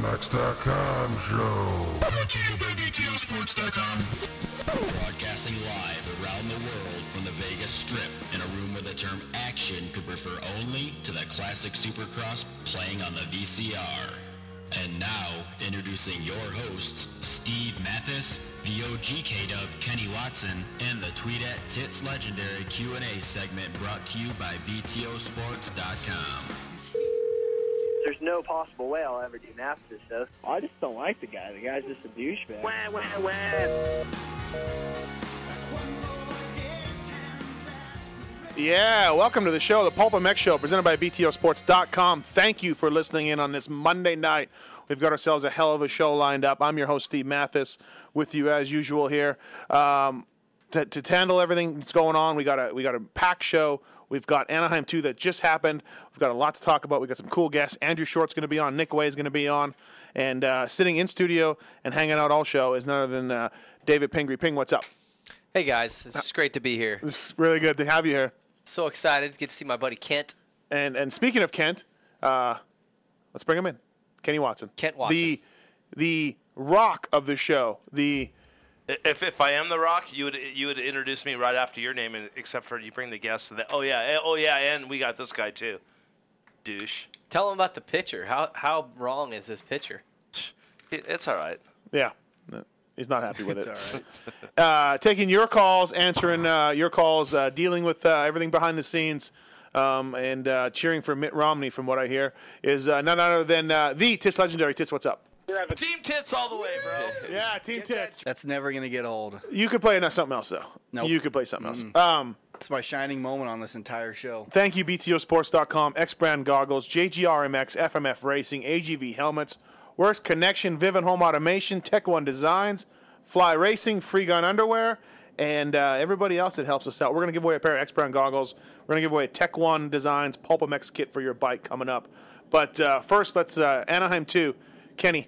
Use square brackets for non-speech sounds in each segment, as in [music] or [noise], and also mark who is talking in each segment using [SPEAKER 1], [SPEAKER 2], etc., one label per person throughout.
[SPEAKER 1] BMX.com show.
[SPEAKER 2] Brought to you by BTOsports.com. Broadcasting live around the world from the Vegas Strip in a room where the term action could refer only to the classic Supercross playing on the VCR. And now, introducing your hosts, Steve Mathis, the OG K-Dub Kenny Watson, and the Tweet at Tits Legendary Q&A segment brought to you by BTOsports.com.
[SPEAKER 3] There's no possible way I'll ever do math this though.
[SPEAKER 4] I just don't like the guy. The guy's just a douchebag.
[SPEAKER 5] Yeah, welcome to the show, the Pulp MX Show, presented by BTOsports.com. Thank you for listening in on this Monday night. We've got ourselves a hell of a show lined up. I'm your host, Steve Mathis, with you as usual here. Um, to, to handle everything that's going on, we got a we got a packed show. We've got Anaheim 2 that just happened. We've got a lot to talk about. We've got some cool guests. Andrew Short's going to be on. Nick Way is going to be on. And uh, sitting in studio and hanging out all show is none other than uh, David Pingree. Ping, what's up?
[SPEAKER 6] Hey guys, it's great to be here.
[SPEAKER 5] It's Uh, really good to have you here.
[SPEAKER 6] So excited to get to see my buddy Kent.
[SPEAKER 5] And and speaking of Kent, uh, let's bring him in, Kenny Watson.
[SPEAKER 6] Kent Watson.
[SPEAKER 5] the the rock of the show. The
[SPEAKER 7] If if I am the Rock, you would you would introduce me right after your name, and except for you bring the guests. And the, oh yeah, eh, oh yeah, and we got this guy too, douche.
[SPEAKER 6] Tell him about the pitcher. How how wrong is this pitcher?
[SPEAKER 7] It, it's all right.
[SPEAKER 5] yeah, he's not happy with it. [laughs] uh, taking your calls, answering uh, your calls, uh, dealing with uh, everything behind the scenes, um, and uh, cheering for Mitt Romney, from what I hear, is uh, none other than uh, the Tits legendary. Tits, what's up?
[SPEAKER 7] Team tits all the way, bro.
[SPEAKER 5] Yeah, Team Tits.
[SPEAKER 8] That's never gonna get old.
[SPEAKER 5] You could play something else though.
[SPEAKER 8] Nope.
[SPEAKER 5] You could play something else. Um,
[SPEAKER 8] It's my shining moment on this entire show.
[SPEAKER 5] Thank you, BTOsports.com, X Brand Goggles, JGRMX, FMF Racing, AGV Helmets, Works Connection, Vivin Home Automation, Tech One Designs, Fly Racing, Free Gun Underwear, and uh, everybody else that helps us out. We're going to give away a pair of X Brand Goggles. We're going to give away a Tech One Designs Pulpamex kit for your bike coming up. But uh, first, let's uh, Anaheim 2. Kenny,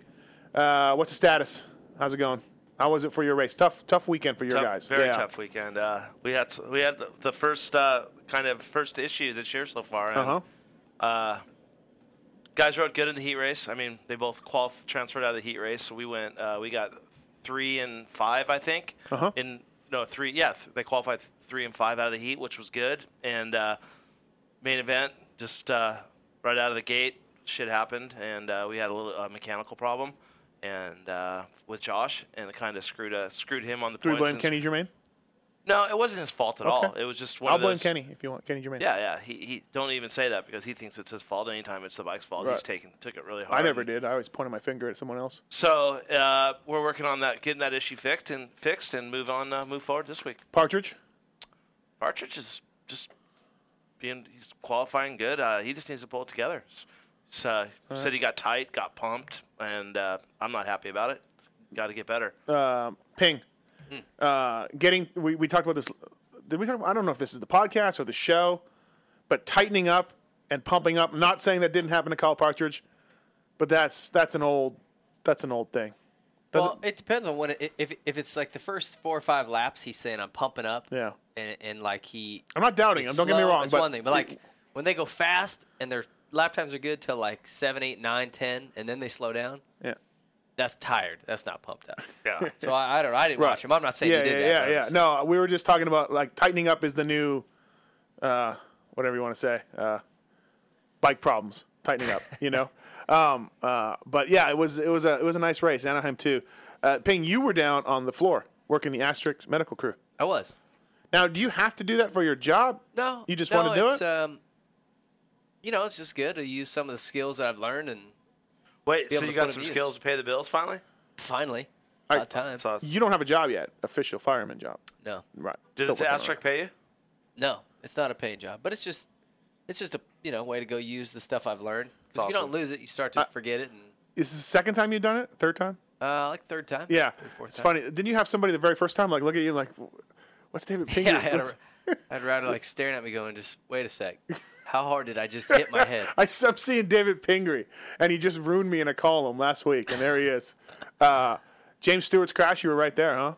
[SPEAKER 5] uh, what's the status? How's it going? How was it for your race? Tough, tough weekend for your
[SPEAKER 7] Tough-
[SPEAKER 5] guys.
[SPEAKER 7] Very
[SPEAKER 5] Yeah.
[SPEAKER 7] tough weekend. Uh, we had s- we had the, the first uh, kind of first issue this year so far. and,
[SPEAKER 5] Uh-huh.
[SPEAKER 7] uh, guys rode good in the heat race. I mean, they both qualif- transferred out of the heat race. So we went. Uh, we got three and five, I think.
[SPEAKER 5] Uh-huh.
[SPEAKER 7] In no three. Yeah, th- they qualified th- three and five out of the heat, which was good. And uh, main event, just uh, right out of the gate, shit happened, and uh, we had a little uh, mechanical problem. And uh, with Josh, and it kind of screwed uh, screwed him on the
[SPEAKER 5] Do we
[SPEAKER 7] points
[SPEAKER 5] blame
[SPEAKER 7] and-
[SPEAKER 5] Kenny Germain?
[SPEAKER 7] no, it wasn't his fault at all.
[SPEAKER 5] Okay.
[SPEAKER 7] It was just one
[SPEAKER 5] I'll
[SPEAKER 7] of those.
[SPEAKER 5] blame Kenny if you want. Kenny Germain.
[SPEAKER 7] Yeah, yeah. He, he don't even say that because he thinks it's his fault. Anytime it's the bike's fault,
[SPEAKER 5] Right.
[SPEAKER 7] he's taken took it really hard.
[SPEAKER 5] I never did. I always pointed my finger at someone else.
[SPEAKER 7] So uh, we're working on that, getting that issue fixed and fixed, and move on, uh, move forward this week.
[SPEAKER 5] Partridge.
[SPEAKER 7] Partridge is just being he's qualifying good. Uh, he just needs to pull it together. S- So said he got tight, got pumped, and uh, I'm not happy about it. Got to get better.
[SPEAKER 5] Um ping. Uh, getting. We, we talked about this. Did we talk? About, I don't know if this is the podcast or the show, but tightening up and pumping up. Not saying that didn't happen to Kyle Partridge, but that's that's an old that's an old thing. Does
[SPEAKER 6] well, it, depends on when. It, if if it's like the first four or five laps, he's saying I'm pumping up.
[SPEAKER 5] Yeah.
[SPEAKER 6] And and like he.
[SPEAKER 5] I'm not doubting
[SPEAKER 6] is
[SPEAKER 5] him. Don't get me
[SPEAKER 6] slow,
[SPEAKER 5] wrong,
[SPEAKER 6] It's
[SPEAKER 5] but-
[SPEAKER 6] one thing, but like when they go fast and their lap times are good till like seven, eight, nine, ten, and then they slow down.
[SPEAKER 5] Yeah.
[SPEAKER 6] That's tired. That's not pumped up.
[SPEAKER 7] Yeah.
[SPEAKER 6] [laughs] So I, I don't. I didn't
[SPEAKER 5] Right.
[SPEAKER 6] watch him. I'm not saying
[SPEAKER 5] yeah,
[SPEAKER 6] he did
[SPEAKER 5] yeah,
[SPEAKER 6] that. but
[SPEAKER 5] yeah,
[SPEAKER 6] I'm
[SPEAKER 5] yeah.
[SPEAKER 6] just-
[SPEAKER 5] No, we were just talking about like tightening up is the new, uh, whatever you want to say, uh, bike problems. Tightening up, you
[SPEAKER 6] [laughs]
[SPEAKER 5] know. Um, uh, but yeah, it was it was a it was a nice race. Anaheim too. Uh, Ping, you were down on the floor working the asterisk medical crew.
[SPEAKER 6] I was.
[SPEAKER 5] Now, do you have to do that for your job?
[SPEAKER 6] No,
[SPEAKER 5] You just
[SPEAKER 6] no,
[SPEAKER 5] wanna do
[SPEAKER 6] it's,
[SPEAKER 5] it?
[SPEAKER 6] Um, you know, it's just good to use some of the skills that I've learned, and
[SPEAKER 7] Wait,
[SPEAKER 6] Be
[SPEAKER 7] so
[SPEAKER 6] able
[SPEAKER 7] you
[SPEAKER 6] to
[SPEAKER 7] got
[SPEAKER 6] put
[SPEAKER 7] some
[SPEAKER 6] him to
[SPEAKER 7] skills
[SPEAKER 6] use.
[SPEAKER 7] to pay the bills finally?
[SPEAKER 6] finally,
[SPEAKER 5] All
[SPEAKER 6] out
[SPEAKER 5] right.
[SPEAKER 6] of time.
[SPEAKER 7] So
[SPEAKER 5] You don't have a job yet, official fireman job,
[SPEAKER 6] No,
[SPEAKER 5] right?
[SPEAKER 7] did
[SPEAKER 5] Still
[SPEAKER 7] the
[SPEAKER 5] working on
[SPEAKER 7] asterisk
[SPEAKER 5] it.
[SPEAKER 7] pay you?
[SPEAKER 6] no, it's not a paying job, but it's just, it's just a you know way to go use the stuff I've learned. 'Cause
[SPEAKER 7] It's
[SPEAKER 6] if you don't
[SPEAKER 7] awesome.
[SPEAKER 6] lose it, you start to
[SPEAKER 5] I-
[SPEAKER 6] forget it, and
[SPEAKER 5] Is this the second time you've done it? Third time?
[SPEAKER 6] uh, like third time.
[SPEAKER 5] Yeah,
[SPEAKER 6] Third, fourth
[SPEAKER 5] it's
[SPEAKER 6] time. [laughs]
[SPEAKER 5] funny. Didn't you have somebody the very first time like look at you like, what's David Ping?
[SPEAKER 6] Yeah,
[SPEAKER 5] [laughs]
[SPEAKER 6] I had a, I'd rather like staring at me going, just wait a sec, how hard did I just hit my head?
[SPEAKER 5] I, am seeing David Pingree, and he just ruined me in a column last week, and there he is. Uh, James Stewart's crash, you were right there, huh?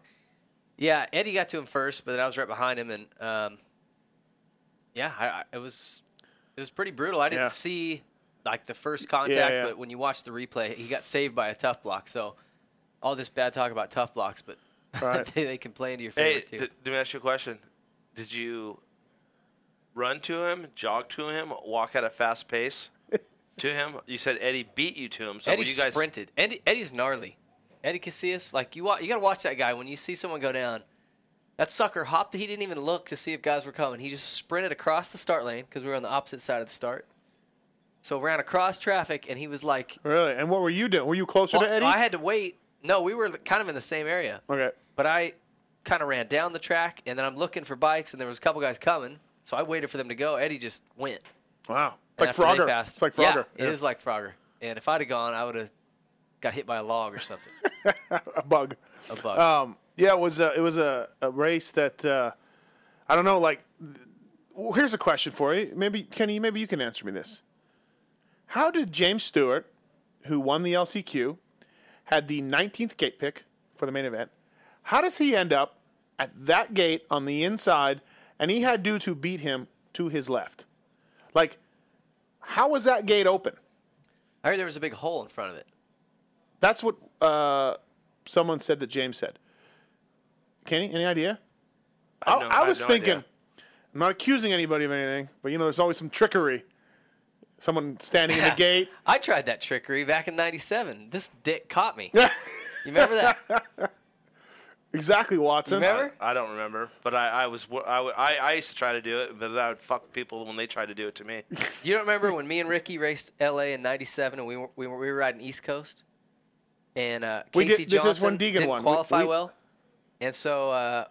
[SPEAKER 6] Yeah, Eddie got to him first, but then I was right behind him, and um, yeah, I, I, it was it was pretty brutal. I didn't
[SPEAKER 5] Yeah.
[SPEAKER 6] see like the first contact,
[SPEAKER 5] Yeah, yeah.
[SPEAKER 6] but when you watch the replay, he got saved by a tough block. So all this bad talk about tough blocks, but [laughs]
[SPEAKER 5] Right.
[SPEAKER 6] they, they can play into your favor
[SPEAKER 7] Hey,
[SPEAKER 6] too.
[SPEAKER 7] d- let me ask you a question. Did you run to him, jog to him, walk at a fast pace to him? You said Eddie beat you to him. So
[SPEAKER 6] Eddie
[SPEAKER 7] were you guys
[SPEAKER 6] sprinted. Eddie, Eddie's gnarly. Eddie Casillas, like you, wa- you gotta watch that guy when you see someone go down. That sucker hopped. He didn't even look to see if guys were coming. He just sprinted across the start lane because we were on the opposite side of the start. So ran across traffic, and he was like,
[SPEAKER 5] Really? And what were you doing? Were you closer to
[SPEAKER 6] Well,
[SPEAKER 5] Eddie?
[SPEAKER 6] I had to wait. No, we were kind of in the same area,
[SPEAKER 5] okay.
[SPEAKER 6] but I kind of ran down the track, and then I'm looking for bikes, and there was a couple guys coming, so I waited for them to go. Eddie just went.
[SPEAKER 5] Wow. It's
[SPEAKER 6] And
[SPEAKER 5] like
[SPEAKER 6] after they
[SPEAKER 5] Frogger.
[SPEAKER 6] passed-
[SPEAKER 5] It's like
[SPEAKER 6] Yeah,
[SPEAKER 5] Frogger.
[SPEAKER 6] It is like Frogger. And if I'd have gone, I would have got hit by a log or something.
[SPEAKER 5] a bug.
[SPEAKER 6] a bug.
[SPEAKER 5] Um, yeah, it was a, it was a, a race that uh, I don't know. Like, th- well, here's a question for you. Maybe Kenny, maybe you can answer me this. How did James Stewart, who won the LCQ, had the 19th gate pick for the main event? How does he end up at that gate on the inside, and he had dudes who beat him to his left? Like, how was that gate open?
[SPEAKER 6] I heard there was a big hole in front of it.
[SPEAKER 5] That's what uh, someone said that James said. Kenny, any idea? [laughs] I,
[SPEAKER 7] have no-
[SPEAKER 5] I
[SPEAKER 7] have
[SPEAKER 5] was
[SPEAKER 7] no
[SPEAKER 5] thinking,
[SPEAKER 7] idea.
[SPEAKER 5] I'm not accusing anybody of anything, but you know, there's always some trickery. Someone standing in
[SPEAKER 6] [laughs]
[SPEAKER 7] [laughs]
[SPEAKER 5] the gate.
[SPEAKER 6] I tried that trickery back in '97. This dick
[SPEAKER 5] [laughs]
[SPEAKER 6] caught me. You remember that?
[SPEAKER 5] exactly, Watson.
[SPEAKER 6] You remember?
[SPEAKER 7] I don't remember, but I, I was wor- I, w- I- I used to try to do it, but I would fuck people when they tried to do it to me.
[SPEAKER 6] You don't remember when me and Ricky raced LA in '97 and we were, we were we were riding East Coast, and uh, Casey
[SPEAKER 5] We did- this is
[SPEAKER 6] Johnson
[SPEAKER 5] when Deegan
[SPEAKER 6] didn't
[SPEAKER 5] won. We-
[SPEAKER 6] qualify
[SPEAKER 5] we-
[SPEAKER 6] well, and so uh,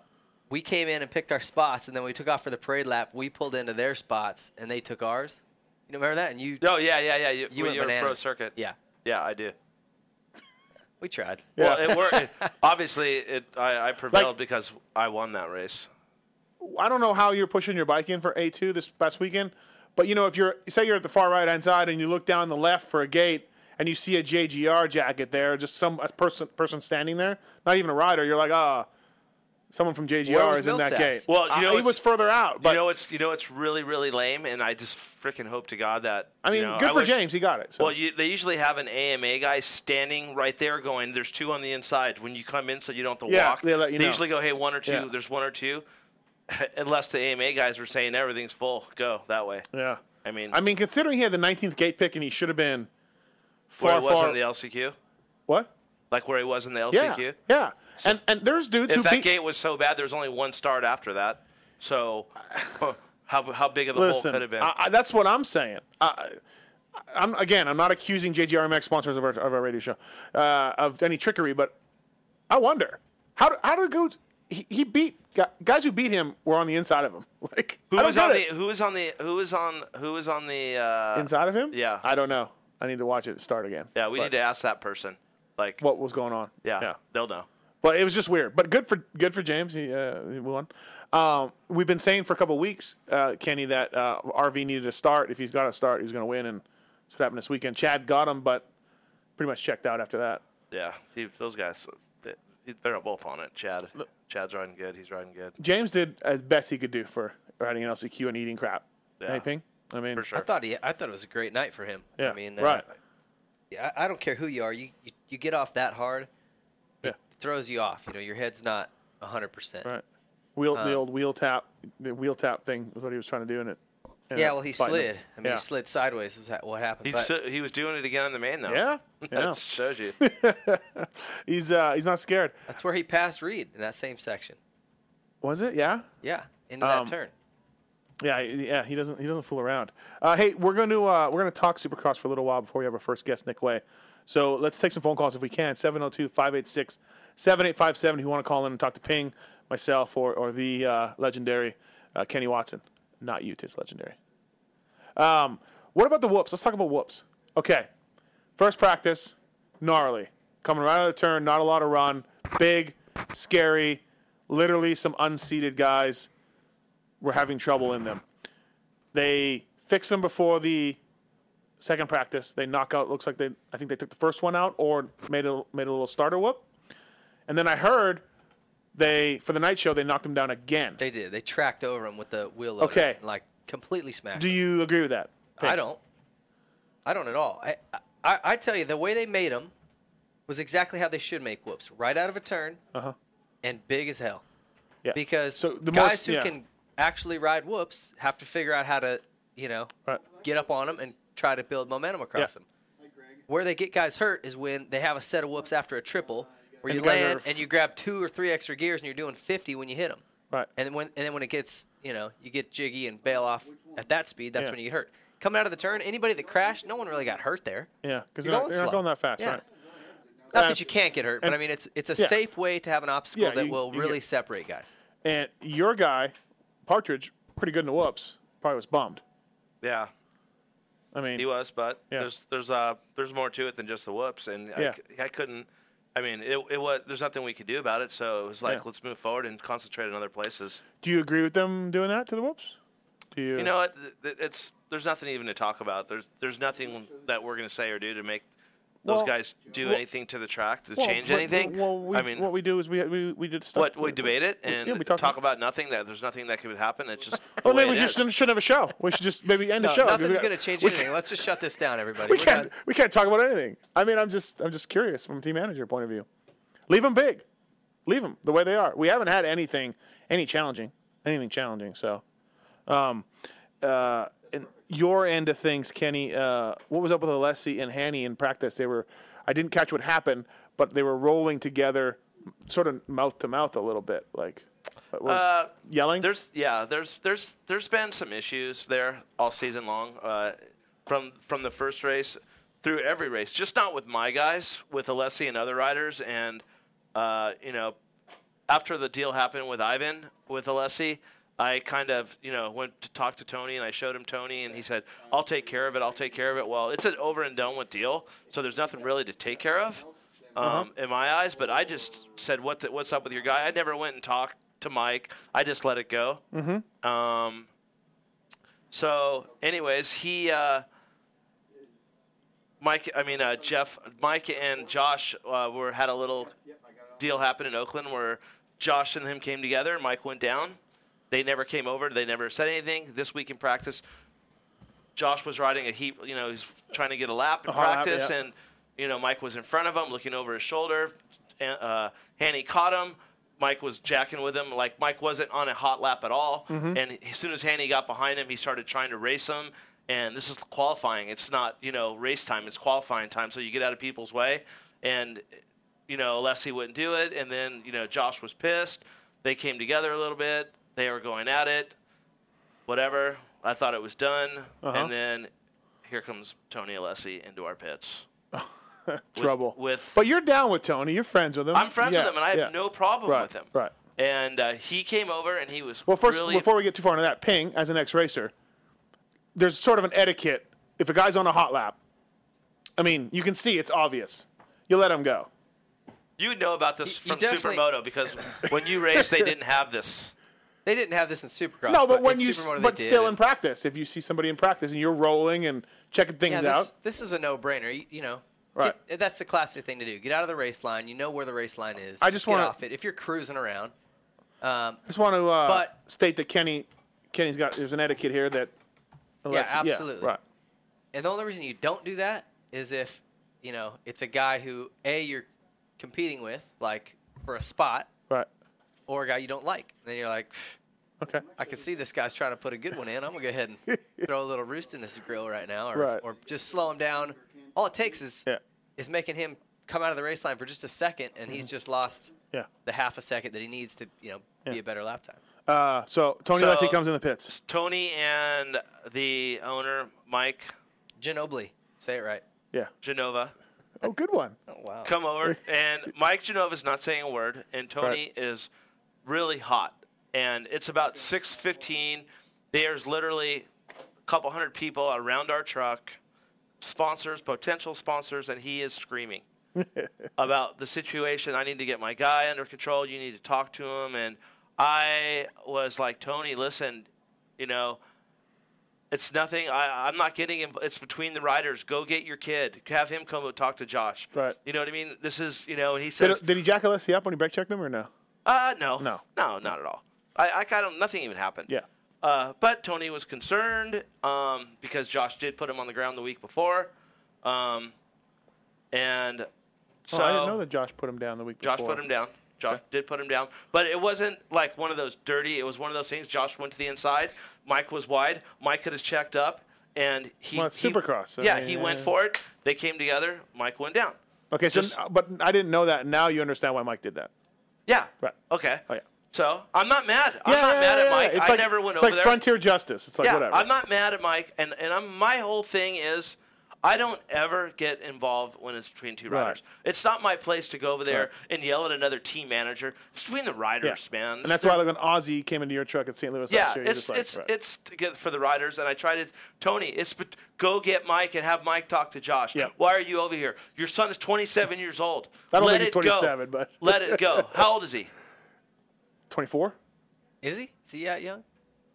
[SPEAKER 6] we came in and picked our spots, and then we took off for the parade lap. We pulled into their spots, and they took ours. You don't remember that? And you
[SPEAKER 7] No, yeah, yeah, yeah. You,
[SPEAKER 6] You
[SPEAKER 7] you
[SPEAKER 6] went
[SPEAKER 7] are a pro
[SPEAKER 6] bananas.
[SPEAKER 7] circuit.
[SPEAKER 6] yeah,
[SPEAKER 7] yeah, I do.
[SPEAKER 6] we tried.
[SPEAKER 7] Well, it
[SPEAKER 6] [laughs]
[SPEAKER 7] worked. obviously, it I, I prevailed because I won that race.
[SPEAKER 5] I don't know how you're pushing your bike in for A2 this past weekend, but you know, if you're say you're at the far right hand side and you look down the left for a gate and you see a JGR jacket there, just some a person person standing there, not even a rider, you're like, ah, someone from
[SPEAKER 6] Where
[SPEAKER 5] JGR
[SPEAKER 6] was
[SPEAKER 5] is in that
[SPEAKER 6] Millsaps?
[SPEAKER 5] gate.
[SPEAKER 7] Well, you
[SPEAKER 5] I-
[SPEAKER 7] know,
[SPEAKER 5] he
[SPEAKER 7] it's-
[SPEAKER 5] was further out, but
[SPEAKER 7] you know, it's you know, it's really really lame, and I just freaking hope to God that
[SPEAKER 5] I mean,
[SPEAKER 7] you know,
[SPEAKER 5] good
[SPEAKER 7] I
[SPEAKER 5] for
[SPEAKER 7] wish-
[SPEAKER 5] James, he got it. So.
[SPEAKER 7] Well, you, they usually have an AMA guy standing right there, going, "There's two on the inside." When you come in, so you don't have to
[SPEAKER 5] Yeah,
[SPEAKER 7] walk.
[SPEAKER 5] they let you know.
[SPEAKER 7] usually go, "Hey, one or two.
[SPEAKER 5] Yeah.
[SPEAKER 7] There's one or two. [laughs] Unless the AMA guys were saying everything's full, go that way.
[SPEAKER 5] yeah.
[SPEAKER 7] I mean,
[SPEAKER 5] I mean, considering he had the 19th gate pick and he should have been
[SPEAKER 7] where
[SPEAKER 5] far,
[SPEAKER 7] he was
[SPEAKER 5] far.
[SPEAKER 7] in the LCQ,
[SPEAKER 5] what?
[SPEAKER 7] like where he was in the
[SPEAKER 5] Yeah,
[SPEAKER 7] LCQ.
[SPEAKER 5] yeah. and and there's dudes who
[SPEAKER 7] If that
[SPEAKER 5] beat.
[SPEAKER 7] gate was so bad, there was only one start after that.
[SPEAKER 5] [laughs]
[SPEAKER 7] So, [laughs] how how big of a hole
[SPEAKER 5] listen,
[SPEAKER 7] could have been?
[SPEAKER 5] I, I, that's what I'm saying. I, I- I'm again, I'm not accusing JGRMX sponsors of our, of our radio show uh, of any trickery, but I wonder how do, how do go he, he beat gu- guys who beat him were on the inside of him. Like
[SPEAKER 7] who
[SPEAKER 5] I don't
[SPEAKER 7] was on
[SPEAKER 5] get
[SPEAKER 7] the
[SPEAKER 5] it.
[SPEAKER 7] who was on the who was on who was on the uh,
[SPEAKER 5] inside of him?
[SPEAKER 7] Yeah.
[SPEAKER 5] I don't know. I need to watch it start again.
[SPEAKER 7] Yeah, we
[SPEAKER 5] But
[SPEAKER 7] need to ask that person. Like,
[SPEAKER 5] what was going on.
[SPEAKER 7] yeah, they'll know.
[SPEAKER 5] But it was just weird. But good for good for James. He, uh, he won. Um, we've been saying for a couple weeks, uh, Kenny, that uh, RV needed a start. If he's got a start, he's going to win. And that's what happened this weekend. Chad got him, but pretty much checked out after that.
[SPEAKER 7] Yeah, he, those guys, they, they're both on it. Chad, Chad's riding good. He's riding good
[SPEAKER 5] James did as best he could do for riding an LCQ and eating crap.
[SPEAKER 7] Yeah.
[SPEAKER 5] Hey, Ping? I mean,
[SPEAKER 7] for
[SPEAKER 6] I
[SPEAKER 7] sure.
[SPEAKER 6] thought he, I thought it was a great night for him.
[SPEAKER 5] Yeah,
[SPEAKER 6] I mean, uh,
[SPEAKER 5] right.
[SPEAKER 6] yeah, I, I don't care who you are. You, you you get off that hard,
[SPEAKER 5] Yeah.
[SPEAKER 6] it throws you off. You know, your head's not hundred percent.
[SPEAKER 5] right. Wheel, the
[SPEAKER 6] Uh,
[SPEAKER 5] old wheel tap, the wheel tap thing was what he was trying to do in it. ended
[SPEAKER 6] Yeah,
[SPEAKER 5] up
[SPEAKER 6] well, he
[SPEAKER 5] biting him.
[SPEAKER 6] slid. I mean,
[SPEAKER 5] yeah.
[SPEAKER 6] he slid sideways. Was that what happened?
[SPEAKER 7] He
[SPEAKER 6] but
[SPEAKER 7] so, he was doing it again in the main though.
[SPEAKER 5] Yeah, yeah.
[SPEAKER 7] [laughs] that shows you.
[SPEAKER 5] [laughs] he's uh, he's not scared.
[SPEAKER 6] that's where he passed Reed in that same section.
[SPEAKER 5] Was it? Yeah.
[SPEAKER 6] Yeah, into that
[SPEAKER 5] Um,
[SPEAKER 6] turn.
[SPEAKER 5] Yeah, yeah, he doesn't he doesn't fool around. Uh, hey, we're going to uh, we're going to talk Supercross for a little while before we have our first guest, Nick Way. So let's take some phone calls if we can. 702-586-7857 if you want to call in and talk to Ping, myself, or, or the uh, legendary uh, Kenny Watson. Not you, it's legendary. Um, what about the whoops? Let's talk about whoops. Okay, first practice, gnarly. Coming right out of the turn, not a lot of run. Big, scary, literally some unseated guys were having trouble in them. They fix them before the second practice. They knock out. Looks like they. I think they took the first one out or made a made a little starter whoop. And then I heard they for the night show they knocked them down again.
[SPEAKER 6] They did. They tracked over him with the wheel. Loader
[SPEAKER 5] Okay.
[SPEAKER 6] and, like completely smacked.
[SPEAKER 5] Do you agree with that?
[SPEAKER 6] him. I don't. I don't at all. I, I, I tell you, the way they made them was exactly how they should make whoops, right out of a turn
[SPEAKER 5] Uh-huh.
[SPEAKER 6] and big as hell.
[SPEAKER 5] Yeah.
[SPEAKER 6] Because
[SPEAKER 5] So the
[SPEAKER 6] guys
[SPEAKER 5] most-
[SPEAKER 6] who
[SPEAKER 5] yeah.
[SPEAKER 6] can actually ride whoops have to figure out how to, you know,
[SPEAKER 5] Right.
[SPEAKER 6] get up on them and try to build momentum across
[SPEAKER 5] Yeah.
[SPEAKER 6] them. Where they get guys hurt is when they have a set of whoops after a triple, where
[SPEAKER 5] And
[SPEAKER 6] you
[SPEAKER 5] the guys are
[SPEAKER 6] land
[SPEAKER 5] f-
[SPEAKER 6] and you grab two or three extra gears and you're doing 50 when you hit them.
[SPEAKER 5] Right.
[SPEAKER 6] And then when and then when it gets you know you get jiggy and bail off at that speed, that's
[SPEAKER 5] Yeah.
[SPEAKER 6] when you get hurt. Coming out of the turn, anybody that crashed, no one really got hurt there.
[SPEAKER 5] Yeah, because they're,
[SPEAKER 6] You're
[SPEAKER 5] not-
[SPEAKER 6] going
[SPEAKER 5] they're not
[SPEAKER 6] slow.
[SPEAKER 5] going that fast,
[SPEAKER 6] Yeah.
[SPEAKER 5] right?
[SPEAKER 6] Not
[SPEAKER 5] That's-
[SPEAKER 6] that you can't get hurt, but
[SPEAKER 5] and-
[SPEAKER 6] I mean it's it's a
[SPEAKER 5] yeah.
[SPEAKER 6] safe way to have an obstacle
[SPEAKER 5] Yeah,
[SPEAKER 6] that
[SPEAKER 5] you-
[SPEAKER 6] will
[SPEAKER 5] you
[SPEAKER 6] really
[SPEAKER 5] get-
[SPEAKER 6] separate guys.
[SPEAKER 5] And your guy, Partridge, pretty good in the whoops. Probably was bummed.
[SPEAKER 7] Yeah,
[SPEAKER 5] I mean,
[SPEAKER 7] he was, but
[SPEAKER 5] Yeah.
[SPEAKER 7] there's there's uh there's more to it than just the whoops, and I
[SPEAKER 5] Yeah.
[SPEAKER 7] c- I, couldn't. I mean, it, it was there's nothing we could do about it, so it was like
[SPEAKER 5] Yeah.
[SPEAKER 7] let's move forward and concentrate on other places.
[SPEAKER 5] do you agree with them doing that to the whoops? Do you?
[SPEAKER 7] You know what? Th- th- It's there's nothing even to talk about. There's there's nothing that we're gonna say or do to make those
[SPEAKER 5] Well,
[SPEAKER 7] guys do
[SPEAKER 5] well-
[SPEAKER 7] anything to the track to
[SPEAKER 5] Well,
[SPEAKER 7] change
[SPEAKER 5] but-
[SPEAKER 7] anything.
[SPEAKER 5] Well, we,
[SPEAKER 7] I mean,
[SPEAKER 5] what we do is we we we did stuff.
[SPEAKER 7] what we debate it and
[SPEAKER 5] yeah, we
[SPEAKER 7] talk,
[SPEAKER 5] talk,
[SPEAKER 7] about nothing. That there's nothing that could happen. It's
[SPEAKER 5] [laughs]
[SPEAKER 7] just the
[SPEAKER 5] Oh,
[SPEAKER 7] way
[SPEAKER 5] maybe we
[SPEAKER 7] it
[SPEAKER 5] just
[SPEAKER 7] is.
[SPEAKER 5] shouldn't have a show. We should just maybe end
[SPEAKER 6] No,
[SPEAKER 5] the show. 'cause we
[SPEAKER 6] nothing's
[SPEAKER 5] got-
[SPEAKER 6] going to change
[SPEAKER 5] [laughs] we
[SPEAKER 6] anything.
[SPEAKER 5] can't-
[SPEAKER 6] Let's just shut this down, everybody.
[SPEAKER 5] We
[SPEAKER 6] We're
[SPEAKER 5] can't
[SPEAKER 6] done.
[SPEAKER 5] we can't talk about anything. I mean, I'm just I'm just curious from a team manager point of view. Leave them big, leave them the way they are. We haven't had anything any challenging anything challenging. So, um, uh, and your end of things, Kenny. Uh, what was up with Alessi and Hanny in practice? They were I didn't catch what happened, but they were rolling together, sort of mouth to mouth a little bit, like what was,
[SPEAKER 7] Uh,
[SPEAKER 5] yelling.
[SPEAKER 7] There's yeah, there's there's there's been some issues there all season long, uh, from from the first race through every race. Just not with my guys, with Alessi and other riders, and uh, you know, after the deal happened with Ivan with Alessi, I kind of you know went to talk to Tony and I showed him Tony and he said, "I'll take care of it. I'll take care of it." Well, it's an over and done with deal, so there's nothing really to take care of. Um, In my eyes, but I just said, "What the, what's up with your guy?" I never went and talked to Mike. I just let it go. Mm-hmm. Um, so, anyways, he, uh, Mike, I mean uh, Jeff, Mike and Josh uh, were had a little deal happen in Oakland where Josh and him came together. Mike went down. They never came over. They never said anything. This week in practice, Josh was riding a heap. You know, he's trying to get a lap in
[SPEAKER 5] hard lap,
[SPEAKER 7] practice,
[SPEAKER 5] yeah.
[SPEAKER 7] and you know Mike was in front of him, looking over his shoulder. And, uh, Hanny caught him. Mike was jacking with him. Like Mike wasn't on a hot lap at all. And as soon as Hanny got behind him, he started trying to race him. And this is qualifying. It's not you know race time. It's qualifying time. So you get out of people's way. And you know, Leslie wouldn't do it, and then you know, Josh was pissed. They came together a little bit. They were going at it. Whatever. I thought it was done, and then here comes Tony Alessi into our pits.
[SPEAKER 6] Uh,
[SPEAKER 7] with-
[SPEAKER 5] [laughs] trouble
[SPEAKER 7] with-
[SPEAKER 5] But you're down with Tony. You're friends with him.
[SPEAKER 7] I'm friends
[SPEAKER 5] Yeah,
[SPEAKER 7] with him, and I have
[SPEAKER 5] yeah.
[SPEAKER 7] no problem
[SPEAKER 5] Right,
[SPEAKER 7] with him.
[SPEAKER 5] right.
[SPEAKER 7] And uh, he came over, and he was
[SPEAKER 5] Well, first,
[SPEAKER 7] really
[SPEAKER 5] before we get too far into that, Ping, as an ex racer, there's sort of an etiquette. If a guy's on a hot lap, I mean, you can see it's obvious. You let him go.
[SPEAKER 7] you would know about this
[SPEAKER 6] You- you
[SPEAKER 7] from
[SPEAKER 6] definitely-
[SPEAKER 7] Supermoto because when you raced, they didn't
[SPEAKER 6] [laughs]
[SPEAKER 7] have this.
[SPEAKER 6] They didn't have this in Supercross.
[SPEAKER 5] No, but,
[SPEAKER 6] but
[SPEAKER 5] when
[SPEAKER 6] in
[SPEAKER 5] you,
[SPEAKER 6] Supermoto they
[SPEAKER 5] but
[SPEAKER 6] did,
[SPEAKER 5] still
[SPEAKER 6] and-
[SPEAKER 5] in practice, if you see somebody in practice and you're rolling and checking
[SPEAKER 6] yeah,
[SPEAKER 5] things out,
[SPEAKER 6] this, this is a no-brainer. You, you know,
[SPEAKER 5] Right.
[SPEAKER 6] Get- that's the classic thing to do. Get out of the race line. You know where the race line is.
[SPEAKER 5] I just
[SPEAKER 6] get
[SPEAKER 5] wanna-
[SPEAKER 6] off it. If you're cruising around, um,
[SPEAKER 5] I just want to uh,
[SPEAKER 6] But-
[SPEAKER 5] state that Kenny, Kenny's got there's an etiquette here that. unless-
[SPEAKER 6] absolutely.
[SPEAKER 5] right.
[SPEAKER 6] And the only reason you don't do that is if, you know, it's a guy who A you're competing with, like for a spot,
[SPEAKER 5] Right.
[SPEAKER 6] or a guy you don't like. And then you're like, "Pff,
[SPEAKER 5] Okay.
[SPEAKER 6] I can see this guy's trying to put a good one in. I'm gonna go ahead
[SPEAKER 5] [laughs]
[SPEAKER 6] and throw a little roost in this grill right now or
[SPEAKER 5] Right.
[SPEAKER 6] or just slow him down. All it takes is
[SPEAKER 5] Yeah.
[SPEAKER 6] is making him come out of the race line for just a second and he's just lost
[SPEAKER 5] Mm-hmm. Yeah.
[SPEAKER 6] the half a second that he needs to, you know, be
[SPEAKER 5] Yeah.
[SPEAKER 6] a better lap time.
[SPEAKER 5] Uh, so Tony
[SPEAKER 7] So-
[SPEAKER 5] Lessie comes in the pits.
[SPEAKER 7] Tony and the owner Mike
[SPEAKER 6] Ginobili, say it right.
[SPEAKER 5] Yeah.
[SPEAKER 7] Genova
[SPEAKER 5] Oh, good one.
[SPEAKER 6] Oh wow.
[SPEAKER 7] come over and Mike Genova's not saying a word and Tony is really hot and it's about 6:15 there's literally a couple hundred people around our truck sponsors potential sponsors and he is screaming
[SPEAKER 5] [laughs]
[SPEAKER 7] about the situation I need to get my guy under control you need to talk to him and I was like Tony listen you know it's nothing. I, I'm not getting. Inv- it's between the riders. Go get your kid. Have him come and talk to Josh.
[SPEAKER 5] Right.
[SPEAKER 7] You know what I mean? This is, you know, and he says,
[SPEAKER 5] Did, did he jack Alessi up when he back checked him or no?
[SPEAKER 7] uh, no,
[SPEAKER 5] No.
[SPEAKER 7] no, not at all. I, I got him. Nothing even happened.
[SPEAKER 5] Yeah.
[SPEAKER 7] Uh, but Tony was concerned um, because Josh did put him on the ground the week before, um, and so
[SPEAKER 5] oh, I didn't know that Josh put him down the week
[SPEAKER 7] Josh
[SPEAKER 5] before.
[SPEAKER 7] put him down. Josh did put him down, but it wasn't like one of those dirty. It was one of those things. Josh went to the inside. Mike was wide. Mike could have checked up, and he.
[SPEAKER 5] Well, it's
[SPEAKER 7] he-
[SPEAKER 5] Supercross, I
[SPEAKER 7] yeah,
[SPEAKER 5] mean,
[SPEAKER 7] he
[SPEAKER 5] yeah,
[SPEAKER 7] went
[SPEAKER 5] yeah.
[SPEAKER 7] for it. They came together. Mike went down.
[SPEAKER 5] Okay, so
[SPEAKER 7] Just-
[SPEAKER 5] but I didn't know that. Now you understand why Mike did that.
[SPEAKER 7] Yeah.
[SPEAKER 5] Right.
[SPEAKER 7] Okay.
[SPEAKER 5] Oh, yeah.
[SPEAKER 7] So I'm not mad. I'm not mad at Mike.
[SPEAKER 5] It's
[SPEAKER 7] I
[SPEAKER 5] like,
[SPEAKER 7] never went
[SPEAKER 5] It's
[SPEAKER 7] over
[SPEAKER 5] like
[SPEAKER 7] there.
[SPEAKER 5] frontier justice. It's like
[SPEAKER 7] yeah,
[SPEAKER 5] whatever.
[SPEAKER 7] I'm not mad at Mike, and and I'm my whole thing is. I don't ever get involved when it's between two
[SPEAKER 5] Right.
[SPEAKER 7] riders. It's not my place to go over there
[SPEAKER 5] Right.
[SPEAKER 7] and yell at another team manager. It's between the
[SPEAKER 5] Yeah.
[SPEAKER 7] riders, man.
[SPEAKER 5] And that's why like, when Ozzy came into your truck at St. Louis
[SPEAKER 7] Yeah,
[SPEAKER 5] last year, you're
[SPEAKER 7] it's
[SPEAKER 5] just like,
[SPEAKER 7] it's
[SPEAKER 5] right.
[SPEAKER 7] it's to get for the riders, and I tried to Tony. It's bet- go get Mike and have Mike talk to Josh.
[SPEAKER 5] Yeah.
[SPEAKER 7] Why are you over here? Your son is 27 years old.
[SPEAKER 5] I don't
[SPEAKER 7] Let
[SPEAKER 5] think he's
[SPEAKER 7] it go.
[SPEAKER 5] 27, but-
[SPEAKER 7] [laughs] let
[SPEAKER 5] [laughs]
[SPEAKER 7] it go. How old is he?
[SPEAKER 5] 24.
[SPEAKER 6] Is he? Is he out young?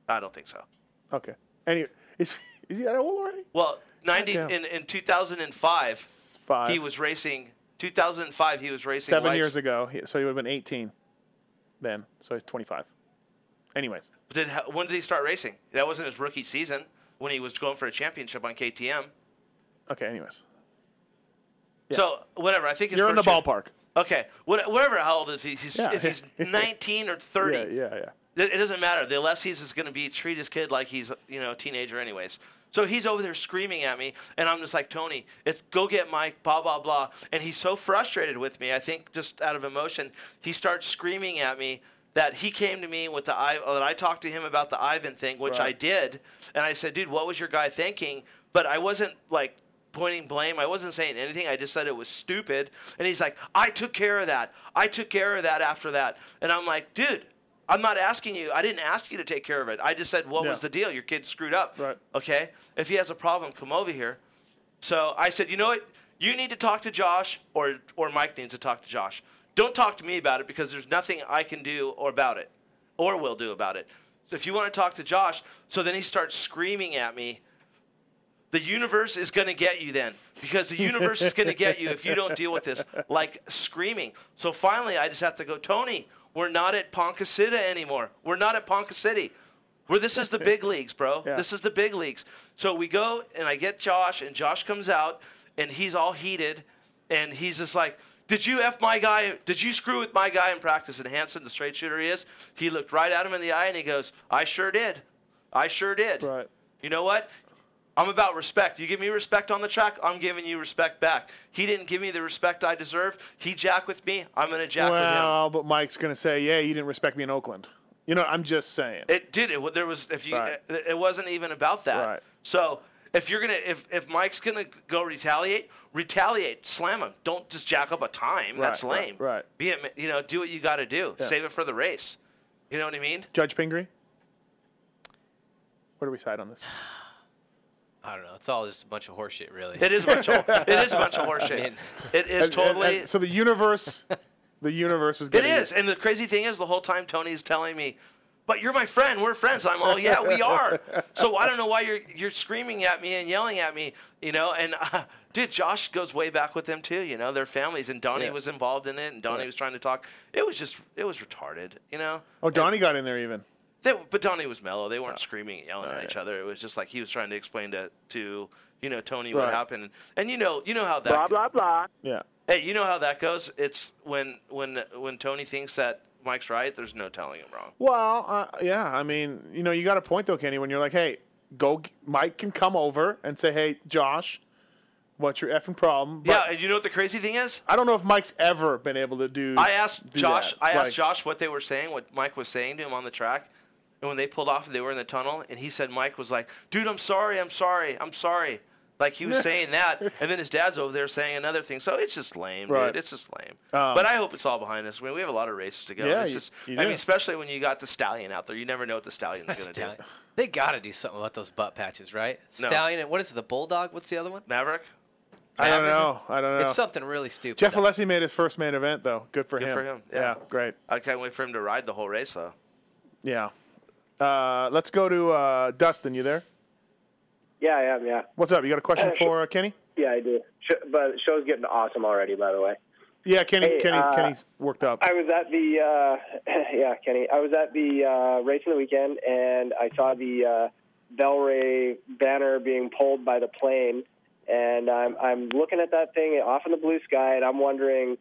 [SPEAKER 7] I don't think so.
[SPEAKER 5] Okay. Any is is he that old already?
[SPEAKER 7] Well, 90
[SPEAKER 5] Goddamn.
[SPEAKER 7] in in 2005
[SPEAKER 5] It's Five.
[SPEAKER 7] he was racing. 2005 he was racing
[SPEAKER 5] seven
[SPEAKER 7] lights.
[SPEAKER 5] years ago, he- so he would have been 18 then. So he's 25. Anyways,
[SPEAKER 7] Did when did he start racing? That wasn't his rookie season when he was going for a championship on KTM.
[SPEAKER 5] okay. Anyways,
[SPEAKER 7] So whatever, I think his
[SPEAKER 5] you're in the
[SPEAKER 7] first year-
[SPEAKER 5] ballpark.
[SPEAKER 7] Okay, what, whatever. How old is he? He's,
[SPEAKER 5] Yeah. [laughs]
[SPEAKER 7] If he's 19 or 30,
[SPEAKER 5] Yeah, yeah, yeah.
[SPEAKER 7] It, it doesn't matter. The Lessees is going to be treat his kid like he's you know a teenager, anyways. So he's over there screaming at me, and I'm just like Tony, it's go get Mike, blah blah blah. And he's so frustrated with me. I think just out of emotion, he starts screaming at me that he came to me with the I that I talked to him about the Ivan thing, which
[SPEAKER 5] Right.
[SPEAKER 7] I did, and I said, dude, what was your guy thinking? But I wasn't like pointing blame. I wasn't saying anything. I just said it was stupid. And he's like, I took care of that. I took care of that after that. And I'm like, dude, I'm not asking you. I didn't ask you to take care of it. I just said, what
[SPEAKER 5] Yeah.
[SPEAKER 7] was the deal? Your kid screwed up.
[SPEAKER 5] Right.
[SPEAKER 7] Okay. If he has a problem, come over here. So I said, you know what? You need to talk to Josh, or or Mike needs to talk to Josh. Don't talk to me about it because there's nothing I can do or about it, or will do about it. So if you want to talk to Josh, so then he starts screaming at me. The universe is going to get you then, because the universe is going to get you if you don't deal with this. Like screaming. So finally, I just have to go, Tony. We're not at Ponca City anymore. We're not at Ponca City. Where this is the big leagues, bro.
[SPEAKER 5] Yeah.
[SPEAKER 7] This is the big leagues. So we go and I get Josh, and Josh comes out, and he's all heated, and he's just like, "Did you f my guy? Did you screw with my guy in practice?" And Hanson, the straight shooter he is, he looked right at him in the eye, and he goes, "I sure did. I sure did.
[SPEAKER 5] Right.
[SPEAKER 7] You know what? I'm about respect. You give me respect on the track, I'm giving you respect back. He didn't give me the respect I deserve. He jack with me, I'm gonna jack with him."
[SPEAKER 5] Well, but Mike's gonna say, yeah, you didn't respect me in Oakland. You know, I'm just saying.
[SPEAKER 7] It did. It, there was if you.
[SPEAKER 5] Right.
[SPEAKER 7] It, it wasn't even about that.
[SPEAKER 5] Right.
[SPEAKER 7] So if you're gonna if if Mike's gonna go retaliate, retaliate, slam him. Don't just jack up a time. That's
[SPEAKER 5] Right, right,
[SPEAKER 7] lame.
[SPEAKER 5] right.
[SPEAKER 7] Be it. You know, do what you got to do.
[SPEAKER 5] Yeah.
[SPEAKER 7] Save it for the race. You know what I mean?
[SPEAKER 5] Judge Pingree. Where do we side on this?
[SPEAKER 6] I don't know. It's all just a bunch of horseshit, really.
[SPEAKER 7] It is a bunch of it is a bunch
[SPEAKER 6] [laughs]
[SPEAKER 7] of horseshit.
[SPEAKER 6] mean-
[SPEAKER 7] It is
[SPEAKER 5] And- and-
[SPEAKER 7] totally.
[SPEAKER 5] and so the
[SPEAKER 7] [laughs]
[SPEAKER 5] universe, the universe was.
[SPEAKER 7] It
[SPEAKER 5] Getting
[SPEAKER 7] is. And the crazy thing is, the whole time Tony's telling me, but you're my friend. We're friends. I'm all, yeah,
[SPEAKER 5] [laughs]
[SPEAKER 7] we are. So I don't know why you're you're screaming at me and yelling at me, you know. And uh, dude, Josh goes way back with them too. You know, their families and Donnie
[SPEAKER 5] Yeah.
[SPEAKER 7] was involved in it, and Donnie
[SPEAKER 5] Right.
[SPEAKER 7] was trying to talk. It was just, it was retarded, you know.
[SPEAKER 5] Oh, Donnie got in there even.
[SPEAKER 7] They, but Donnie was mellow. They
[SPEAKER 5] Oh.
[SPEAKER 7] weren't screaming and yelling at
[SPEAKER 5] yeah.
[SPEAKER 7] each other. It was just like he was trying to explain to to you know Tony
[SPEAKER 5] Right.
[SPEAKER 7] what happened, and you know you know how that
[SPEAKER 4] Blah blah blah.
[SPEAKER 5] Yeah.
[SPEAKER 7] Hey, you know how that goes. It's when when when Tony thinks that Mike's right. There's no telling him wrong.
[SPEAKER 5] Well, uh, yeah. I mean, you know, you got a point though, Kenny. When you're like, hey, go. g- Mike can come over and say, hey, Josh, what's your effing problem? But
[SPEAKER 7] yeah, and you know what the crazy thing is?
[SPEAKER 5] I don't know if Mike's ever been able to do.
[SPEAKER 7] I asked
[SPEAKER 5] do
[SPEAKER 7] Josh.
[SPEAKER 5] that.
[SPEAKER 7] I asked
[SPEAKER 5] Like,
[SPEAKER 7] Josh what they were saying, what Mike was saying to him on the track, and when they pulled off, they were in the tunnel, and he said Mike was like, "Dude, I'm sorry, I'm sorry, I'm sorry." Like he was
[SPEAKER 5] [laughs]
[SPEAKER 7] saying that, and then his dad's over there saying another thing. So it's just lame,
[SPEAKER 5] Right.
[SPEAKER 7] dude. It's just lame.
[SPEAKER 5] Um,
[SPEAKER 7] but I hope it's all behind us. I mean, we have a lot of races to go.
[SPEAKER 5] Yeah,
[SPEAKER 7] it's
[SPEAKER 5] you-
[SPEAKER 7] just,
[SPEAKER 5] you
[SPEAKER 7] I
[SPEAKER 5] do.
[SPEAKER 7] mean, especially when you got the stallion out there, you never know what the
[SPEAKER 5] [laughs]
[SPEAKER 7] stallion's
[SPEAKER 6] That's
[SPEAKER 7] going to
[SPEAKER 6] stallion.
[SPEAKER 7] do.
[SPEAKER 6] They got to do something about those butt patches, right?
[SPEAKER 7] No.
[SPEAKER 6] Stallion and what is it? The bulldog? What's the other one?
[SPEAKER 7] Maverick,
[SPEAKER 5] I don't know. I don't know.
[SPEAKER 6] It's something really [laughs] stupid.
[SPEAKER 5] Jeff Alessi made his first main event though. Good for
[SPEAKER 7] Good
[SPEAKER 5] him.
[SPEAKER 7] for him, yeah.
[SPEAKER 5] Great.
[SPEAKER 7] I can't wait for him to ride the whole race though.
[SPEAKER 5] Yeah. Uh, let's go to uh, Dustin. You there?
[SPEAKER 1] Yeah, I am. Yeah,
[SPEAKER 5] What's up? You got a question
[SPEAKER 1] Uh,
[SPEAKER 5] for uh, Kenny?
[SPEAKER 1] yeah, I do. Sh- but show's getting awesome already. By the way,
[SPEAKER 5] Yeah, Kenny,
[SPEAKER 1] Hey,
[SPEAKER 5] Kenny,
[SPEAKER 1] uh,
[SPEAKER 5] Kenny's worked up.
[SPEAKER 1] I was at the uh, [laughs] yeah, Kenny. I was at the uh, race of the weekend, and I saw the uh, Delray banner being pulled by the plane, and I'm I'm looking at that thing off in the blue sky, and I'm wondering,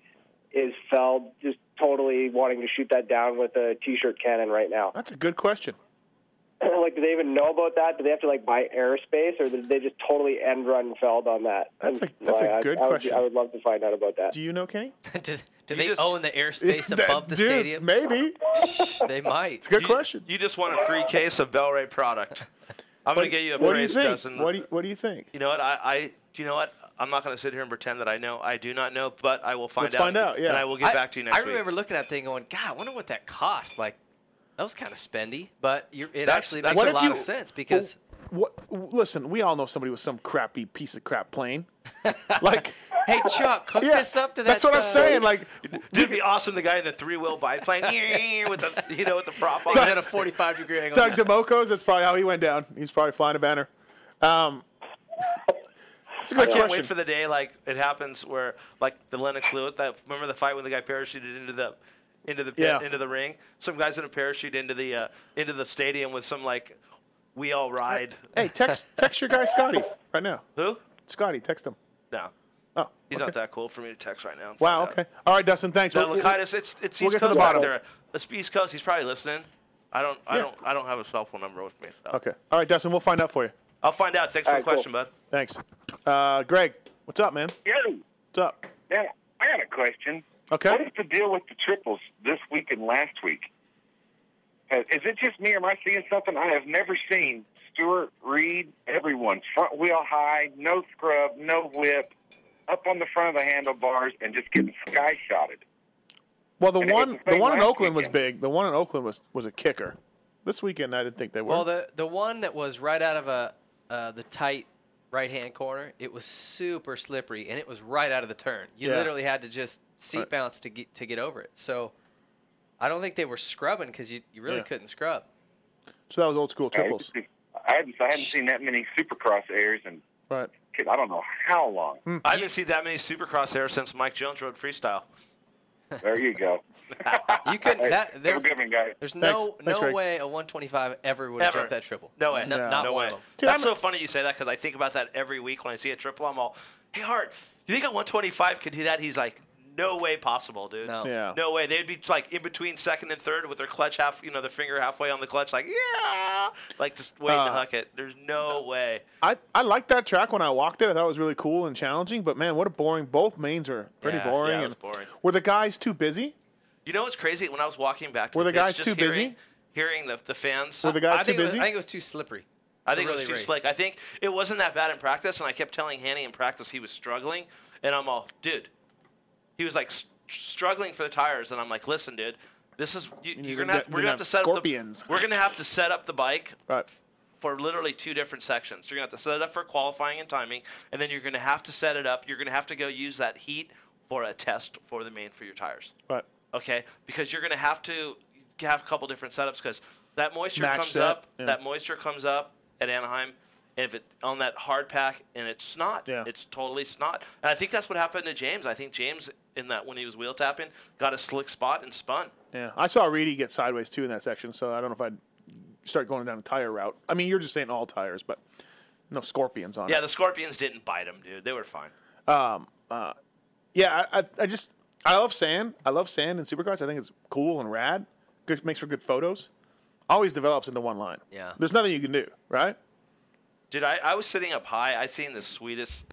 [SPEAKER 1] is Feld just totally wanting to shoot that down with a t-shirt cannon right now?
[SPEAKER 5] That's a good question.
[SPEAKER 1] [clears throat] like, do they even know about that? Do they have to like buy airspace, or did they just totally end run Feld on that?
[SPEAKER 5] That's a-
[SPEAKER 1] And,
[SPEAKER 5] that's a
[SPEAKER 1] like, I-
[SPEAKER 5] good
[SPEAKER 1] I would-
[SPEAKER 5] question.
[SPEAKER 1] I would love to find out about that.
[SPEAKER 5] Do you know Kenny?
[SPEAKER 6] do do they
[SPEAKER 7] just-
[SPEAKER 6] own the
[SPEAKER 5] [laughs]
[SPEAKER 6] airspace
[SPEAKER 5] That-
[SPEAKER 6] above the
[SPEAKER 5] dude,
[SPEAKER 6] stadium?
[SPEAKER 5] Maybe.
[SPEAKER 6] They might.
[SPEAKER 5] Good
[SPEAKER 7] You-
[SPEAKER 5] question.
[SPEAKER 7] You just won a free case of
[SPEAKER 5] [laughs]
[SPEAKER 7] Bellray product. I'm going to get you a
[SPEAKER 5] what do you
[SPEAKER 7] praise,
[SPEAKER 5] think?
[SPEAKER 7] Justin.
[SPEAKER 5] What do you, what do you think?
[SPEAKER 7] You know what? I, I do you know what? I'm not going to sit here and pretend that I know. I do not know, but I will find
[SPEAKER 5] Let's
[SPEAKER 7] out.
[SPEAKER 5] find out, yeah.
[SPEAKER 7] And I will get
[SPEAKER 6] I-
[SPEAKER 7] back to you next
[SPEAKER 6] I
[SPEAKER 7] week.
[SPEAKER 6] remember looking at that thing going, God, I wonder what that cost. Like, that was kind of spendy, but you're, it
[SPEAKER 7] That's-
[SPEAKER 6] actually
[SPEAKER 7] that's
[SPEAKER 6] makes
[SPEAKER 7] what
[SPEAKER 6] a
[SPEAKER 7] if
[SPEAKER 6] lot
[SPEAKER 5] you-
[SPEAKER 6] of sense because
[SPEAKER 5] What, listen, we all know somebody with some crappy piece of crap
[SPEAKER 6] [laughs]
[SPEAKER 5] plane. Like,
[SPEAKER 6] hey, Chuck, hook
[SPEAKER 5] yeah,
[SPEAKER 6] this up to that.
[SPEAKER 5] that's what
[SPEAKER 6] uh,
[SPEAKER 5] I'm saying. Like,
[SPEAKER 7] Dude, it'd be awesome. The guy in the three wheel biplane, [laughs] with the you know with the prop on.
[SPEAKER 6] things at
[SPEAKER 7] it.
[SPEAKER 6] a 45 degree angle.
[SPEAKER 5] Doug DeMoco's, that's probably how he went down. He's probably flying a banner. Um, it's a
[SPEAKER 7] I
[SPEAKER 5] good
[SPEAKER 7] can't
[SPEAKER 5] question.
[SPEAKER 7] wait for the day like it happens where like the Lennox Lewis. That remember the fight when the guy parachuted into the into the pit,
[SPEAKER 5] Yeah.
[SPEAKER 7] into the ring. Some guys in a parachute into the uh, into the stadium with some like we all ride.
[SPEAKER 5] hey,
[SPEAKER 7] [laughs]
[SPEAKER 5] text text your guy Scotty right now.
[SPEAKER 7] Who?
[SPEAKER 5] Scotty, text him.
[SPEAKER 7] No,
[SPEAKER 5] Oh,
[SPEAKER 7] he's
[SPEAKER 5] okay.
[SPEAKER 7] not that cool for me to text right now.
[SPEAKER 5] Wow.
[SPEAKER 7] Find out.
[SPEAKER 5] Okay. All right, Dustin. Thanks.
[SPEAKER 7] No,
[SPEAKER 5] We'll- we'll-
[SPEAKER 7] Lakitis, it's it's
[SPEAKER 5] we'll
[SPEAKER 7] East
[SPEAKER 5] get to the
[SPEAKER 7] Coast back
[SPEAKER 5] bottom.
[SPEAKER 7] there. It's East Coast. He's probably listening. I don't I
[SPEAKER 5] Yeah.
[SPEAKER 7] don't I don't have a cell phone number with me. So.
[SPEAKER 5] okay. All right, Dustin. We'll find out for you.
[SPEAKER 7] I'll find out. Thanks for
[SPEAKER 1] All
[SPEAKER 7] the
[SPEAKER 1] right,
[SPEAKER 7] question, bud.
[SPEAKER 5] Thanks. Uh, Greg, what's up, man? What's up?
[SPEAKER 9] Yeah, I got a question. What
[SPEAKER 5] Okay.
[SPEAKER 9] is the deal with the triples this week and last week? Has- Is it just me or am I seeing something I have never seen? Stewart, Reed, everyone, front wheel high, no scrub, no whip, up on the front of the handlebars and just getting sky shotted.
[SPEAKER 5] Well, the
[SPEAKER 9] and it was
[SPEAKER 5] one
[SPEAKER 9] the
[SPEAKER 5] the
[SPEAKER 9] same
[SPEAKER 5] one in
[SPEAKER 9] last
[SPEAKER 5] Oakland was
[SPEAKER 9] weekend.
[SPEAKER 5] big. The one in Oakland was was a kicker. This weekend, I didn't think they were.
[SPEAKER 6] Well, the the one that was right out of a uh, the tight right hand corner, it was super slippery and it was right out of the turn. You
[SPEAKER 5] Yeah.
[SPEAKER 6] literally had to just seat
[SPEAKER 5] Right.
[SPEAKER 6] bounce to get to get over it. So I don't think they were scrubbing because you, you really
[SPEAKER 5] Yeah.
[SPEAKER 6] couldn't scrub.
[SPEAKER 5] so that was old school
[SPEAKER 9] I
[SPEAKER 5] triples,
[SPEAKER 9] just- I hadn't, I hadn't seen that many supercross airs in
[SPEAKER 5] right?
[SPEAKER 9] kid, I don't know how long.
[SPEAKER 6] Hmm.
[SPEAKER 7] I haven't seen that many Supercross there since Mike Jones rode freestyle.
[SPEAKER 9] There you
[SPEAKER 7] [laughs]
[SPEAKER 9] go.
[SPEAKER 6] You couldn't. that
[SPEAKER 9] Have
[SPEAKER 6] there,
[SPEAKER 9] a good one, guys.
[SPEAKER 6] there's
[SPEAKER 5] Thanks.
[SPEAKER 6] no
[SPEAKER 5] Thanks,
[SPEAKER 6] no
[SPEAKER 5] Greg.
[SPEAKER 6] way a 125 ever would have
[SPEAKER 7] Ever.
[SPEAKER 6] jumped that triple.
[SPEAKER 7] No way.
[SPEAKER 6] No-
[SPEAKER 7] No,
[SPEAKER 6] not one
[SPEAKER 7] way.
[SPEAKER 6] of them.
[SPEAKER 5] Dude,
[SPEAKER 7] That's
[SPEAKER 5] I'm-
[SPEAKER 7] so funny you say that because I think about that every week when I see a triple. I'm all, hey, Hart, you think a 125 could do that? He's like, no way possible, dude.
[SPEAKER 6] No.
[SPEAKER 5] Yeah.
[SPEAKER 7] No way. They'd be like in between second and third with their clutch half, you know, their finger halfway on the clutch, like, yeah, like just waiting to
[SPEAKER 5] Uh,
[SPEAKER 7] huck it. There's no way.
[SPEAKER 5] I I liked that track when I walked it. I thought it was really cool and challenging. But man, what a boring. Both mains are pretty
[SPEAKER 7] Yeah,
[SPEAKER 5] boring.
[SPEAKER 7] yeah, it
[SPEAKER 5] and-
[SPEAKER 7] was boring.
[SPEAKER 5] Were the guys too busy?
[SPEAKER 7] You know what's crazy? When I was walking back to
[SPEAKER 5] Were the
[SPEAKER 7] pits,
[SPEAKER 5] guys
[SPEAKER 7] just
[SPEAKER 5] too busy?
[SPEAKER 7] hearing, Hearing the, the fans,
[SPEAKER 5] Were the guys
[SPEAKER 6] I
[SPEAKER 5] too
[SPEAKER 6] think, it was,
[SPEAKER 5] busy?
[SPEAKER 6] I think it was too slippery.
[SPEAKER 7] I
[SPEAKER 6] to
[SPEAKER 7] think it was
[SPEAKER 6] really
[SPEAKER 7] too
[SPEAKER 6] race.
[SPEAKER 7] slick. I think it wasn't that bad in practice, and I kept telling Hanny in practice he was struggling, and I'm all, dude. He was like s- struggling for the tires, and I'm like, listen, dude, this is you,
[SPEAKER 5] you're
[SPEAKER 7] you're gonna
[SPEAKER 5] gonna
[SPEAKER 7] have,
[SPEAKER 5] get-
[SPEAKER 7] we're
[SPEAKER 5] you're gonna
[SPEAKER 7] gonna have to
[SPEAKER 5] have
[SPEAKER 7] set
[SPEAKER 5] scorpions.
[SPEAKER 7] up the, we're gonna have to set up the bike
[SPEAKER 5] Right.
[SPEAKER 7] for literally two different sections. You're gonna have to set it up for qualifying and timing, and then you're gonna have to set it up. You're gonna have to go use that heat for a test for the main for your tires
[SPEAKER 5] Right.
[SPEAKER 7] okay? Because you're going to have to have a couple different setups because that moisture
[SPEAKER 5] Match
[SPEAKER 7] comes
[SPEAKER 5] set,
[SPEAKER 7] up.
[SPEAKER 5] yeah.
[SPEAKER 7] That moisture comes up at Anaheim, and if it on that hard pack, and it's snot.
[SPEAKER 5] Yeah.
[SPEAKER 7] It's totally snot. And I think that's what happened to James. I think James in that when he was wheel tapping got a slick spot and spun.
[SPEAKER 5] Yeah. I saw Reedy get sideways too in that section. So I don't know if I'd start going down a tire route. I mean, you're just saying all tires, but no scorpions on it. Um,
[SPEAKER 7] Yeah, the Scorpions didn't bite him, dude. They were fine.
[SPEAKER 5] uh, yeah, I, I, I just I love sand. I love sand and supercars. I think it's cool and rad. Good, makes for good photos. Always develops into one line.
[SPEAKER 6] Yeah.
[SPEAKER 5] There's nothing you can do, right?
[SPEAKER 7] Dude, I, I was sitting up high. I seen the sweetest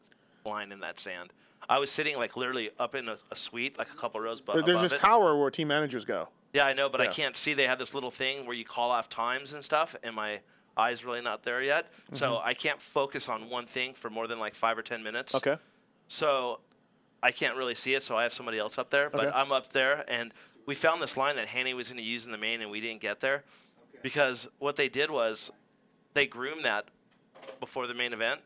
[SPEAKER 7] line in that sand. I was sitting like literally up in a, a suite, like a couple rows bu-
[SPEAKER 5] There- There's
[SPEAKER 7] above
[SPEAKER 5] this
[SPEAKER 7] it.
[SPEAKER 5] tower where team managers go.
[SPEAKER 7] Yeah, I know, but I
[SPEAKER 5] Yeah.
[SPEAKER 7] can't see. They have this little thing where you call off times and stuff, and my eyes really not there yet. So
[SPEAKER 5] Mm-hmm.
[SPEAKER 7] I can't focus on one thing for more than like five or ten minutes.
[SPEAKER 5] Okay.
[SPEAKER 7] So I can't really see it. So I have somebody else up there, but
[SPEAKER 5] Okay.
[SPEAKER 7] I'm up there, and we found this line that Hanny was going to use in the main, and we didn't get there because what they did was they groomed that before the main event,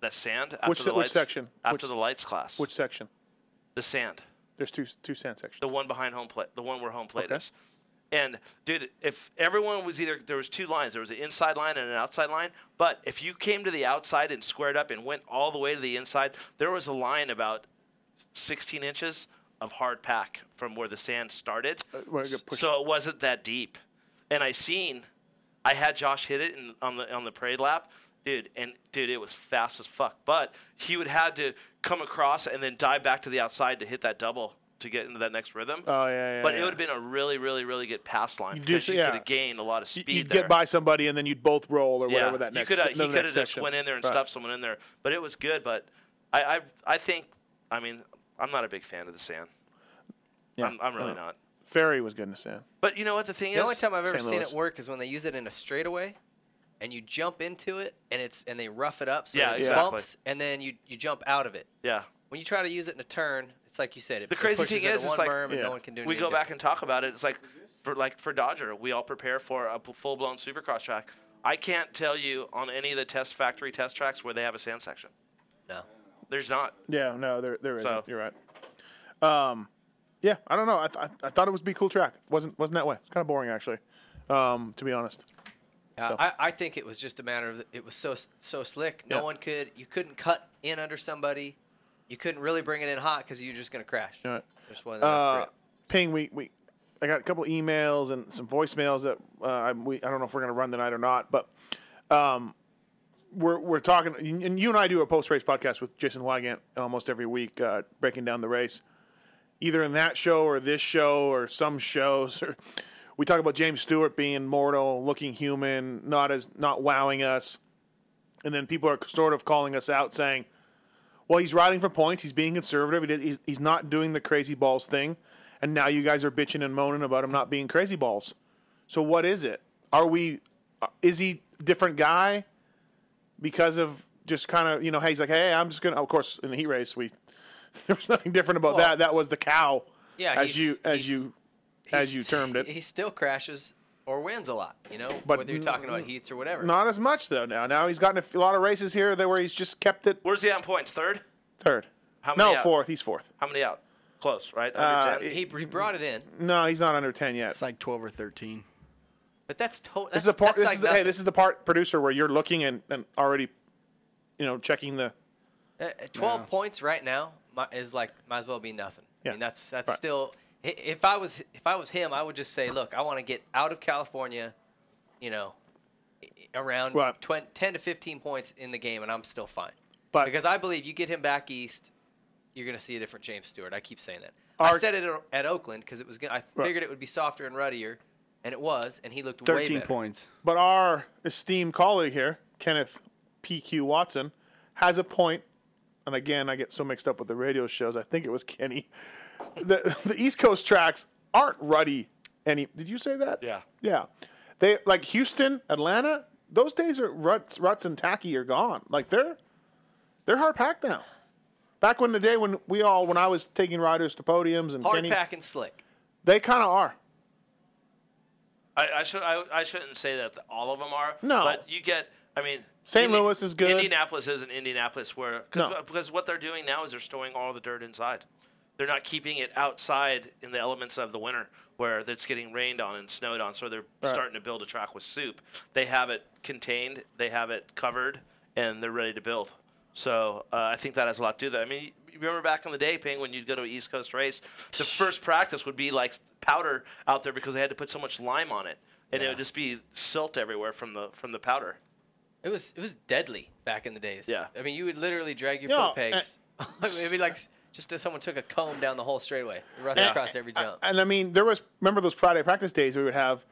[SPEAKER 7] that sand after
[SPEAKER 5] Which
[SPEAKER 7] the
[SPEAKER 5] se- which
[SPEAKER 7] lights
[SPEAKER 5] section?
[SPEAKER 7] after
[SPEAKER 5] Which-
[SPEAKER 7] the lights class,
[SPEAKER 5] Which section?
[SPEAKER 7] the sand.
[SPEAKER 5] There's two two sand sections.
[SPEAKER 7] The one behind home plate, the one where home plate
[SPEAKER 5] Okay.
[SPEAKER 7] is. And dude, if everyone was either there was two lines, there was an inside line and an outside line. But if you came to the outside and squared up and went all the way to the inside, there was a line about 16 inches of hard pack from where the sand started.
[SPEAKER 5] Uh, where it got pushed.
[SPEAKER 7] so it wasn't that deep. And I seen, I had Josh hit it in, on the on the parade lap, dude. And dude, it was fast as fuck. But he would have to come across and then dive back to the outside to hit that double to get into that next rhythm.
[SPEAKER 5] Oh, yeah, yeah,
[SPEAKER 7] But
[SPEAKER 5] yeah.
[SPEAKER 7] it would have been a really, really, really good pass line
[SPEAKER 5] do
[SPEAKER 7] because
[SPEAKER 5] see-
[SPEAKER 7] you
[SPEAKER 5] yeah.
[SPEAKER 7] could have gained a lot of
[SPEAKER 5] You-
[SPEAKER 7] speed
[SPEAKER 5] You'd
[SPEAKER 7] there.
[SPEAKER 5] get by somebody and then you'd both roll or whatever that next.
[SPEAKER 7] You could
[SPEAKER 5] se-
[SPEAKER 7] have,
[SPEAKER 5] the
[SPEAKER 7] he could
[SPEAKER 5] next
[SPEAKER 7] have just
[SPEAKER 5] section.
[SPEAKER 7] went in there and
[SPEAKER 5] Right.
[SPEAKER 7] stuffed someone in there, but it was good. But I, I, I think, I mean, I'm not a big fan of the sand.
[SPEAKER 5] Yeah.
[SPEAKER 7] I'm, I'm really
[SPEAKER 5] Uh,
[SPEAKER 7] not.
[SPEAKER 5] Ferry was good in the sand.
[SPEAKER 7] But you know what the thing
[SPEAKER 6] The only
[SPEAKER 7] is?
[SPEAKER 6] time I've ever
[SPEAKER 5] St.
[SPEAKER 6] seen
[SPEAKER 5] Louis.
[SPEAKER 6] it work is when they use it in a straightaway, and you jump into it, and it's and they rough it up so
[SPEAKER 7] Yeah,
[SPEAKER 6] it
[SPEAKER 7] exactly.
[SPEAKER 6] bumps, and then you you jump out of it.
[SPEAKER 7] yeah.
[SPEAKER 6] When you try to use it in a turn, it's like you said. It,
[SPEAKER 7] The
[SPEAKER 6] it
[SPEAKER 7] crazy
[SPEAKER 6] pushes
[SPEAKER 7] thing
[SPEAKER 6] into
[SPEAKER 7] is, it's
[SPEAKER 6] one
[SPEAKER 7] like
[SPEAKER 6] berm and
[SPEAKER 5] Yeah.
[SPEAKER 6] no one can do
[SPEAKER 7] we
[SPEAKER 6] anything
[SPEAKER 7] go back
[SPEAKER 6] different.
[SPEAKER 7] and talk about it. It's like for like for Dodger, we all prepare for a full blown supercross track. I can't tell you on any of the test factory test tracks where they have a sand section.
[SPEAKER 6] No.
[SPEAKER 7] There's not.
[SPEAKER 5] Yeah, no, there there isn't.
[SPEAKER 7] So-
[SPEAKER 5] You're right. Um, yeah, I don't know. I, th- I thought it was be cool track. wasn't wasn't that way. It's kind of boring actually, um, to be honest.
[SPEAKER 6] Uh,
[SPEAKER 5] so.
[SPEAKER 6] I, I think it was just a matter of it was so so slick. No
[SPEAKER 5] Yeah.
[SPEAKER 6] one could. You couldn't cut in under somebody. You couldn't really bring it in hot because you were just going to crash.
[SPEAKER 5] All right.
[SPEAKER 6] Just wasn't enough
[SPEAKER 5] Uh,
[SPEAKER 6] grip.
[SPEAKER 5] ping, we we I got a couple emails and some voicemails that uh, I, we I don't know if we're gonna run tonight or not, but um, we're we're talking and you and I do a post race podcast with Jason Wygant almost every week, uh, breaking down the race, either in that show or this show or some shows or. We talk about James Stewart being mortal, looking human, not as not wowing us, and then people are sort of calling us out, saying, well, he's riding for points. He's being conservative. He did- He's, he's not doing the crazy balls thing. And now you guys are bitching and moaning about him not being crazy balls. So what is it? Are we? uh, Is he a different guy because of just kind of you know? Hey, he's like, hey, I'm just gonna. Of course, in the heat race, we [laughs] there was nothing different about
[SPEAKER 6] Well-
[SPEAKER 5] that. That was the cow.
[SPEAKER 6] Yeah,
[SPEAKER 5] as
[SPEAKER 6] he's-
[SPEAKER 5] you as
[SPEAKER 6] he's-
[SPEAKER 5] you
[SPEAKER 6] He's
[SPEAKER 5] as you
[SPEAKER 6] st-
[SPEAKER 5] termed it.
[SPEAKER 6] He still crashes or wins a lot. You know,
[SPEAKER 5] But
[SPEAKER 6] whether you're talking about heats or whatever.
[SPEAKER 5] Not as much though. Now, now he's gotten a f- lot of races here that where he's just kept it
[SPEAKER 7] Where's he on points? Third?
[SPEAKER 5] third.
[SPEAKER 7] How many
[SPEAKER 5] No,
[SPEAKER 7] out?
[SPEAKER 5] fourth. He's fourth.
[SPEAKER 7] How many out? Close, right?
[SPEAKER 5] Uh,
[SPEAKER 7] Under 10?
[SPEAKER 5] it-
[SPEAKER 6] he, he brought it in,
[SPEAKER 5] No, he's not under ten yet.
[SPEAKER 8] It's like 12 or 13.
[SPEAKER 6] but that's totally.
[SPEAKER 5] This is the part. This
[SPEAKER 6] like
[SPEAKER 5] is the, hey,
[SPEAKER 6] nothing.
[SPEAKER 5] this is the part producer where you're looking and, and already, you know, checking the.
[SPEAKER 6] Uh, uh, Twelve points right now mi- is like might as well be nothing.
[SPEAKER 5] Yeah.
[SPEAKER 6] I mean, that's that's
[SPEAKER 5] Right.
[SPEAKER 6] still. i- If I was if I was him, I would just say, look, I want to get out of California, you know, i- i- around
[SPEAKER 5] Right.
[SPEAKER 6] twen- ten to fifteen points in the game, and I'm still fine.
[SPEAKER 5] But
[SPEAKER 6] Because I believe you get him back east, you're going to see a different James Stewart. I keep saying that. I
[SPEAKER 5] Our-
[SPEAKER 6] said it at- at Oakland because it was. gonna- I
[SPEAKER 5] Right.
[SPEAKER 6] figured it would be softer and ruddier, and it was, and he looked way
[SPEAKER 8] 13
[SPEAKER 6] better.
[SPEAKER 8] points.
[SPEAKER 5] but our esteemed colleague here, Kenneth PQ Watson, has a point, and again, I get so mixed up with the radio shows. I think it was Kenny. The the East Coast tracks aren't ruddy. Any? Did you say that?
[SPEAKER 7] Yeah.
[SPEAKER 5] Yeah, they like Houston, Atlanta. Those days are ruts, ruts and tacky are gone. Like they're they're hard packed now. Back when the day when we all when I was taking riders to podiums and
[SPEAKER 6] Hard
[SPEAKER 5] Kenny,
[SPEAKER 6] pack and slick.
[SPEAKER 5] they kind of are.
[SPEAKER 7] I, I should I, I shouldn't say that all of them are.
[SPEAKER 5] No.
[SPEAKER 7] but you get. I mean,
[SPEAKER 5] St. Louis is good.
[SPEAKER 7] Indianapolis isn't Indianapolis where cause,
[SPEAKER 5] No.
[SPEAKER 7] because what they're doing now is they're storing all the dirt inside. They're not keeping it outside in the elements of the winter where it's getting rained on and snowed on. So they're
[SPEAKER 5] Right.
[SPEAKER 7] starting to build a track with soup. They have it contained. They have it covered, and they're ready to build. So uh, I think that has a lot to do with that. I mean, you remember back in the day, Ping, when you'd go to an East Coast race, the first practice would be like powder out there because they had to put so much lime on it, and it would just be silt everywhere from the from the powder.
[SPEAKER 6] It was it was deadly back in the days.
[SPEAKER 7] Yeah.
[SPEAKER 6] I mean, you would literally drag your
[SPEAKER 5] Yeah,
[SPEAKER 6] foot pegs. [laughs] Maybe like s- just if someone took a comb down the whole straightaway, right across every jump.
[SPEAKER 5] And I mean, there was remember those Friday practice days we would have.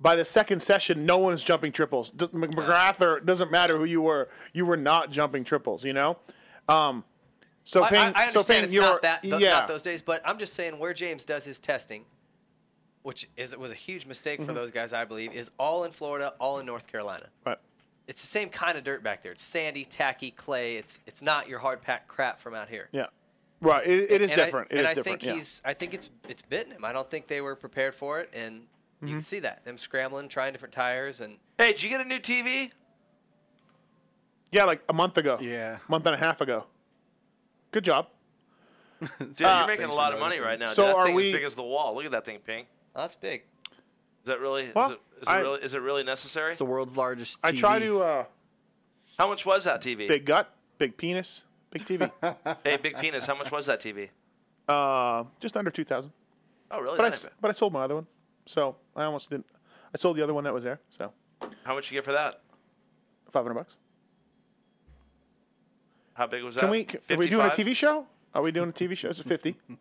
[SPEAKER 5] By the second session, no one's jumping triples. D- Mc- McGrath or doesn't matter who you were, you were not jumping triples. You know, um, so
[SPEAKER 6] I,
[SPEAKER 5] Ping,
[SPEAKER 6] I, I understand
[SPEAKER 5] so Ping,
[SPEAKER 6] it's
[SPEAKER 5] you're
[SPEAKER 6] not that th-
[SPEAKER 5] yeah,
[SPEAKER 6] not those days, but I'm just saying where James does his testing, which is was a huge mistake
[SPEAKER 5] Mm-hmm.
[SPEAKER 6] for those guys, I believe, is all in Florida, all in North Carolina.
[SPEAKER 5] Right.
[SPEAKER 6] It's the same kind of dirt back there. It's sandy, tacky, clay. It's it's not your hard packed crap from out here.
[SPEAKER 5] yeah, right. It, it is
[SPEAKER 6] And I-
[SPEAKER 5] different. it
[SPEAKER 6] and
[SPEAKER 5] is
[SPEAKER 6] I
[SPEAKER 5] different.
[SPEAKER 6] think
[SPEAKER 5] yeah.
[SPEAKER 6] he's. I think it's it's bitten him. I don't think they were prepared for it, and you
[SPEAKER 5] Mm-hmm.
[SPEAKER 6] can see that them scrambling, trying different tires, and
[SPEAKER 7] Hey, did you get a new TV?
[SPEAKER 5] yeah, like a month ago.
[SPEAKER 8] Yeah.
[SPEAKER 5] month and a half ago. Good job.
[SPEAKER 7] Dude,
[SPEAKER 5] Uh,
[SPEAKER 7] you're making
[SPEAKER 8] Thanks
[SPEAKER 7] a
[SPEAKER 8] for
[SPEAKER 7] lot of money
[SPEAKER 8] noticing.
[SPEAKER 7] right now.
[SPEAKER 5] So
[SPEAKER 7] dude, that
[SPEAKER 5] are
[SPEAKER 7] thing
[SPEAKER 5] we-
[SPEAKER 7] is big as the wall. Look at that thing, Ping.
[SPEAKER 6] oh, that's big.
[SPEAKER 7] Is that really?
[SPEAKER 5] Well,
[SPEAKER 7] is, it, is,
[SPEAKER 5] I-
[SPEAKER 7] it really is it really necessary?
[SPEAKER 8] It's the world's largest.
[SPEAKER 5] I try
[SPEAKER 8] TV.
[SPEAKER 5] to uh,
[SPEAKER 7] How much [laughs] was that TV?
[SPEAKER 5] big gut, big penis, big TV.
[SPEAKER 7] Hey, big penis. How much was that TV?
[SPEAKER 5] [laughs] Uh, just under two thousand.
[SPEAKER 7] Oh, really?
[SPEAKER 5] But I,
[SPEAKER 7] That
[SPEAKER 5] s-
[SPEAKER 7] ain't
[SPEAKER 5] but I sold my other one, so I almost didn't. I sold the other one that was there, so
[SPEAKER 7] bad. How much you get for that?
[SPEAKER 5] five hundred bucks.
[SPEAKER 7] How big was that?
[SPEAKER 5] Can we? c- Are we doing a
[SPEAKER 7] 55?
[SPEAKER 5] TV show? Are we doing a TV show? It's a fifty. [laughs]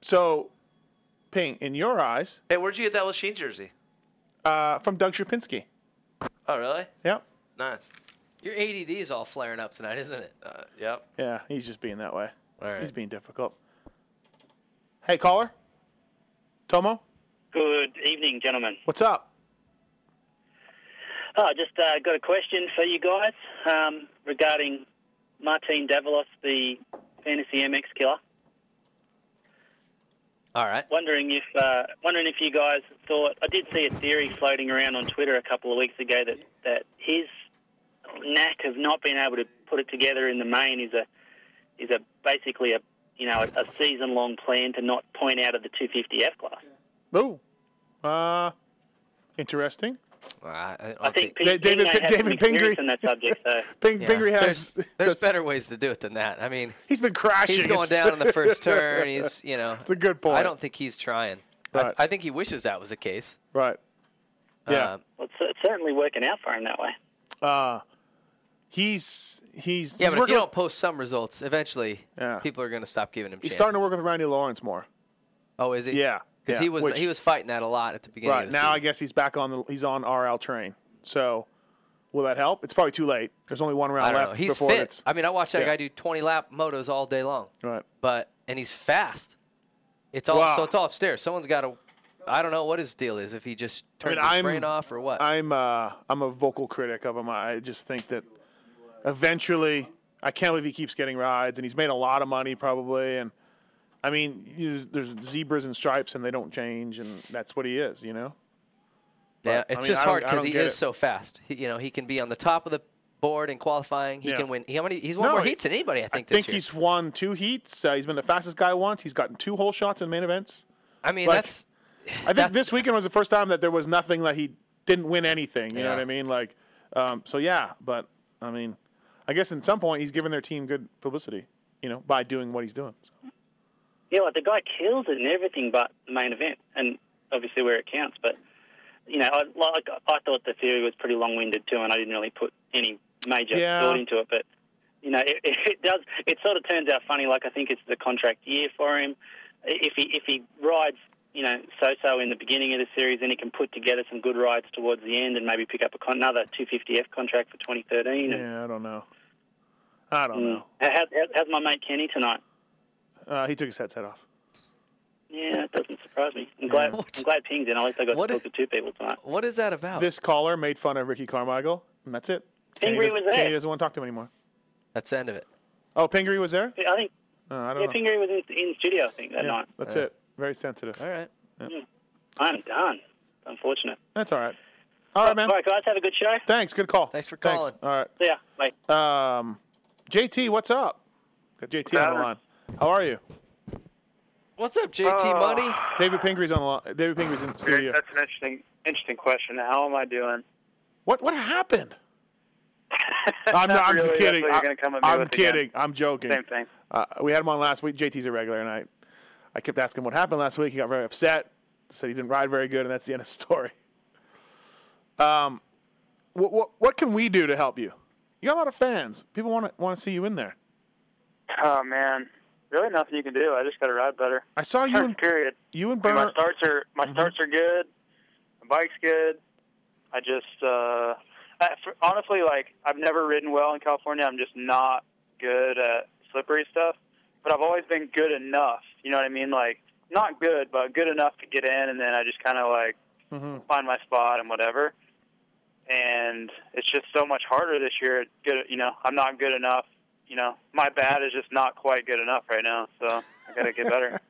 [SPEAKER 5] so, Ping, in your eyes,
[SPEAKER 7] Hey, where'd you get that Lachine jersey?
[SPEAKER 5] uh, from Doug Sherpinski.
[SPEAKER 7] Oh, really?
[SPEAKER 5] Yep.
[SPEAKER 7] Nice.
[SPEAKER 6] Your ADD is all flaring up tonight, isn't it?
[SPEAKER 7] Uh, yep.
[SPEAKER 5] Yeah, he's just being that way.
[SPEAKER 6] All right.
[SPEAKER 5] He's being difficult. Hey, caller. Tomo,
[SPEAKER 10] Good evening, gentlemen.
[SPEAKER 5] what's up?
[SPEAKER 10] Oh, just uh, got a question for you guys um, regarding Martin Davalos, the fantasy MX killer.
[SPEAKER 6] All right.
[SPEAKER 10] Wondering if uh, wondering if you guys thought I did see a theory floating around on Twitter a couple of weeks ago that that his knack of not being able to put it together in the main is a is a basically a you know a, a season long plan to not point out of the 250F class.
[SPEAKER 5] Ooh. Uh, interesting.
[SPEAKER 6] All right. I,
[SPEAKER 10] I think
[SPEAKER 5] Da-
[SPEAKER 10] Ping,
[SPEAKER 5] David-
[SPEAKER 10] David, Ping, may have some
[SPEAKER 5] David
[SPEAKER 10] experience
[SPEAKER 5] Pingree.
[SPEAKER 10] on that subject.
[SPEAKER 5] [laughs]
[SPEAKER 10] So.
[SPEAKER 5] Ping, Pingree has. [laughs]
[SPEAKER 6] there's, there's better ways to do it than that. I mean,
[SPEAKER 5] he's been crashing.
[SPEAKER 6] he's going
[SPEAKER 5] It's-
[SPEAKER 6] down in
[SPEAKER 5] [laughs]
[SPEAKER 6] the first turn. He's, you know,
[SPEAKER 5] It's a good point.
[SPEAKER 6] I don't think he's trying.
[SPEAKER 5] Right.
[SPEAKER 6] I, I think he wishes that was the case.
[SPEAKER 5] Right. Yeah.
[SPEAKER 6] Um,
[SPEAKER 10] Well, it's, it's certainly working out for him that way.
[SPEAKER 5] Uh, he's he's he's
[SPEAKER 6] yeah, but if you
[SPEAKER 5] working.
[SPEAKER 6] don't post some results, eventually
[SPEAKER 5] Yeah.
[SPEAKER 6] people are going to stop giving him.
[SPEAKER 5] he's
[SPEAKER 6] chances.
[SPEAKER 5] starting to work with Randy Lawrence more.
[SPEAKER 6] Oh, is he?
[SPEAKER 5] Yeah,
[SPEAKER 6] because
[SPEAKER 5] yeah,
[SPEAKER 6] he was
[SPEAKER 5] which-
[SPEAKER 6] he was fighting that a lot at the beginning.
[SPEAKER 5] Right
[SPEAKER 6] of the
[SPEAKER 5] now, I
[SPEAKER 6] season.
[SPEAKER 5] guess he's back on the he's on RL train. So, will that help? It's probably too late. There's only one round
[SPEAKER 6] I don't know.
[SPEAKER 5] left
[SPEAKER 6] He's
[SPEAKER 5] before
[SPEAKER 6] fit.
[SPEAKER 5] it's
[SPEAKER 6] I mean, I watched that
[SPEAKER 5] Yeah.
[SPEAKER 6] guy do 20 lap motos all day long,
[SPEAKER 5] right.
[SPEAKER 6] but and he's fast. It's all
[SPEAKER 5] Wow.
[SPEAKER 6] so it's all upstairs. Someone's got to. I don't know what his deal is. If he just turns
[SPEAKER 5] mean,
[SPEAKER 6] his
[SPEAKER 5] I'm-
[SPEAKER 6] brain off or what.
[SPEAKER 5] I'm uh, I'm a vocal critic of him. I just think that eventually, I can't believe he keeps getting rides, and he's made a lot of money probably. And I mean, you- there's zebras and stripes, and they don't change, and that's what he is. You know. I
[SPEAKER 6] yeah, it's
[SPEAKER 5] mean, I
[SPEAKER 6] just
[SPEAKER 5] don't-
[SPEAKER 6] hard
[SPEAKER 5] I
[SPEAKER 6] because
[SPEAKER 5] don't
[SPEAKER 6] he
[SPEAKER 5] get
[SPEAKER 6] is
[SPEAKER 5] it.
[SPEAKER 6] so fast. He, you know, he can be on the top of the board in qualifying. He
[SPEAKER 5] Yeah.
[SPEAKER 6] can win. He, how many? He's won
[SPEAKER 5] No,
[SPEAKER 6] more
[SPEAKER 5] he-
[SPEAKER 6] heats than anybody. I think.
[SPEAKER 5] I think
[SPEAKER 6] this year.
[SPEAKER 5] he's won two heats. Uh, he's been the fastest guy once. He's gotten two whole shots in main events.
[SPEAKER 6] I mean,
[SPEAKER 5] like,
[SPEAKER 6] that's.
[SPEAKER 5] I think this weekend was the first time that there was nothing that he didn't win anything. You know
[SPEAKER 6] Yeah.
[SPEAKER 5] what I mean? Like, um, so yeah. But I mean, I guess at some point he's given their team good publicity. You know, by doing what he's doing. So,
[SPEAKER 10] Yeah, like the guy kills it in everything but the main event, and obviously where it counts. But you know, I like I thought the theory was pretty long-winded too, and I didn't really put any major
[SPEAKER 5] Yeah.
[SPEAKER 10] thought into it. But you know, it, [laughs] it does. It sort of turns out funny. Like I think it's the contract year for him. If he if he rides, you know, so-so in the beginning of the series, then he can put together some good rides towards the end, and maybe pick up a con- another 250F contract for 2013. And,
[SPEAKER 5] yeah, I don't know. I don't
[SPEAKER 10] Mm.
[SPEAKER 5] know.
[SPEAKER 10] How- how- how's my mate Kenny tonight?
[SPEAKER 5] Uh, he took his headset off.
[SPEAKER 10] Yeah, it doesn't surprise me. I'm glad.
[SPEAKER 6] What?
[SPEAKER 10] I'm glad Ping's in. At least I got
[SPEAKER 6] What
[SPEAKER 10] to
[SPEAKER 6] if-
[SPEAKER 10] talk to two people tonight.
[SPEAKER 6] What is that about?
[SPEAKER 5] This caller made fun of Ricky Carmichael, and that's it. Kenny
[SPEAKER 10] Pingree
[SPEAKER 5] doesn't-
[SPEAKER 10] was there.
[SPEAKER 5] Kenny doesn't want to talk to him anymore.
[SPEAKER 6] That's the end of it.
[SPEAKER 5] Oh, Pingree was there.
[SPEAKER 10] I think
[SPEAKER 5] Uh, I don't
[SPEAKER 10] yeah,
[SPEAKER 5] know.
[SPEAKER 10] Pingree was in, in studio. I think that
[SPEAKER 5] Yeah,
[SPEAKER 10] night.
[SPEAKER 5] that's
[SPEAKER 6] Yeah.
[SPEAKER 5] it. Very sensitive.
[SPEAKER 6] All right.
[SPEAKER 10] I'm done. Unfortunate.
[SPEAKER 5] That's all right. All right, man.
[SPEAKER 10] All right, guys. Have a good show.
[SPEAKER 5] Thanks. Good call.
[SPEAKER 6] Thanks for calling.
[SPEAKER 5] All
[SPEAKER 10] See ya. Bye.
[SPEAKER 5] right. Um, JT, what's up? Got JT on the
[SPEAKER 3] Tyler.
[SPEAKER 5] line. How are you?
[SPEAKER 6] What's up, JT
[SPEAKER 10] Uh,
[SPEAKER 3] Oh.
[SPEAKER 6] Money?
[SPEAKER 5] David Pingree's on the line. David Pingree's in the studio.
[SPEAKER 3] That's an interesting, interesting question. How am I doing?
[SPEAKER 5] What what
[SPEAKER 3] [laughs]
[SPEAKER 5] happened? I'm,
[SPEAKER 3] Not
[SPEAKER 5] not, I'm just
[SPEAKER 3] really, that's
[SPEAKER 5] kidding.
[SPEAKER 3] what you're gonna come at me
[SPEAKER 5] I'm
[SPEAKER 3] with again.
[SPEAKER 5] kidding. I'm joking.
[SPEAKER 3] Same thing.
[SPEAKER 5] Uh, we had him on last week. JT's a regular, and I, I kept asking what happened last week. He got very upset. Said he didn't ride very good, and that's the end of the story. [laughs] Um, what what, what can we do to help you? You got a lot of fans. People want to want to see you in there.
[SPEAKER 3] Oh man, really nothing you can do. I just got to ride better.
[SPEAKER 5] I saw you
[SPEAKER 3] First
[SPEAKER 5] and
[SPEAKER 3] period.
[SPEAKER 5] you and Mm-hmm.
[SPEAKER 3] I mean,
[SPEAKER 5] Burner.
[SPEAKER 3] my starts are my starts are good. My bike's good. I just uh, I, for, honestly like I've never ridden well in California. I'm just not good at slippery stuff, but I've always been good enough. You know what I mean? Like not good, but good enough to get in, and then I just kind of like
[SPEAKER 5] Mhm.
[SPEAKER 3] find my spot and whatever. And it's just so much harder this year. It's Good, you know, I'm not good enough. You know, my bad is just not quite good enough right now. So I gotta get
[SPEAKER 5] [laughs]
[SPEAKER 3] better.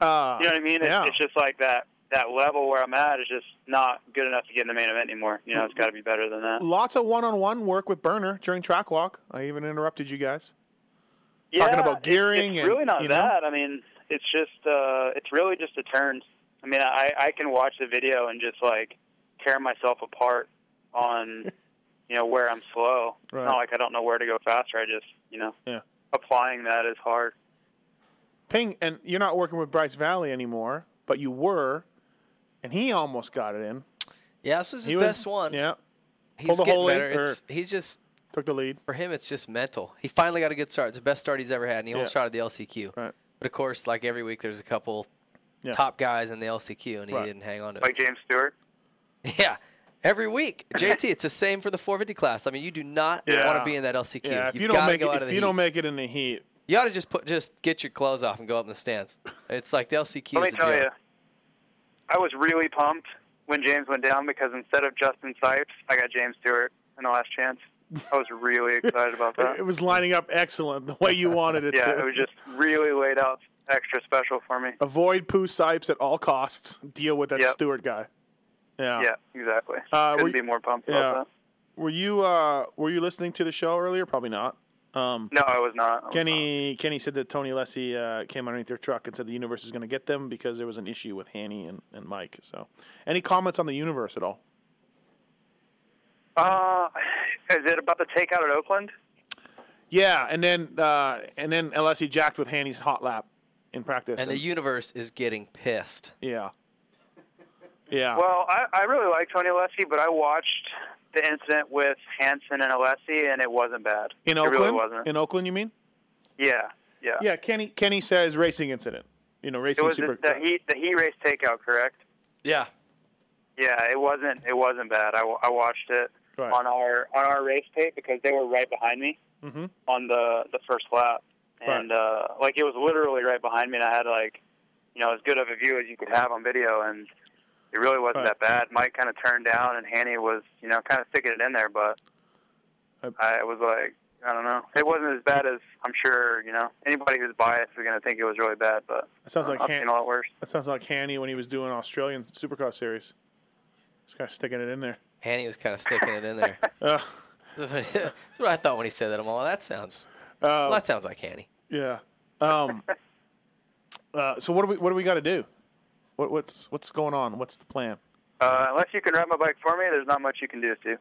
[SPEAKER 5] Uh,
[SPEAKER 3] You know what I mean? It's,
[SPEAKER 5] Yeah.
[SPEAKER 3] it's just like that that level where I'm at is just not good enough to get in the main event anymore. You know, it's got to be better than that.
[SPEAKER 5] Lots of one-on-one work with Burner during track walk. I even interrupted you guys.
[SPEAKER 3] Yeah,
[SPEAKER 5] Talking about
[SPEAKER 3] it-
[SPEAKER 5] gearing
[SPEAKER 3] It's
[SPEAKER 5] and,
[SPEAKER 3] really not
[SPEAKER 5] you know?
[SPEAKER 3] that. I mean, it's just uh, it's really just the turns. I mean, I I can watch the video and just like tear myself apart
[SPEAKER 5] [laughs]
[SPEAKER 3] on you know where I'm slow. It's
[SPEAKER 5] Right.
[SPEAKER 3] not like I don't know where to go faster. I just you know
[SPEAKER 5] Yeah.
[SPEAKER 3] applying that is hard.
[SPEAKER 5] Ping, and you're not working with Bryce Valley anymore, but you were, and he almost got it in.
[SPEAKER 6] Yeah, this was his
[SPEAKER 5] He was-
[SPEAKER 6] best one.
[SPEAKER 5] Yeah.
[SPEAKER 6] He's
[SPEAKER 5] Pulled a
[SPEAKER 6] getting
[SPEAKER 5] hole in,
[SPEAKER 6] better.
[SPEAKER 5] or-
[SPEAKER 6] It's- he's just
[SPEAKER 5] took the lead.
[SPEAKER 6] For him, it's just mental. He finally got a good start. It's the best start he's ever had, and he
[SPEAKER 5] Yeah.
[SPEAKER 6] almost shot at the LCQ.
[SPEAKER 5] Right.
[SPEAKER 6] But of course, like every week, there's a couple
[SPEAKER 5] Yeah.
[SPEAKER 6] top guys in the LCQ, and he
[SPEAKER 3] Right.
[SPEAKER 6] didn't hang on to it.
[SPEAKER 3] Like James Stewart.
[SPEAKER 6] Yeah.
[SPEAKER 5] [clears throat]
[SPEAKER 6] Every week, JT, it's the same for the 450 class. I mean, you do not
[SPEAKER 5] Yeah.
[SPEAKER 6] want to be in that LCQ.
[SPEAKER 5] Yeah, if
[SPEAKER 6] You've
[SPEAKER 5] you don't
[SPEAKER 6] gotta
[SPEAKER 5] make
[SPEAKER 6] go
[SPEAKER 5] it,
[SPEAKER 6] out of
[SPEAKER 5] if
[SPEAKER 6] the
[SPEAKER 5] you don't
[SPEAKER 6] heat.
[SPEAKER 5] make it in the heat,
[SPEAKER 6] you ought to just put, just get your clothes off and go up in the stands. It's like the LCQ.
[SPEAKER 3] Let
[SPEAKER 6] is
[SPEAKER 3] me
[SPEAKER 6] a
[SPEAKER 3] tell
[SPEAKER 6] joke.
[SPEAKER 3] you, I was really pumped when James went down because instead of Justin Sipes, I got James Stewart in the last chance. I
[SPEAKER 5] [laughs]
[SPEAKER 3] was really excited about that.
[SPEAKER 5] it was lining up excellent the way you wanted it
[SPEAKER 3] [laughs] yeah,
[SPEAKER 5] to.
[SPEAKER 3] it was just really laid out extra special for me.
[SPEAKER 5] Avoid poo sipes at all costs. Deal with that
[SPEAKER 3] Yep.
[SPEAKER 5] Stewart guy. Yeah.
[SPEAKER 3] Yeah, exactly.
[SPEAKER 5] Uh, were
[SPEAKER 3] Couldn't
[SPEAKER 5] you-
[SPEAKER 3] be more pumped
[SPEAKER 5] yeah.
[SPEAKER 3] about
[SPEAKER 5] Were you uh, were you listening to the show earlier? Probably not. Um,
[SPEAKER 3] that. No, I was not. I was
[SPEAKER 5] Kenny Kenny said that Tony Lessie uh, came underneath their truck and said the universe is going to get them because there was an issue with Hanny and, and Mike. So, any comments on the universe at all?
[SPEAKER 3] Uh, is it about the takeout at Oakland?
[SPEAKER 5] Yeah, and then uh, and then Lessie jacked with Hanny's hot lap in practice.
[SPEAKER 6] And the universe is getting pissed.
[SPEAKER 5] yeah, yeah.
[SPEAKER 3] Well, I, I really like Tony Alessi, but I watched the incident with Hanson and Alessi, and it wasn't bad.
[SPEAKER 5] in
[SPEAKER 3] it
[SPEAKER 5] Oakland,
[SPEAKER 3] really wasn't.
[SPEAKER 5] in Oakland, you mean?
[SPEAKER 3] yeah, yeah.
[SPEAKER 5] Yeah, Kenny Kenny says racing incident. You know,
[SPEAKER 3] It
[SPEAKER 5] racing
[SPEAKER 3] was
[SPEAKER 5] super.
[SPEAKER 3] the, the heat, the heat race takeout, correct?
[SPEAKER 7] Yeah.
[SPEAKER 3] Yeah, it wasn't. It wasn't bad. I, wa- I watched it
[SPEAKER 5] Right.
[SPEAKER 3] on our on our race tape because they were right behind me
[SPEAKER 5] Mhm.
[SPEAKER 3] on the the first lap, and uh, like it was literally right behind me, and I had like, you know, as good of a view as you could have on video, and it really wasn't that bad. Mike kind of turned down, and Hanny was, you know, kind of sticking it in there, but I was like, I don't know, it wasn't as bad as I'm sure, you know, anybody who's biased is going to think it was really bad, but
[SPEAKER 5] That sounds like
[SPEAKER 3] I've
[SPEAKER 5] Han-
[SPEAKER 3] seen a lot worse.
[SPEAKER 5] That sounds like Hanny when he was doing Australian Supercross series. Just kind of sticking it in there. [laughs]
[SPEAKER 6] Hanny was kind of sticking it in there. [laughs]
[SPEAKER 5] Uh,
[SPEAKER 6] That's what I thought when he said that. I'm all, that sounds.
[SPEAKER 5] Uh,
[SPEAKER 6] well, that sounds like Hanny.
[SPEAKER 5] yeah.
[SPEAKER 3] [laughs]
[SPEAKER 5] Um, uh, so what do we what do we got to do? What, what's what's going on? What's the plan?
[SPEAKER 3] Uh, unless you can ride my bike for me, there's not much you can do, Steve.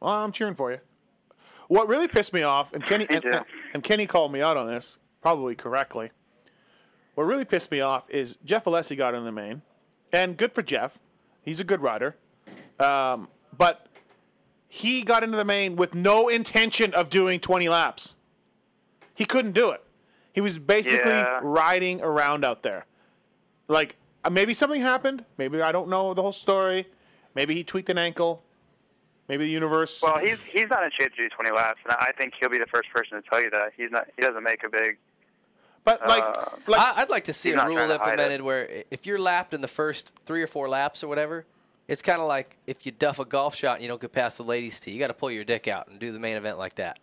[SPEAKER 5] Well, I'm cheering for you. What really pissed me off, and Kenny and, and, Kenny called me out on this, probably correctly. What really pissed me off is Jeff Alessi got in the main, and good for Jeff. He's a good rider, um, but he got into the main with no intention of doing 20 laps. He couldn't do it. He was basically
[SPEAKER 11] Yeah.
[SPEAKER 5] riding around out there. Like uh, maybe something happened. Maybe I don't know the whole story. Maybe he tweaked an ankle. Maybe the universe.
[SPEAKER 3] Well, he's he's not in shape to do 20 laps, and I think he'll be the first person to tell you that he's not. He doesn't make a big.
[SPEAKER 5] But
[SPEAKER 3] like,
[SPEAKER 7] Uh,
[SPEAKER 6] I, I'd like to see
[SPEAKER 3] He's
[SPEAKER 6] a
[SPEAKER 3] not
[SPEAKER 6] rule
[SPEAKER 3] trying to hide it.
[SPEAKER 6] implemented where i- if you're lapped in the first three or four laps or whatever, it's kind of like if you duff a golf shot and you don't get past the ladies' tee, you got to pull your dick out and do the main event like that,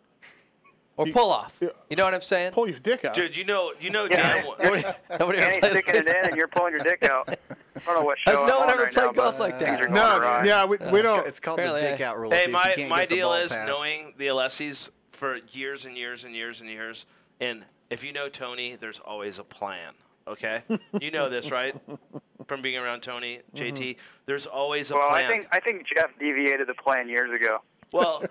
[SPEAKER 6] or pull off. You know what I'm saying?
[SPEAKER 5] Pull your dick out,
[SPEAKER 7] Dude, you know, you know,
[SPEAKER 3] [laughs]
[SPEAKER 7] damn well.
[SPEAKER 6] Nobody, nobody ever
[SPEAKER 3] Kenny's
[SPEAKER 6] played
[SPEAKER 3] sticking it in, and you're pulling your dick
[SPEAKER 7] [laughs]
[SPEAKER 3] out. I don't know what show.
[SPEAKER 6] Has no
[SPEAKER 3] I'm on
[SPEAKER 6] one ever
[SPEAKER 3] right
[SPEAKER 6] played
[SPEAKER 3] now, but
[SPEAKER 6] golf like that?
[SPEAKER 3] things are
[SPEAKER 6] No,
[SPEAKER 3] going awry.
[SPEAKER 5] yeah, we, we
[SPEAKER 6] It's
[SPEAKER 5] don't.
[SPEAKER 6] ca- it's called the Apparently, dick yeah. out rule.
[SPEAKER 7] Hey,
[SPEAKER 6] If you
[SPEAKER 7] my
[SPEAKER 6] can't
[SPEAKER 7] my
[SPEAKER 6] get the
[SPEAKER 7] deal
[SPEAKER 6] ball
[SPEAKER 7] is
[SPEAKER 6] passed.
[SPEAKER 7] knowing the Alessis for years and years and years and years, and if you know Tony, there's always a plan.
[SPEAKER 6] [laughs]
[SPEAKER 7] Okay, you know this, right? From being around Tony, JT,
[SPEAKER 6] Mm-hmm.
[SPEAKER 7] there's always a
[SPEAKER 3] Well,
[SPEAKER 7] plan.
[SPEAKER 3] I think I think Jeff deviated the plan years ago.
[SPEAKER 7] Well,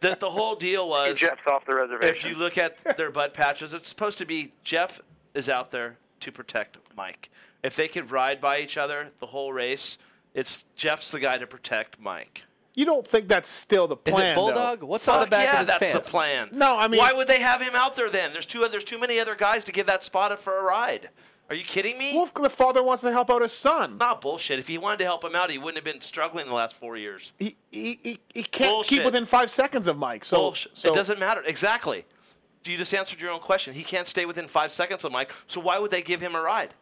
[SPEAKER 7] the, the
[SPEAKER 3] [laughs]
[SPEAKER 7] whole deal was
[SPEAKER 3] Jeff's [laughs] off the
[SPEAKER 7] if
[SPEAKER 3] reservation.
[SPEAKER 7] you look at their butt patches, it's supposed to be Jeff is out there to protect Mike. If they could ride by each other the whole race, it's Jeff's the guy to protect Mike.
[SPEAKER 5] You don't think that's still the plan? though?
[SPEAKER 7] Fuck yeah, that's the plan.
[SPEAKER 5] No, I mean,
[SPEAKER 7] why would they have him out there then? There's two. There's too many other guys to give that spot up for a ride. Are you kidding me?
[SPEAKER 5] Wolf, the father wants to help out his son.
[SPEAKER 7] Not bullshit. If he wanted to help him out, he wouldn't have been struggling the last four years.
[SPEAKER 5] He he, he, he can't keep
[SPEAKER 7] Bullshit.
[SPEAKER 5] within five seconds of Mike. So,
[SPEAKER 7] Bullshit.
[SPEAKER 5] so
[SPEAKER 7] it doesn't matter. Exactly. You just answered your own question. He can't stay within five seconds of Mike. So why would they give him a ride?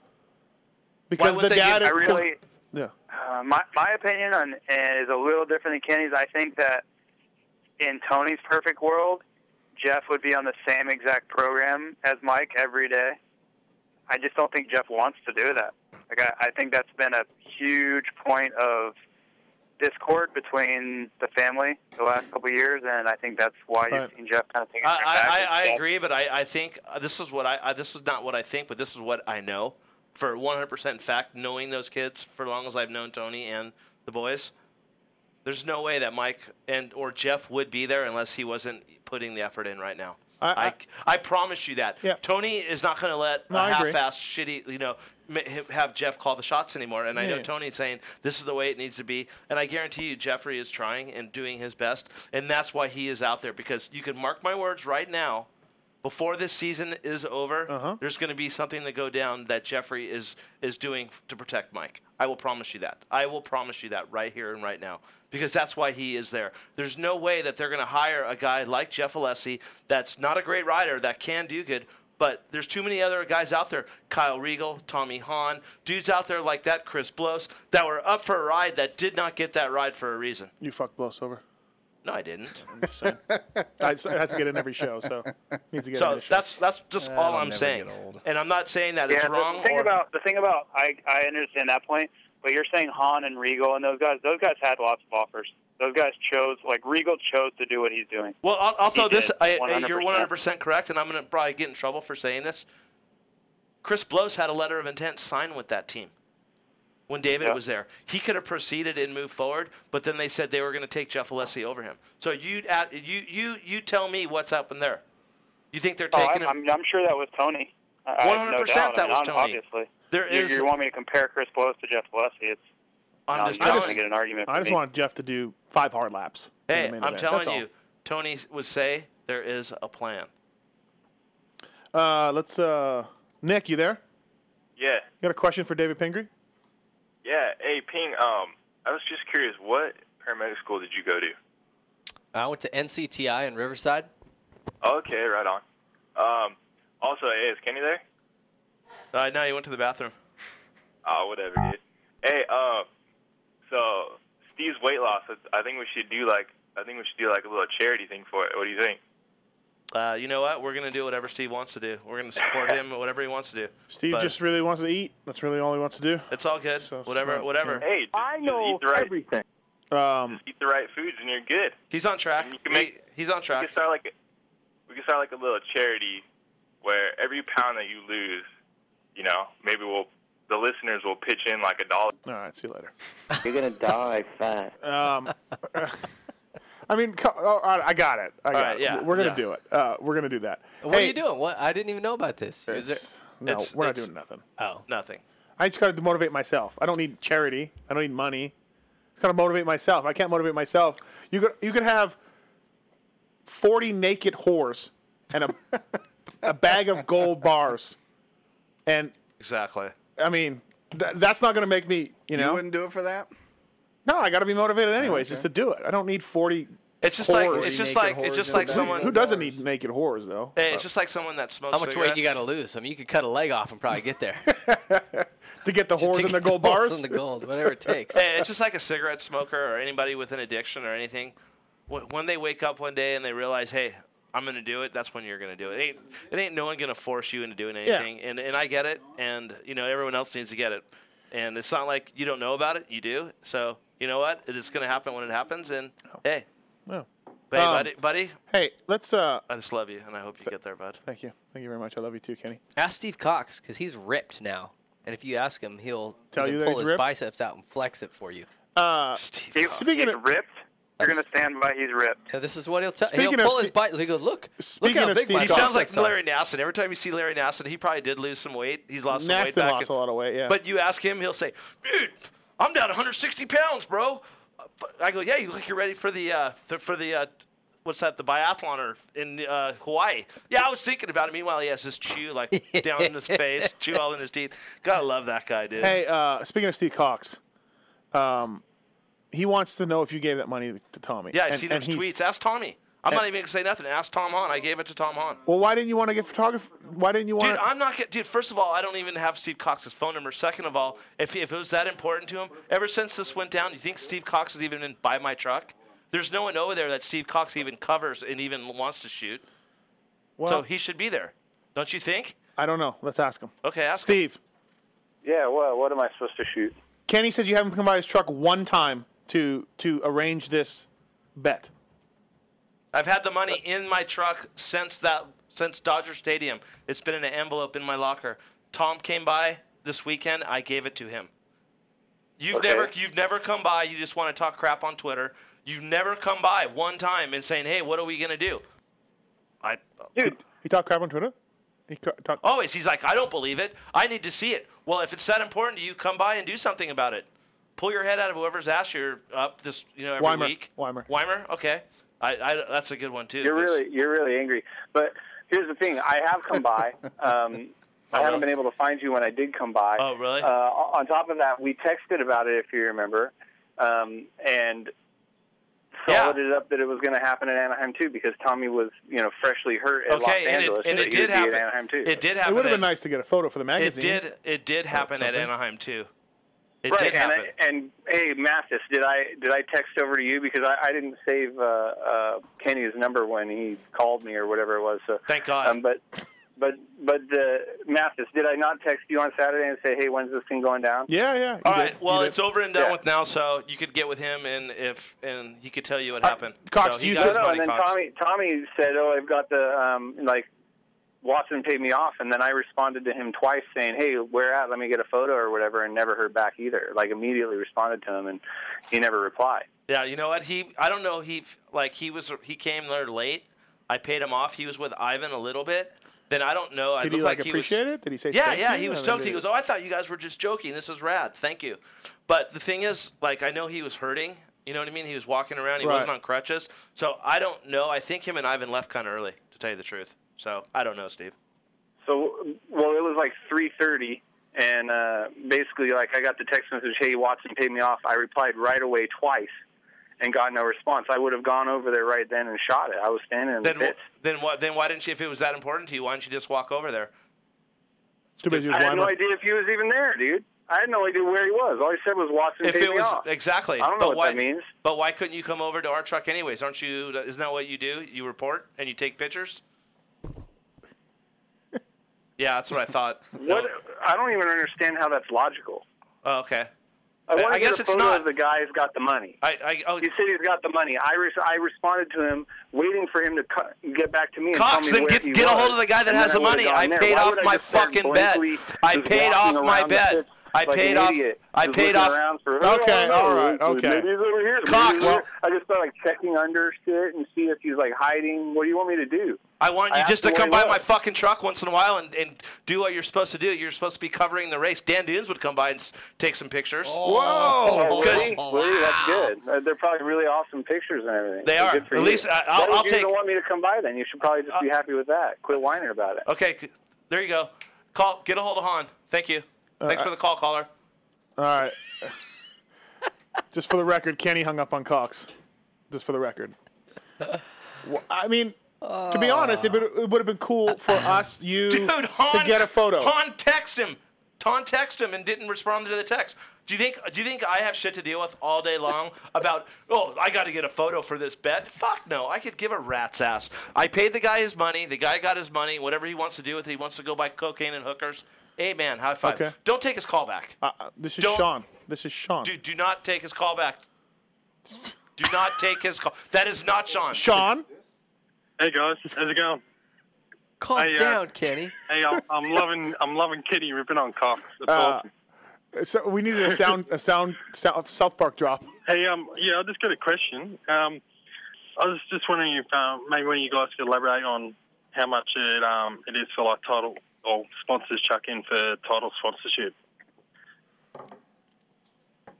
[SPEAKER 5] because
[SPEAKER 7] wouldn't
[SPEAKER 5] the
[SPEAKER 7] they give-
[SPEAKER 5] dad.
[SPEAKER 3] I
[SPEAKER 5] because-
[SPEAKER 3] really,
[SPEAKER 5] yeah.
[SPEAKER 3] Uh, my my opinion on and is a little different than Kenny's. I think that in Tony's perfect world, Jeff would be on the same exact program as Mike every day. I just don't think Jeff wants to do that. Like I, I think that's been a huge point of discord between the family the last couple of years, and I think that's why you've seen Jeff kind of taking a step back.
[SPEAKER 7] I, I, I
[SPEAKER 3] Yeah.
[SPEAKER 7] agree, but I, I think uh, this is what I, I this is not what I think, but this is what I know for 100% fact. Knowing those kids for as long as I've known Tony and the boys, there's no way that Mike and or Jeff would be there unless he wasn't putting the effort in right now. I, I, promise you that. Tony is not going to let
[SPEAKER 5] No,
[SPEAKER 7] a
[SPEAKER 5] I agree.
[SPEAKER 7] half-assed shitty, you know, ma- h- have Jeff call the shots anymore. And I know
[SPEAKER 5] Yeah.
[SPEAKER 7] Tony's saying this is the way it needs to be. And I guarantee you, Jeffrey is trying and doing his best, and that's why he is out there because you can mark my words right now. Before this season is over,
[SPEAKER 5] Uh-huh.
[SPEAKER 7] there's going to be something to go down that Jeffrey is is doing f- to protect Mike. I will promise you that. I will promise you that right here and right now because that's why he is there. There's no way that they're going to hire a guy like Jeff Alessi that's not a great rider that can do good, but there's too many other guys out there. Kyle Regal, Tommy Hahn, dudes out there like that, Chris Blos, that were up for a ride that did not get that ride for a reason.
[SPEAKER 5] You fucked Bloss over.
[SPEAKER 7] No, I didn't.
[SPEAKER 5] I, so it has to get in every show, so [laughs] needs to get in
[SPEAKER 7] so
[SPEAKER 5] every show.
[SPEAKER 7] that's that's just
[SPEAKER 5] That'll
[SPEAKER 7] all I'm
[SPEAKER 5] never
[SPEAKER 7] saying. And I'm not saying that
[SPEAKER 3] yeah,
[SPEAKER 7] it's
[SPEAKER 3] the-
[SPEAKER 7] wrong
[SPEAKER 3] The thing
[SPEAKER 7] or
[SPEAKER 3] about the thing about I I understand that point, but you're saying Han and Regal and those guys. Those guys had lots of offers. Those guys chose like Regal chose to do what he's doing.
[SPEAKER 7] Well, I'll, I'll
[SPEAKER 3] He
[SPEAKER 7] throw this.
[SPEAKER 3] did,
[SPEAKER 7] I, I- you're
[SPEAKER 3] 100%.
[SPEAKER 7] 100% correct, and I'm going to probably get in trouble for saying this. Chris Blows had a letter of intent signed with that team when David
[SPEAKER 3] Yeah.
[SPEAKER 7] was there. He could have proceeded and moved forward, but then they said they were going to take Jeff Alessi over him. So you at- you you you tell me what's happened there. You think they're
[SPEAKER 3] Oh,
[SPEAKER 7] taking
[SPEAKER 3] I'm,
[SPEAKER 7] him?
[SPEAKER 3] I'm, I'm sure that was Tony. I- I have no
[SPEAKER 7] 100%
[SPEAKER 3] doubt.
[SPEAKER 7] that
[SPEAKER 3] I mean,
[SPEAKER 7] was
[SPEAKER 3] I'm-
[SPEAKER 7] Tony.
[SPEAKER 3] Obviously,
[SPEAKER 7] There
[SPEAKER 3] you,
[SPEAKER 7] is-
[SPEAKER 3] you want me to compare Chris Blows to Jeff Leslie? It's
[SPEAKER 7] I'm
[SPEAKER 3] no,
[SPEAKER 7] just
[SPEAKER 3] you're not
[SPEAKER 7] telling-
[SPEAKER 3] gonna get an argument.
[SPEAKER 5] I
[SPEAKER 3] from
[SPEAKER 5] just
[SPEAKER 3] me.
[SPEAKER 5] want Jeff to do five hard laps. in the
[SPEAKER 7] hey,
[SPEAKER 5] main
[SPEAKER 7] I'm
[SPEAKER 5] event.
[SPEAKER 7] telling
[SPEAKER 5] That's all.
[SPEAKER 7] you, Tony would say there is a plan.
[SPEAKER 5] Uh, let's. Uh, Nick, you there?
[SPEAKER 11] Yeah,
[SPEAKER 5] You got a question for David Pingree?
[SPEAKER 11] yeah. Hey, Ping. Um, I was just curious, what paramedic school did you go to?
[SPEAKER 6] I went to NCTI in Riverside.
[SPEAKER 11] Okay, right on. Um, also, hey, is Kenny there?
[SPEAKER 7] Uh, no, you went to the bathroom.
[SPEAKER 11] Oh, whatever, dude. Hey, uh, so Steve's weight loss. I- I think we should do like, I think we should do like a little charity thing for it. What do you think?
[SPEAKER 7] Uh, you know what? We're going to do whatever Steve wants to do. We're going to
[SPEAKER 5] [laughs]
[SPEAKER 7] support him, whatever he wants to do.
[SPEAKER 5] Steve
[SPEAKER 7] But-
[SPEAKER 5] just really wants to eat. That's really all he wants to do.
[SPEAKER 7] It's all good. whatever,
[SPEAKER 5] smart,
[SPEAKER 7] whatever.
[SPEAKER 5] yeah. Hey,
[SPEAKER 11] I know everything.
[SPEAKER 5] Um,
[SPEAKER 11] Eat the right foods, and you're good.
[SPEAKER 7] He's on track.
[SPEAKER 11] You can make,
[SPEAKER 7] he's on track.
[SPEAKER 11] We can start like, a- we can start like a little charity, where every pound that you lose, you know, maybe we'll, the listeners will pitch in like a dollar.
[SPEAKER 5] All right, see you later.
[SPEAKER 12] [laughs] You're gonna die fat.
[SPEAKER 5] Um, [laughs] I mean, co- oh, all right, I got it. I
[SPEAKER 6] All
[SPEAKER 5] got
[SPEAKER 6] right,
[SPEAKER 5] it.
[SPEAKER 6] yeah,
[SPEAKER 5] we're gonna
[SPEAKER 6] yeah.
[SPEAKER 5] do it. Uh, we're gonna do that.
[SPEAKER 6] What are you doing? What I didn't even know about this. Is
[SPEAKER 5] It's-
[SPEAKER 6] there-
[SPEAKER 5] no, we're not doing nothing.
[SPEAKER 6] Oh,
[SPEAKER 7] nothing.
[SPEAKER 5] I just got to motivate myself. I don't need charity. I don't need money. It's got to motivate myself. I can't motivate myself. You could you could have forty naked whores and a [laughs] a bag of gold bars, and
[SPEAKER 7] Exactly.
[SPEAKER 5] I mean th- that's not going to make me. You know,
[SPEAKER 8] wouldn't do it for that.
[SPEAKER 5] no, I got to be motivated anyways just to do it. I don't need forty.
[SPEAKER 7] It's just like-
[SPEAKER 5] whores.
[SPEAKER 7] it's just Naked like- it's just whores like and a bag someone- of
[SPEAKER 5] who doesn't need naked whores though.
[SPEAKER 7] Hey, it's just like someone that smokes
[SPEAKER 6] How much weight you got
[SPEAKER 7] cigarettes.
[SPEAKER 6] to lose? I mean, you could cut a leg off and probably get there. [laughs]
[SPEAKER 5] to get the whores and the gold
[SPEAKER 6] whores
[SPEAKER 5] bars
[SPEAKER 6] and
[SPEAKER 5] [laughs]
[SPEAKER 6] the gold, whatever it takes.
[SPEAKER 7] Hey, it's just like a cigarette smoker or anybody with an addiction or anything. Wh- When they wake up one day and they realize, hey, I'm going to do it, that's when you're going to do it. It ain't, it ain't no one going to force you into doing
[SPEAKER 5] Yeah.
[SPEAKER 7] anything. And, and I get it. And, you know, everyone else needs to get it. And it's not like you don't know about it. You do. So, you know what? It is going to happen when it happens. And, hey,
[SPEAKER 5] Well,
[SPEAKER 7] hey
[SPEAKER 5] um,
[SPEAKER 7] buddy, buddy,
[SPEAKER 5] Hey, let's. uh
[SPEAKER 7] I just love you. And I hope you get there, bud.
[SPEAKER 5] Thank you, thank you very much. I love you too, Kenny.
[SPEAKER 6] Ask Steve Cox because he's ripped now, and if you ask him, he'll
[SPEAKER 5] Tell
[SPEAKER 6] he can
[SPEAKER 5] you that
[SPEAKER 6] pull
[SPEAKER 5] he's
[SPEAKER 6] his
[SPEAKER 5] ripped?
[SPEAKER 6] biceps out and flex it for you.
[SPEAKER 5] Uh,
[SPEAKER 3] He-
[SPEAKER 5] speaking
[SPEAKER 3] he's
[SPEAKER 5] of
[SPEAKER 3] ripped, you're gonna stand by he's ripped.
[SPEAKER 6] Yeah, this is what he'll tell.
[SPEAKER 5] Speaking of
[SPEAKER 6] he'll pull his
[SPEAKER 5] Ste-
[SPEAKER 6] bite. He goes, "Look,
[SPEAKER 5] Speaking
[SPEAKER 6] look how
[SPEAKER 5] of
[SPEAKER 6] big
[SPEAKER 5] Steve
[SPEAKER 6] my
[SPEAKER 7] He sounds like
[SPEAKER 6] biceps are."
[SPEAKER 7] Larry Nasson. Every time you see Larry Nasson, he probably did lose some weight. He's lost
[SPEAKER 5] Nasson
[SPEAKER 7] some weight back.
[SPEAKER 5] lost a lot of weight, yeah.
[SPEAKER 7] But you ask him, he'll say, "Dude, I'm down 160 pounds, bro." I go, "Yeah, you look like you're ready for the uh, th- for the uh, what's that? The biathlon or in uh, Hawaii?" Yeah, I was thinking about it. Meanwhile, he has this chew like
[SPEAKER 5] [laughs]
[SPEAKER 7] down in his face, chew all in his teeth. Gotta love that guy, dude.
[SPEAKER 5] Hey, uh, speaking of Steve Cox, um, he wants to know if you gave that money to Tommy.
[SPEAKER 7] yeah, I
[SPEAKER 5] And-
[SPEAKER 7] see
[SPEAKER 5] and
[SPEAKER 7] those
[SPEAKER 5] he's-
[SPEAKER 7] tweets. Ask Tommy. I'm
[SPEAKER 5] and-
[SPEAKER 7] not even gonna say nothing. Ask Tom Hahn. I gave it to Tom Hahn.
[SPEAKER 5] Well, why didn't you want to get photographer? Why didn't you want?
[SPEAKER 7] Dude, I'm not. get- Dude, first of all, I don't even have Steve Cox's phone number. Second of all, if, if it was that important to him, ever since this went down, you think Steve Cox has even been by my truck? There's no one over there that Steve Cox even covers and even wants to shoot.
[SPEAKER 5] Well-
[SPEAKER 7] so he should be there, don't you think?
[SPEAKER 5] I don't know. Let's ask him.
[SPEAKER 7] Okay, ask
[SPEAKER 5] Steve.
[SPEAKER 13] Yeah, what what am I supposed to shoot?
[SPEAKER 5] Kenny said you haven't come by his truck one time to to arrange this bet.
[SPEAKER 7] I've had the money in my truck since that since Dodger Stadium. It's been in an envelope in my locker. Tom came by this weekend. I gave it to him. You've
[SPEAKER 13] Okay.
[SPEAKER 7] never you've never come by. You just want to talk crap on Twitter. You've never come by one time and saying, "Hey, what are we gonna do?" I
[SPEAKER 5] Dude. He talked crap on Twitter? He ca- talked.
[SPEAKER 7] always he's like, I don't believe it. I need to see it. Well, if it's that important to you, come by and do something about it. Pull your head out of whoever's ass you're up this you know every
[SPEAKER 5] Weimer.
[SPEAKER 7] week.
[SPEAKER 5] Weimer.
[SPEAKER 7] Weimer, okay. I, I, that's a good one too.
[SPEAKER 14] You're
[SPEAKER 7] 'cause-
[SPEAKER 14] really you're really angry. But here's the thing: I have
[SPEAKER 5] [laughs]
[SPEAKER 14] come by. Um, I haven't been able to find you when I did come by.
[SPEAKER 7] Oh, really?
[SPEAKER 14] Uh, on top of that, we texted about it, if you remember, um, and followed it up that it was going to happen in Anaheim too, because Tommy was you know freshly hurt at
[SPEAKER 7] Okay,
[SPEAKER 14] Los
[SPEAKER 7] and it-
[SPEAKER 14] Angeles,
[SPEAKER 7] and
[SPEAKER 14] so
[SPEAKER 7] it
[SPEAKER 14] he
[SPEAKER 7] did
[SPEAKER 14] would be
[SPEAKER 7] happen.
[SPEAKER 14] at Anaheim too.
[SPEAKER 7] It did
[SPEAKER 5] It
[SPEAKER 7] happen.
[SPEAKER 5] would have been
[SPEAKER 7] at-
[SPEAKER 5] nice to get a photo for the magazine.
[SPEAKER 7] It did. It did happen at
[SPEAKER 5] something.
[SPEAKER 7] Anaheim too. It
[SPEAKER 14] right,
[SPEAKER 7] did
[SPEAKER 14] and,
[SPEAKER 7] happen.
[SPEAKER 14] I, and hey, Mathis, did I did I text over to you because I, I didn't save uh, uh, Kenny's number when he called me or whatever it was. So
[SPEAKER 7] thank God.
[SPEAKER 14] Um, but but but the Mathis, did I not text you on Saturday and say, hey, when's this thing going down?
[SPEAKER 5] Yeah, yeah.
[SPEAKER 7] All right. Well, it's over and done
[SPEAKER 14] Yeah.
[SPEAKER 7] with now, so you could get with him, and if and he could tell you what happened.
[SPEAKER 5] Cox,
[SPEAKER 7] So
[SPEAKER 5] do
[SPEAKER 7] he
[SPEAKER 5] you
[SPEAKER 7] got his
[SPEAKER 14] no, no, and
[SPEAKER 7] money,
[SPEAKER 14] then
[SPEAKER 7] Cox.
[SPEAKER 14] Tommy Tommy said, oh, I've got the um, like Watson paid me off, and then I responded to him twice saying, hey, where at? Let me get a photo or whatever, and never heard back either. Like immediately responded to him, and he never replied.
[SPEAKER 7] Yeah, you know what? He I don't know. He like he was he came there late. I paid him off. He was with Ivan a little bit. Then I don't know. I
[SPEAKER 5] Did
[SPEAKER 7] looked
[SPEAKER 5] he like,
[SPEAKER 7] he
[SPEAKER 5] appreciate
[SPEAKER 7] was,
[SPEAKER 5] it? Did he say?
[SPEAKER 7] Yeah,
[SPEAKER 5] thank
[SPEAKER 7] yeah.
[SPEAKER 5] you?
[SPEAKER 7] He
[SPEAKER 5] I
[SPEAKER 7] was
[SPEAKER 5] mean,
[SPEAKER 7] stoked.
[SPEAKER 5] did
[SPEAKER 7] He goes, "Oh, I thought you guys were just joking. This is rad. Thank you." But the thing is, like, I know he was hurting. You know what I mean? He was walking around. He
[SPEAKER 5] Right.
[SPEAKER 7] wasn't on crutches. So I don't know. I think him and Ivan left kind of early, to tell you the truth. So I don't know, Steve.
[SPEAKER 14] So, well, it was like three thirty, and uh, basically, like I got the text message, "Hey, Watson paid me off." I replied right away twice, and got no response. I would have gone over there right then and shot it. I was standing in the
[SPEAKER 7] Then
[SPEAKER 14] pits.
[SPEAKER 7] wh- then what? Then why didn't you? If it was that important to you, why didn't you just walk over there?
[SPEAKER 5] Too busy
[SPEAKER 14] I
[SPEAKER 5] with
[SPEAKER 14] had no
[SPEAKER 5] Weimer.
[SPEAKER 14] idea if he was even there, dude. I had no idea where he was. All he said was Watson
[SPEAKER 7] If
[SPEAKER 14] paid
[SPEAKER 7] it
[SPEAKER 14] me
[SPEAKER 7] was
[SPEAKER 14] off.
[SPEAKER 7] exactly,
[SPEAKER 14] I don't
[SPEAKER 7] but
[SPEAKER 14] know what
[SPEAKER 7] why,
[SPEAKER 14] that means.
[SPEAKER 7] But why couldn't you come over to our truck anyways? Aren't you? Isn't that what you do? You report and you take pictures.
[SPEAKER 14] [laughs]
[SPEAKER 7] yeah, that's what I thought.
[SPEAKER 14] What? I don't even understand how that's logical.
[SPEAKER 7] Oh, okay.
[SPEAKER 14] I want to
[SPEAKER 7] guess
[SPEAKER 14] get a
[SPEAKER 7] it's
[SPEAKER 14] photo
[SPEAKER 7] not.
[SPEAKER 14] of the guy who's got the money.
[SPEAKER 7] I, I, oh.
[SPEAKER 14] He said he's got the money. I, res- I responded to him, waiting for him to cu- get back to me. And
[SPEAKER 7] Cox,
[SPEAKER 14] tell me
[SPEAKER 7] then
[SPEAKER 14] where
[SPEAKER 7] get
[SPEAKER 14] he
[SPEAKER 7] get a
[SPEAKER 14] was,
[SPEAKER 7] hold of the guy that
[SPEAKER 14] and
[SPEAKER 7] has the
[SPEAKER 14] then I would've
[SPEAKER 7] money.
[SPEAKER 14] gone
[SPEAKER 7] I
[SPEAKER 14] there.
[SPEAKER 7] paid
[SPEAKER 14] Why
[SPEAKER 7] off
[SPEAKER 14] would I
[SPEAKER 7] my
[SPEAKER 14] just stand
[SPEAKER 7] fucking bet.
[SPEAKER 14] blankly,
[SPEAKER 7] I
[SPEAKER 14] just
[SPEAKER 7] paid
[SPEAKER 14] walking
[SPEAKER 7] off my
[SPEAKER 14] around the
[SPEAKER 7] bet.
[SPEAKER 14] pits
[SPEAKER 7] I
[SPEAKER 14] like an
[SPEAKER 7] paid off-
[SPEAKER 14] idiot,
[SPEAKER 7] I
[SPEAKER 14] just
[SPEAKER 7] paid
[SPEAKER 14] looking
[SPEAKER 7] off-
[SPEAKER 14] around For,
[SPEAKER 5] Okay,
[SPEAKER 14] "Oh,
[SPEAKER 5] all right,
[SPEAKER 14] maybe
[SPEAKER 5] okay.
[SPEAKER 14] he's over here, maybe
[SPEAKER 7] Cox.
[SPEAKER 14] he's over here." I just felt like checking under shit and see if he's like hiding. What do you want me to do?
[SPEAKER 7] I want
[SPEAKER 14] I
[SPEAKER 7] you just
[SPEAKER 14] asked
[SPEAKER 7] to
[SPEAKER 14] him
[SPEAKER 7] come
[SPEAKER 14] where
[SPEAKER 7] by
[SPEAKER 14] he
[SPEAKER 7] my
[SPEAKER 14] was.
[SPEAKER 7] fucking truck once in a while and, and do what you're supposed to do. You're supposed to be covering the race. Dan Dunes would come by and s- take some pictures.
[SPEAKER 14] Oh,
[SPEAKER 7] Because-
[SPEAKER 14] really? Really? That's good. Uh, They're probably really awesome pictures and everything.
[SPEAKER 7] They
[SPEAKER 14] So
[SPEAKER 7] are.
[SPEAKER 14] Good for
[SPEAKER 7] At
[SPEAKER 14] you.
[SPEAKER 7] least I- I'll-
[SPEAKER 14] That is
[SPEAKER 7] I'll
[SPEAKER 14] you
[SPEAKER 7] take- Uh,
[SPEAKER 14] don't want me to come by then. You should probably just be happy with that. Quit whining about it.
[SPEAKER 7] Okay, c- there you go. Call, get a hold of Han. Thank you.
[SPEAKER 5] Uh,
[SPEAKER 7] Thanks
[SPEAKER 5] I-
[SPEAKER 7] for the call, caller.
[SPEAKER 5] All right. [laughs] Just for the record, Kenny hung up on Cox. Just for the record. Well, I mean, to be honest, it would, it would have been cool for us, you,
[SPEAKER 7] Dude, Han,
[SPEAKER 5] to get a photo.
[SPEAKER 7] Han text him. Ton text him and didn't respond to the text. Do you think? Do you think I have shit to deal with all day long about? Oh, I got to get a photo for this bet. Fuck no! I could give a rat's ass. I paid the guy his money. The guy got his money. Whatever he wants to do with it, he wants to go buy cocaine and hookers. Amen. High five.
[SPEAKER 5] Okay.
[SPEAKER 7] Don't take his call back.
[SPEAKER 5] Uh, uh, this is
[SPEAKER 7] Don't-
[SPEAKER 5] Sean. This is Sean.
[SPEAKER 7] Do, do not take his call back. Do not take his call. That is not Sean.
[SPEAKER 5] Sean?
[SPEAKER 15] Hey guys, how's it going?
[SPEAKER 7] Oh,
[SPEAKER 6] Calm
[SPEAKER 15] Hey, uh,
[SPEAKER 6] down, Kenny.
[SPEAKER 5] [laughs]
[SPEAKER 15] Hey, I'm, I'm loving I'm loving Kitty ripping on Cox. That's
[SPEAKER 5] Uh,
[SPEAKER 15] awesome.
[SPEAKER 5] so we needed a sound, a sound South, South Park drop.
[SPEAKER 15] Hey, um, yeah, I just got a question. Um, I was just wondering if um, maybe one of you guys could elaborate on how much it um it is for like title or sponsors chuck in for title sponsorship.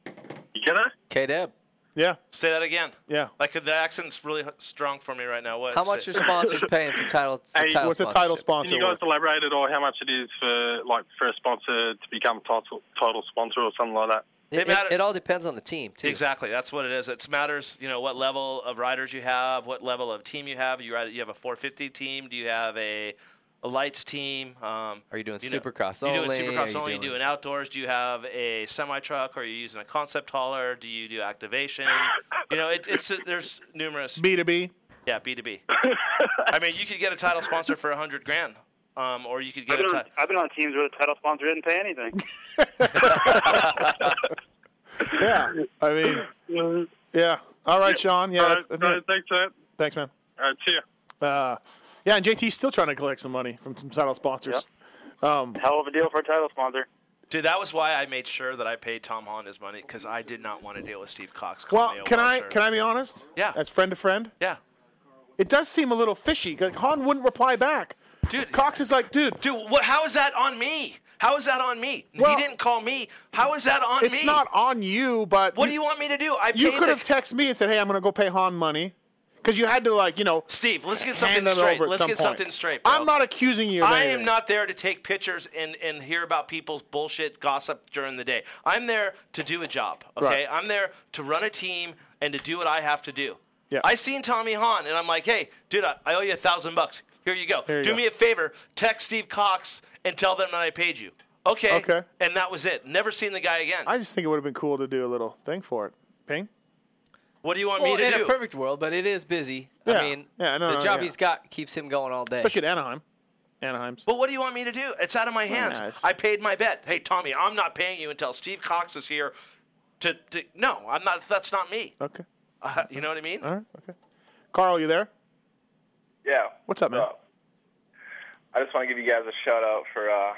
[SPEAKER 15] You get it?
[SPEAKER 6] K Deb.
[SPEAKER 5] Yeah.
[SPEAKER 7] Say that again.
[SPEAKER 5] Yeah.
[SPEAKER 7] Like the accent's really h- strong for me right now. What?
[SPEAKER 6] How much
[SPEAKER 7] say-
[SPEAKER 6] your
[SPEAKER 7] [laughs]
[SPEAKER 6] sponsors paying for title? For title sponsorship?
[SPEAKER 15] Can you guys elaborate at all how much it is for like for a sponsor to become title title sponsor or something like that?
[SPEAKER 6] It, it, it all depends on the team too.
[SPEAKER 7] Exactly. That's what it is. It matters, you know, what level of riders you have, what level of team you have. You ride, you have a 450 team. Do you have a, a lights team? Um,
[SPEAKER 6] Are you doing
[SPEAKER 7] you know,
[SPEAKER 6] Supercross
[SPEAKER 7] you
[SPEAKER 6] only?
[SPEAKER 7] doing
[SPEAKER 6] Are
[SPEAKER 7] supercross
[SPEAKER 6] you
[SPEAKER 7] only? You
[SPEAKER 6] doing-
[SPEAKER 7] doing outdoors? Do you have a semi truck? Are you using a concept hauler? Do you do activation? you know, it, it's there's numerous.
[SPEAKER 5] B to B. [laughs]
[SPEAKER 7] Yeah, B two B.
[SPEAKER 3] [laughs]
[SPEAKER 7] I mean, you could get a title sponsor for a hundred grand, um, or you could
[SPEAKER 3] I've
[SPEAKER 7] get a
[SPEAKER 3] been,
[SPEAKER 7] ti-
[SPEAKER 3] on, I've been on teams where the title sponsor didn't pay
[SPEAKER 7] [laughs]
[SPEAKER 3] anything.
[SPEAKER 5] Yeah. I mean, yeah. All right, Sean. Yeah. that's- I think-
[SPEAKER 15] Thanks, Ed.
[SPEAKER 5] Thanks, man.
[SPEAKER 15] All right, see ya.
[SPEAKER 5] Uh, yeah, and JT's still trying to collect some money from some title sponsors. Um,
[SPEAKER 3] Hell of a deal for a title sponsor.
[SPEAKER 7] Dude, that was why I made sure that I paid Tom Hahn his money because I did not want to deal with Steve Cox. calling
[SPEAKER 5] well,
[SPEAKER 7] me a
[SPEAKER 5] can I
[SPEAKER 7] welcher.
[SPEAKER 5] can I be honest?
[SPEAKER 7] Yeah.
[SPEAKER 5] As friend to friend.
[SPEAKER 7] Yeah.
[SPEAKER 5] It does seem a little fishy. Like Han wouldn't reply back.
[SPEAKER 7] Dude,
[SPEAKER 5] Cox is like, dude,
[SPEAKER 7] dude, what? How is that on me? How is that on me?
[SPEAKER 5] Well-
[SPEAKER 7] he didn't call me. How is that on
[SPEAKER 5] it's
[SPEAKER 7] me?
[SPEAKER 5] not on you, but
[SPEAKER 7] What do you want me to do? I
[SPEAKER 5] you
[SPEAKER 7] paid
[SPEAKER 5] could
[SPEAKER 7] the-
[SPEAKER 5] have texted me and said, "Hey, I'm going to go pay Han money," because you had to like, you know,
[SPEAKER 7] Steve. Let's get
[SPEAKER 5] hand
[SPEAKER 7] something
[SPEAKER 5] it
[SPEAKER 7] straight.
[SPEAKER 5] over at
[SPEAKER 7] Let's
[SPEAKER 5] some
[SPEAKER 7] get
[SPEAKER 5] point.
[SPEAKER 7] something straight. bro.
[SPEAKER 5] I'm not accusing you. Of
[SPEAKER 7] I
[SPEAKER 5] anything.
[SPEAKER 7] am not there to take pictures and, and hear about people's bullshit gossip during the day. I'm there to do a job, okay?
[SPEAKER 5] Right.
[SPEAKER 7] I'm there to run a team and to do what I have to do.
[SPEAKER 5] Yeah.
[SPEAKER 7] I seen Tommy Hahn and I'm like, hey, dude, I, I owe you a thousand bucks. Here you go.
[SPEAKER 5] Here you
[SPEAKER 7] do
[SPEAKER 5] go.
[SPEAKER 7] me a favor, text Steve Cox and tell them that I paid you. Okay.
[SPEAKER 5] Okay.
[SPEAKER 7] And that was it. Never seen the guy again.
[SPEAKER 5] I just think it would have been cool to do a little thing for it. Ping.
[SPEAKER 7] what do you want
[SPEAKER 6] well,
[SPEAKER 7] me to
[SPEAKER 6] in
[SPEAKER 7] do?
[SPEAKER 6] a perfect world, but it is busy.
[SPEAKER 5] Yeah.
[SPEAKER 6] I mean,
[SPEAKER 5] Yeah, no,
[SPEAKER 6] the
[SPEAKER 5] no,
[SPEAKER 6] job
[SPEAKER 5] yeah.
[SPEAKER 6] he's got keeps him going all day.
[SPEAKER 5] Especially at Anaheim. Anaheim's.
[SPEAKER 7] But what do you want me to do? It's out of my hands.
[SPEAKER 5] Nice.
[SPEAKER 7] I paid my bet. Hey, Tommy, I'm not paying you until Steve Cox is here. To, to no, I'm not. That's not me.
[SPEAKER 5] Okay.
[SPEAKER 7] Uh, you know what I mean?
[SPEAKER 5] All right. Okay. Carl, you there?
[SPEAKER 11] Yeah.
[SPEAKER 5] What's up, man?
[SPEAKER 11] I just want to give you guys a shout out for uh,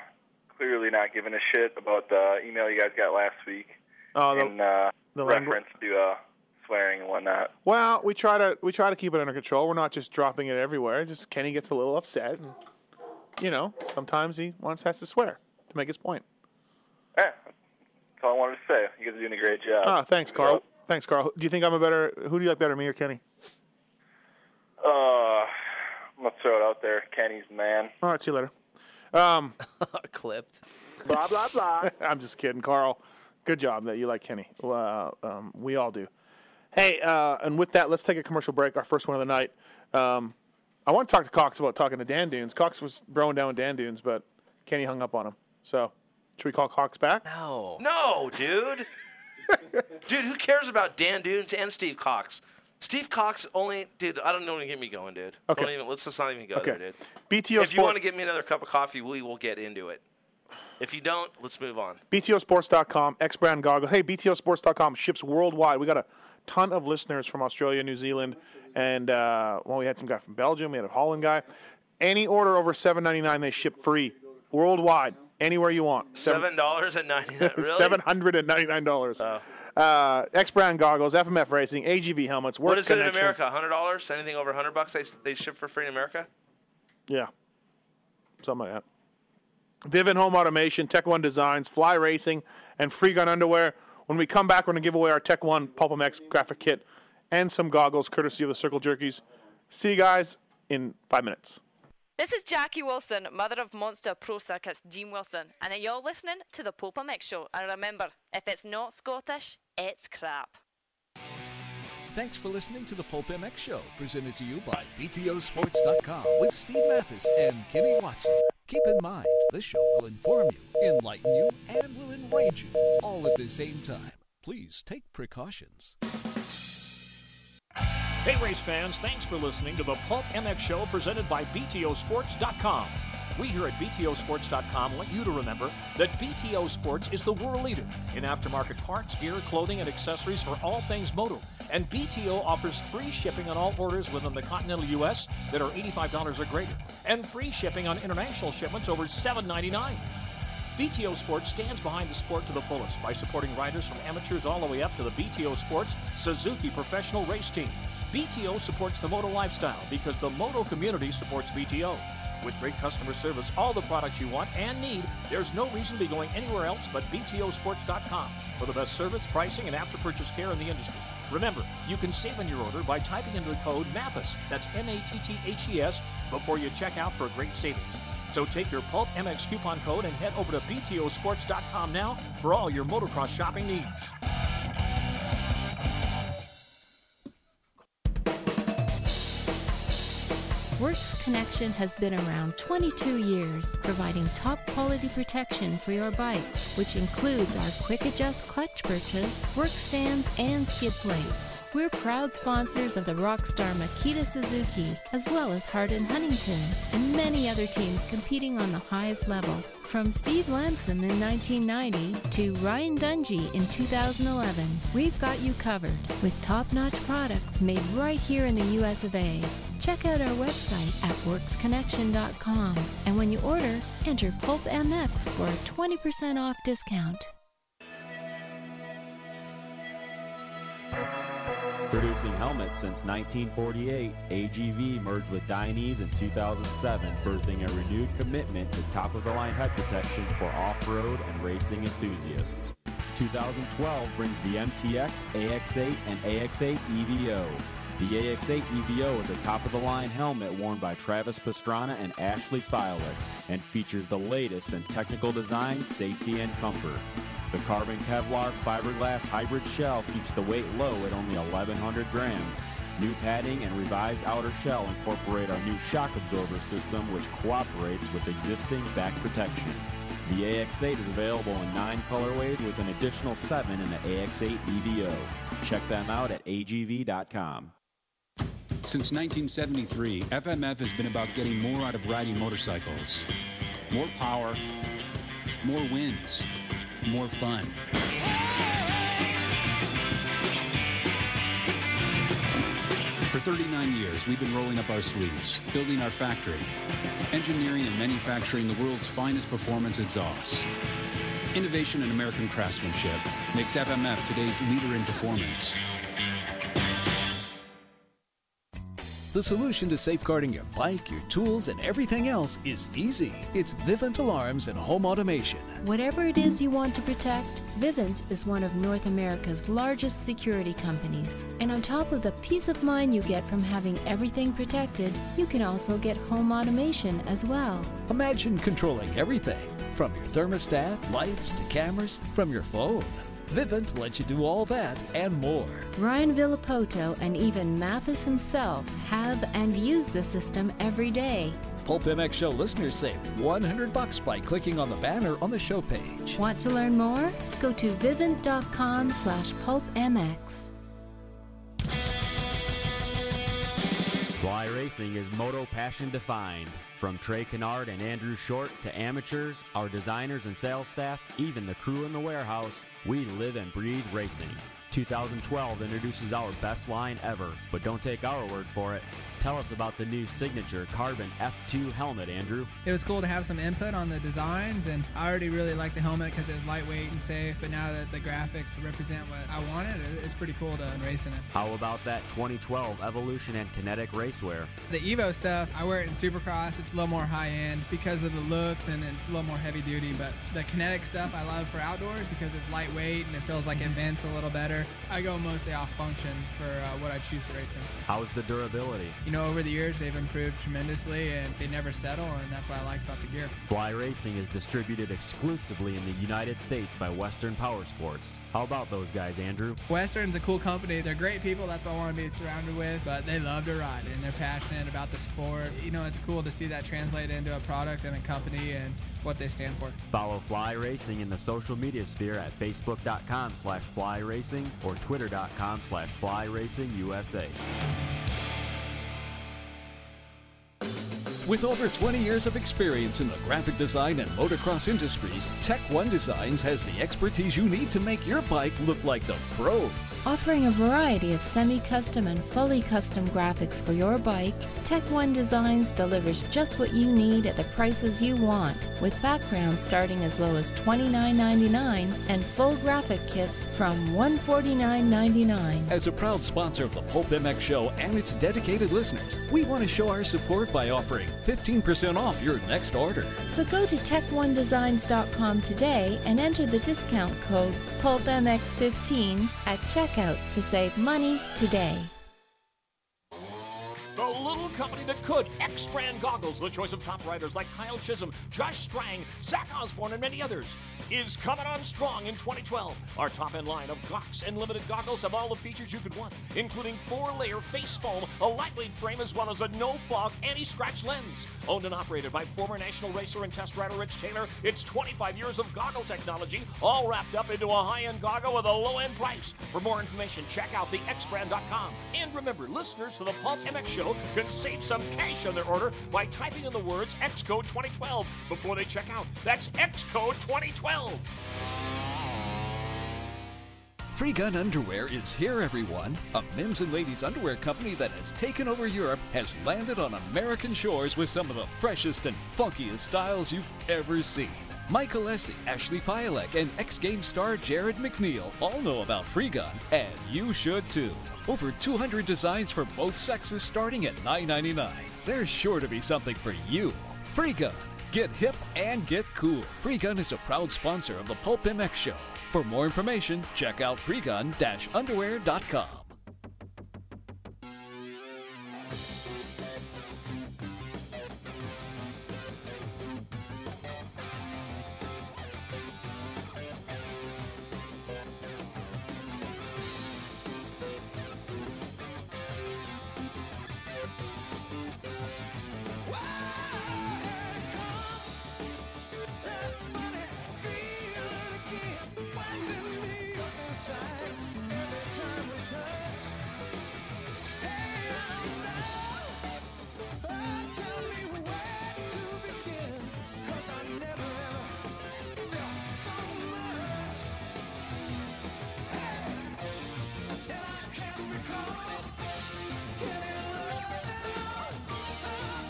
[SPEAKER 11] clearly not giving a shit about the uh, email you guys got last week
[SPEAKER 5] Oh, the-
[SPEAKER 11] and uh,
[SPEAKER 5] the langu-
[SPEAKER 11] reference to uh, swearing and whatnot.
[SPEAKER 5] well, we try to we try to keep it under control. We're not just dropping it everywhere. It's Just Kenny gets a little upset, and you know, sometimes he wants has to swear to make his point.
[SPEAKER 11] Yeah, that's all I wanted to say. You guys are doing a great job.
[SPEAKER 5] Oh, thanks, Carl. Thanks, Carl. Do you think I'm a better? Who do you like better, me or Kenny?
[SPEAKER 11] Uh, I'm gonna throw it out there. Kenny's the man.
[SPEAKER 5] All right, see you later. Um,
[SPEAKER 6] Clipped.
[SPEAKER 5] [laughs] blah blah blah. [laughs] I'm just kidding, Carl. Good job that you like Kenny. Well, uh, um, we all do. Hey, uh, and with that, let's take a commercial break. Our first one of the night. Um, I want to talk to Cox about talking to Dan Dunes. Cox was throwing down with Dan Dunes, but Kenny hung up on him. So, should we call Cox back?
[SPEAKER 6] No.
[SPEAKER 7] No,
[SPEAKER 5] [laughs]
[SPEAKER 7] dude. dude, who cares about Dan Dunes and Steve Cox? Steve Cox only, dude. I don't know when to get me going, dude.
[SPEAKER 5] Okay.
[SPEAKER 7] Don't even, let's just not even go
[SPEAKER 5] Okay.
[SPEAKER 7] there, dude.
[SPEAKER 5] BTO
[SPEAKER 7] If you
[SPEAKER 5] Sport-
[SPEAKER 7] want to get me another cup of coffee, we will get into it. If you don't, let's move on.
[SPEAKER 5] BTOsports.com, X Brand Goggle. Hey, BTOsports.com ships worldwide. We got a ton of listeners from Australia, New Zealand, and uh, well, we had some guy from Belgium. We had a Holland guy. Any order over seven ninety nine, they ship free worldwide, anywhere you want. [laughs]
[SPEAKER 7] Seven [laughs] dollars and ninety. Really? Oh.
[SPEAKER 5] Seven hundred and ninety nine dollars. Uh, X Brand goggles, FMF racing, AGV helmets. Worst
[SPEAKER 7] What is it in
[SPEAKER 5] connection.
[SPEAKER 7] America? Hundred dollars? Anything over hundred bucks? They they ship for free in America?
[SPEAKER 5] Yeah. Something like that. Vivin Home Automation, Tech One Designs, Fly Racing, and Free Gun Underwear. When we come back, we're going to give away our Tech One Pulpamex graphic kit and some goggles courtesy of the Circle Jerkies. See you guys in five minutes.
[SPEAKER 16] This is Jackie Wilson, mother of monster pro circuits Dean Wilson, and you're listening to the Popa Mix Show. And remember, if it's not Scottish, it's crap.
[SPEAKER 17] Thanks for listening to the Pulp MX Show, presented to you by BTOsports.com with Steve Mathis and Kenny Watson. Keep in mind, this show will inform you, enlighten you, and will enrage you all at the same time. Please take precautions.
[SPEAKER 18] Hey, race fans, thanks for listening to the Pulp MX Show presented by BTOsports.com. We here at BTOsports.com want you to remember that BTO Sports is the world leader in aftermarket parts, gear, clothing, and accessories for all things motor. And BTO offers free shipping on all orders within the continental U.S. that are $85 or greater, and free shipping on international shipments over $7.99. BTO Sports stands behind the sport to the fullest by supporting riders from amateurs all the way up to the BTO Sports Suzuki Professional Race Team. BTO supports the moto lifestyle because the moto community supports BTO. With great customer service, all the products you want and need, there's no reason to be going anywhere else but BTOsports.com for the best service, pricing, and after purchase care in the industry. Remember, you can save on your order by typing in the code MATHES, that's M A T T H E S, before you check out for great savings. So take your Pulp MX coupon code and head over to BTOsports.com now for all your motocross shopping needs.
[SPEAKER 19] Works Connection has been around 22 years, providing top quality protection for your bikes, which includes our quick adjust clutch perches, work stands, and skid plates. We're proud sponsors of the Rockstar Makita Suzuki, as well as Hardin Huntington, and many other teams competing on the highest level. From Steve Lamson in 1990 to Ryan Dungey in 2011, we've got you covered with top notch products made right here in the US of A. Check out our website at worksconnection.com and when you order, enter PulpMX for a 20% off discount.
[SPEAKER 20] Producing helmets since 1948, AGV merged with Dainese in 2007, birthing a renewed commitment to top of the line head protection for off road and racing enthusiasts. 2012 brings the MTX, AX8, and AX8 EVO. E The AX8 EVO E is a top of the line helmet worn by Travis Pastrana and Ashley Fowler and features the latest in technical design, safety, and comfort. The carbon Kevlar fiberglass hybrid shell keeps the weight low at only 1,100 grams. New padding and revised outer shell incorporate our new shock absorber system, which cooperates with existing back protection. The AX8 is available in nine colorways with an additional seven in the AX8 EVO. E Check them out at agv.com.
[SPEAKER 21] Since 1973, FMF has been about getting more out of riding motorcycles. More power, more wins, more fun. For 39 years, we've been rolling up our sleeves, building our factory, engineering and manufacturing the world's finest performance exhausts. Innovation and American craftsmanship makes FMF today's leader in performance.
[SPEAKER 17] The solution to safeguarding your bike, your tools, and everything else is easy. It's Vivint Alarms and Home Automation.
[SPEAKER 19] Whatever it is you want to protect, Vivint is one of North America's largest security companies. And on top of the peace of mind you get from having everything protected, you can also get home automation as well.
[SPEAKER 17] Imagine controlling everything from your thermostat, lights, to cameras, from your phone. Vivint lets you do all that and more.
[SPEAKER 19] Ryan Villapoto and even Mathis himself have and use the system every day.
[SPEAKER 17] Pulp MX Show listeners save 100 bucks by clicking on the banner on the show page.
[SPEAKER 19] Want to learn more? Go to vivint.com slash pulpmx.
[SPEAKER 20] Fly racing is moto passion defined. From Trey Kennard and Andrew Short to amateurs, our designers and sales staff, even the crew in the warehouse, we live and breathe racing. 2012 introduces our best line ever, but don't take our word for it. Tell us about the new signature carbon F2 helmet, Andrew.
[SPEAKER 22] It was cool to have some input on the designs, and I already really liked the helmet because it was lightweight and safe. But now that the graphics represent what I wanted, it- it's pretty cool to race in it.
[SPEAKER 20] How about that 2012 Evolution and Kinetic racewear?
[SPEAKER 22] The Evo stuff, I wear it in Supercross. It's a little more high end because of the looks and it's a little more heavy duty. But the kinetic stuff I love for outdoors because it's lightweight and it feels like it vents a little better. I go mostly off function for uh, what I choose to race in.
[SPEAKER 20] How's the durability?
[SPEAKER 22] You know, over the years, they've improved tremendously and they never settle, and that's what I like about the gear.
[SPEAKER 20] Fly Racing is distributed exclusively in the United States by Western Power Sports. How about those guys, Andrew?
[SPEAKER 22] Western's a cool company. They're great people. That's what I want to be surrounded with. But they love to ride and they're passionate about the sport. You know, it's cool to see that translate into a product and a company and what they stand for.
[SPEAKER 20] Follow Fly Racing in the social media sphere at facebook.com slash fly racing or twitter.com slash fly racing USA.
[SPEAKER 17] With over 20 years of experience in the graphic design and motocross industries, Tech One Designs has the expertise you need to make your bike look like the pros.
[SPEAKER 19] Offering a variety of semi custom and fully custom graphics for your bike, Tech One Designs delivers just what you need at the prices you want, with backgrounds starting as low as $29.99 and full graphic kits from $149.99.
[SPEAKER 17] As a proud sponsor of the Pulp MX Show and its dedicated listeners, we want to show our support by offering 15% off your next order.
[SPEAKER 19] So go to tech1designs.com today and enter the discount code PULPMX15 at checkout to save money today.
[SPEAKER 18] The little company that could. X brand goggles, the choice of top riders like Kyle Chisholm, Josh Strang, Zach Osborne, and many others, is coming on strong in 2012. Our top end line of Gox and limited goggles have all the features you could want, including four layer face foam, a lightweight frame, as well as a no fog anti scratch lens. Owned and operated by former national racer and test rider Rich Taylor, it's 25 years of goggle technology, all wrapped up into a high end goggle with a low end price. For more information, check out the xbrand.com. And remember, listeners to the Pulp MX Show can save some cash on their order by typing in the words Xcode 2012 before they check out. That's Xcode 2012.
[SPEAKER 17] Free Gun Underwear is here, everyone. A men's and ladies' underwear company that has taken over Europe has landed on American shores with some of the freshest and funkiest styles you've ever seen. Mike Alessi, Ashley Fialek, and ex game star Jared McNeil all know about Freegun, and you should too. Over 200 designs for both sexes starting at $9.99. There's sure to be something for you. Freegun. Get hip and get cool. Freegun is a proud sponsor of the Pulp MX Show. For more information, check out freegun-underwear.com.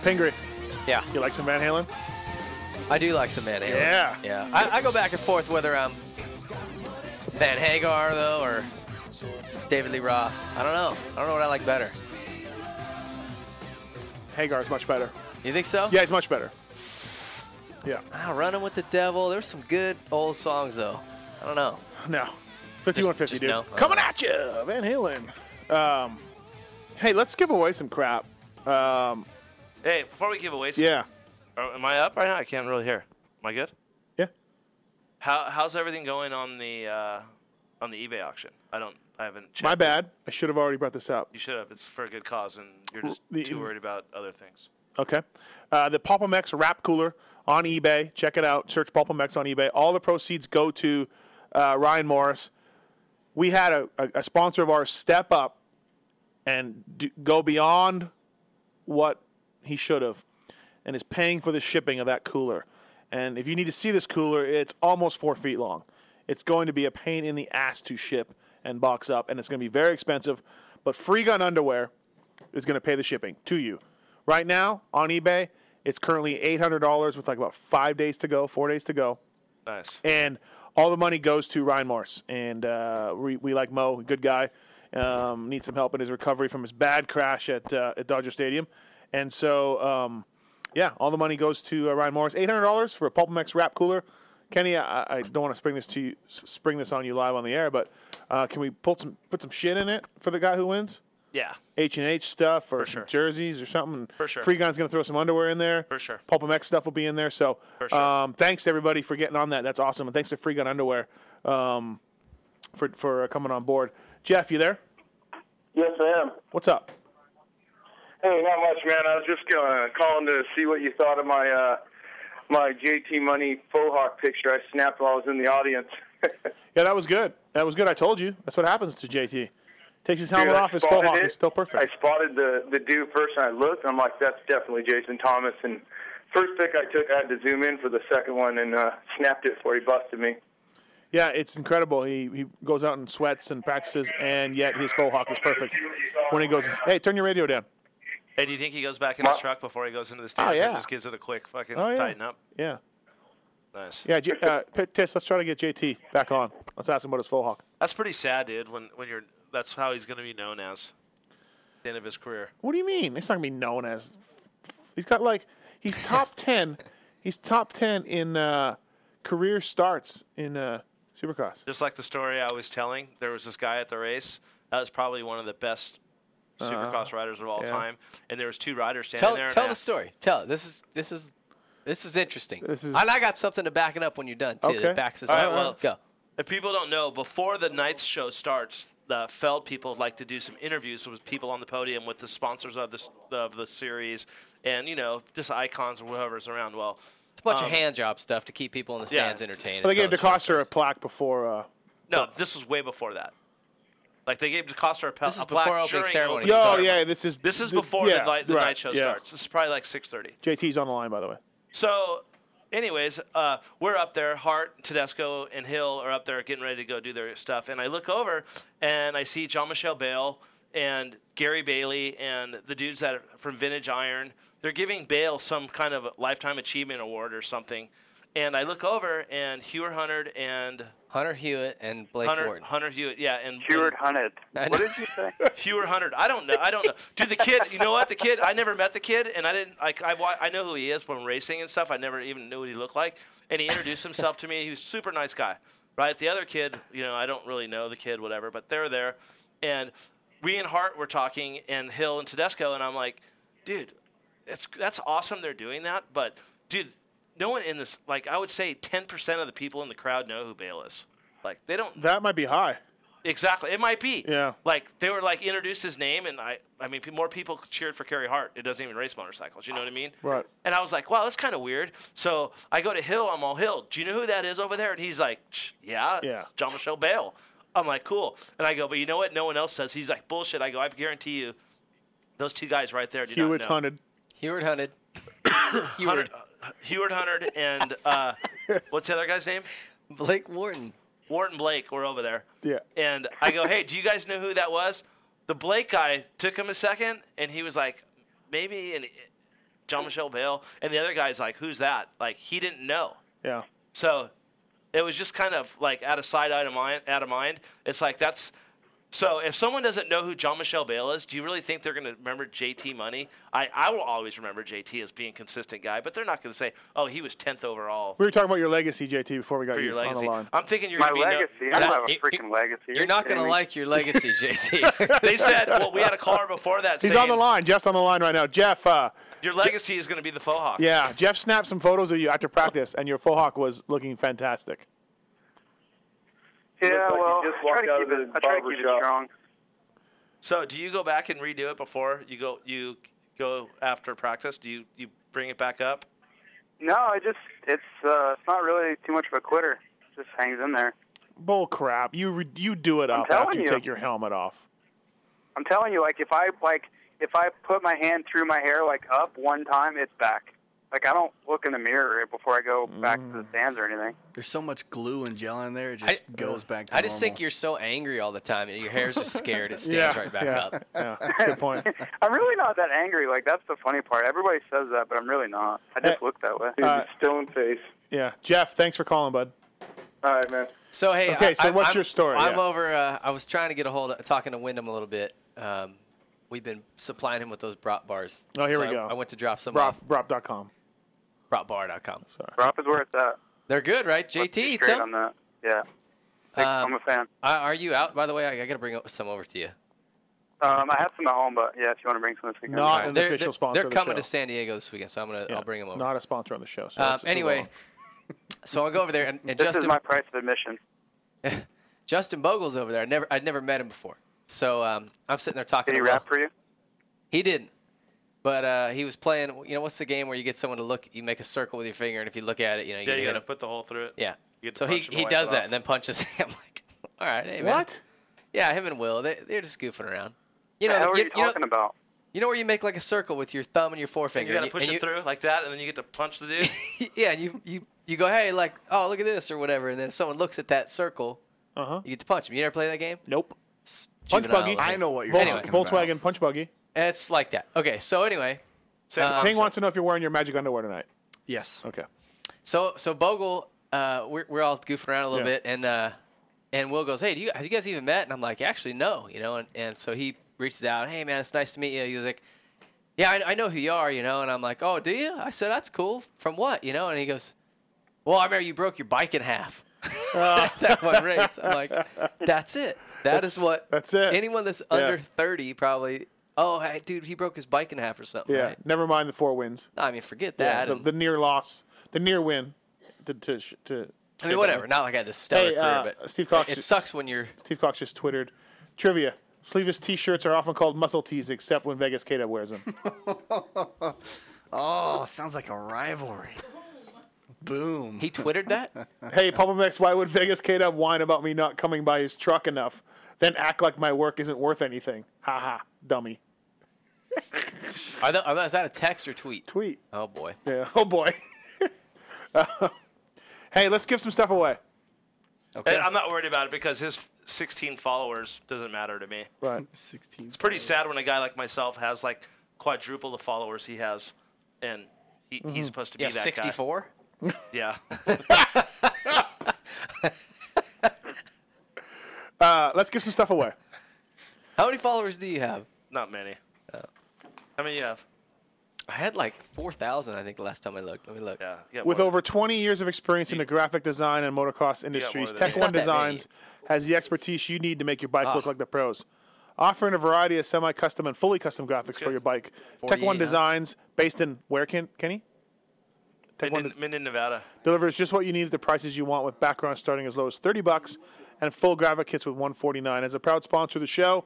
[SPEAKER 5] Pingree.
[SPEAKER 6] Yeah.
[SPEAKER 5] You like some Van Halen?
[SPEAKER 6] I do like some Van Halen.
[SPEAKER 5] Yeah.
[SPEAKER 6] Yeah. I, I go back and forth whether I'm Van Hagar though or David Lee Roth. I don't know. I don't know what I like better.
[SPEAKER 5] Hagar is much better.
[SPEAKER 6] You think so?
[SPEAKER 5] Yeah, he's much better. Yeah.
[SPEAKER 6] Ah, Running with the Devil. There's some good old songs though. I don't know.
[SPEAKER 5] No. 5150,
[SPEAKER 6] Just- just
[SPEAKER 5] dude.
[SPEAKER 6] no.
[SPEAKER 5] Coming at you, Van Halen. Um, hey, let's give away some crap. Um,
[SPEAKER 7] Hey, before we give away, some,
[SPEAKER 5] yeah.
[SPEAKER 7] Are- am I up right now? I can't really hear. Am I good?
[SPEAKER 5] Yeah.
[SPEAKER 7] How how's everything going on the uh, on the eBay auction? I don't. I haven't. Checked.
[SPEAKER 5] My bad. I should have already brought this up.
[SPEAKER 7] You should have. It's for a good cause, and you're just
[SPEAKER 5] The-
[SPEAKER 7] too worried about other things.
[SPEAKER 5] Okay. Uh, the Pulpamex wrap cooler on eBay. Check it out. Search Pulpamex on eBay. All the proceeds go to uh, Ryan Morris. We had a, a, a sponsor of ours step up and do, go beyond what he should have and is paying for the shipping of that cooler. And if you need to see this cooler, it's almost four feet long. It's going to be a pain in the ass to ship and box up, and it's going to be very expensive. But Free Gun Underwear is going to pay the shipping to you. Right now on eBay, it's currently $800 with like about five days to go, four days to go.
[SPEAKER 7] Nice.
[SPEAKER 5] And all the money goes to Ryan Morse. And uh, we, we like Mo, good guy. Um, needs some help in his recovery from his bad crash at, uh, at Dodger Stadium. And so, um, yeah, all the money goes to uh, Ryan Morris. $800 for a Pulpamex wrap cooler. Kenny, I, I don't want to spring this to you, s- spring this on you live on the air, but uh, can we pull some, put some shit in it for the guy who wins?
[SPEAKER 7] Yeah.
[SPEAKER 5] H and H stuff or some jerseys or something.
[SPEAKER 7] For sure.
[SPEAKER 5] Free Gun's gonna throw some underwear in there.
[SPEAKER 7] For sure.
[SPEAKER 5] Pulp MX stuff will be in there. So
[SPEAKER 7] For sure.
[SPEAKER 5] um, thanks everybody for getting on that. That's awesome. And thanks to Free Gun Underwear um, for for uh, coming on board. Jeff, you there?
[SPEAKER 2] Yes, I am.
[SPEAKER 5] What's up?
[SPEAKER 2] Hey, not much, man. I was just uh, calling to see what you thought of my uh, my JT Money Fohawk picture I snapped while I was in the audience.
[SPEAKER 5] Yeah, that was good. That was good. I told you. That's what happens to JT. Takes his helmet
[SPEAKER 2] Dude, I
[SPEAKER 5] off, his
[SPEAKER 2] spotted
[SPEAKER 5] faux hawk
[SPEAKER 2] it.
[SPEAKER 5] is still perfect.
[SPEAKER 2] I spotted the the dude first, and I looked, and I'm like, that's definitely Jason Thomas. And first pick I took, I had to zoom in for the second one and uh, snapped it before he busted me.
[SPEAKER 5] Yeah, it's incredible. He he goes out and sweats and practices, and yet his faux hawk is perfect. When he goes, hey, turn your radio down.
[SPEAKER 7] Hey, do you think he goes back in his truck before he goes into the stadium?
[SPEAKER 5] Oh, yeah.
[SPEAKER 7] And just gives it a quick fucking
[SPEAKER 5] Oh, yeah.
[SPEAKER 7] tighten up.
[SPEAKER 5] Yeah,
[SPEAKER 7] Nice.
[SPEAKER 5] yeah. J- uh, Pit- Tiss, let's try to get JT back on. Let's ask him about his faux hawk.
[SPEAKER 7] That's pretty sad, dude. When when you're that's how he's gonna be known as. The end of his career.
[SPEAKER 5] What do you mean? He's not gonna be known as. He's got like he's top [laughs] ten. He's top ten in uh, career starts in uh, Supercross.
[SPEAKER 7] Just like the story I was telling, there was this guy at the race that was probably one of the best
[SPEAKER 6] Uh,
[SPEAKER 7] supercross riders of all
[SPEAKER 6] yeah.
[SPEAKER 7] time, and there was two riders standing
[SPEAKER 6] Tell
[SPEAKER 7] there. and
[SPEAKER 6] tell the
[SPEAKER 7] asked-
[SPEAKER 6] story. Tell it. This is this is this is interesting.
[SPEAKER 7] This is-
[SPEAKER 6] and I got something to back it up when you're done too.
[SPEAKER 7] Okay.
[SPEAKER 6] That backs this
[SPEAKER 7] All
[SPEAKER 6] up.
[SPEAKER 7] right, well-
[SPEAKER 6] go.
[SPEAKER 7] If people don't know, before the night's show starts, the Feld people like to do some interviews with people on the podium with the sponsors of the of the series, and you know, just icons or whoever's around. Well,
[SPEAKER 6] It's a bunch
[SPEAKER 7] um,
[SPEAKER 6] of hand job stuff to keep people in the
[SPEAKER 7] yeah.
[SPEAKER 6] stands entertained.
[SPEAKER 5] Well, they
[SPEAKER 6] It's
[SPEAKER 5] gave
[SPEAKER 6] always-
[SPEAKER 5] DeCoster a plaque before. Uh,
[SPEAKER 7] No, this was way before that. Like they gave DeCosta a, pe-
[SPEAKER 6] This is
[SPEAKER 7] a plaque
[SPEAKER 6] before opening
[SPEAKER 7] during
[SPEAKER 6] ceremony
[SPEAKER 7] opening
[SPEAKER 5] Yo,
[SPEAKER 7] ceremony.
[SPEAKER 5] Oh, yeah, this is
[SPEAKER 7] This is
[SPEAKER 5] th-
[SPEAKER 7] before
[SPEAKER 5] yeah,
[SPEAKER 7] the, night, the
[SPEAKER 5] right,
[SPEAKER 7] night show
[SPEAKER 5] yeah.
[SPEAKER 7] starts. This is probably like six thirty.
[SPEAKER 5] JT's on the line, by the way.
[SPEAKER 7] So, anyways, uh, we're up there. Hart, Tedesco, and Hill are up there getting ready to go do their stuff. And I look over and I see John Michelle Bale and Gary Bailey and the dudes that are from Vintage Iron. They're giving Bale some kind of lifetime achievement award or something. And I look over, and Hewer Hunnard and
[SPEAKER 6] Hunter Hewitt and Blake
[SPEAKER 7] Hunter,
[SPEAKER 6] Ward.
[SPEAKER 7] Hunter Hewitt, yeah, and
[SPEAKER 6] Hewitt
[SPEAKER 7] Hunnard.
[SPEAKER 6] What did
[SPEAKER 7] you [laughs] say? Hewer Hunnard. I don't know. I don't know. Dude, the kid. You know what? The kid. I never met the kid, and I didn't. Like, I wa- I know who he is from racing and stuff. I never even knew what he looked like. And he introduced himself to me. He was a super nice guy, right? The other kid, you know, I don't really know the kid, whatever. But they're there, and we and Hart were talking, and Hill and Tedesco, and I'm like, dude, that's that's awesome. They're doing that, but dude, no one in this. Like, I would say 10% of the people in the crowd know who Bale is. Like, they don't
[SPEAKER 5] That might be high.
[SPEAKER 7] Exactly. It might be.
[SPEAKER 5] Yeah.
[SPEAKER 7] Like they were like introduced his name, and I, I mean, pe- more people cheered for Kerry Hart. It doesn't even race motorcycles. You know what I mean?
[SPEAKER 5] Right.
[SPEAKER 7] And I was like, wow, that's kind of weird. So I go to Hill. I'm all Hill. Do you know who that is over there? And he's like, "Shh, yeah,
[SPEAKER 5] Yeah.
[SPEAKER 7] John Michelle Bale. I'm like, cool. And I go, but you know what? No one else says. He's like, bullshit. I go, I guarantee you, those two guys right there. Do
[SPEAKER 5] Hewitt's
[SPEAKER 7] not know.
[SPEAKER 5] hunted.
[SPEAKER 6] Hewitt hunted.
[SPEAKER 7] Hunnard. Heward Hunnard and uh, what's the other guy's name?
[SPEAKER 6] Blake Wharton.
[SPEAKER 7] Wharton Blake were over there.
[SPEAKER 5] Yeah.
[SPEAKER 7] And I go, hey, do you guys know who that was? The Blake guy took him a second, and he was like, maybe an John Michelle Bale. And the other guy's like, who's that? Like, he didn't know.
[SPEAKER 5] Yeah.
[SPEAKER 7] So it was just kind of like out of sight, out of mind. Out of mind. It's like that's. So if someone doesn't know who John Michelle Bale is, do you really think they're going to remember JT Money? I, I will always remember JT as being a consistent guy, but they're not going to say, "Oh, he was tenth overall
[SPEAKER 5] We were talking about your legacy, JT, before we got
[SPEAKER 7] for
[SPEAKER 5] you
[SPEAKER 7] your
[SPEAKER 5] on the
[SPEAKER 7] legacy."
[SPEAKER 5] line.
[SPEAKER 7] I'm thinking you're
[SPEAKER 5] My
[SPEAKER 7] going to be
[SPEAKER 5] legacy?
[SPEAKER 7] No,
[SPEAKER 5] I don't have a
[SPEAKER 7] You-
[SPEAKER 13] freaking legacy.
[SPEAKER 6] You're not going to like
[SPEAKER 13] [laughs]
[SPEAKER 6] your legacy, JC.
[SPEAKER 7] they said, well, we had a caller before that
[SPEAKER 5] He's
[SPEAKER 7] saying
[SPEAKER 5] on the line. Jeff's on the line right now. Jeff, uh,
[SPEAKER 7] your legacy is going to be the faux hawk.
[SPEAKER 5] yeah, Jeff snapped some photos of you after practice, and your faux hawk was looking fantastic.
[SPEAKER 13] Yeah, well,
[SPEAKER 2] just
[SPEAKER 13] I try
[SPEAKER 2] walked
[SPEAKER 13] to
[SPEAKER 2] out
[SPEAKER 13] keep
[SPEAKER 2] of
[SPEAKER 13] it,
[SPEAKER 2] the
[SPEAKER 13] I try to keep it
[SPEAKER 2] barbershop.
[SPEAKER 13] strong.
[SPEAKER 7] So, do you go back and redo it before you go? You go after practice? Do you you bring it back up?
[SPEAKER 13] No, I just it's uh, it's not really too much of a quitter. It just hangs in there.
[SPEAKER 5] Bull crap. You re- you do it up
[SPEAKER 13] telling
[SPEAKER 5] after you
[SPEAKER 13] you.
[SPEAKER 5] take your helmet off.
[SPEAKER 13] I'm telling you, like if I like if I put my hand through my hair like up one time, it's back. Like I don't look in the mirror before I go back to
[SPEAKER 5] Mm.
[SPEAKER 13] the stands or anything.
[SPEAKER 8] There's so much glue and gel in there, it just goes back to
[SPEAKER 6] I just
[SPEAKER 8] normal.
[SPEAKER 6] think you're so angry all the time. and Your hair's just
[SPEAKER 5] [laughs]
[SPEAKER 6] scared. It stands
[SPEAKER 8] Yeah,
[SPEAKER 6] right back
[SPEAKER 8] yeah,
[SPEAKER 6] up.
[SPEAKER 5] Yeah, that's a good point.
[SPEAKER 13] [laughs] I'm really not that angry. Like that's the funny part. Everybody says that, but I'm really not. I just look that way.
[SPEAKER 5] Uh,
[SPEAKER 13] stone face.
[SPEAKER 5] Yeah, Jeff, thanks for calling, bud.
[SPEAKER 13] All right, man.
[SPEAKER 6] So [laughs] hey,
[SPEAKER 5] Okay, so
[SPEAKER 6] I,
[SPEAKER 5] what's
[SPEAKER 6] I'm-
[SPEAKER 5] your story?
[SPEAKER 6] I'm
[SPEAKER 5] Yeah.
[SPEAKER 6] over. Uh, I was trying to get a hold of talking to Wyndham a little bit. Um, we've been supplying him with those Brot bars.
[SPEAKER 5] Oh, here
[SPEAKER 6] So
[SPEAKER 5] we
[SPEAKER 6] I-
[SPEAKER 5] go.
[SPEAKER 6] I went to drop some off
[SPEAKER 5] Brop, brop.com.
[SPEAKER 6] brotbar.com.
[SPEAKER 5] Sorry.
[SPEAKER 13] Drop is where it's at.
[SPEAKER 6] They're good, right? JT, eats
[SPEAKER 13] Great
[SPEAKER 6] them.
[SPEAKER 13] on that. Yeah.
[SPEAKER 6] Um,
[SPEAKER 13] I'm a fan.
[SPEAKER 6] I- are you out? By the way, I, I got to bring o- some over to you.
[SPEAKER 13] Um, I have some at home, but yeah, if you want to bring some this weekend.
[SPEAKER 5] Not an
[SPEAKER 6] They're-
[SPEAKER 5] official
[SPEAKER 6] they're-
[SPEAKER 5] sponsor.
[SPEAKER 6] They're
[SPEAKER 5] of the
[SPEAKER 6] coming
[SPEAKER 5] show.
[SPEAKER 6] to San Diego this weekend, so I'm gonna.
[SPEAKER 5] Yeah,
[SPEAKER 6] I'll bring them over.
[SPEAKER 5] Not a sponsor on the show. So
[SPEAKER 6] Um,
[SPEAKER 5] let's just move
[SPEAKER 6] anyway,
[SPEAKER 5] on.
[SPEAKER 6] so I go over there, and, and
[SPEAKER 13] this
[SPEAKER 6] Justin
[SPEAKER 13] is my price of admission.
[SPEAKER 6] [laughs] Justin Bogle's over there. I never I'd never met him before, so um, I'm sitting there talking.
[SPEAKER 13] Did he
[SPEAKER 6] to Will.
[SPEAKER 13] rap for you?
[SPEAKER 6] He didn't, but uh, he was playing. You know what's the game where you get someone to look? You make a circle with your finger, and if you look at it, you know. You
[SPEAKER 7] yeah,
[SPEAKER 6] get
[SPEAKER 7] you
[SPEAKER 6] hit
[SPEAKER 7] got to
[SPEAKER 6] him.
[SPEAKER 7] put the hole through it.
[SPEAKER 6] Yeah.
[SPEAKER 7] You get
[SPEAKER 6] So
[SPEAKER 7] to
[SPEAKER 6] he
[SPEAKER 7] punch 'em and
[SPEAKER 6] he
[SPEAKER 7] wipe
[SPEAKER 6] does
[SPEAKER 7] it
[SPEAKER 6] that
[SPEAKER 7] off.
[SPEAKER 6] and then punches. him. [laughs] I'm like, all right, hey man.
[SPEAKER 7] What?
[SPEAKER 6] Yeah, him and Will, they they're just goofing around. You know,
[SPEAKER 13] the hell are
[SPEAKER 6] you,
[SPEAKER 13] you
[SPEAKER 6] you know-
[SPEAKER 13] talking about?
[SPEAKER 6] You know where you make like a circle with your thumb and your
[SPEAKER 7] And
[SPEAKER 6] forefinger.
[SPEAKER 7] you got to
[SPEAKER 6] and
[SPEAKER 7] push
[SPEAKER 6] and
[SPEAKER 7] it through like that, and then you get to punch the dude.
[SPEAKER 6] [laughs] yeah, and you, you you go, hey, like, oh, look at this or whatever, and then if someone looks at that circle,
[SPEAKER 5] uh-huh.
[SPEAKER 6] you get to punch him. You never play that game?
[SPEAKER 5] Nope.
[SPEAKER 6] It's
[SPEAKER 5] Punch
[SPEAKER 6] juvenile.
[SPEAKER 5] buggy.
[SPEAKER 6] Anyway,
[SPEAKER 5] Volks- Volkswagen punch buggy.
[SPEAKER 6] It's like that. Okay, so anyway, um,
[SPEAKER 5] Ping wants to know if you're wearing your magic underwear tonight. Yes. Okay.
[SPEAKER 6] So so Bogle, uh, we're we're all goofing around a little
[SPEAKER 5] Yeah.
[SPEAKER 6] bit, and uh, and Will goes, "Hey, do you have you guys even met?" And I'm like, "Actually, no," you know. And, and so he reaches out, "Hey, man, it's nice to meet you." He was like, "Yeah, I, I know who you are," you know. And I'm like, "Oh, do you?" I said, "That's cool." From what, you know? And he goes, "Well, I remember you broke your bike in half." [laughs] [laughs] that one race. I'm like, that's it. That is
[SPEAKER 5] That's-
[SPEAKER 6] what.
[SPEAKER 5] That's it.
[SPEAKER 6] Anyone that's
[SPEAKER 5] Yeah.
[SPEAKER 6] under 30 probably. Oh, hey, dude, he broke his bike in half or something.
[SPEAKER 5] Yeah.
[SPEAKER 6] right?
[SPEAKER 5] Never mind the four wins.
[SPEAKER 6] I mean, forget
[SPEAKER 5] Yeah,
[SPEAKER 6] that.
[SPEAKER 5] the,
[SPEAKER 6] and-
[SPEAKER 5] the near loss, the near win. To to sh- to.
[SPEAKER 6] I mean, whatever. Not like I had this stellar
[SPEAKER 5] Hey, uh,
[SPEAKER 6] career, but
[SPEAKER 5] Steve Cox.
[SPEAKER 6] It sucks when you're.
[SPEAKER 5] Steve Cox just twittered. Trivia: Sleeveless T-shirts are often called muscle tees, except when Vegas K-Dub wears them.
[SPEAKER 8] [laughs] Oh, sounds like a rivalry.
[SPEAKER 5] Boom.
[SPEAKER 6] He
[SPEAKER 8] [laughs]
[SPEAKER 6] twittered that.
[SPEAKER 5] hey, Papa Max, why would Vegas K-Dub whine about me not coming by his truck enough? Then act like my work isn't worth anything. Ha ha, dummy.
[SPEAKER 6] Are tho- are those- is that a text or tweet?
[SPEAKER 5] Tweet.
[SPEAKER 6] Oh boy.
[SPEAKER 5] Yeah. [laughs] Oh boy. Uh, hey, let's give some stuff away.
[SPEAKER 7] And I'm not worried about it because his 16 followers doesn't matter to me.
[SPEAKER 5] Right.
[SPEAKER 8] Sixteen.
[SPEAKER 7] It's pretty sad when a guy like myself has like quadruple the followers he has, and he,
[SPEAKER 5] Mhm.
[SPEAKER 7] he's supposed to be
[SPEAKER 5] Yeah,
[SPEAKER 7] [laughs] that guy.
[SPEAKER 6] 64?
[SPEAKER 5] [laughs]
[SPEAKER 7] yeah.
[SPEAKER 5] Uh, let's give some stuff away.
[SPEAKER 6] How many followers do you have? Oh.
[SPEAKER 7] Not many. How many you have?
[SPEAKER 6] I had like four thousand, I think, last time I looked. Let me look.
[SPEAKER 7] Yeah.
[SPEAKER 5] With over 20 years of experience in the graphic design and motocross industries,
[SPEAKER 6] than
[SPEAKER 5] Tech
[SPEAKER 6] that.
[SPEAKER 5] One
[SPEAKER 6] It's not that
[SPEAKER 5] Designs has the expertise you need to make your bike look
[SPEAKER 6] Ah.
[SPEAKER 5] like the pros. Offering a variety of semi custom and fully custom graphics for your bike. Tech
[SPEAKER 7] 48, huh?
[SPEAKER 5] One Designs, based in where, Ken, Kenny? Tech One
[SPEAKER 7] Minden, Minden, Nevada.
[SPEAKER 5] delivers just what you need at the prices you want with backgrounds starting as low as 30 bucks and full graphic kits with 149 as a proud sponsor of the show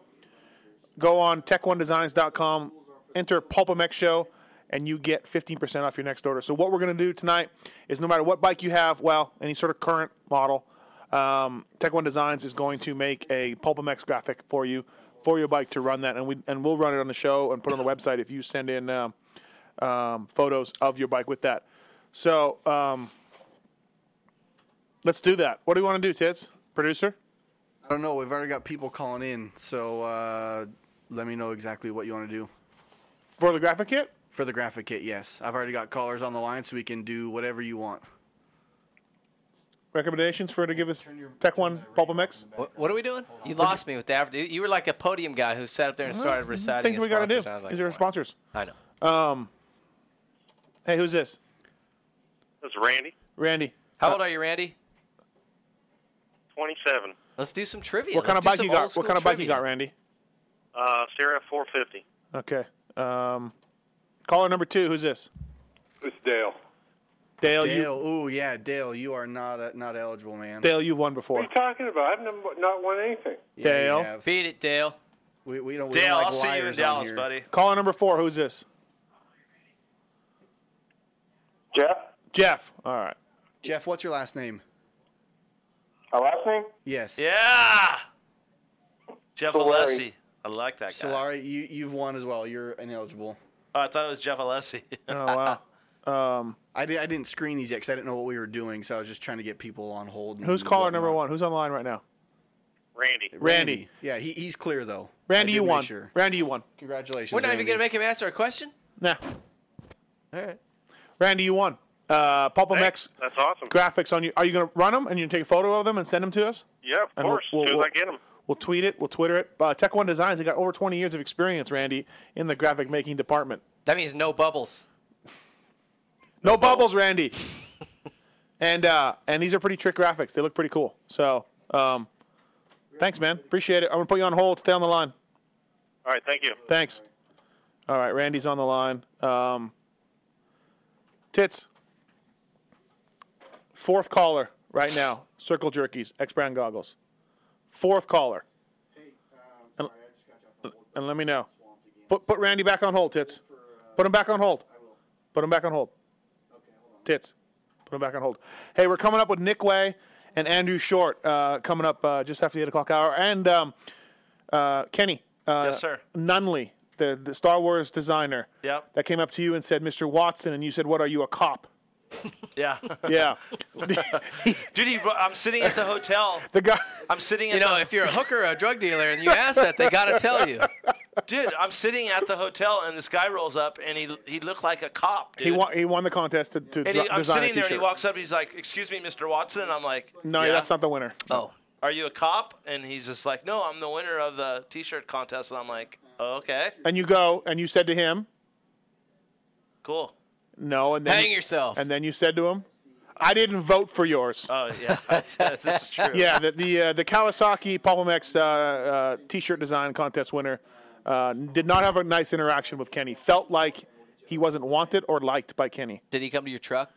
[SPEAKER 5] go on tech1designs.com enter pulpamex show and you get 15% off your next order so what we're going to do tonight is no matter what bike you have well any sort of current model um, tech one designs is going to make a pulpamex graphic for you for your bike to run that and we and we'll run it on the show and put it on the website if you send in um, um, photos of your bike with that so um, let's do that. What do we want to do, Tits? Producer?
[SPEAKER 8] I don't know. We've already got people calling in, so uh, let me know exactly what you want to do.
[SPEAKER 5] For the graphic kit?
[SPEAKER 8] For the graphic kit, yes. I've already got callers on the line, so we can do whatever you want.
[SPEAKER 5] Recommendations for to give us Tech One Pulpamex?
[SPEAKER 6] What, what are we doing? You lost me with the average. You were like a podium guy who sat up there and started
[SPEAKER 5] Well, these
[SPEAKER 6] reciting.
[SPEAKER 5] Uh-huh. Things
[SPEAKER 6] his
[SPEAKER 5] we got to do.
[SPEAKER 6] sponsors, and I was like,
[SPEAKER 5] These are our sponsors.
[SPEAKER 6] I know.
[SPEAKER 5] Um, hey, who's this?
[SPEAKER 4] This is Randy,
[SPEAKER 5] Randy. Uh,
[SPEAKER 6] How old are you, Randy?
[SPEAKER 4] 27.
[SPEAKER 6] Let's do some trivia.
[SPEAKER 5] What kind
[SPEAKER 6] Let's
[SPEAKER 5] of
[SPEAKER 6] do
[SPEAKER 5] bike
[SPEAKER 6] some
[SPEAKER 5] you got?
[SPEAKER 6] old-school
[SPEAKER 5] What kind of bike you
[SPEAKER 6] trivia.
[SPEAKER 5] got, Randy?
[SPEAKER 4] Uh, Sarah 450.
[SPEAKER 5] Okay. Um, caller number two. Who's this?
[SPEAKER 8] It's Dale.
[SPEAKER 5] Dale.
[SPEAKER 8] Dale. Ooh, yeah, Dale. You are not uh, not eligible, man.
[SPEAKER 5] You, Dale, you've won
[SPEAKER 4] What are
[SPEAKER 5] before.
[SPEAKER 4] you talking about? I've never, not won anything.
[SPEAKER 5] Dale.
[SPEAKER 6] Beat it, Dale.
[SPEAKER 8] We, we don't.
[SPEAKER 5] we don't Dale, like
[SPEAKER 7] I'll see you in
[SPEAKER 5] liars on
[SPEAKER 7] Dallas,
[SPEAKER 5] here.
[SPEAKER 7] buddy.
[SPEAKER 5] Caller number four. Who's this?
[SPEAKER 8] Jeff.
[SPEAKER 5] Jeff. All right.
[SPEAKER 8] Jeff, what's your last name?
[SPEAKER 4] My last name?
[SPEAKER 8] Yes.
[SPEAKER 7] Yeah. Jeff
[SPEAKER 8] Solari.
[SPEAKER 7] Alessi. I like that guy.
[SPEAKER 8] Solari, you you've won as well. You're ineligible.
[SPEAKER 7] Oh, I thought it was Jeff Alessi.
[SPEAKER 5] [laughs] Oh wow. Um,
[SPEAKER 8] I did. I didn't screen these yet because I didn't know what we were doing, so I was just trying to get people on hold. and
[SPEAKER 5] Who's caller
[SPEAKER 8] whatnot.
[SPEAKER 5] number one? Who's on the line right now?
[SPEAKER 4] Randy.
[SPEAKER 5] Randy.
[SPEAKER 8] Yeah, he, he's clear though.
[SPEAKER 5] Randy,
[SPEAKER 8] I did
[SPEAKER 5] you
[SPEAKER 8] make
[SPEAKER 5] won.
[SPEAKER 8] Sure.
[SPEAKER 5] Randy, you won.
[SPEAKER 8] Congratulations.
[SPEAKER 6] We're not
[SPEAKER 8] Randy.
[SPEAKER 6] even gonna make him answer a question.
[SPEAKER 5] Nah.
[SPEAKER 6] All right.
[SPEAKER 5] Randy, you won. Uh, Pulp
[SPEAKER 4] Thanks.
[SPEAKER 5] MX
[SPEAKER 4] That's awesome.
[SPEAKER 5] graphics on you. Are you going to run them and you take a photo of them and send them to us?
[SPEAKER 4] Yeah, of
[SPEAKER 5] And
[SPEAKER 4] course.
[SPEAKER 5] we'll-
[SPEAKER 4] as soon
[SPEAKER 5] we'll-
[SPEAKER 4] as I get them.
[SPEAKER 5] We'll tweet it. We'll Twitter it. Uh, Tech One Designs. They got over 20 years of experience, Randy, in the graphic making department.
[SPEAKER 6] That means no bubbles.
[SPEAKER 5] No, bubbles,
[SPEAKER 4] [laughs]
[SPEAKER 5] Randy. and uh, and these are pretty trick graphics. They look pretty cool. So um, thanks, man. Appreciate it. I'm gonna put you on hold. Stay on the line.
[SPEAKER 4] All right, thank you.
[SPEAKER 5] Thanks. All right, Randy's on the line. Um, tits. Fourth caller right now. Circle jerkies, X brand goggles. Fourth caller. and, and let me know. Put put Randy back on hold, tits. Put him back on hold. Put him back on hold. Tits. Put him back on hold. Hey, we're coming up with Nick Way and Andrew Short uh, coming up uh, just after the eight o'clock hour, and um, uh, Kenny. Uh,
[SPEAKER 7] Yes, sir.
[SPEAKER 5] Nunley, the, the Star Wars designer,
[SPEAKER 7] Yep.
[SPEAKER 5] that came up to you and said, "Mr. Watson," and you said, "What are you, a cop?"
[SPEAKER 7] [laughs] Yeah.
[SPEAKER 5] [laughs] Yeah.
[SPEAKER 7] [laughs] Dude, he, I'm sitting at the hotel.
[SPEAKER 5] [laughs] The guy.
[SPEAKER 7] I'm sitting. At
[SPEAKER 6] You know, if you're a hooker or a drug dealer and you ask that, they gotta tell you.
[SPEAKER 7] Dude, I'm sitting at the hotel and this guy rolls up and he he looked like a cop, dude.
[SPEAKER 5] He won. He won the contest to, to
[SPEAKER 7] and
[SPEAKER 5] dr-
[SPEAKER 7] he, I'm
[SPEAKER 5] design
[SPEAKER 7] sitting
[SPEAKER 5] a
[SPEAKER 7] there and he
[SPEAKER 5] t-shirt.
[SPEAKER 7] walks up and he's like, "Excuse me, Mr. Watson," and I'm like,
[SPEAKER 5] no,
[SPEAKER 7] "Yeah?
[SPEAKER 5] that's not the winner.
[SPEAKER 6] Oh,
[SPEAKER 7] Are you a cop?" And he's just like, "No, I'm the winner of the T-shirt contest." And I'm like, "Okay,
[SPEAKER 5] and you go and you said to him,
[SPEAKER 7] cool."
[SPEAKER 5] "No," and then
[SPEAKER 7] Hang yourself.
[SPEAKER 5] And then you said to him, "I didn't vote for yours."
[SPEAKER 7] Oh yeah, [laughs] this is true.
[SPEAKER 5] Yeah, the the, uh, the Kawasaki Pulpamex uh, uh, T-shirt design contest winner uh, did not have a nice interaction with Kenny. Felt like he wasn't wanted or liked by Kenny.
[SPEAKER 6] Did he come to your
[SPEAKER 5] [clears throat]
[SPEAKER 6] truck?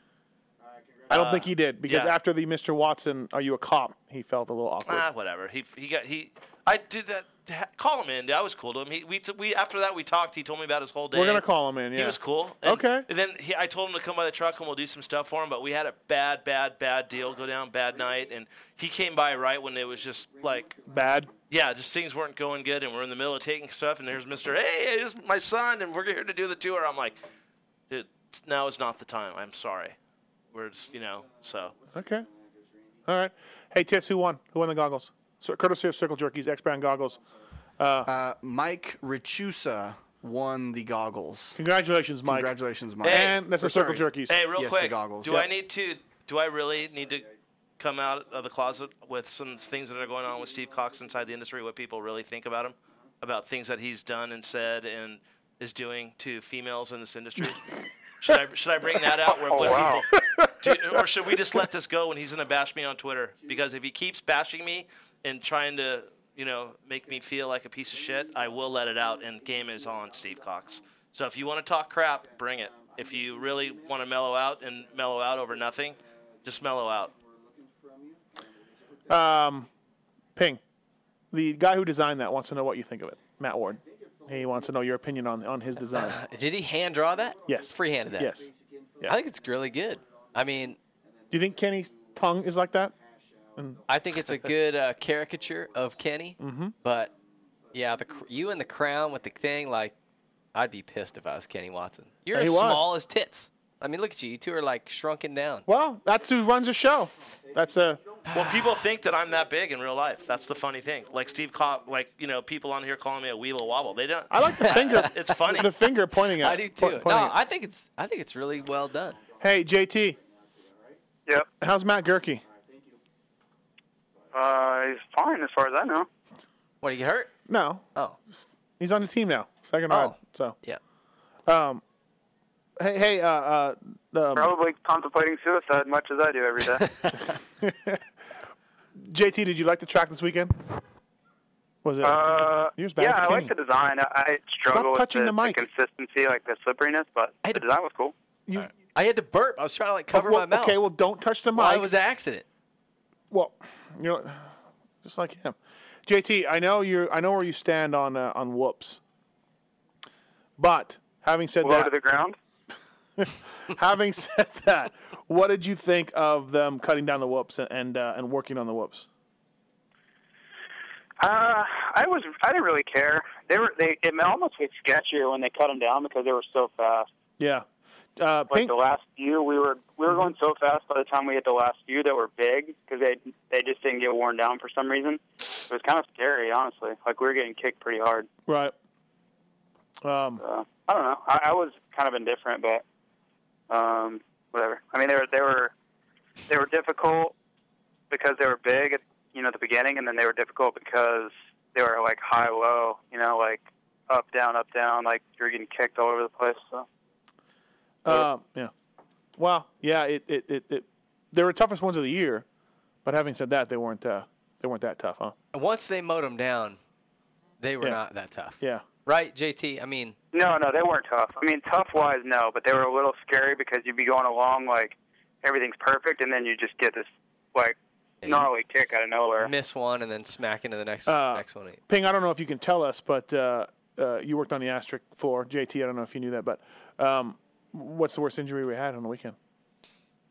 [SPEAKER 5] I don't
[SPEAKER 7] Uh,
[SPEAKER 5] think he did because
[SPEAKER 7] yeah.
[SPEAKER 5] after the Mr. Watson, are you a cop? He felt a little awkward.
[SPEAKER 7] Ah, whatever. He he got he. I did that. ha- Call him in. dude. I was cool to him. He, we, t- we after that we talked. He told me about his whole day.
[SPEAKER 5] We're gonna call him in. Yeah,
[SPEAKER 7] He was cool. And-
[SPEAKER 5] Okay.
[SPEAKER 7] And then he, I told him to come by the truck and we'll do some stuff for him. But we had a bad, bad, bad deal go down, bad night, and he came by right when it was just like,
[SPEAKER 5] Bad.
[SPEAKER 7] yeah, just things weren't going good, and we're in the middle of taking stuff, and there's Mister. Hey, it's my son, and we're here to do the tour. I'm like, dude, now is not the time. I'm sorry. We're just, you know, so
[SPEAKER 5] Okay. All right. Hey, Tits, who won? Who won the goggles? Cir- courtesy of Circle Jerkies, X Brand goggles. Uh,
[SPEAKER 8] Uh, Mike Richusa won the goggles.
[SPEAKER 5] Congratulations, Mike.
[SPEAKER 8] Congratulations, Mike.
[SPEAKER 5] And that's
[SPEAKER 8] Or
[SPEAKER 5] the circle
[SPEAKER 8] sorry.
[SPEAKER 5] jerkies.
[SPEAKER 7] Hey, real
[SPEAKER 8] yes,
[SPEAKER 7] quick,
[SPEAKER 8] the goggles.
[SPEAKER 7] do I need to? Do I really need to come out of the closet with some things that are going on with Steve Cox inside the industry? What people really think about him, about things that he's done and said and is doing to females in this industry?
[SPEAKER 8] [laughs]
[SPEAKER 7] should I should I bring that out? Where,
[SPEAKER 4] [laughs] Oh,
[SPEAKER 7] what
[SPEAKER 4] wow.
[SPEAKER 7] people, do, or should we just let this go when he's gonna bash me on Twitter? Because if he keeps bashing me and trying to you know make me feel like a piece of shit, I will let it out. And game is on Steve Cox. So if you want to talk crap, bring it. If you really want to mellow out and mellow out over nothing, just mellow out.
[SPEAKER 5] Um, Ping, the guy who designed that wants to know what you think of it. Matt Ward. He wants to know your opinion on on his design.
[SPEAKER 7] Uh,
[SPEAKER 6] Did he hand draw that?
[SPEAKER 5] Uh, Yes.
[SPEAKER 6] Freehanded that.
[SPEAKER 5] Yes.
[SPEAKER 6] I think it's really good. I mean,
[SPEAKER 5] Do you think Kenny's tongue is like that?
[SPEAKER 6] I
[SPEAKER 5] [laughs]
[SPEAKER 6] think it's a good uh, caricature of Kenny.
[SPEAKER 5] Mhm.
[SPEAKER 6] But yeah, the cr- you and the crown with the thing, like, I'd be pissed if I was Kenny Watson. You're
[SPEAKER 5] He
[SPEAKER 6] as
[SPEAKER 5] was.
[SPEAKER 6] small as tits. I mean, look at you. You two are like shrunken down.
[SPEAKER 5] Well, that's who runs the show. That's a
[SPEAKER 7] Well,
[SPEAKER 4] [sighs]
[SPEAKER 7] people think that I'm that big in real life. That's the funny thing. Like Steve Cox, like you know, people on here calling me a weeble wobble. They don't.
[SPEAKER 5] I like the finger.
[SPEAKER 7] [laughs] it's funny.
[SPEAKER 5] [laughs] The finger pointing at.
[SPEAKER 6] I do
[SPEAKER 5] po-
[SPEAKER 6] too.
[SPEAKER 5] pointing
[SPEAKER 6] No,
[SPEAKER 5] at-
[SPEAKER 6] I think it's I think it's really well done.
[SPEAKER 5] Hey, JT.
[SPEAKER 3] Yep.
[SPEAKER 5] How's Matt Gerke?
[SPEAKER 3] Uh, he's fine as far as I know.
[SPEAKER 6] What, did he get hurt?
[SPEAKER 5] No.
[SPEAKER 6] Oh.
[SPEAKER 5] He's on the team now. Second
[SPEAKER 6] Oh.
[SPEAKER 5] round. So.
[SPEAKER 6] Yeah.
[SPEAKER 5] Um. Hey. Hey. Uh. uh um, [laughs]
[SPEAKER 3] Probably contemplating suicide much as I do every day.
[SPEAKER 5] JT, did you like the track this weekend? Was it?
[SPEAKER 3] Uh,
[SPEAKER 5] You're as bad
[SPEAKER 3] yeah,
[SPEAKER 5] as
[SPEAKER 3] I
[SPEAKER 5] Kenny.
[SPEAKER 3] like the design. I, I struggle with
[SPEAKER 5] touching
[SPEAKER 3] the,
[SPEAKER 5] the mic.
[SPEAKER 3] consistency, like the slipperiness, but the design was cool.
[SPEAKER 5] You,
[SPEAKER 6] I had to burp. I was trying to like cover
[SPEAKER 5] Uh, well,
[SPEAKER 6] my mouth.
[SPEAKER 5] Okay. Well, don't touch the mic.
[SPEAKER 6] Well, it was an accident.
[SPEAKER 5] Well, you know, just like him, JT. I know you. I know where you stand on uh, on whoops. But having said
[SPEAKER 3] Low
[SPEAKER 5] that,
[SPEAKER 3] to the ground.
[SPEAKER 5] having [laughs] said that, what did you think of them cutting down the whoops and and, uh, and working on the whoops?
[SPEAKER 3] Uh, I was I didn't really care. They were they it almost was sketchier when they cut them down because they were so fast.
[SPEAKER 5] Yeah. Uh,
[SPEAKER 3] Like the last few, we were we were going so fast by the time we hit the last few that were big because they they just didn't get worn down for some reason. It was kind of scary, honestly. Like we were getting kicked pretty hard.
[SPEAKER 5] Right. Um,
[SPEAKER 3] I don't know. I, I was kind of indifferent, but um, whatever. I mean, they were they were they were difficult because they were big, at, you know, at the beginning, and then they were difficult because they were like high low, you know, like up down up down, like you're getting kicked all over the place. So
[SPEAKER 5] Uh, yeah. Well, yeah. It, it, it, it they were the toughest ones of the year, but having said that, they weren't uh, they weren't that tough, huh?
[SPEAKER 6] Once they mowed them down, they were
[SPEAKER 5] Yeah.
[SPEAKER 6] not that tough.
[SPEAKER 5] Yeah.
[SPEAKER 6] Right, JT? I mean,
[SPEAKER 3] no, no, they weren't tough. I mean, tough wise, no, but they were a little scary because you'd be going along like everything's perfect, and then you just get this like gnarly kick out of nowhere.
[SPEAKER 6] miss one and then smack into the next
[SPEAKER 5] Uh,
[SPEAKER 6] next one.
[SPEAKER 5] Ping, I don't know if you can tell us, but uh, uh, you worked on the asterisk floor. JT, I don't know if you knew that, but um, what's the worst injury we had on the weekend?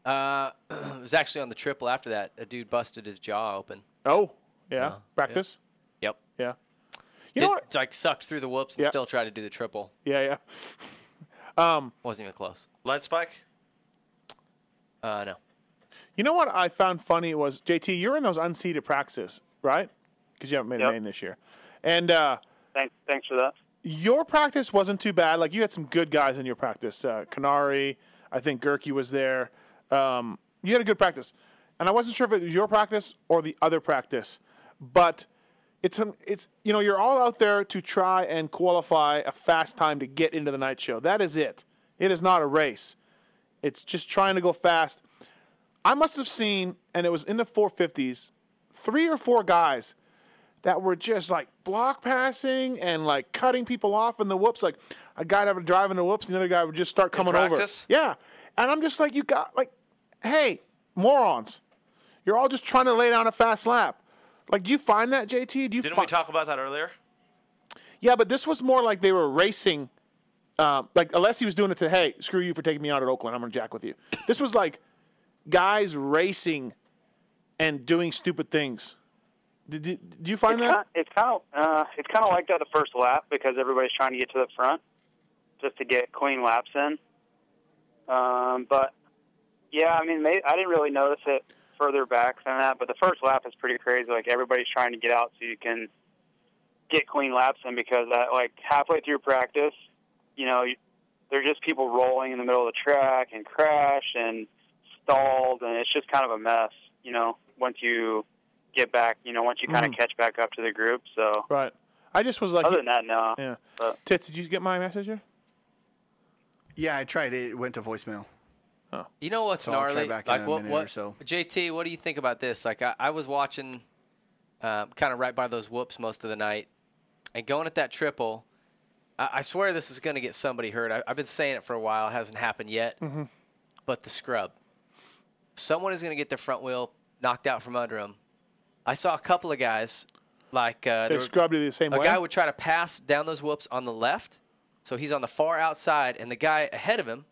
[SPEAKER 6] Uh, [clears throat] it was actually on the triple after that. A dude busted his jaw open. Uh,
[SPEAKER 5] Oh, yeah.
[SPEAKER 6] Yeah.
[SPEAKER 5] Practice?
[SPEAKER 6] Yep.
[SPEAKER 5] Yeah.
[SPEAKER 6] You know what? Like sucked through the whoops and
[SPEAKER 5] Yeah.
[SPEAKER 6] still tried to do the triple.
[SPEAKER 5] Yeah, [laughs] yeah. Um,
[SPEAKER 6] Wasn't even close.
[SPEAKER 7] Light spike?
[SPEAKER 6] Uh, no.
[SPEAKER 5] you know what I found funny was, JT, you're in those unseeded practices, right? Because you haven't made
[SPEAKER 3] Yep.
[SPEAKER 5] a name this year. And uh,
[SPEAKER 3] Thanks, thanks for that.
[SPEAKER 5] your practice wasn't too bad. Like, you had some good guys in your practice. Uh, Canari, I think Gerke was there. Um, you had a good practice. And I wasn't sure if it was your practice or the other practice. But it's um, it's you know you're all out there to try and qualify a fast time to get into the night show. That is it. It is not a race. It's just trying to go fast. I must have seen, and it was in the 450s, three or four guys that were just like block passing and like cutting people off in the whoops. Like a guy that would drive in the whoops, and the other guy would just start coming over.
[SPEAKER 7] practice?
[SPEAKER 5] Yeah, and I'm just like, you got like, hey, morons, you're all just trying to lay down a fast lap. Like, do you find that, JT? Do you
[SPEAKER 7] Didn't
[SPEAKER 5] fi-
[SPEAKER 7] we talk about that earlier?
[SPEAKER 5] yeah, but this was more like they were racing. Um, like Alessi was doing it to, hey, screw you for taking me out at Oakland. I'm gonna jack with you. This was like guys racing and doing stupid things. Did, did, do you find that?
[SPEAKER 3] It's kind of uh, it's kind of like that the first lap because everybody's trying to get to the front just to get clean laps in. Um, but yeah, I mean, may I didn't really notice it further back than that, but the first lap is pretty crazy. Like everybody's trying to get out so you can get clean laps in because I, like halfway through practice, you know, you- there are just people rolling in the middle of the track and crashed and stalled, and it's just kind of a mess, you know, once you get back, you know, once you kind of
[SPEAKER 5] Mhm.
[SPEAKER 3] catch back up to the group. So,
[SPEAKER 5] Right. I just was like,
[SPEAKER 3] other than that, no.
[SPEAKER 5] yeah.
[SPEAKER 3] But
[SPEAKER 5] Tits, did you get my message here?
[SPEAKER 8] Yeah, I tried it. It went to voicemail.
[SPEAKER 5] Oh.
[SPEAKER 6] You know what's
[SPEAKER 8] So I'll
[SPEAKER 6] gnarly?
[SPEAKER 8] try back in
[SPEAKER 6] like
[SPEAKER 8] a
[SPEAKER 6] what,
[SPEAKER 8] minute
[SPEAKER 6] what,
[SPEAKER 8] or so.
[SPEAKER 6] JT, what do you think about this? Like I, I was watching, uh, kind of right by those whoops most of the night, and going at that triple. I, I swear this is going to get somebody hurt. I, I've been saying it for a while. It hasn't happened yet.
[SPEAKER 5] Mhm.
[SPEAKER 6] But the scrub, someone is going to get their front wheel knocked out from under them. I saw a couple of guys, like uh,
[SPEAKER 5] they
[SPEAKER 6] there were-
[SPEAKER 5] scrubbed it the same
[SPEAKER 6] a
[SPEAKER 5] way.
[SPEAKER 6] guy would try to pass down those whoops on the left, so he's on the far outside, and the guy ahead of him,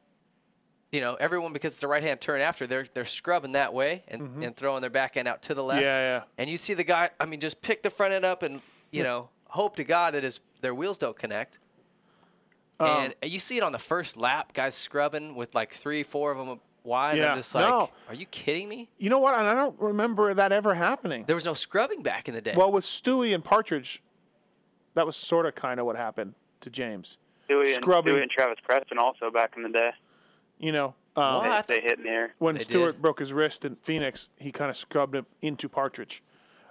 [SPEAKER 6] you know, everyone because it's a right hand turn after they're they're scrubbing that way and,
[SPEAKER 5] Mhm.
[SPEAKER 6] and throwing their back end out to the left.
[SPEAKER 5] Yeah, yeah.
[SPEAKER 6] And you see the guy, I mean, just pick the front end up and you know hope to God that his their wheels don't connect.
[SPEAKER 5] Um,
[SPEAKER 6] and you see it on the first lap, guys scrubbing with like three, four of them wide.
[SPEAKER 5] Yeah,
[SPEAKER 6] I'm just like,
[SPEAKER 5] no.
[SPEAKER 6] are you kidding me?
[SPEAKER 5] you know what? And I don't remember that ever happening.
[SPEAKER 6] There was no scrubbing back in the day.
[SPEAKER 5] Well, with Stewie and Partridge, that was sort of kind of what happened to James.
[SPEAKER 3] Dewey and,
[SPEAKER 5] Scrubbing,
[SPEAKER 3] Dewey and Travis Preston also back in the day.
[SPEAKER 5] you know. Um,
[SPEAKER 3] They, they hit in the air.
[SPEAKER 5] when Stewart broke his wrist in Phoenix, he kind of scrubbed it into Partridge.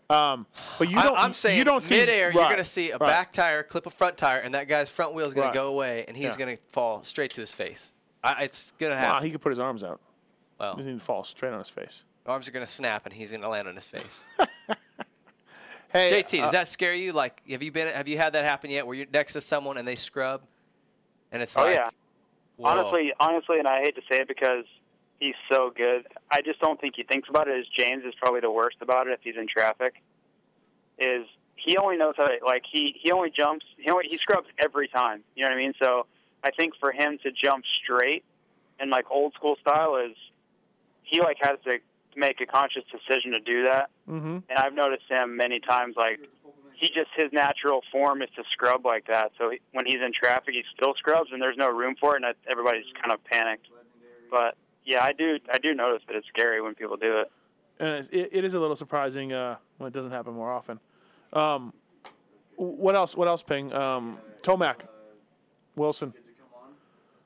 [SPEAKER 5] Um, but you
[SPEAKER 6] I-
[SPEAKER 5] don't.
[SPEAKER 6] I'm saying
[SPEAKER 5] you don't see
[SPEAKER 6] midair, you're
[SPEAKER 5] right,
[SPEAKER 6] going to see a
[SPEAKER 5] right.
[SPEAKER 6] back tire clip a front tire, and that guy's front wheel is going
[SPEAKER 5] Right.
[SPEAKER 6] to go away, and he's
[SPEAKER 5] Yeah.
[SPEAKER 6] going to fall straight to his face. I, it's going to happen.
[SPEAKER 5] Wow, he could put his arms out.
[SPEAKER 6] Wow,
[SPEAKER 5] he didn't fall straight on his face.
[SPEAKER 6] Arms are going to snap, and he's going to land on his face.
[SPEAKER 5] [laughs] Hey,
[SPEAKER 6] JT, does
[SPEAKER 5] uh,
[SPEAKER 6] that scare you? Like, have you been? Have you had that happen yet? Where you're next to someone and they scrub, and it's
[SPEAKER 3] Oh
[SPEAKER 6] like,
[SPEAKER 3] yeah.
[SPEAKER 6] whoa.
[SPEAKER 3] Honestly, honestly, and I hate to say it because he's so good. I just don't think he thinks about it. As James is probably the worst about it if he's in traffic. Is he only knows how to like he he only jumps he only he scrubs every time. You know what I mean? So I think for him to jump straight and like old school style is he like has to make a conscious decision to do that.
[SPEAKER 5] Mm-hmm.
[SPEAKER 3] And I've noticed him many times. Like he just his natural form is to scrub like that. So he, when he's in traffic, he still scrubs, and there's no room for it, and I- everybody's kind of panicked. But yeah, I do I do notice that it's scary when people do it.
[SPEAKER 5] and it's- it, it is a little surprising uh, when it doesn't happen more often. Um, what else? What else? Ping um, Tomac, Wilson.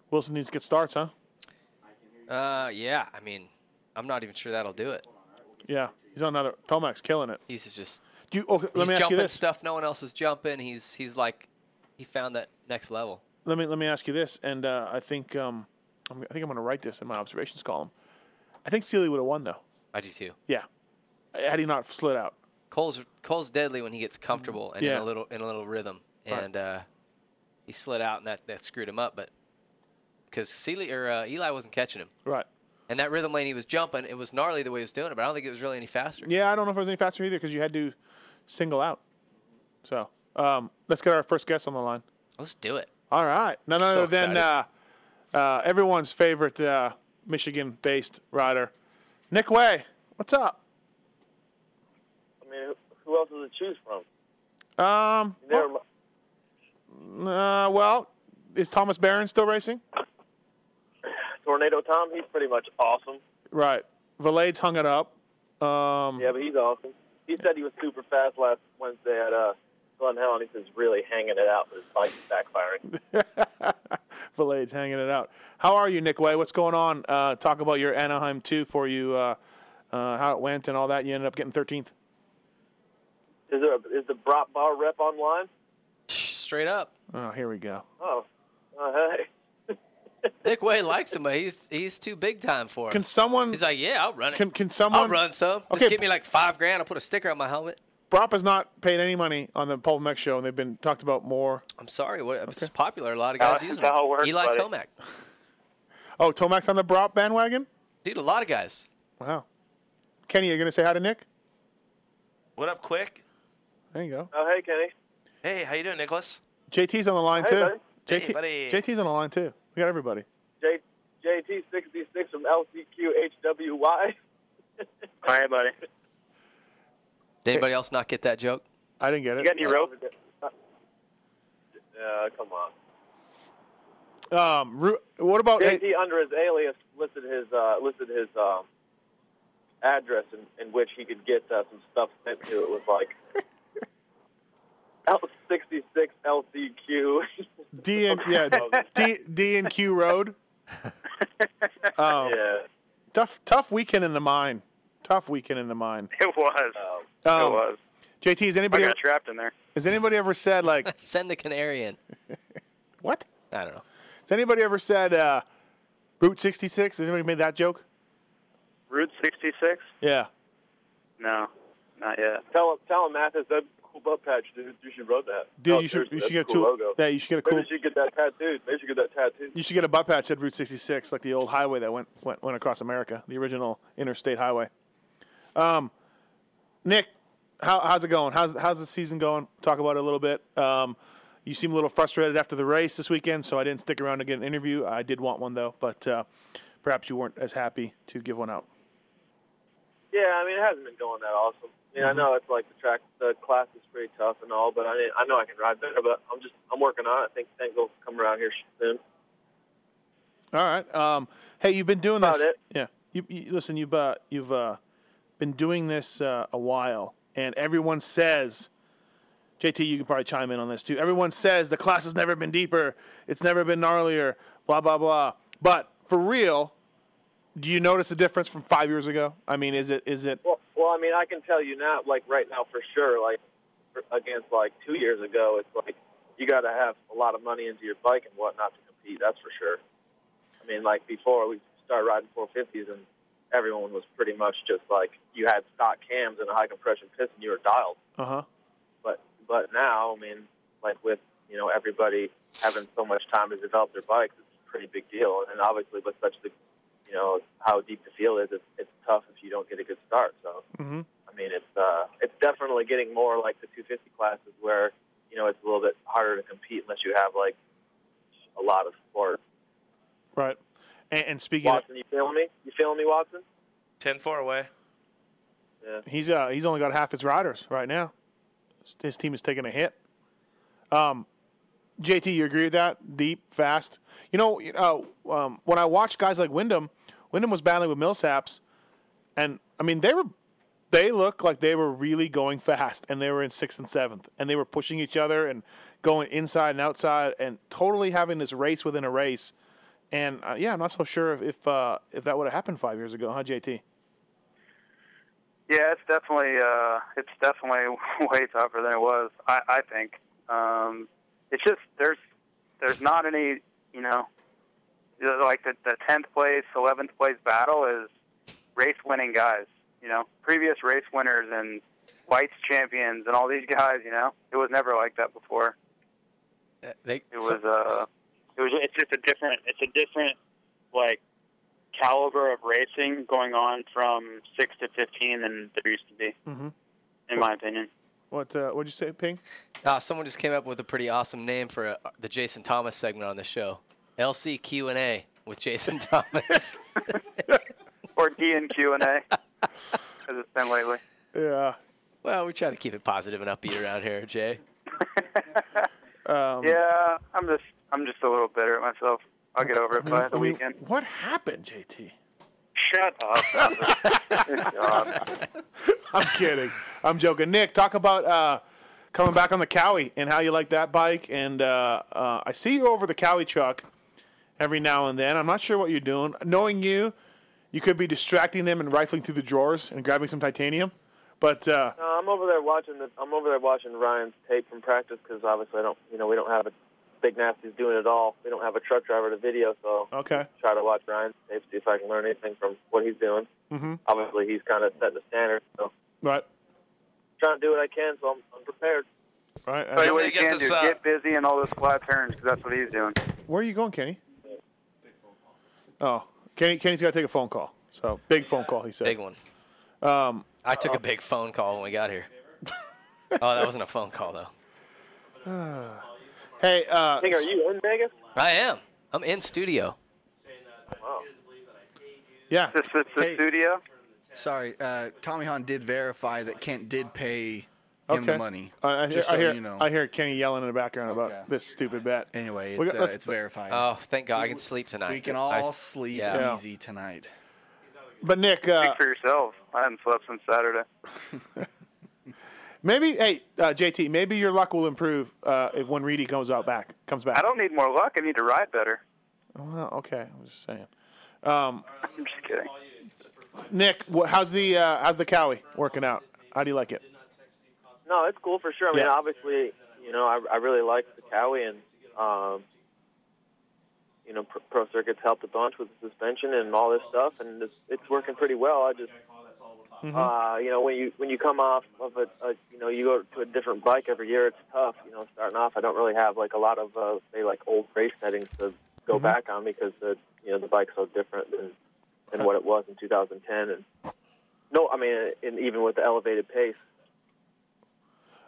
[SPEAKER 5] Wilson needs to get starts, huh?
[SPEAKER 6] uh, yeah. I mean, I'm not even sure that'll do it.
[SPEAKER 5] Yeah, he's on another. Tomac's killing it.
[SPEAKER 6] He's just.
[SPEAKER 5] Do you, okay, let
[SPEAKER 6] he's
[SPEAKER 5] me ask you
[SPEAKER 6] jumping
[SPEAKER 5] this.
[SPEAKER 6] stuff no one else is jumping. He's he's like, he found that next level.
[SPEAKER 5] let me let me ask you this, and uh, I think um, I'm, I think I'm going to write this in my observations column. I think Sealy would have won though.
[SPEAKER 6] I do too.
[SPEAKER 5] Yeah, had he not slid out.
[SPEAKER 6] Cole's Cole's deadly when he gets comfortable and in
[SPEAKER 5] Yeah.
[SPEAKER 6] a little in a little rhythm,
[SPEAKER 5] Right.
[SPEAKER 6] and uh, he slid out and that, that screwed him up. But because Sealy or uh, Eli wasn't catching him,
[SPEAKER 5] Right.
[SPEAKER 6] and that rhythm lane he was jumping, it was gnarly the way he was doing it, but I don't think it was really any faster.
[SPEAKER 5] Yeah, I don't know if it was any faster either because you had to single out. So um, let's get our first guest on the line.
[SPEAKER 6] Let's
[SPEAKER 5] [laughs]
[SPEAKER 6] do it.
[SPEAKER 5] All right, none
[SPEAKER 6] So
[SPEAKER 5] other than uh,
[SPEAKER 6] excited.
[SPEAKER 5] uh, everyone's favorite uh, Michigan-based rider, Nick Way. What's up?
[SPEAKER 1] I mean, who else is it choose from?
[SPEAKER 5] Um,
[SPEAKER 1] Never mi-
[SPEAKER 5] uh, well, is Thomas Barron still racing?
[SPEAKER 1] [clears throat] Tornado Tom, he's pretty much awesome.
[SPEAKER 5] Right. Valade's hung it up. Um,
[SPEAKER 1] Yeah, but he's awesome. He said he was super fast last Wednesday at uh, Glen Helen. He's just really hanging it out, but his bike's
[SPEAKER 5] [laughs]
[SPEAKER 1] backfiring.
[SPEAKER 5] Valade's hanging it out. How are you, Nick Way? What's going on? Uh, talk about your Anaheim 2 for you, uh, uh, how it went and all that. You ended up getting 13th.
[SPEAKER 1] Is, there a, is the Brat Bar rep online?
[SPEAKER 6] Straight up,
[SPEAKER 5] Oh, here we go.
[SPEAKER 1] Oh, uh, hey.
[SPEAKER 6] Nick Way likes him, but he's he's too big time for him.
[SPEAKER 5] Can someone-
[SPEAKER 6] He's like, yeah, I'll run it.
[SPEAKER 5] Can- can someone-
[SPEAKER 6] I'll run some. Just
[SPEAKER 5] Okay,
[SPEAKER 6] give me like five grand. I'll put a sticker on my helmet.
[SPEAKER 5] Brop has not paid any money on the Paul Mech show, and they've been talked about more.
[SPEAKER 6] I'm sorry, what it's popular. A lot of guys
[SPEAKER 5] That's
[SPEAKER 6] use it.
[SPEAKER 5] how it works,
[SPEAKER 6] Eli
[SPEAKER 5] buddy.
[SPEAKER 6] Tomac,
[SPEAKER 5] Oh, Tomac's on the Brop bandwagon?
[SPEAKER 6] dude, a lot of guys.
[SPEAKER 5] Wow. Kenny, you going to say hi to Nick?
[SPEAKER 7] What up, quick?
[SPEAKER 5] There you go.
[SPEAKER 1] Oh, hey, Kenny.
[SPEAKER 7] Hey, how you doing, Nicholas?
[SPEAKER 5] JT's on the line,
[SPEAKER 7] Hey,
[SPEAKER 5] too.
[SPEAKER 7] buddy. Hey,
[SPEAKER 5] JT,
[SPEAKER 7] buddy.
[SPEAKER 5] JT's on the line, too. We got everybody.
[SPEAKER 1] J, JT66 from LCQHWY.
[SPEAKER 3] All right, buddy.
[SPEAKER 6] Did anybody else not get that joke?
[SPEAKER 5] I didn't get
[SPEAKER 6] it.
[SPEAKER 1] Uh, come on.
[SPEAKER 5] Um, Ru- what about.
[SPEAKER 1] JT under his alias listed his uh, listed his um, address in, in which he could get uh, some stuff sent to. It was like L66 LCQ.
[SPEAKER 5] D and
[SPEAKER 3] [laughs]
[SPEAKER 5] yeah, D D and Q Road. Oh,
[SPEAKER 1] yeah.
[SPEAKER 5] tough tough weekend in the mine. Tough weekend in the mine.
[SPEAKER 3] [laughs] It was.
[SPEAKER 5] Um,
[SPEAKER 3] [laughs] it was.
[SPEAKER 5] JT, has anybody
[SPEAKER 3] I got trapped in there.
[SPEAKER 5] has anybody ever said like
[SPEAKER 6] [laughs] Send the canary in.
[SPEAKER 5] what?
[SPEAKER 6] I don't know.
[SPEAKER 5] Has anybody ever said uh, Route 66? Has anybody made that joke?
[SPEAKER 3] Route 66?
[SPEAKER 5] Yeah.
[SPEAKER 3] No, not yet.
[SPEAKER 1] Tell him, tell him, Mathis, that cool butt patch, dude. You should run that.
[SPEAKER 5] Dude,
[SPEAKER 1] Oh,
[SPEAKER 5] you should-
[SPEAKER 1] seriously,
[SPEAKER 5] you
[SPEAKER 1] that's
[SPEAKER 5] should get
[SPEAKER 1] a cool
[SPEAKER 5] two-
[SPEAKER 1] logo.
[SPEAKER 5] yeah, you should get a
[SPEAKER 1] Maybe
[SPEAKER 5] cool-
[SPEAKER 1] you should get that tattooed. Maybe you should get that tattooed.
[SPEAKER 5] You should get a butt patch at Route 66, like the old highway that went went, went across America, the original interstate highway. Um, Nick, how, how's it going? How's how's the season going? Talk about it a little bit. Um, you seem a little frustrated after the race this weekend, so I didn't stick around to get an interview. I did want one though, but uh, perhaps you weren't as happy to give one out.
[SPEAKER 1] [laughs] Yeah, I mean, it hasn't been going that awesome. I mean,
[SPEAKER 5] Mhm.
[SPEAKER 1] I know it's like the track, the class is pretty tough and all, but I mean, I know I can ride better. But I'm just, I'm working on it. I think things will come around here soon.
[SPEAKER 5] All right. Um, hey, you've been doing
[SPEAKER 1] About
[SPEAKER 5] this.
[SPEAKER 1] it.
[SPEAKER 5] Yeah. You, you listen. You've uh, you've uh, been doing this uh, a while, and everyone says, JT, you can probably chime in on this too. Everyone says the class has never been deeper. It's never been gnarlier. Blah blah blah. But for real, do you notice a difference from five years ago? I mean, is it is it
[SPEAKER 1] Well, well, I mean, I can tell you now, like right now for sure, like for, against like two years ago, it's like you got to have a lot of money into your bike and whatnot to compete. That's for sure. I mean, like before we started riding 450s, and everyone was pretty much just like you had stock cams and a high compression piston, you were dialed.
[SPEAKER 5] uh huh?
[SPEAKER 1] But but now, I mean, like with you know everybody having so much time to develop their bikes, it's a pretty big deal. And obviously, with such the you know how deep the field is, it's, it's tough if you don't get a good start. So
[SPEAKER 5] Mm-hmm.
[SPEAKER 1] I mean, it's uh, it's definitely getting more like the 250 classes where you know it's a little bit harder to compete unless you have like a lot of support.
[SPEAKER 5] Right. And, and speaking of,
[SPEAKER 1] Watson, you feeling me? You feeling me, Watson?
[SPEAKER 7] Ten four away.
[SPEAKER 1] Yeah.
[SPEAKER 5] He's uh he's only got half his riders right now. His team is taking a hit. Um, JT, you agree with that? Deep, fast. You know, you know, um, when I watched guys like Wyndham, Wyndham was battling with Millsaps, and I mean they were they looked like they were really going fast, and they were in sixth and seventh, and they were pushing each other and going inside and outside, and totally having this race within a race. And uh, yeah, I'm not so sure if if, uh, if that would have happened five years ago, huh, JT?
[SPEAKER 3] Yeah, it's definitely uh, it's definitely [laughs] way tougher than it was. I, I think um, it's just there's there's not any you know you know, like the the tenth place, eleventh place battle is race winning guys. You know, previous race winners and whites champions and all these guys. You know, it was never like that before.
[SPEAKER 6] They,
[SPEAKER 3] It was uh, it was it's just a different it's a different like caliber of racing going on from six to fifteen than there used to be.
[SPEAKER 5] Mm-hmm.
[SPEAKER 3] in my opinion.
[SPEAKER 5] What uh, what'd you say, Ping?
[SPEAKER 6] Ah, someone just came up with a pretty awesome name for uh the Jason Thomas segment on the show. LC Q and A with Jason [laughs] Thomas.
[SPEAKER 3] or D and Q and A, as it's been lately.
[SPEAKER 5] [laughs] Yeah.
[SPEAKER 6] Well, we try to keep it positive and upbeat around here, Jay.
[SPEAKER 5] [laughs] Um,
[SPEAKER 3] yeah, I'm just I'm just a little bitter at myself. I'll get over it by the weekend.
[SPEAKER 5] What happened, JT?
[SPEAKER 3] Shut
[SPEAKER 5] [laughs]
[SPEAKER 3] up.
[SPEAKER 5] I'm kidding. I'm joking. Nick, talk about uh, coming back on the Cowie and how you like that bike. And uh, uh, I see you over the Cowie truck every now and then. I'm not sure what you're doing. Knowing you, you could be distracting them and rifling through the drawers and grabbing some titanium. But uh,
[SPEAKER 1] No, I'm over there watching the. I'm over there watching Ryan's tape from practice because obviously I don't. You know, we don't have a big nasty's doing it all. We don't have a truck driver to video, so
[SPEAKER 5] okay.
[SPEAKER 1] try to watch Ryan's tape, see if I can learn anything from what he's doing.
[SPEAKER 5] Mm-hmm.
[SPEAKER 1] Obviously, he's kind of setting the standard, so
[SPEAKER 5] Right.
[SPEAKER 1] trying to do what I can, so I'm, I'm prepared.
[SPEAKER 5] Right.
[SPEAKER 3] Tell you what you
[SPEAKER 1] Somebody get
[SPEAKER 3] can
[SPEAKER 1] this,
[SPEAKER 3] do:
[SPEAKER 1] uh,
[SPEAKER 3] get busy and all those flat turns, because that's what he's doing.
[SPEAKER 5] Where are you going, Kenny? Oh, Kenny, Kenny's got to take a phone call. So big phone call, he said.
[SPEAKER 6] Big one.
[SPEAKER 5] Um,
[SPEAKER 6] I
[SPEAKER 8] Oh.
[SPEAKER 6] took a big phone call when we got here. oh, that wasn't a phone call though.
[SPEAKER 5] [laughs] hey, uh,
[SPEAKER 1] Hey, are you in Vegas?
[SPEAKER 6] I am. I'm in studio.
[SPEAKER 1] Wow.
[SPEAKER 5] Yeah.
[SPEAKER 3] This is the studio.
[SPEAKER 8] Sorry, uh, Tommy Hahn did verify that Kent did pay him the money.
[SPEAKER 5] I, I hear,
[SPEAKER 8] just
[SPEAKER 5] I,
[SPEAKER 8] so
[SPEAKER 5] hear,
[SPEAKER 8] you know.
[SPEAKER 5] I hear Kenny yelling in the background about this stupid bet.
[SPEAKER 8] Anyway,
[SPEAKER 5] We
[SPEAKER 8] it's,
[SPEAKER 5] got-
[SPEAKER 8] uh,
[SPEAKER 5] let's-
[SPEAKER 8] it's verified.
[SPEAKER 6] Oh, thank God, I can sleep tonight.
[SPEAKER 8] we can all sleep
[SPEAKER 6] yeah.
[SPEAKER 8] easy tonight.
[SPEAKER 5] But Nick, uh,
[SPEAKER 12] Oh,
[SPEAKER 3] Speak for yourself. I haven't slept since Saturday.
[SPEAKER 5] [laughs] Maybe, hey, uh, JT, maybe your luck will improve uh, if when Reedy comes out back, comes back.
[SPEAKER 9] I don't need more luck. I need to ride better.
[SPEAKER 5] Well, okay, I was just saying. Um,
[SPEAKER 9] I'm just kidding.
[SPEAKER 5] Nick, wh- how's the uh, how's the Cowie working out? How do you like it?
[SPEAKER 1] No, it's cool for sure. I mean,
[SPEAKER 5] Yeah.
[SPEAKER 1] obviously, you know, I, I really like the Cowie, and um, you know, Pro, Pro Circuits helped a bunch with the suspension and all this stuff, and it's, it's working pretty well. I just, uh, you know, when you when you come off of a, a, you know, you go to a different bike every year, it's tough. You know, starting off, I don't really have like a lot of uh, say like old race settings to go
[SPEAKER 5] Mhm.
[SPEAKER 1] back on because the you know the bike's so different than than what it was in 2010, and no, I mean, and even with the elevated pace.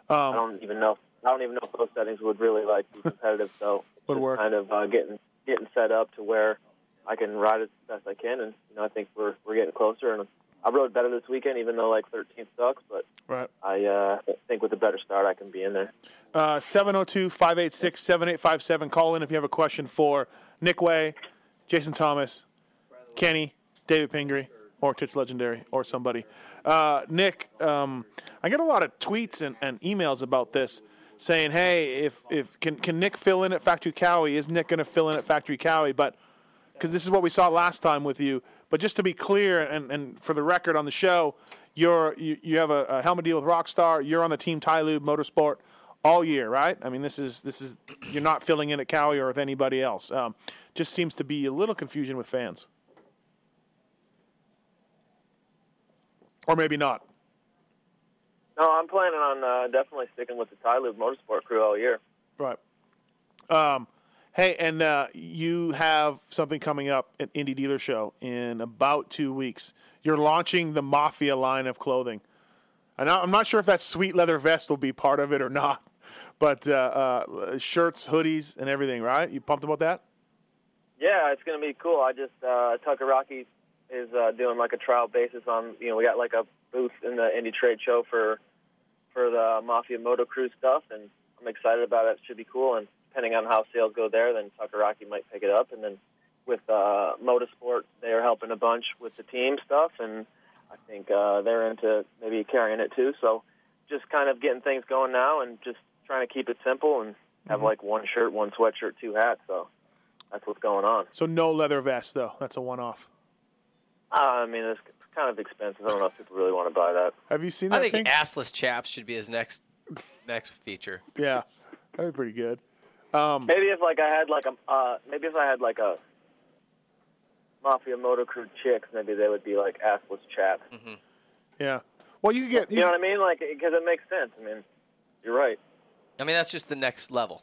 [SPEAKER 1] I
[SPEAKER 5] Um,
[SPEAKER 1] don't even know. I don't even know if those settings would really like be competitive. So it's
[SPEAKER 5] Would [laughs]
[SPEAKER 1] just
[SPEAKER 5] work.
[SPEAKER 1] kind of uh, getting getting set up to where I can ride as best I can, and you know I think we're we're getting closer. And I rode better this weekend, even though like 13 sucks, but
[SPEAKER 5] right.
[SPEAKER 1] I uh, think with a better start I can be in there.
[SPEAKER 5] 702 586 7857. Call in if you have a question for Nick Way, Jason Thomas, Kenny, David Pingree, or Tits Legendary, or somebody. Uh, Nick, um, I get a lot of tweets and, and emails about this saying, hey, if, if can, can Nick fill in at Factory Cowie? Is Nick going to fill in at Factory Cowie? But because this is what we saw last time with you. But just to be clear and, and for the record on the show, you're you, you have a, a helmet deal with Rockstar. You're on the team Ty Lube Motorsport all year, right? I mean, this is this is you're not filling in at Cowie or with anybody else. Um, just seems to be a little confusion with fans, or maybe not.
[SPEAKER 1] No, I'm planning on uh, definitely sticking with the Ty Lube Motorsport crew all year.
[SPEAKER 5] Right. Um, hey, and uh, you have something coming up at Indie Dealer Show in about two weeks. You're launching the Mafia line of clothing. And I- I'm not sure if that sweet leather vest will be part of it or not, but uh, uh, shirts, hoodies, and everything, right? You pumped about that?
[SPEAKER 1] Yeah, it's gonna be cool. I just uh, Tucker Rocky is uh, doing like a trial basis on you know we got like a booth in the Indy Trade Show for for the Mafia Moto Crew stuff, and I'm excited about it. It should be cool. And depending on how sales go there, then Tucker Rocky might pick it up. And then with uh, Motorsport, they are helping a bunch with the team stuff, and I think uh, they're into maybe carrying it too. So just kind of getting things going now, and just trying to keep it simple and have like one shirt, one sweatshirt, two hats. So that's what's going on.
[SPEAKER 5] So no leather vest, though. That's a one off.
[SPEAKER 1] Uh, I mean, it's kind of expensive. I don't know if people really want to buy that.
[SPEAKER 5] Have you seen that
[SPEAKER 6] I think
[SPEAKER 5] thing?
[SPEAKER 6] assless chaps should be his next next feature.
[SPEAKER 5] Yeah, that'd be pretty good. Um,
[SPEAKER 1] Maybe if like I had like a uh, maybe if I had like a mafia motor crew chicks, maybe they would be like assless chaps. Mm-hmm.
[SPEAKER 5] yeah. Well, you could get
[SPEAKER 1] You know what I mean? Like because it makes sense. I mean, you're right.
[SPEAKER 6] I mean, that's just the next level.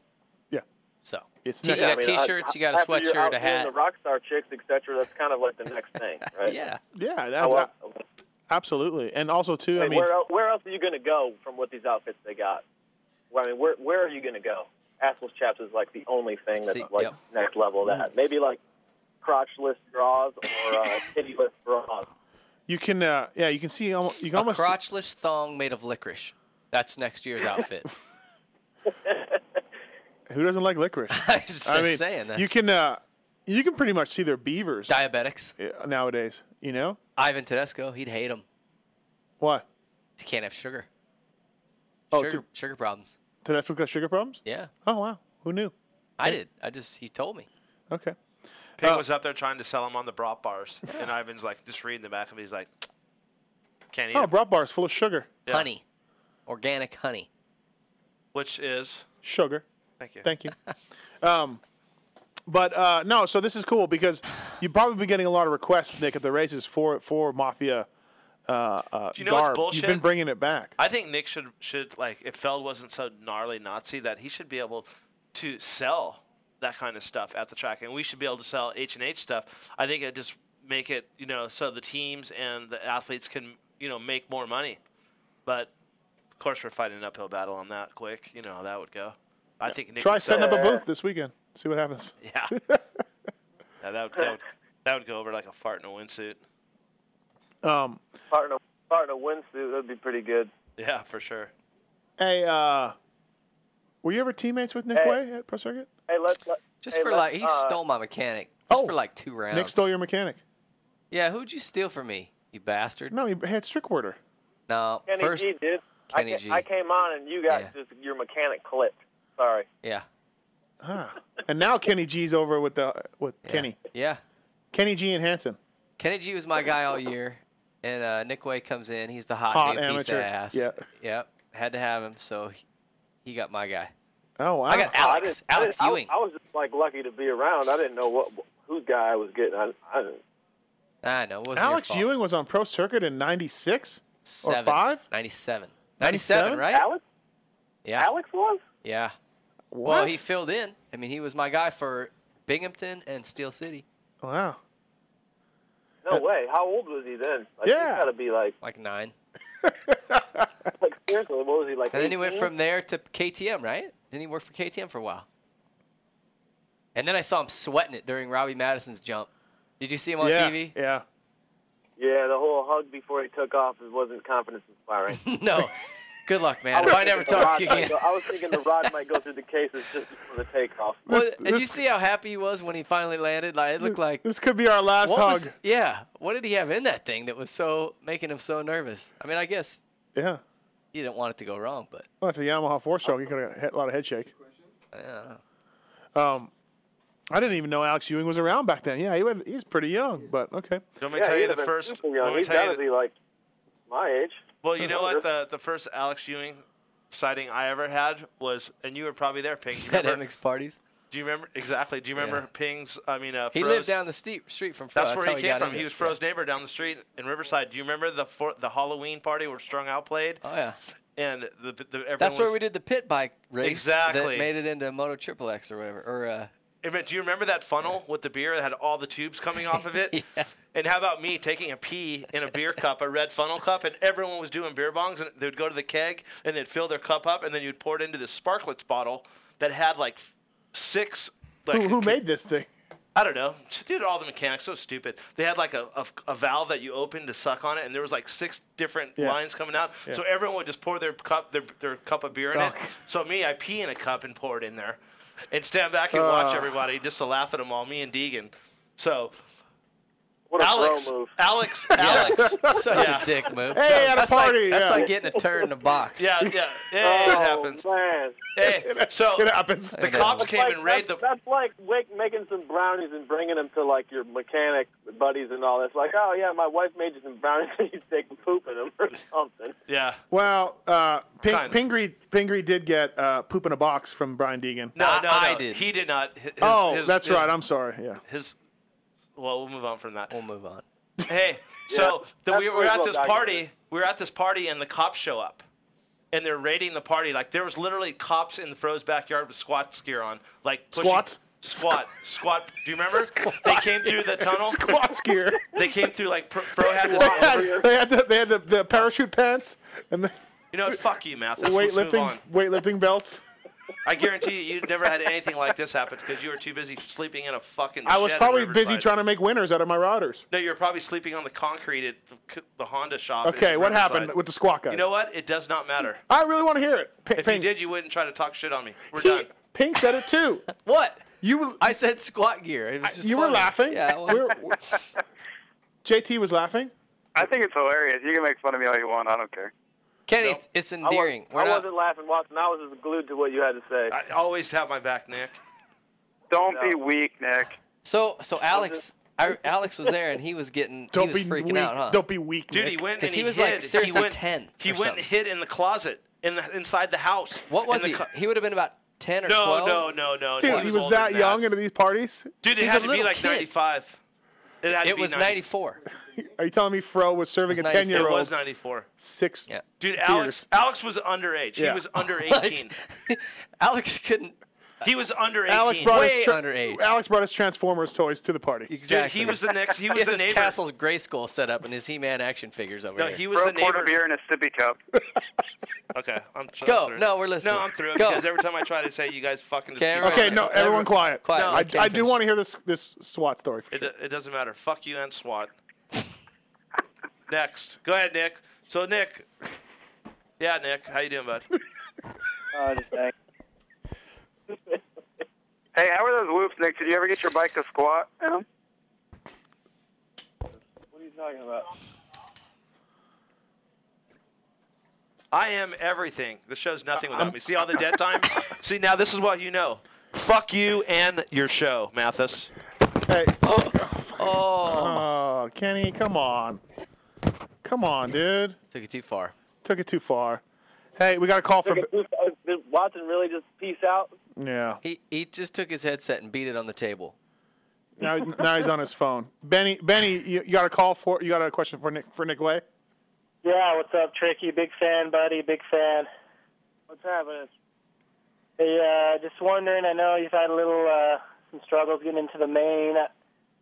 [SPEAKER 5] Yeah.
[SPEAKER 6] So
[SPEAKER 5] it's
[SPEAKER 6] you got
[SPEAKER 1] I mean, I-
[SPEAKER 6] t-shirts, you got a
[SPEAKER 1] after you're
[SPEAKER 6] sweatshirt,
[SPEAKER 1] out
[SPEAKER 6] a
[SPEAKER 1] doing
[SPEAKER 6] hat.
[SPEAKER 1] The rockstar chicks, etc. That's kind of like the next thing, right?
[SPEAKER 6] [laughs] yeah.
[SPEAKER 5] Yeah,
[SPEAKER 1] I
[SPEAKER 5] that,
[SPEAKER 1] want-
[SPEAKER 5] absolutely. And also, too, I
[SPEAKER 1] Like,
[SPEAKER 5] mean,
[SPEAKER 1] where el- where else are you going to go from what these outfits they got? Well, I mean, where where are you going to go? Assless chaps is like the only thing that's
[SPEAKER 6] See,
[SPEAKER 1] like
[SPEAKER 6] yep.
[SPEAKER 1] next level. of That maybe like crotchless bras or
[SPEAKER 6] [laughs]
[SPEAKER 1] uh, tittyless bras.
[SPEAKER 5] you can, uh, yeah, you can see, almo- you can
[SPEAKER 6] a
[SPEAKER 5] almost
[SPEAKER 6] crotchless thong made of licorice. That's next year's outfit.
[SPEAKER 5] [laughs] Who doesn't like
[SPEAKER 7] [laughs]
[SPEAKER 5] licorice?
[SPEAKER 6] I'm just saying,
[SPEAKER 5] you
[SPEAKER 6] that's-
[SPEAKER 5] can uh, you can pretty much see their beavers
[SPEAKER 6] diabetics
[SPEAKER 5] nowadays. You know
[SPEAKER 6] Ivan Tedesco, Oh, he'd hate him.
[SPEAKER 5] why?
[SPEAKER 6] He can't have sugar.
[SPEAKER 5] Oh,
[SPEAKER 6] sugar,
[SPEAKER 5] to-
[SPEAKER 6] sugar problems.
[SPEAKER 5] Tedesco got sugar problems.
[SPEAKER 6] Yeah,
[SPEAKER 5] Oh wow, who knew?
[SPEAKER 6] I did. I just he told me.
[SPEAKER 5] Okay. Uh,
[SPEAKER 7] Pig was up there trying to sell him on the brat bars,
[SPEAKER 5] [laughs]
[SPEAKER 7] and Ivan's like just reading the back of it. He's like, can't eat
[SPEAKER 5] Oh,
[SPEAKER 7] it.
[SPEAKER 5] brat bars full of sugar.
[SPEAKER 7] Yeah.
[SPEAKER 6] Honey, organic honey.
[SPEAKER 7] which is
[SPEAKER 5] Sugar.
[SPEAKER 7] thank you.
[SPEAKER 5] Thank you. um, but uh, no, so this is cool because you've probably been getting a lot of requests, Nick, at the races for for mafia. Uh, uh,
[SPEAKER 7] Do you know
[SPEAKER 5] garb.
[SPEAKER 7] what's
[SPEAKER 5] You've
[SPEAKER 7] bullshit?
[SPEAKER 5] been bringing it back.
[SPEAKER 7] I think Nick should should like if Feld wasn't so gnarly Nazi that he should be able to sell that kind of stuff at the track, and we should be able to sell H and H stuff. I think it just make it you know so the teams and the athletes can you know make more money, but of course we're fighting an uphill battle on that quick. You know how that would go. I think Nick
[SPEAKER 5] Try
[SPEAKER 7] would
[SPEAKER 5] setting
[SPEAKER 7] sell-
[SPEAKER 5] up a booth this weekend. See what happens.
[SPEAKER 7] Yeah. Yeah, that would, that would that would go over like a fart in a windsuit.
[SPEAKER 5] [laughs] um,
[SPEAKER 1] Part in a part in a windsuit that'd be pretty good.
[SPEAKER 7] Yeah, for sure.
[SPEAKER 5] Hey, uh, were you ever teammates with Nick
[SPEAKER 1] Hey.
[SPEAKER 5] Way at Pro Circuit?
[SPEAKER 1] Hey, let's let,
[SPEAKER 6] Just
[SPEAKER 1] hey,
[SPEAKER 6] for
[SPEAKER 1] let-
[SPEAKER 6] like he
[SPEAKER 1] uh,
[SPEAKER 6] stole my mechanic. Just for like two rounds.
[SPEAKER 5] Oh, Nick stole your mechanic.
[SPEAKER 6] yeah, who'd you steal from me, you bastard?
[SPEAKER 5] No, he had Strickwerder.
[SPEAKER 6] No,
[SPEAKER 1] Kenny
[SPEAKER 6] first
[SPEAKER 1] G, dude.
[SPEAKER 6] Kenny
[SPEAKER 1] I,
[SPEAKER 6] G.
[SPEAKER 1] ca- I came on and you guys just your mechanic clipped. Sorry.
[SPEAKER 6] Yeah.
[SPEAKER 5] Ah. And now Kenny G's over with the with Kenny.
[SPEAKER 6] Yeah.
[SPEAKER 5] Kenny G and Hanson.
[SPEAKER 6] Kenny G was my guy all year, and uh, Nick Way comes in. He's the hot,
[SPEAKER 5] Hot
[SPEAKER 6] new piece of
[SPEAKER 5] amateur.
[SPEAKER 6] ass.
[SPEAKER 5] Yeah.
[SPEAKER 6] Yep. Had to have him, so he, he got my guy.
[SPEAKER 5] Oh wow.
[SPEAKER 6] I got Alex.
[SPEAKER 1] I
[SPEAKER 6] Alex
[SPEAKER 1] didn't- I,
[SPEAKER 6] Ewing.
[SPEAKER 1] I, was just like lucky to be around. I didn't know what whose guy I was getting. I, I didn't.
[SPEAKER 6] I know. It wasn't
[SPEAKER 5] Alex
[SPEAKER 6] your fault.
[SPEAKER 5] Ewing was on Pro Circuit in '96 or
[SPEAKER 6] Seven.
[SPEAKER 5] five.
[SPEAKER 6] 97.
[SPEAKER 5] 97?
[SPEAKER 6] 97, right?
[SPEAKER 1] Alex?
[SPEAKER 6] Yeah.
[SPEAKER 1] Alex was?
[SPEAKER 6] Yeah. Well,
[SPEAKER 5] What?
[SPEAKER 6] he filled in. I mean, he was my guy for Binghamton and Steel City.
[SPEAKER 5] Wow.
[SPEAKER 1] No way. How old was he then? Like,
[SPEAKER 6] Yeah.
[SPEAKER 1] He's got to be like
[SPEAKER 6] Like nine.
[SPEAKER 1] like seriously. What was he like?
[SPEAKER 6] And then he went
[SPEAKER 1] 18?
[SPEAKER 6] from there to KTM, right? Then he worked for KTM for a while. And then I saw him sweating it during Robbie Madison's jump. Did you see him on
[SPEAKER 1] Yeah,
[SPEAKER 6] TV?
[SPEAKER 5] Yeah.
[SPEAKER 1] Yeah, the whole hug before he took off it wasn't confidence
[SPEAKER 7] [laughs]
[SPEAKER 1] inspiring.
[SPEAKER 5] [laughs]
[SPEAKER 6] no. Good luck, man.
[SPEAKER 1] was
[SPEAKER 6] If I never
[SPEAKER 1] thinking the
[SPEAKER 6] talk to you
[SPEAKER 1] rod might
[SPEAKER 6] again.
[SPEAKER 1] go- I was thinking the rod might go through the cases just before the takeoff.
[SPEAKER 6] Well, did you see how happy he was when he finally landed? Like it looked like
[SPEAKER 5] this could be our last
[SPEAKER 6] what was-
[SPEAKER 5] hug.
[SPEAKER 6] yeah. What did he have in that thing that was so making him so nervous? I mean, I guess
[SPEAKER 5] Yeah.
[SPEAKER 6] you didn't want it to go wrong, but
[SPEAKER 5] Well, it's a Yamaha four-stroke. He could have had a lot of head shake.
[SPEAKER 6] yeah.
[SPEAKER 5] Um, I didn't even know Alex Ewing was around back then. Yeah, he was, he's pretty young, but okay.
[SPEAKER 7] Don't me to tell you the first. Let me
[SPEAKER 1] He's
[SPEAKER 7] tell
[SPEAKER 1] got
[SPEAKER 7] you
[SPEAKER 1] to be like my age.
[SPEAKER 7] Well,
[SPEAKER 1] [laughs]
[SPEAKER 7] you know what?
[SPEAKER 1] Older.
[SPEAKER 7] The the first Alex Ewing sighting I ever had was, and you were probably there, Ping. Do you
[SPEAKER 6] [laughs] at
[SPEAKER 7] remember?
[SPEAKER 6] MX parties.
[SPEAKER 7] Do you remember exactly? Do you remember
[SPEAKER 6] Yeah.
[SPEAKER 7] Ping's? I mean, uh,
[SPEAKER 6] He
[SPEAKER 7] Fro's-
[SPEAKER 6] lived down the steep street from. Fro.
[SPEAKER 7] That's where
[SPEAKER 6] how
[SPEAKER 7] he came
[SPEAKER 6] got
[SPEAKER 7] from.
[SPEAKER 6] into
[SPEAKER 7] He
[SPEAKER 6] it.
[SPEAKER 7] was Fro's neighbor down the street in Riverside. Do you remember the for, the Halloween party where Strung Out played?
[SPEAKER 6] Oh yeah.
[SPEAKER 7] And the, the everyone
[SPEAKER 6] That's where
[SPEAKER 7] was-
[SPEAKER 6] we did the pit bike race.
[SPEAKER 7] Exactly.
[SPEAKER 6] That made it into Moto Triple X or whatever.
[SPEAKER 5] [laughs]
[SPEAKER 6] Or uh,
[SPEAKER 7] Hey, man, do you remember that funnel with the beer that had all the tubes coming off
[SPEAKER 5] [laughs]
[SPEAKER 7] of it? And how about me taking a pee in a beer cup, a red funnel cup, and everyone was doing beer bongs, and they would go to the keg and they'd fill their cup up, and then you'd pour it into this sparklets bottle that had like six. Like,
[SPEAKER 5] who, who made this thing?
[SPEAKER 7] I don't know. [laughs] Dude, all the mechanics so stupid. They had like a, a, a valve that you opened to suck on it, and there was like six different
[SPEAKER 5] Yeah.
[SPEAKER 7] lines coming out.
[SPEAKER 5] Yeah. Oh.
[SPEAKER 7] So everyone would just pour their cup their, their cup of beer in it.
[SPEAKER 5] Okay.
[SPEAKER 7] So me, I pee in a cup and pour it in there, and stand back and watch
[SPEAKER 5] Ah.
[SPEAKER 7] everybody just to laugh at them all. Me and Deegan. So
[SPEAKER 1] What a bro
[SPEAKER 7] Alex,
[SPEAKER 1] move.
[SPEAKER 6] [laughs]
[SPEAKER 7] Alex,
[SPEAKER 1] Yeah.
[SPEAKER 7] Alex,
[SPEAKER 6] such
[SPEAKER 7] Yeah.
[SPEAKER 6] a dick move.
[SPEAKER 7] Hey, at a
[SPEAKER 6] that's Like,
[SPEAKER 7] party,
[SPEAKER 6] That's
[SPEAKER 7] yeah.
[SPEAKER 6] like getting a turd in a box.
[SPEAKER 7] [laughs] Yeah, yeah,
[SPEAKER 5] [laughs]
[SPEAKER 7] yeah
[SPEAKER 5] Oh,
[SPEAKER 1] Oh,
[SPEAKER 7] it happens.
[SPEAKER 6] [laughs]
[SPEAKER 7] Hey, so
[SPEAKER 5] it happens.
[SPEAKER 7] The cops
[SPEAKER 1] That's
[SPEAKER 7] came
[SPEAKER 1] like-
[SPEAKER 7] and raided the.
[SPEAKER 1] that's, That's like wake, making some brownies and bringing them to like your mechanic buddies and all. That's like, oh yeah, my wife made you some brownies [laughs] and you take a poop in them or something.
[SPEAKER 7] Yeah.
[SPEAKER 5] Well, uh, Ping,
[SPEAKER 7] Kinda.
[SPEAKER 5] Pingree Pingree did get uh, poop in a box from Brian Deegan.
[SPEAKER 7] No, no, no. He did not. His,
[SPEAKER 5] oh,
[SPEAKER 7] his-
[SPEAKER 5] that's
[SPEAKER 7] his-
[SPEAKER 5] right. I'm sorry. Yeah.
[SPEAKER 6] [laughs]
[SPEAKER 7] His. Well, we'll move on from that. We'll
[SPEAKER 6] move on.
[SPEAKER 5] [laughs]
[SPEAKER 7] Hey, so the,
[SPEAKER 5] that's
[SPEAKER 7] we were
[SPEAKER 5] pretty
[SPEAKER 7] at
[SPEAKER 5] well
[SPEAKER 7] this
[SPEAKER 5] documented.
[SPEAKER 7] party. We were at this party, and the cops show up, and they're raiding the party. Like there was literally cops in the Fro's backyard with squats gear on, like pushing,
[SPEAKER 5] Squats? [laughs]
[SPEAKER 7] squat, squat. Do you remember? they came through the tunnel.
[SPEAKER 5] Squats gear.
[SPEAKER 7] They came through like Fro- Fro had
[SPEAKER 5] they had,
[SPEAKER 7] this.
[SPEAKER 5] they had, the, they had the, the parachute pants and the
[SPEAKER 7] you know, what? fuck you, Math. Let's, let's move
[SPEAKER 5] weightlifting
[SPEAKER 7] on.
[SPEAKER 5] weightlifting belts.
[SPEAKER 7] I guarantee you, you never had anything like this happen because you were too busy sleeping in a fucking.
[SPEAKER 5] I was
[SPEAKER 7] shed in
[SPEAKER 5] probably busy
[SPEAKER 7] Riverside.
[SPEAKER 5] trying to make winners out of my routers.
[SPEAKER 7] No, you're probably sleeping on the concrete at the, the Honda shop. in
[SPEAKER 5] Okay, what happened
[SPEAKER 7] Riverside.
[SPEAKER 5] with the squat guys?
[SPEAKER 7] You know what? It does not matter.
[SPEAKER 5] I really want to hear it. P-
[SPEAKER 7] If
[SPEAKER 5] Ping,
[SPEAKER 7] you did, you wouldn't try to talk shit on me. We're done.
[SPEAKER 5] Ping said it too.
[SPEAKER 6] [laughs] what?
[SPEAKER 5] You
[SPEAKER 6] I said squat gear. It was just
[SPEAKER 5] you were
[SPEAKER 6] funny.
[SPEAKER 5] laughing.
[SPEAKER 6] Yeah.
[SPEAKER 5] We were- [laughs] JT was laughing.
[SPEAKER 9] I think it's hilarious. You can make fun of me all you want. I don't care.
[SPEAKER 6] Kenny, it's, it's endearing.
[SPEAKER 1] I wasn't laughing, Watson. I was just glued to what you had to say.
[SPEAKER 7] I always have my back, Nick.
[SPEAKER 9] [laughs] Don't be weak, Nick.
[SPEAKER 6] So so Alex I, Alex was there and he was getting
[SPEAKER 7] Don't
[SPEAKER 6] he was
[SPEAKER 7] be
[SPEAKER 6] freaking
[SPEAKER 7] weak.
[SPEAKER 6] out, huh?
[SPEAKER 7] Don't
[SPEAKER 5] be weak,
[SPEAKER 7] Dude, he went and
[SPEAKER 6] he was
[SPEAKER 7] hid.
[SPEAKER 6] like seriously
[SPEAKER 7] he went,
[SPEAKER 6] ten.
[SPEAKER 7] He
[SPEAKER 6] or
[SPEAKER 7] went and
[SPEAKER 6] something.
[SPEAKER 7] hid in the closet in the inside the house.
[SPEAKER 6] What was
[SPEAKER 7] in
[SPEAKER 6] he?
[SPEAKER 7] the co-
[SPEAKER 6] he would have been about ten or
[SPEAKER 7] No,
[SPEAKER 6] twelve.
[SPEAKER 7] no, no, no,
[SPEAKER 5] Dude, he was that young into these parties.
[SPEAKER 7] Dude, it
[SPEAKER 6] He's
[SPEAKER 7] had
[SPEAKER 6] a
[SPEAKER 7] to be
[SPEAKER 6] little
[SPEAKER 7] like
[SPEAKER 6] kid.
[SPEAKER 7] 95. It had to
[SPEAKER 6] It
[SPEAKER 7] be
[SPEAKER 6] was 94.
[SPEAKER 5] Are you telling me Fro was serving a ten year
[SPEAKER 7] It was
[SPEAKER 5] old
[SPEAKER 7] 94.
[SPEAKER 5] six?
[SPEAKER 7] Dude,
[SPEAKER 5] beers?
[SPEAKER 7] Alex Alex was underage.
[SPEAKER 5] Yeah.
[SPEAKER 7] He was under
[SPEAKER 5] Alex-
[SPEAKER 7] 18.
[SPEAKER 6] Alex couldn't.
[SPEAKER 7] He was under 18.
[SPEAKER 5] Alex brought his tra- Alex brought his Transformers toys to the party.
[SPEAKER 6] Exactly.
[SPEAKER 7] was the
[SPEAKER 6] [laughs]
[SPEAKER 7] next- he was
[SPEAKER 6] has
[SPEAKER 7] the
[SPEAKER 6] his
[SPEAKER 7] neighbor.
[SPEAKER 6] Castle's Gray School set up and his He-Man action figures over
[SPEAKER 7] No,
[SPEAKER 6] here.
[SPEAKER 7] he was Throw the a quarter neighbor.
[SPEAKER 9] Beer in a sippy
[SPEAKER 7] [laughs]
[SPEAKER 9] cup.
[SPEAKER 7] Okay, I'm I'm
[SPEAKER 6] Go.
[SPEAKER 7] through.
[SPEAKER 6] No, we're listening.
[SPEAKER 7] No, I'm through it
[SPEAKER 6] Go.
[SPEAKER 7] because every time I try to say, you guys fucking just
[SPEAKER 6] Okay,
[SPEAKER 7] keep
[SPEAKER 5] Okay,
[SPEAKER 7] going.
[SPEAKER 5] no, everyone quiet.
[SPEAKER 7] Quiet. No, I
[SPEAKER 5] I,
[SPEAKER 7] can't
[SPEAKER 5] I do want to hear this this SWAT story for
[SPEAKER 7] It,
[SPEAKER 5] sure.
[SPEAKER 7] it doesn't matter. Fuck you and SWAT. Next, go ahead, Nick. So Nick, yeah, Nick, how you
[SPEAKER 5] [laughs]
[SPEAKER 7] doing, bud?
[SPEAKER 9] Oh, just thanks. hey, how were those whoops, Nick? Did you ever get your bike to squat? No.
[SPEAKER 1] What are you talking about?
[SPEAKER 7] I am everything. The show's nothing without me. See all the
[SPEAKER 5] [laughs]
[SPEAKER 7] dead time? See, now this is what you know. Fuck you and your show, Mathis.
[SPEAKER 5] Hey. Oh. oh, Kenny, come on. Come on, dude.
[SPEAKER 6] Took it too far.
[SPEAKER 5] Took it too far. Hey, we got a call from.
[SPEAKER 1] Uh, Did Watson really just peace out?
[SPEAKER 5] Yeah.
[SPEAKER 6] He he just took his headset and beat it on the table.
[SPEAKER 5] Now, now he's on his phone. Benny, Benny, you, you got a call for? You got a question for Nick for Nick Way?
[SPEAKER 23] Yeah, what's up, Tricky? Big fan, buddy. Big fan.
[SPEAKER 1] What's happening?
[SPEAKER 23] Hey, uh, just wondering. I know you've had a little uh, some struggles getting into the main. I,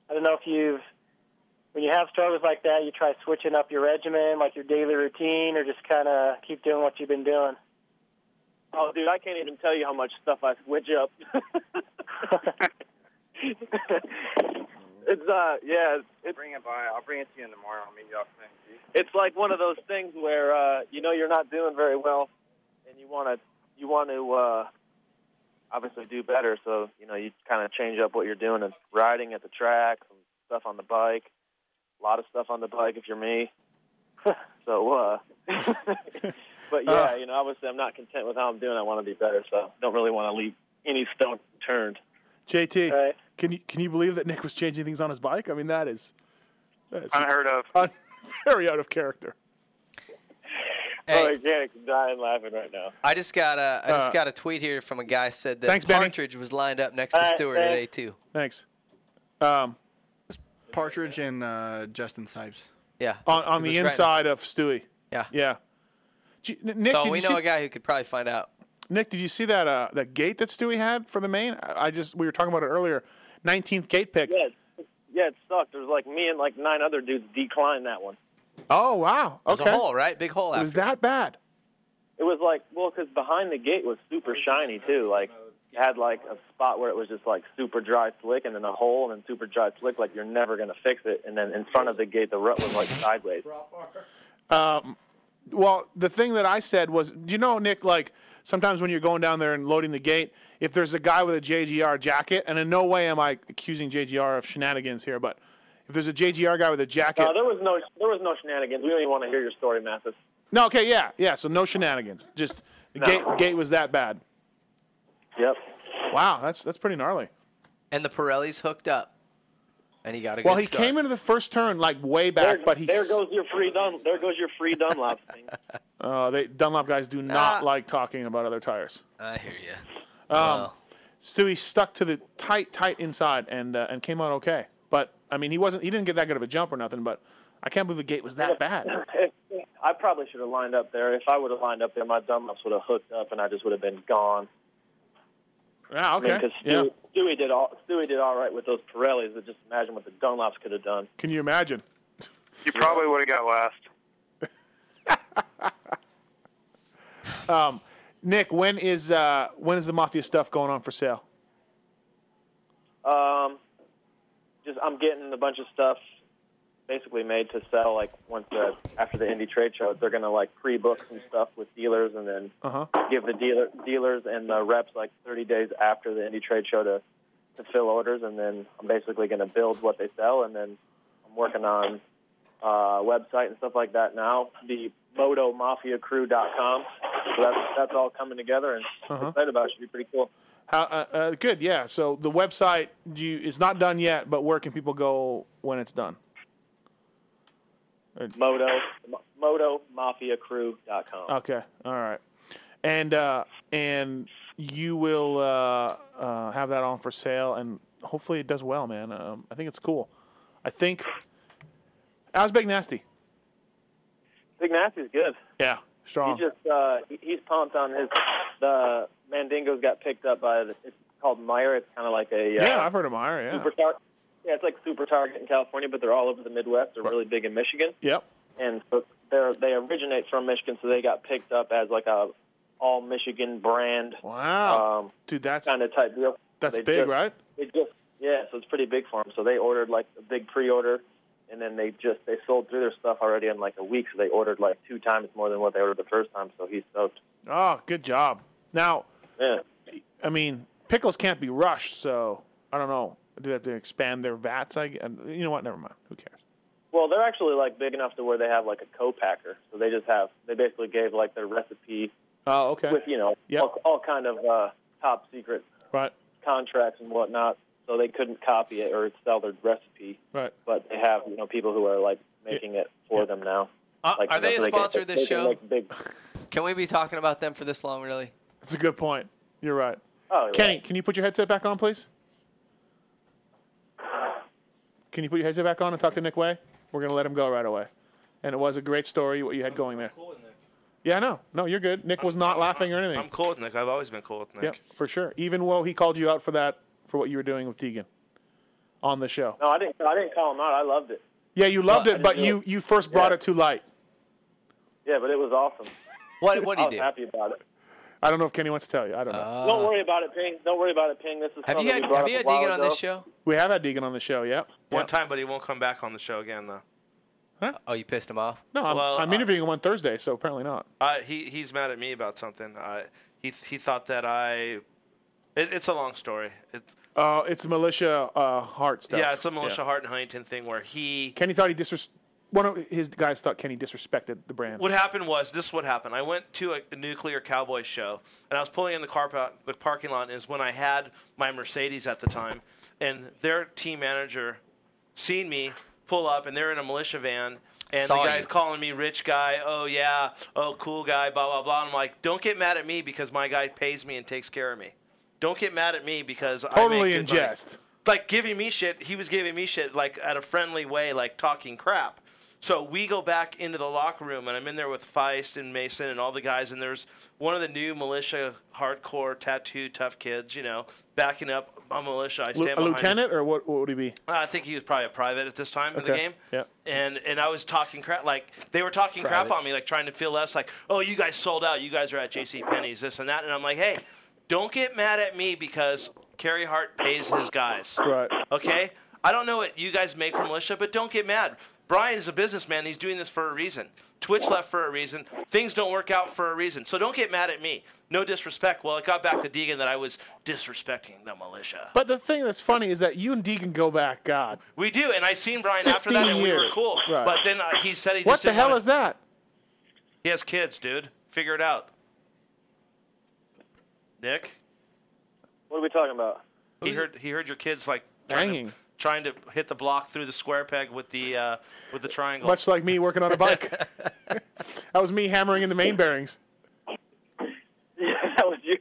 [SPEAKER 23] I don't know if you've when you have struggles like that, you try switching up your regimen, like your daily routine, or just kind of keep doing what you've been doing. [laughs]
[SPEAKER 1] Oh, dude, I can't even tell you how much stuff I switch up. [laughs] it's uh, yeah, it's
[SPEAKER 9] Bring it by. I'll bring it to you in tomorrow. I'll meet you up then.
[SPEAKER 1] it's like one of those things where uh, you know you're not doing very well, and you want to you want to uh, obviously do better. So you know you kind of change up what you're doing and riding at the track, some stuff on the bike, a lot of stuff on the bike if you're me. [laughs] so, uh, [laughs] but yeah,
[SPEAKER 5] Uh.
[SPEAKER 1] you know obviously I'm not content with how I'm doing. I want to be better, so don't really want to leave any stone turned.
[SPEAKER 5] JT, can you can you believe that Nick was changing things on his bike? I mean, that is, that is
[SPEAKER 1] Unheard of.
[SPEAKER 5] [laughs] very out of character.
[SPEAKER 1] Oh, I can't. I'm dying laughing right now.
[SPEAKER 6] I just got a I just
[SPEAKER 1] Uh,
[SPEAKER 6] got a tweet here from a guy said that
[SPEAKER 5] thanks, Benny.
[SPEAKER 6] Partridge was lined up next to
[SPEAKER 5] Alright,
[SPEAKER 6] Stewart
[SPEAKER 5] thanks.
[SPEAKER 6] at A two.
[SPEAKER 5] Thanks. Um,
[SPEAKER 8] Partridge and uh, Justin Sipes.
[SPEAKER 6] Yeah.
[SPEAKER 5] on on
[SPEAKER 6] He
[SPEAKER 5] the
[SPEAKER 6] was right-
[SPEAKER 5] inside of Stewie.
[SPEAKER 6] Yeah.
[SPEAKER 5] Yeah. Gee, N- Nick,
[SPEAKER 6] so
[SPEAKER 5] did
[SPEAKER 6] we
[SPEAKER 5] you
[SPEAKER 6] know
[SPEAKER 5] see,
[SPEAKER 6] a guy who could probably find out.
[SPEAKER 5] Nick, did you see that uh, that gate that Stewie had for the main? I, I just we were talking about it earlier. Nineteenth gate pick.
[SPEAKER 1] Yeah, it- yeah, it sucked. There was like me and like nine other dudes declined that one.
[SPEAKER 5] Oh wow.
[SPEAKER 1] It was
[SPEAKER 5] Okay.
[SPEAKER 1] a hole, right? Big hole
[SPEAKER 5] It was
[SPEAKER 1] after.
[SPEAKER 5] that bad.
[SPEAKER 1] It was like well, because behind the gate was super shiny too. Like you had like a spot where it was just like super dry slick, and then a hole, and then super dry slick. Like you're never gonna fix it. And then in front of the gate, the rut was like sideways.
[SPEAKER 5] Um, well, the thing that I said was, you know, Nick, like sometimes when you're going down there and loading the gate, if there's a guy with a JGR jacket, and in no way am I accusing JGR of shenanigans here, but if there's a JGR guy with a jacket,
[SPEAKER 1] No, there was no there was no shenanigans. We don't even want to hear your story, Mathis.
[SPEAKER 5] no, okay, yeah, yeah, so no shenanigans, just the gate gate was that bad.
[SPEAKER 1] Yep.
[SPEAKER 5] Wow, that's that's pretty gnarly.
[SPEAKER 6] And the Pirellis hooked up, and he got a
[SPEAKER 5] Well,
[SPEAKER 6] good
[SPEAKER 5] he
[SPEAKER 6] start.
[SPEAKER 5] came into the first turn like way back,
[SPEAKER 1] there,
[SPEAKER 5] but he
[SPEAKER 1] there
[SPEAKER 5] s-
[SPEAKER 1] goes your free Dun, there goes your free Dunlop thing.
[SPEAKER 5] Uh, they Dunlop guys do not like talking about other tires.
[SPEAKER 6] I hear you.
[SPEAKER 5] Um, Stewie stuck to the tight, tight inside and uh, and came out okay. But I mean, he wasn't. He didn't get that good of a jump or nothing. But I can't believe the gate was that
[SPEAKER 1] [laughs]
[SPEAKER 5] bad.
[SPEAKER 1] I probably should have lined up there. If I would have lined up there, my Dunlops would have hooked up, and I just would have been gone.
[SPEAKER 5] Yeah,
[SPEAKER 1] I mean,
[SPEAKER 5] Ah, okay.
[SPEAKER 1] 'cause
[SPEAKER 5] yeah.
[SPEAKER 1] Stewie, Stewie did all Stewie did all right with those Pirellis, but just imagine what the Dunlops could have done.
[SPEAKER 5] Can you imagine?
[SPEAKER 1] You probably would have got last.
[SPEAKER 5] Um, Nick, when is uh, when is the mafia stuff going on for sale?
[SPEAKER 1] Um, just I'm getting a bunch of stuff basically made to sell. Like once the, after the Indy trade show, they're gonna like pre-book some stuff with dealers, and then
[SPEAKER 5] Uh
[SPEAKER 1] give the dealer dealers and the reps like 30 days after the Indy trade show to to fill orders, and then I'm basically going to build what they sell, and then I'm working on uh, website and stuff like that now. The MotoMafiaCrew.com. So that's that's all coming together, and
[SPEAKER 5] huh. Uh huh.
[SPEAKER 1] excited about. It. Should be pretty cool.
[SPEAKER 5] How, uh, uh, good. Yeah. So the website do you, it's not done yet, but where can people go when it's done? Uh,
[SPEAKER 1] Moto MotoMafiaCrew.com.
[SPEAKER 5] Okay. All right. And uh, and you will uh, uh, have that on for sale, and hopefully it does well, man. Um, I think it's cool. I think Asbeg Nasty.
[SPEAKER 1] Big Nasty's good.
[SPEAKER 5] Yeah, strong.
[SPEAKER 1] He just uh, he- he's pumped on his. The Mandingo's got picked up by the, it's called Meyer. It's kind of like a uh,
[SPEAKER 5] yeah, I've heard of Meyer. Yeah.
[SPEAKER 1] Super tar- yeah, it's like Super Target in California, but they're all over the Midwest. They're really big in Michigan,
[SPEAKER 5] Yep.
[SPEAKER 1] and so they're they originate from Michigan, so they got picked up as like a all Michigan brand.
[SPEAKER 5] Wow.
[SPEAKER 1] um,
[SPEAKER 5] dude, that's
[SPEAKER 1] kind of type deal.
[SPEAKER 5] that's
[SPEAKER 1] They
[SPEAKER 5] big,
[SPEAKER 1] just-
[SPEAKER 5] right?
[SPEAKER 1] They just yeah, so it's pretty big for them. So they ordered like a big pre-order, and then they just they sold through their stuff already in like a week. So they ordered like two times more than what they ordered the first time. So he's stoked.
[SPEAKER 5] Oh, good job. Now,
[SPEAKER 1] Yeah.
[SPEAKER 5] I mean, pickles can't be rushed, so I don't know. Do they have to expand their vats? I, gu- you know what? Never mind. Who cares?
[SPEAKER 12] Well, they're actually like big enough to where they have like a co-packer, so they just have they basically gave like their recipe
[SPEAKER 5] Oh, okay.
[SPEAKER 12] with you know all, all kind of uh, top secret
[SPEAKER 5] Right.
[SPEAKER 12] contracts and whatnot, so they couldn't copy it or sell their recipe.
[SPEAKER 5] Right.
[SPEAKER 12] But they have you know people who are like making it for them now.
[SPEAKER 6] Uh,
[SPEAKER 12] like,
[SPEAKER 6] are
[SPEAKER 12] you know,
[SPEAKER 6] they a
[SPEAKER 12] so can-
[SPEAKER 6] sponsor of this
[SPEAKER 12] they can
[SPEAKER 6] show?
[SPEAKER 12] make big-
[SPEAKER 6] Can we be talking about them for this long, really?
[SPEAKER 5] That's a good point. You're right.
[SPEAKER 12] Oh, yeah.
[SPEAKER 5] Kenny, can you put your headset back on, please? Can you put your headset back on and talk to Nick Way? We're going to let him go right away. And it was a great story what you had going there. Yeah, I know. No, you're good. Nick was not laughing or anything.
[SPEAKER 7] I'm cool with Nick. I've always been cool with Nick.
[SPEAKER 5] Yeah, for sure. Even though he called you out for that, for what you were doing with Tegan on the show.
[SPEAKER 12] No, I didn't. I didn't call them out. I loved it.
[SPEAKER 5] Yeah, you loved
[SPEAKER 12] Well, I
[SPEAKER 5] it, but
[SPEAKER 12] didn't
[SPEAKER 5] you, you first brought it to light.
[SPEAKER 12] Yeah, but it was awesome.
[SPEAKER 6] What What
[SPEAKER 12] do you I was do? Happy about it.
[SPEAKER 5] I don't know if Kenny wants to tell you. I don't know.
[SPEAKER 12] Uh, Don't worry about it, Ping. Don't worry about it, Ping. This is
[SPEAKER 5] Uh, Have you
[SPEAKER 12] something
[SPEAKER 5] had-
[SPEAKER 12] we brought
[SPEAKER 5] have
[SPEAKER 12] up
[SPEAKER 5] you
[SPEAKER 12] a
[SPEAKER 5] had
[SPEAKER 12] while
[SPEAKER 5] Deegan on
[SPEAKER 12] ago.
[SPEAKER 5] this show? We have had Deegan on the show, yep.
[SPEAKER 7] One time, but he won't come back on the show again, though.
[SPEAKER 6] Oh, you pissed him off?
[SPEAKER 5] No, uh, I'm,
[SPEAKER 7] Well,
[SPEAKER 5] I'm interviewing him on Thursday, so apparently not.
[SPEAKER 7] Uh, he he's mad at me about something. Uh, he he thought that I. It, it's a long story. It,
[SPEAKER 5] Uh, it's militia uh, heart stuff.
[SPEAKER 7] yeah, it's a militia Hart and Huntington thing where he.
[SPEAKER 5] Kenny thought he disres. One of his guys thought Kenny disrespected the brand.
[SPEAKER 7] What happened was this: is what happened? I went to a, a nuclear cowboy show, and I was pulling in the car pa- the parking lot. Is when I had my Mercedes at the time, and their team manager seen me pull up, and they're in a militia van, and
[SPEAKER 6] Saw
[SPEAKER 7] the guy's
[SPEAKER 6] you.
[SPEAKER 7] calling me rich guy. Oh yeah, oh cool guy, blah blah blah. And I'm like, don't get mad at me because my guy pays me and takes care of me. Don't get mad at me because I make
[SPEAKER 5] Totally
[SPEAKER 7] good
[SPEAKER 5] in
[SPEAKER 7] money."
[SPEAKER 5] jest.
[SPEAKER 7] like giving me shit. He was giving me shit like at a friendly way, like talking crap. So we go back into the locker room, and I'm in there with Feist and Mason and all the guys. And there's one of the new militia, hardcore, tattoo, tough kids, you know, backing up on militia. I
[SPEAKER 5] Lu-
[SPEAKER 7] stand
[SPEAKER 5] a
[SPEAKER 7] behind him. Uh,
[SPEAKER 5] lieutenant, or what? What would he be?
[SPEAKER 7] I think he was probably a private at this time in the
[SPEAKER 5] Okay.
[SPEAKER 7] game.
[SPEAKER 5] Yeah.
[SPEAKER 7] And and I was talking crap like they were talking crap
[SPEAKER 5] Privates.
[SPEAKER 7] on me, like trying to feel less like, oh, you guys sold out, you guys are at JC Penney's, this and that. And I'm like, hey, don't get mad at me because Kerry Hart pays his guys.
[SPEAKER 5] Right.
[SPEAKER 7] Okay? I don't know what you guys make from militia, but don't get mad. Brian's a businessman. He's doing this for a reason. Twitch left for a reason. Things don't work out for a reason. So don't get mad at me. No disrespect. Well, it got back to Deegan that I was disrespecting the militia.
[SPEAKER 5] But the thing that's funny is that you and Deegan go back. God,
[SPEAKER 7] We do, and I seen Brian after that,
[SPEAKER 5] 15
[SPEAKER 7] and we were
[SPEAKER 5] years.
[SPEAKER 7] cool.
[SPEAKER 5] Right.
[SPEAKER 7] But then uh, he said he just
[SPEAKER 5] what the
[SPEAKER 7] didn't
[SPEAKER 5] hell
[SPEAKER 7] wanna-
[SPEAKER 5] is that?
[SPEAKER 7] He has kids, dude. Figure it out. Nick,
[SPEAKER 12] What are we talking about?
[SPEAKER 7] he heard he heard your kids like trying to, trying to hit the block through the square peg with the uh, with the triangle.
[SPEAKER 5] Much like me working on a
[SPEAKER 7] [laughs]
[SPEAKER 5] bike. that was me hammering in the main bearings.
[SPEAKER 12] [laughs] Yeah, that was you.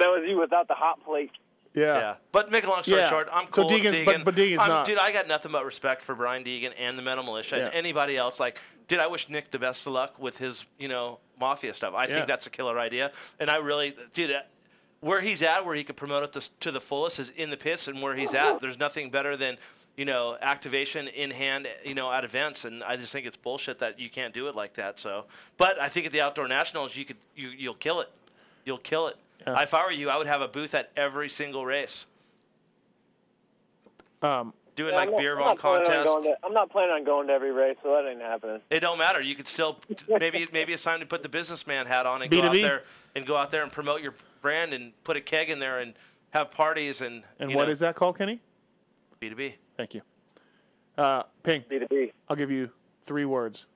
[SPEAKER 12] That was you without the hot plate.
[SPEAKER 5] Yeah.
[SPEAKER 7] But make a long story
[SPEAKER 5] Yeah.
[SPEAKER 7] short, I'm
[SPEAKER 5] So
[SPEAKER 7] cool with
[SPEAKER 5] Deegan's- but-
[SPEAKER 7] Deegan.
[SPEAKER 5] but Deegan's
[SPEAKER 7] I'm-
[SPEAKER 5] not.
[SPEAKER 7] Dude, I got nothing but respect for Brian Deegan and the Metal Militia and
[SPEAKER 5] Yeah.
[SPEAKER 7] anybody else. Like, dude, I wish Nick the best of luck with his, you know, mafia stuff. I
[SPEAKER 5] Yeah.
[SPEAKER 7] think that's a killer idea. And I really, dude, uh, where he's at, where he could promote it this, to the fullest is in the pits and where he's at. There's nothing better than, you know, activation in hand, you know, at events. And I just think it's bullshit that you can't do it like that. So, but I think at the Outdoor Nationals, you could, you, you'll kill it. You'll kill it. If I were you, I would have a booth at every single race
[SPEAKER 5] Um,
[SPEAKER 7] doing
[SPEAKER 12] Yeah,
[SPEAKER 7] like
[SPEAKER 12] I'm not-
[SPEAKER 7] beer
[SPEAKER 12] I'm
[SPEAKER 7] bong
[SPEAKER 12] not planning on
[SPEAKER 7] contest.
[SPEAKER 12] going to- I'm not planning on going to every race, so that ain't happening.
[SPEAKER 7] It don't matter. You could still maybe maybe it's time to put the businessman hat on and go out
[SPEAKER 5] B2B.
[SPEAKER 7] there and go out there and promote your brand and put a keg in there and have parties and
[SPEAKER 5] And
[SPEAKER 7] you
[SPEAKER 5] what
[SPEAKER 7] know,
[SPEAKER 5] is that called, Kenny?
[SPEAKER 7] B two B.
[SPEAKER 5] Thank you. Uh, Ping.
[SPEAKER 12] B2B.
[SPEAKER 5] I'll give you three words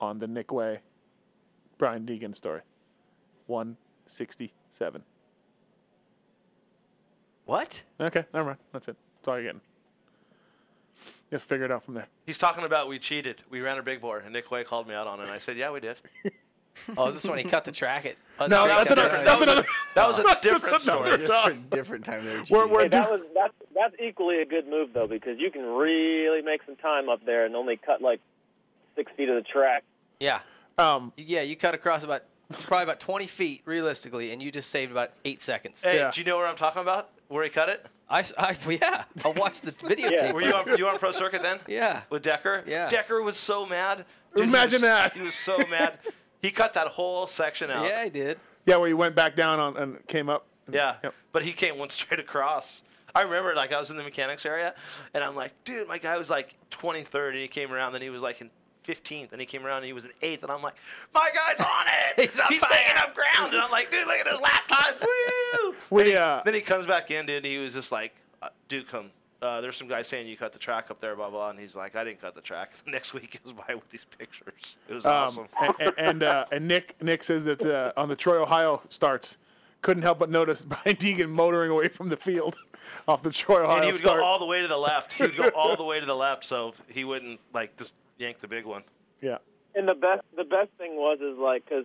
[SPEAKER 5] on the Nick Way, Brian Deegan story. 167.
[SPEAKER 6] What?
[SPEAKER 5] Okay, never mind. That's it. That's all you're getting. Just figure it out from there.
[SPEAKER 7] He's talking about we cheated. We ran a big board and Nick Way called me out on it. And I said, yeah, we did.
[SPEAKER 6] [laughs] Oh, is this when he cut the track? It
[SPEAKER 7] No, that's another- that's another-
[SPEAKER 6] That
[SPEAKER 5] [laughs]
[SPEAKER 6] was a
[SPEAKER 7] That's
[SPEAKER 6] different story.
[SPEAKER 8] Different, different time. There.
[SPEAKER 12] Hey, that was that's that's equally a good move though because you can really make some time up there and only cut like six feet of the track.
[SPEAKER 6] Yeah.
[SPEAKER 5] Um.
[SPEAKER 6] Yeah, you cut across about it's probably about 20 feet realistically, and you just saved about eight seconds.
[SPEAKER 7] Hey, do you know where I'm talking about? Where he cut it?
[SPEAKER 6] I, s- I- yeah, I watched
[SPEAKER 7] [laughs]
[SPEAKER 6] the videotape.
[SPEAKER 7] Were you on, you on Pro Circuit then?
[SPEAKER 6] Yeah.
[SPEAKER 7] With Decker?
[SPEAKER 6] Yeah.
[SPEAKER 7] Decker was so mad.
[SPEAKER 5] Imagine
[SPEAKER 7] he was,
[SPEAKER 5] that.
[SPEAKER 7] He was so mad. He cut that whole section out.
[SPEAKER 6] I did.
[SPEAKER 5] Yeah, where you went back down on, and came up.
[SPEAKER 7] Yeah, but he came one [laughs] straight across. I remember, like, I was in the mechanics area, and I'm like, dude, my guy was like 23rd, and he came around, and he was like in 15th, and he came around, and he was in 8th, and I'm like, my guy's on
[SPEAKER 6] [laughs]
[SPEAKER 7] it! He's, picking up ground! And I'm like, dude, look at his lap times! Woo!
[SPEAKER 5] We, uh,
[SPEAKER 7] then he comes back in, dude, and he was just like, uh, dude, come uh, there's some guy saying you cut the track up there, blah blah, and he's like, I didn't cut the track. [laughs] The next week he goes by with these pictures. [laughs] It was
[SPEAKER 5] Um,
[SPEAKER 7] awesome.
[SPEAKER 5] And and, and,
[SPEAKER 7] [laughs]
[SPEAKER 5] uh, and Nick Nick says that uh, on the Troy Ohio starts, couldn't help but notice [laughs] Brian Deegan motoring away from the field [laughs] off the Troy Ohio
[SPEAKER 7] and he would
[SPEAKER 5] start.
[SPEAKER 7] go all the way to the left.
[SPEAKER 5] [laughs]
[SPEAKER 7] He would go all the way to the left, so he wouldn't like just yank the big one.
[SPEAKER 5] yeah.
[SPEAKER 1] And the best the best thing was is like because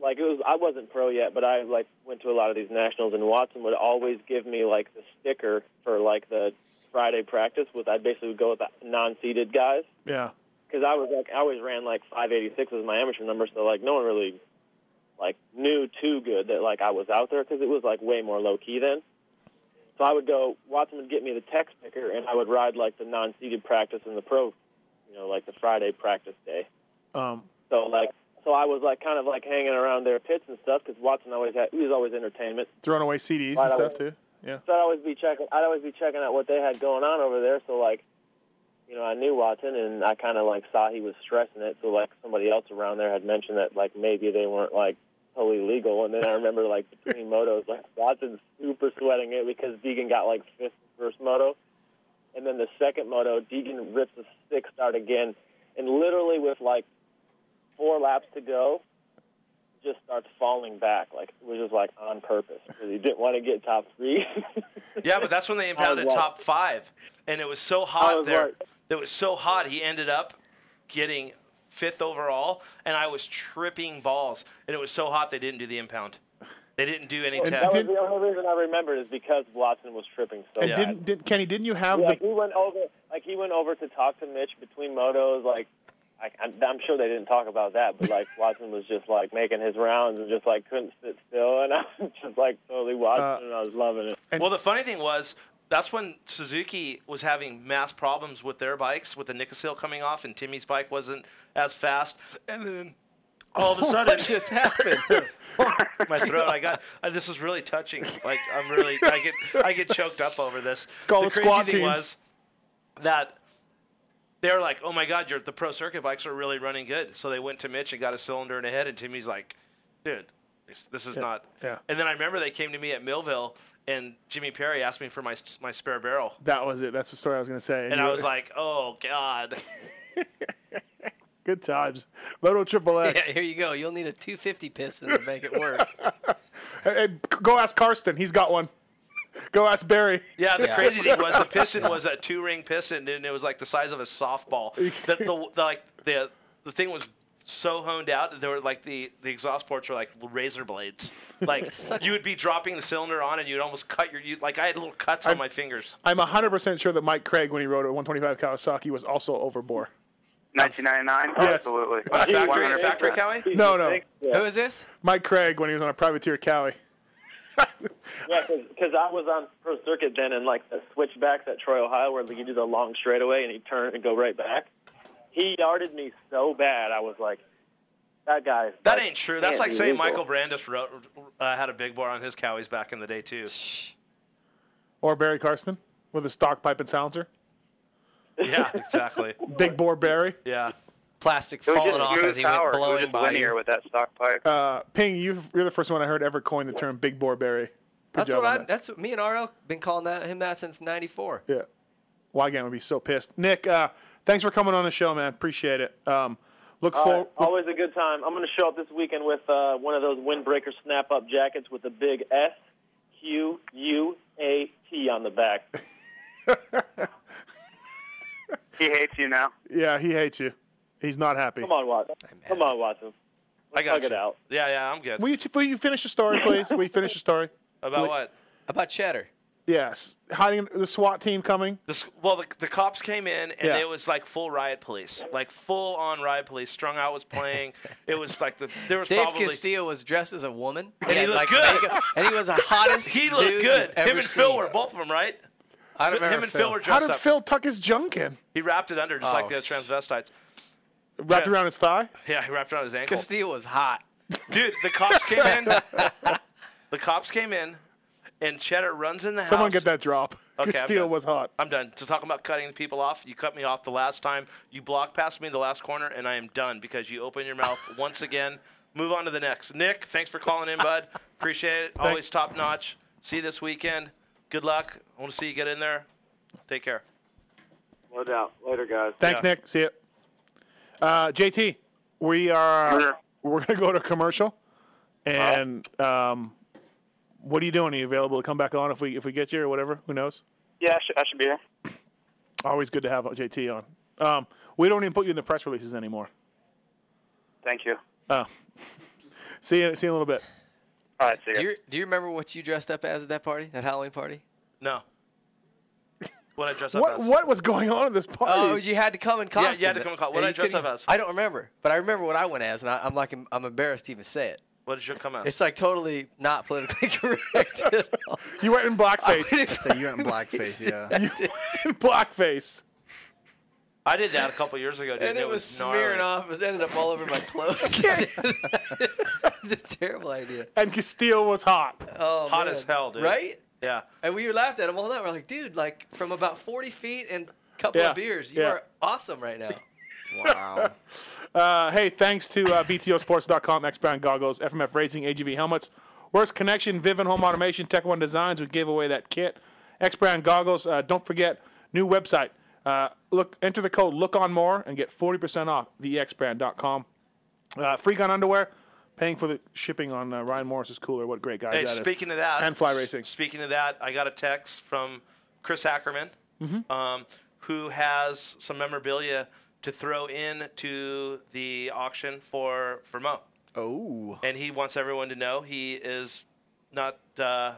[SPEAKER 1] like it was I wasn't pro yet, but I like went to a lot of these nationals, and Watson would always give me like the sticker for like the Friday practice with I basically would go with the non-seeded guys
[SPEAKER 5] Yeah.
[SPEAKER 1] because I was like I always ran like 586 as my amateur number, so like no one really like knew too good that like I was out there because it was like way more low key then. So I would go. Watson would get me the text picker, and I would ride like the non-seeded practice and the pro, you know, like the Friday practice day.
[SPEAKER 5] Um,
[SPEAKER 1] So like, so I was like kind of like hanging around their pits and stuff because Watson always had he was always entertainment.
[SPEAKER 5] throwing away CDs
[SPEAKER 1] Right,
[SPEAKER 5] and
[SPEAKER 1] I
[SPEAKER 5] stuff
[SPEAKER 1] would-
[SPEAKER 5] too. Yeah.
[SPEAKER 1] So I'd always be checking. I'd always be checking out what they had going on over there. So like, you know, I knew Watson, and I kind of like saw he was stressing it. So like, somebody else around there had mentioned that like maybe they weren't like totally legal. And then I remember like between motos, like Watson's super sweating it because Deegan got like fifth first moto, and then the second moto, Deegan rips a six start again, and literally with like four laps to go, just starts falling back. Like it was just like on purpose because he didn't want to get top three. [laughs]
[SPEAKER 7] Yeah, but that's when they impounded
[SPEAKER 1] right.
[SPEAKER 7] top five, and it was so
[SPEAKER 1] I
[SPEAKER 7] hot
[SPEAKER 1] was
[SPEAKER 7] there.
[SPEAKER 1] right.
[SPEAKER 7] It was so hot. He ended up getting fifth overall, and I was tripping balls. And it was so hot they didn't do the impound. They didn't do any
[SPEAKER 1] that
[SPEAKER 7] test.
[SPEAKER 1] was the only reason I remembered is because Watson was tripping so
[SPEAKER 5] And
[SPEAKER 1] bad.
[SPEAKER 5] didn't did, Kenny? Didn't you have
[SPEAKER 1] Yeah,
[SPEAKER 5] the
[SPEAKER 1] like he went over, like he went over to talk to Mitch between motos. Like, I, I'm, I'm sure they didn't talk about that, but
[SPEAKER 7] [laughs]
[SPEAKER 1] like Watson was just like making his rounds and just like couldn't sit still, and I was just like totally watching,
[SPEAKER 7] Uh,
[SPEAKER 1] it and I was loving it.
[SPEAKER 7] well, the funny thing was, that's when Suzuki was having mass problems with their bikes, with the Nicosil coming off, and Timmy's bike wasn't as fast. And then all of
[SPEAKER 1] [laughs]
[SPEAKER 7] a sudden,
[SPEAKER 6] just happened?
[SPEAKER 7] [laughs] my throat. I got uh, this is really touching. Like I'm really, I get, I get choked up over this.
[SPEAKER 5] Call
[SPEAKER 7] the
[SPEAKER 5] the
[SPEAKER 7] crazy
[SPEAKER 5] squad
[SPEAKER 7] thing
[SPEAKER 5] team.
[SPEAKER 7] was that they're like, oh my god, your the pro circuit bikes are really running good. So they went to Mitch and got a cylinder and a head, and Timmy's like, dude, this, this is
[SPEAKER 5] Yeah.
[SPEAKER 7] not.
[SPEAKER 5] Yeah.
[SPEAKER 7] And then I remember they came to me at Millville, and Jimmy Perry asked me for my my spare barrel,
[SPEAKER 5] That was it. That's the story I was going to say.
[SPEAKER 7] and,
[SPEAKER 5] you
[SPEAKER 7] I
[SPEAKER 5] were-
[SPEAKER 7] was like, oh god.
[SPEAKER 5] [laughs] good times. Moto Triple
[SPEAKER 6] [laughs] Yeah,
[SPEAKER 7] [laughs]
[SPEAKER 5] X.
[SPEAKER 6] here you go. You'll need a 250 piston to make it work.
[SPEAKER 5] Hey, hey, go ask Karsten. He's got one. [laughs] Go ask Barry.
[SPEAKER 7] Yeah, the crazy thing was
[SPEAKER 5] [laughs]
[SPEAKER 7] the piston was a two ring piston, and it was like the size of a softball. The, the, the like the the thing was so honed out that there were like the, the exhaust ports were like razor blades. Like you would be dropping the cylinder on, and you'd almost cut your you like I had little cuts on my fingers.
[SPEAKER 5] I'm 100% sure that Mike Craig, when he rode at 125 Kawasaki, was also overbore.
[SPEAKER 3] 1999?
[SPEAKER 5] Yes.
[SPEAKER 3] Absolutely.
[SPEAKER 7] Factory, factory Cowie?
[SPEAKER 5] No, no.
[SPEAKER 6] Who is this?
[SPEAKER 5] Mike Craig, when he was on a privateer Cowie.
[SPEAKER 1] Yeah, because I was on pro circuit then, and like the switchbacks at Troy, Ohio, where like, you do the long straightaway and you turn and go right back. He yarded me so bad, I was like, that guy. is,
[SPEAKER 7] That
[SPEAKER 1] like,
[SPEAKER 7] ain't true. That's
[SPEAKER 1] can't
[SPEAKER 7] like
[SPEAKER 1] be
[SPEAKER 7] saying
[SPEAKER 1] legal.
[SPEAKER 7] Michael Brandis wrote, uh, had a big bar on his cowies back in the day too.
[SPEAKER 5] Or Barry Karsten with a stock pipe and silencer.
[SPEAKER 7] Yeah, exactly.
[SPEAKER 5] Big bore Barry.
[SPEAKER 7] Yeah.
[SPEAKER 6] Plastic
[SPEAKER 5] It was
[SPEAKER 6] falling
[SPEAKER 5] just
[SPEAKER 6] off
[SPEAKER 5] smooth
[SPEAKER 6] as he went
[SPEAKER 5] power. It was
[SPEAKER 6] blowing
[SPEAKER 5] just
[SPEAKER 6] by.
[SPEAKER 5] linear
[SPEAKER 6] you.
[SPEAKER 3] with that stock pipe.
[SPEAKER 5] Uh, Ping, you've, you're the first one I heard ever coin the term big bore Barry. Good
[SPEAKER 6] That's
[SPEAKER 5] job
[SPEAKER 6] what
[SPEAKER 5] on
[SPEAKER 6] I. That's what me and RL been calling that him that since '94.
[SPEAKER 5] Yeah. Wygant would be so pissed. Nick, uh, thanks for coming on the show, man. Appreciate it. Um, look
[SPEAKER 1] All
[SPEAKER 5] forward.
[SPEAKER 1] right, always a good time. I'm going to show up this weekend with uh, one of those windbreaker snap-up jackets with the big S Q U A T on the back.
[SPEAKER 3] [laughs] He hates you now.
[SPEAKER 5] Yeah, he hates you. He's not happy.
[SPEAKER 7] Oh,
[SPEAKER 1] Come on, Watson. Come on, Watson.
[SPEAKER 7] I got
[SPEAKER 1] Hug it
[SPEAKER 7] you.
[SPEAKER 1] out.
[SPEAKER 7] Yeah, yeah, I'm good.
[SPEAKER 5] Will you, will you finish the story, please? will you finish the story?
[SPEAKER 7] About what?
[SPEAKER 6] About cheddar.
[SPEAKER 5] Yes. Hiding the SWAT team coming.
[SPEAKER 7] This, well, the, the cops came in and
[SPEAKER 5] Yeah.
[SPEAKER 7] it was like full riot police, like full on riot police. Strung Out was
[SPEAKER 5] [laughs]
[SPEAKER 7] playing. it was like the there was
[SPEAKER 6] Dave
[SPEAKER 7] probably
[SPEAKER 6] Castillo was dressed as a woman,
[SPEAKER 7] And he
[SPEAKER 6] had,
[SPEAKER 7] looked
[SPEAKER 6] like,
[SPEAKER 7] good.
[SPEAKER 6] makeup, and he
[SPEAKER 7] [laughs]
[SPEAKER 6] was the hottest.
[SPEAKER 7] he looked
[SPEAKER 6] dude
[SPEAKER 7] good.
[SPEAKER 6] you've
[SPEAKER 7] Him
[SPEAKER 6] ever
[SPEAKER 7] and Phil
[SPEAKER 6] seen.
[SPEAKER 7] were both of them, right?
[SPEAKER 6] I
[SPEAKER 7] Phil-
[SPEAKER 6] don't remember
[SPEAKER 7] him and Phil, were
[SPEAKER 5] How
[SPEAKER 7] dressed
[SPEAKER 5] did
[SPEAKER 7] up.
[SPEAKER 5] Phil tuck his junk in?
[SPEAKER 7] he wrapped it under just
[SPEAKER 6] Oh,
[SPEAKER 7] like the transvestites.
[SPEAKER 5] Wrapped around his thigh?
[SPEAKER 7] Yeah, he wrapped it around his ankle.
[SPEAKER 6] Castillo was hot.
[SPEAKER 7] Dude, the cops came
[SPEAKER 6] [laughs]
[SPEAKER 7] in. the cops came in, and Cheddar runs in the
[SPEAKER 5] Someone
[SPEAKER 7] house.
[SPEAKER 5] get that drop.
[SPEAKER 7] Okay,
[SPEAKER 5] [laughs]
[SPEAKER 7] I'm
[SPEAKER 5] Because Steele
[SPEAKER 7] done.
[SPEAKER 5] was hot.
[SPEAKER 7] I'm done. To talk about cutting people off, you cut me off the last time. You blocked past me the last corner, and I am done because you open your mouth [laughs] once again. Move on to the next. Nick, thanks for calling in, bud. Appreciate it. Always top notch. See you this weekend. Good luck. I want to see you get in there. Take care.
[SPEAKER 24] No doubt. Later, guys.
[SPEAKER 5] Thanks, Nick. See you. Uh, JT, we are we're gonna go to commercial, and um, what are you doing? Are you available to come back on if we if we get you or whatever? Who knows?
[SPEAKER 3] Yeah, I should, I should be here.
[SPEAKER 5] Always good to have JT on. Um, we don't even put you in the press releases anymore.
[SPEAKER 3] Thank you.
[SPEAKER 5] Oh, see you see you in a little bit.
[SPEAKER 3] All right, see
[SPEAKER 6] Do you, do you remember what you dressed up as at that party, that Halloween party?
[SPEAKER 7] No. What I dress up
[SPEAKER 5] What
[SPEAKER 7] as?
[SPEAKER 5] what was going on at this party?
[SPEAKER 6] Oh, you had to come in
[SPEAKER 7] Yeah, you
[SPEAKER 6] costume.
[SPEAKER 7] had to come in co- what
[SPEAKER 6] and
[SPEAKER 7] I
[SPEAKER 6] you
[SPEAKER 7] dress
[SPEAKER 6] couldn't-
[SPEAKER 7] up as?
[SPEAKER 6] I don't remember, but I remember what I went as, and I, I'm like, I'm embarrassed to even say it.
[SPEAKER 7] What did you come as?
[SPEAKER 6] It's like totally not politically [laughs] correct.
[SPEAKER 5] you went in
[SPEAKER 8] [laughs]
[SPEAKER 5] blackface.
[SPEAKER 6] I
[SPEAKER 8] say you went in blackface. Yeah.
[SPEAKER 5] [laughs] You went in blackface.
[SPEAKER 7] I did that a couple years ago, dude.
[SPEAKER 6] and it was
[SPEAKER 7] gnarly.
[SPEAKER 6] smearing off. It ended up all over my clothes. [laughs] it's a terrible idea.
[SPEAKER 5] And Castile was hot.
[SPEAKER 6] Oh,
[SPEAKER 7] Hot
[SPEAKER 6] man.
[SPEAKER 7] as hell, dude.
[SPEAKER 6] Right?
[SPEAKER 7] Yeah.
[SPEAKER 6] And we laughed at him all night. We're like, dude, like from about 40 feet and a couple
[SPEAKER 5] Yeah.
[SPEAKER 6] of beers, you
[SPEAKER 5] Yeah.
[SPEAKER 6] are awesome right now.
[SPEAKER 5] [laughs] Wow. [laughs] uh, hey, thanks to uh, BTOsports.com, X Brown Goggles, FMF Racing, AGV Helmets, Worst Connection, Vivin Home Automation, Tech One Designs. We gave away that kit. X Brown Goggles. Uh, don't forget, new website. Uh, look, enter the code Look On More and get 40% off thexbrand.com. Uh, free gun underwear. Paying for the shipping on uh, Ryan Morris's cooler. What a great guy
[SPEAKER 7] Hey,
[SPEAKER 5] that is.
[SPEAKER 7] speaking of that,
[SPEAKER 5] and fly
[SPEAKER 7] s-
[SPEAKER 5] racing.
[SPEAKER 7] Speaking of that, I got a text from Chris Ackerman,
[SPEAKER 5] Mhm.
[SPEAKER 7] um, who has some memorabilia to throw in to the auction for for Mo,
[SPEAKER 8] Oh.
[SPEAKER 7] and he wants everyone to know he is not. Uh,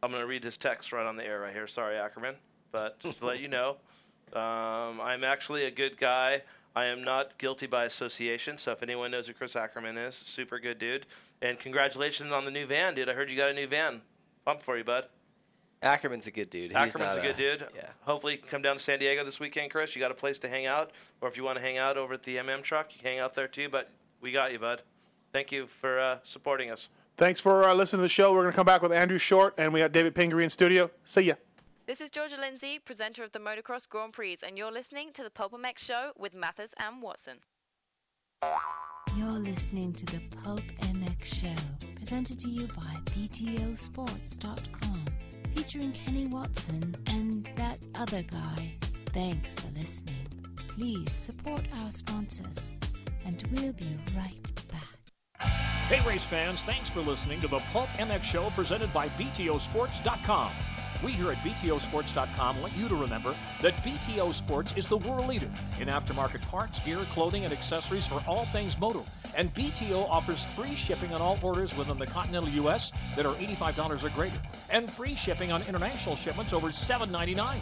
[SPEAKER 7] I'm going to read this text right on the air right here. Sorry, Ackerman, but just to let you know, [laughs] um, I'm actually a good guy. I am not guilty by association. So if anyone knows who Chris Ackerman is, super good dude. And congratulations on the new van, dude. I heard you got a new van. Bump for you, bud.
[SPEAKER 6] Ackerman's a good dude. He's
[SPEAKER 7] Ackerman's
[SPEAKER 6] not
[SPEAKER 7] a good dude. Hopefully, you can come down to San Diego this weekend, Chris. You got a place to hang out, or if you want to hang out over at the MM truck, you can hang out there too. But we got you, bud. Thank you for uh, supporting us.
[SPEAKER 5] Thanks for uh, listening to the show. We're going to come back with Andrew Short, and we got David Pingree in studio. See ya.
[SPEAKER 16] This is Georgia Lindsay, presenter of the Motocross Grand Prix, and you're listening to the Pulpamex Show with Mathers and Watson.
[SPEAKER 19] You're listening to the Pulp MX Show, presented to you by BTOsports.com, featuring Kenny Watson and that other guy. Thanks for listening. Please support our sponsors, and we'll be right
[SPEAKER 18] Hey, race fans, thanks for listening to the Pulp MX Show presented by BTOsports.com. We here at BTOsports.com want you to remember that BTO Sports is the world leader in aftermarket parts, gear, clothing, and accessories for all things motor. And BTO offers free shipping on all orders within the continental U.S. that are $85 or greater, and free shipping on international shipments over $7.99.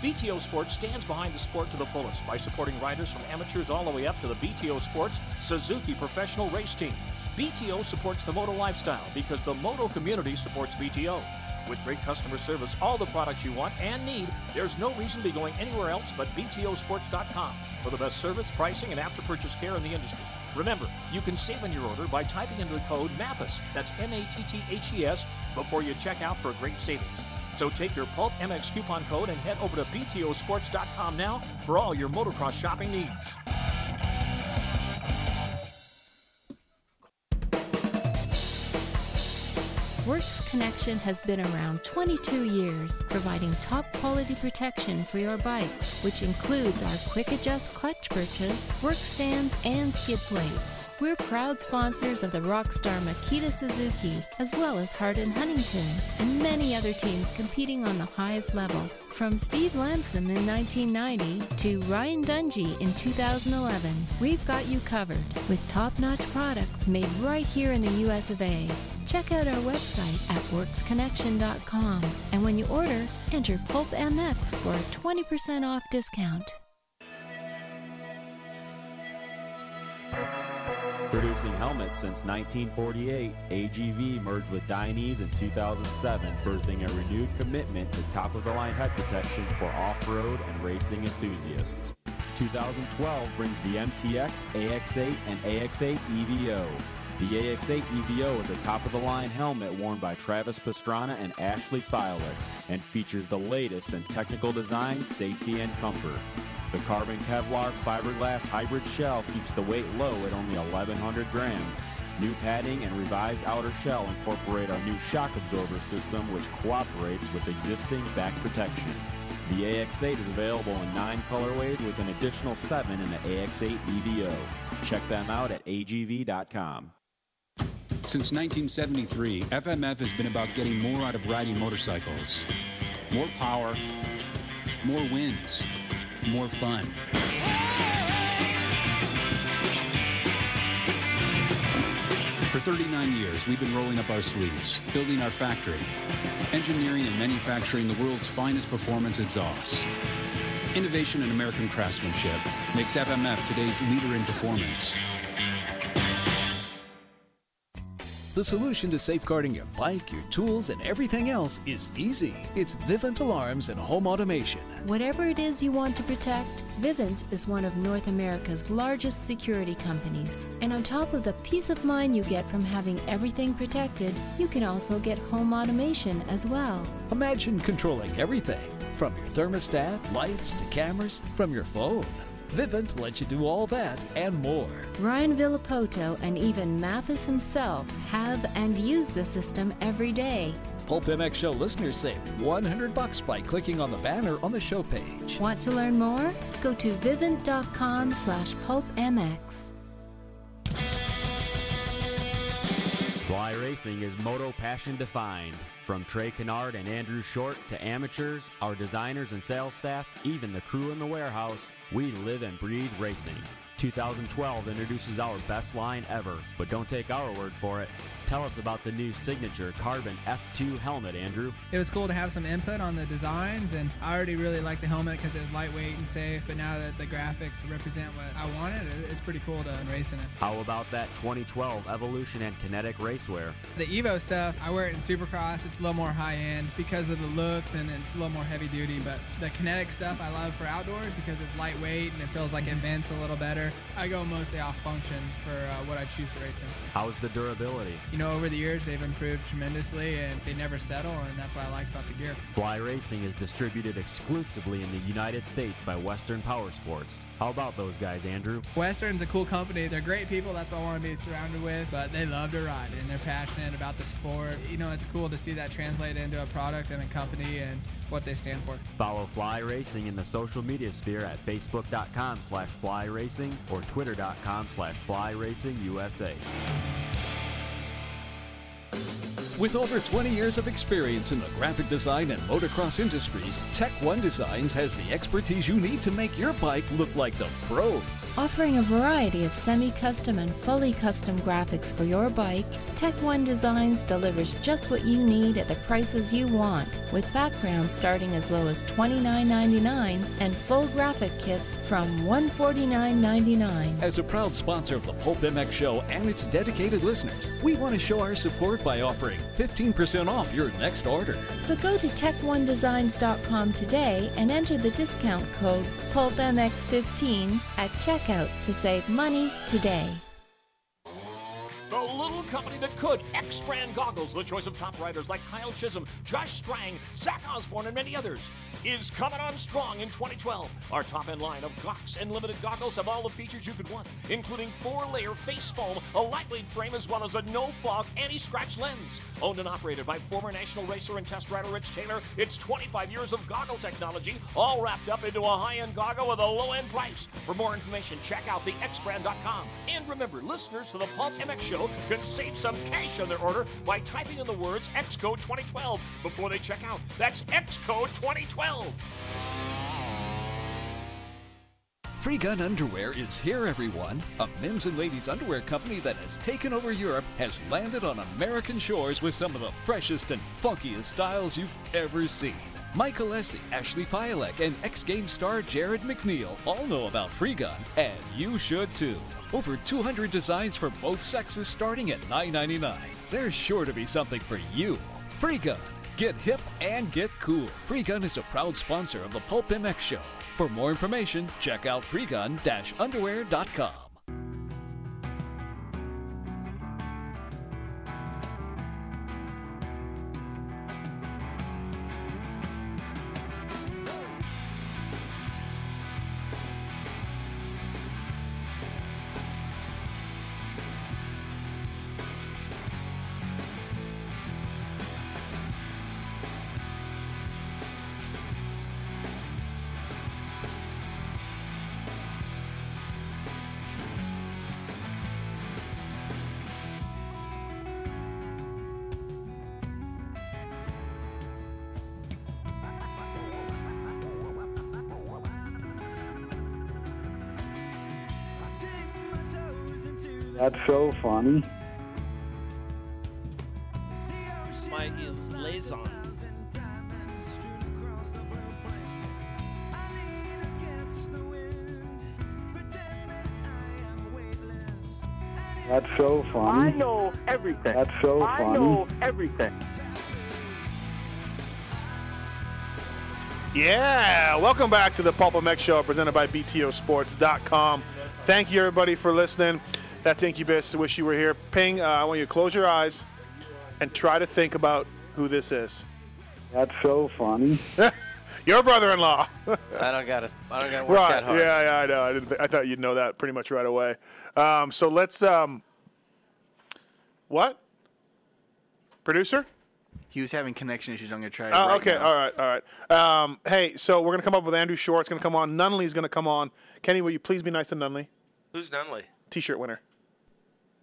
[SPEAKER 18] BTO Sports stands behind the sport to the fullest by supporting riders from amateurs all the way up to the BTO Sports Suzuki Professional Race Team. BTO supports the moto lifestyle because the moto community supports BTO. With great customer service, all the products you want and need, there's no reason to be going anywhere else but BTOsports.com for the best service, pricing, and after purchase care in the industry. Remember, you can save on your order by typing into the code MATHES, that's M A T T H E S, before you check out for great savings. So take your Pulp MX coupon code and head over to BTOsports.com now for all your motocross shopping needs.
[SPEAKER 19] Works Connection has been around 22 years, providing top quality protection for your bikes, which includes our quick adjust clutch perches, work stands, and skid plates. We're proud sponsors of the Rockstar Makita Suzuki, as well as Hardin Huntington, and many other teams competing on the highest level. From Steve Lamson in 1990 to Ryan Dungey in 2011, we've got you covered with top notch products made right here in the US of A. Check out our website at worksconnection.com and when you order, enter PulpMX for a 20% off discount.
[SPEAKER 20] Producing helmets since 1948, AGV merged with Dainese in 2007, birthing a renewed commitment to top of the line head protection for off road and racing enthusiasts. 2012 brings the MTX, AX8, and AX8 EVO. The AX8 EVO is a top of the line helmet worn by Travis Pastrana and Ashley Fowler and features the latest in technical design, safety, and comfort. The carbon Kevlar fiberglass hybrid shell keeps the weight low at only 1,100 grams. New padding and revised outer shell incorporate our new shock absorber system, which cooperates with existing back protection. The AX8 is available in nine colorways with an additional seven in the AX8 EVO. E Check them out at agv.com.
[SPEAKER 21] Since 1973, FMF has been about getting more out of riding motorcycles. More power, more wins, more fun. For 39 years, we've been rolling up our sleeves, building our factory, engineering and manufacturing the world's finest performance exhausts. Innovation and American craftsmanship makes FMF today's leader in performance.
[SPEAKER 17] The solution to safeguarding your bike, your tools, and everything else is easy. It's Vivint Alarms and Home Automation.
[SPEAKER 19] Whatever it is you want to protect, Vivint is one of North America's largest security companies. And on top of the peace of mind you get from having everything protected, you can also get home automation as well.
[SPEAKER 17] Imagine controlling everything from your thermostat, lights, to cameras, from your phone. Vivint lets you do all that and more.
[SPEAKER 19] Ryan Villapoto and even Mathis himself have and use the system every day.
[SPEAKER 17] Pulp MX Show listeners save 100 bucks by clicking on the banner on the show page.
[SPEAKER 19] Want to learn more? Go to vivint.com slash pulpmx.
[SPEAKER 20] Fly racing is moto passion defined. From Trey Kennard and Andrew Short to amateurs, our designers and sales staff, even the crew in the warehouse, we live and breathe racing. 2012 introduces our best line ever, but don't take our word for it. Tell us about the new signature carbon F2 helmet, Andrew.
[SPEAKER 22] It was cool to have some input on the designs, and I already really liked the helmet because it was lightweight and safe. But now that the graphics represent what I wanted, it- it's pretty cool to race in it.
[SPEAKER 20] How about that 2012 Evolution and Kinetic racewear?
[SPEAKER 22] The Evo stuff, I wear it in Supercross. It's a little more high end because of the looks and it's a little more heavy duty. But the kinetic stuff I love for outdoors because it's lightweight and it feels like it vents a little better. I go mostly off function for uh, what I choose to race in.
[SPEAKER 20] How's the durability?
[SPEAKER 22] You know, over the years they've improved tremendously and they never settle, and that's what I like about the gear.
[SPEAKER 20] Fly Racing is distributed exclusively in the United States by Western Power Sports. How about those guys, Andrew?
[SPEAKER 22] Western's a cool company. They're great people. That's what I want to be surrounded with. But they love to ride and they're passionate about the sport. You know, it's cool to see that translate into a product and a company and what they stand for.
[SPEAKER 20] Follow Fly Racing in the social media sphere at facebook.com slash fly racing or twitter.com slash fly racing USA.
[SPEAKER 17] With over 20 years of experience in the graphic design and motocross industries, Tech One Designs has the expertise you need to make your bike look like the pros.
[SPEAKER 19] Offering a variety of semi custom and fully custom graphics for your bike, Tech One Designs delivers just what you need at the prices you want, with backgrounds starting as low as $29.99 and full graphic kits from $149.99.
[SPEAKER 17] As a proud sponsor of the Pulp MX Show and its dedicated listeners, we want to show our support by offering 15% off your next order.
[SPEAKER 19] So go to tech1designs.com today and enter the discount code PULPMX15 at checkout to save money today.
[SPEAKER 18] The little company that could. X brand goggles, the choice of top riders like Kyle Chisholm, Josh Strang, Zach Osborne, and many others, is coming on strong in 2012. Our top end line of Gox and limited goggles have all the features you could want, including four layer face foam, a lightweight frame, as well as a no fog anti scratch lens. Owned and operated by former national racer and test rider Rich Taylor, it's 25 years of goggle technology, all wrapped up into a high end goggle with a low end price. For more information, check out thexbrand.com. And remember, listeners to the Pulp MX Show can save some cash on their order by typing in the words Xcode 2012 before they check out. That's Xcode 2012.
[SPEAKER 17] Free Gun Underwear is here, everyone. A men's and ladies' underwear company that has taken over Europe has landed on American shores with some of the freshest and funkiest styles you've ever seen. Michael Essie, Ashley Fialek, and ex game star Jared McNeil all know about Free Gun, and you should too. Over 200 designs for both sexes starting at $9.99. There's sure to be something for you. Free Gun. Get hip and get cool. Free Gun is a proud sponsor of the Pulp MX Show. For more information, check out freegun-underwear.com.
[SPEAKER 11] That's so funny.
[SPEAKER 7] My is liaison.
[SPEAKER 11] [laughs] That's so
[SPEAKER 25] I
[SPEAKER 11] funny.
[SPEAKER 25] know everything.
[SPEAKER 11] That's so
[SPEAKER 25] I
[SPEAKER 11] funny.
[SPEAKER 25] know everything.
[SPEAKER 5] Yeah, welcome back to the Pulp MX Show presented by BTOsports.com. Thank you, everybody, for listening. That's Incubus. Wish you were here. Ping, uh, I want you to close your eyes and try to think about who this is. [laughs]
[SPEAKER 11] That's so funny.
[SPEAKER 5] Your brother in
[SPEAKER 8] [laughs]
[SPEAKER 5] law.
[SPEAKER 6] I don't got to. I don't got to work
[SPEAKER 5] right.
[SPEAKER 6] that hard.
[SPEAKER 5] Yeah, yeah, I know. I, didn't th- I thought you'd know that pretty much right away. Um, so let's. Um, what? Producer?
[SPEAKER 8] He was having connection issues. I'm gonna try. it
[SPEAKER 5] Oh,
[SPEAKER 8] right
[SPEAKER 5] okay.
[SPEAKER 8] now.
[SPEAKER 5] All right. All right. Um, hey, so we're gonna come up with Andrew Short's gonna come on. Nunley's gonna come on. Kenny, will you please be nice to Nunley?
[SPEAKER 7] Who's Nunley?
[SPEAKER 5] T-shirt winner.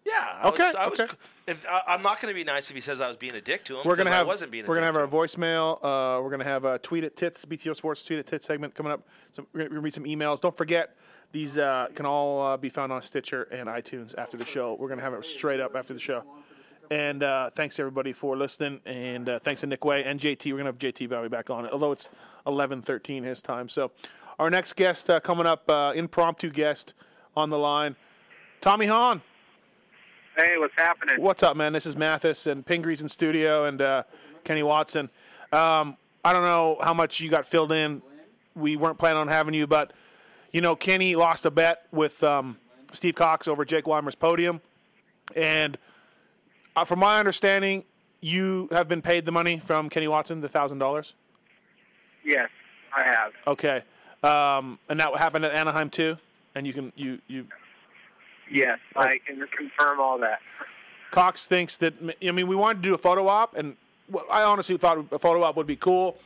[SPEAKER 7] Yeah. I
[SPEAKER 5] Okay,
[SPEAKER 7] Was, I was,
[SPEAKER 5] okay.
[SPEAKER 7] If I, I'm not going to be nice if he says I was being a dick to him.
[SPEAKER 5] We're gonna
[SPEAKER 7] because
[SPEAKER 5] have
[SPEAKER 7] I wasn't being. A
[SPEAKER 5] we're gonna
[SPEAKER 7] dick
[SPEAKER 5] have our voicemail. Uh, we're gonna have a tweet at tits BTO Sports tweet at tits segment coming up. So we're gonna, we're gonna read some emails. Don't forget these uh, can all uh, be found on Stitcher and iTunes after the show. We're gonna have it straight up after the show. And uh, thanks everybody for listening. And uh, thanks to Nick Way and JT. We're gonna have JT Bowie back on, although it's 11:13 his time. So our next guest uh, coming up, uh, impromptu guest on the line, Tommy Hahn.
[SPEAKER 14] Hey, what's happening?
[SPEAKER 5] What's up, man? This is Mathis and Pingree's in studio and uh, Kenny Watson. Um, I don't know how much you got filled in. We weren't planning on having you, but you know, Kenny lost a bet with um, Steve Cox over Jake Weimer's podium, and uh, from my understanding, you have been paid the money from Kenny Watson, the thousand dollars.
[SPEAKER 14] Yes, I have.
[SPEAKER 5] Okay, um, and that happened at Anaheim too. And you can you you
[SPEAKER 14] Yes, I can confirm all that.
[SPEAKER 5] Cox thinks that I mean we wanted to do a photo op, and well, I honestly thought a photo op would be cool,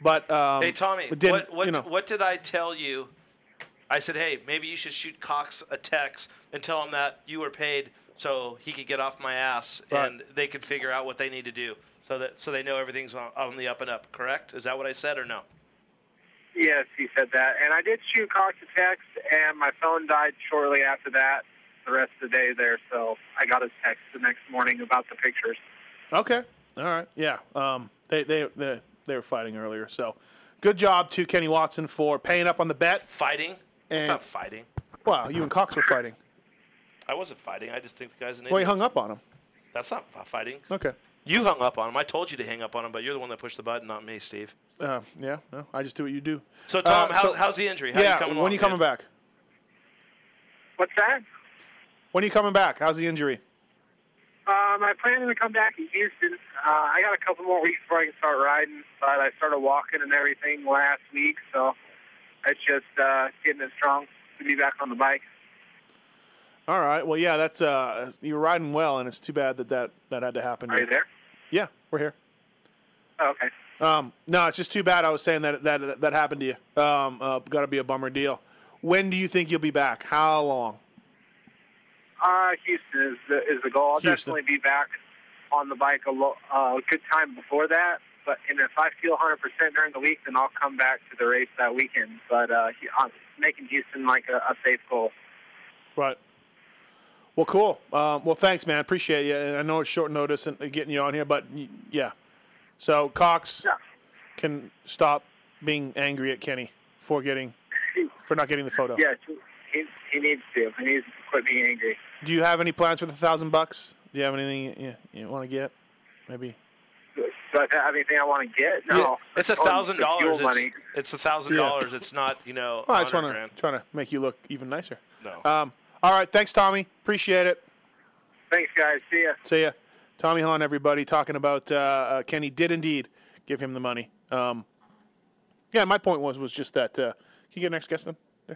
[SPEAKER 5] but um,
[SPEAKER 7] hey Tommy,
[SPEAKER 5] it didn't,
[SPEAKER 7] what what,
[SPEAKER 5] you know,
[SPEAKER 7] what did I tell you? I said, hey, maybe you should shoot Cox a text and tell him that you were paid, so he could get off my ass,
[SPEAKER 5] Right.
[SPEAKER 7] and they could figure out what they need to do, so that so they know everything's on, on the up and up. Correct? Is that what I said or no?
[SPEAKER 14] Yes, he said that. And I did shoot Cox a text, and my phone died shortly after that, the rest of the day there. So I got his text the next morning about the pictures.
[SPEAKER 5] okay, all right, yeah, um, they, they they they were fighting earlier, so good job to Kenny Watson for paying up on the bet.
[SPEAKER 7] Fighting?
[SPEAKER 5] And-
[SPEAKER 7] it's not fighting.
[SPEAKER 5] Wow, you and Cox were fighting.
[SPEAKER 7] I wasn't fighting. I just think the guy's an idiot.
[SPEAKER 5] Well, he hung up on him.
[SPEAKER 7] That's not f- fighting.
[SPEAKER 5] Okay,
[SPEAKER 7] You hung up on him. I told you to hang up on him, but you're the one that pushed the button, not me, Steve.
[SPEAKER 5] uh, yeah, no, I just do what you do.
[SPEAKER 7] So, Tom,
[SPEAKER 5] Uh,
[SPEAKER 7] how, how's the injury? How
[SPEAKER 5] yeah,
[SPEAKER 7] you coming
[SPEAKER 5] when
[SPEAKER 7] along,
[SPEAKER 5] you coming
[SPEAKER 7] man?
[SPEAKER 5] back?
[SPEAKER 14] What's that?
[SPEAKER 5] When are you coming back? How's the injury?
[SPEAKER 14] Um, I plan to come back in Houston. Uh, I got a couple more weeks before I can start riding, but I started walking and everything last week, so it's just uh, getting it strong to be back on the bike.
[SPEAKER 5] All right. Well, yeah, that's uh, you're riding well, and it's too bad that that, that had to happen.
[SPEAKER 14] Are you there? Oh,
[SPEAKER 5] Yeah, we're here.
[SPEAKER 14] Okay.
[SPEAKER 5] Um, no, it's just too bad. I was saying that that that happened to you. Um, uh, Got to be a bummer deal. When do you think you'll be back? How long?
[SPEAKER 14] Uh, Houston is the, is the goal. I'll
[SPEAKER 5] Houston.
[SPEAKER 14] definitely be back on the bike a lo- uh, good time before that. But and if I feel 100% during the week, then I'll come back to the race that weekend. But uh, he- I'm making Houston like a, a safe goal.
[SPEAKER 5] Right. Well, cool. Um, well, thanks, man. Appreciate you. And I know it's short notice and getting you on here, but y- yeah. So Cox can stop being angry at Kenny for getting for not getting the photo.
[SPEAKER 14] Yes, he, he needs to. He needs to quit being angry.
[SPEAKER 5] Do you have any plans for the thousand bucks? Do you have anything you, you want to get? Maybe.
[SPEAKER 14] Do I have anything I want to get? No.
[SPEAKER 7] It's a
[SPEAKER 14] Oh,
[SPEAKER 7] thousand
[SPEAKER 14] the fuel
[SPEAKER 7] dollars. It's-
[SPEAKER 14] money.
[SPEAKER 7] It's a thousand
[SPEAKER 5] Yeah.
[SPEAKER 7] dollars. It's not you know.
[SPEAKER 5] Well, I just
[SPEAKER 7] 100
[SPEAKER 5] want
[SPEAKER 7] grand.
[SPEAKER 5] to trying to make you look even nicer.
[SPEAKER 7] No.
[SPEAKER 5] Um, all right. Thanks, Tommy. Appreciate it.
[SPEAKER 14] Thanks, guys. See ya.
[SPEAKER 5] See ya. Tommy Hahn, everybody, talking about uh, uh, Kenny did indeed give him the money. Um, yeah, my point was was just that. Uh, can you get next guest then? Yeah.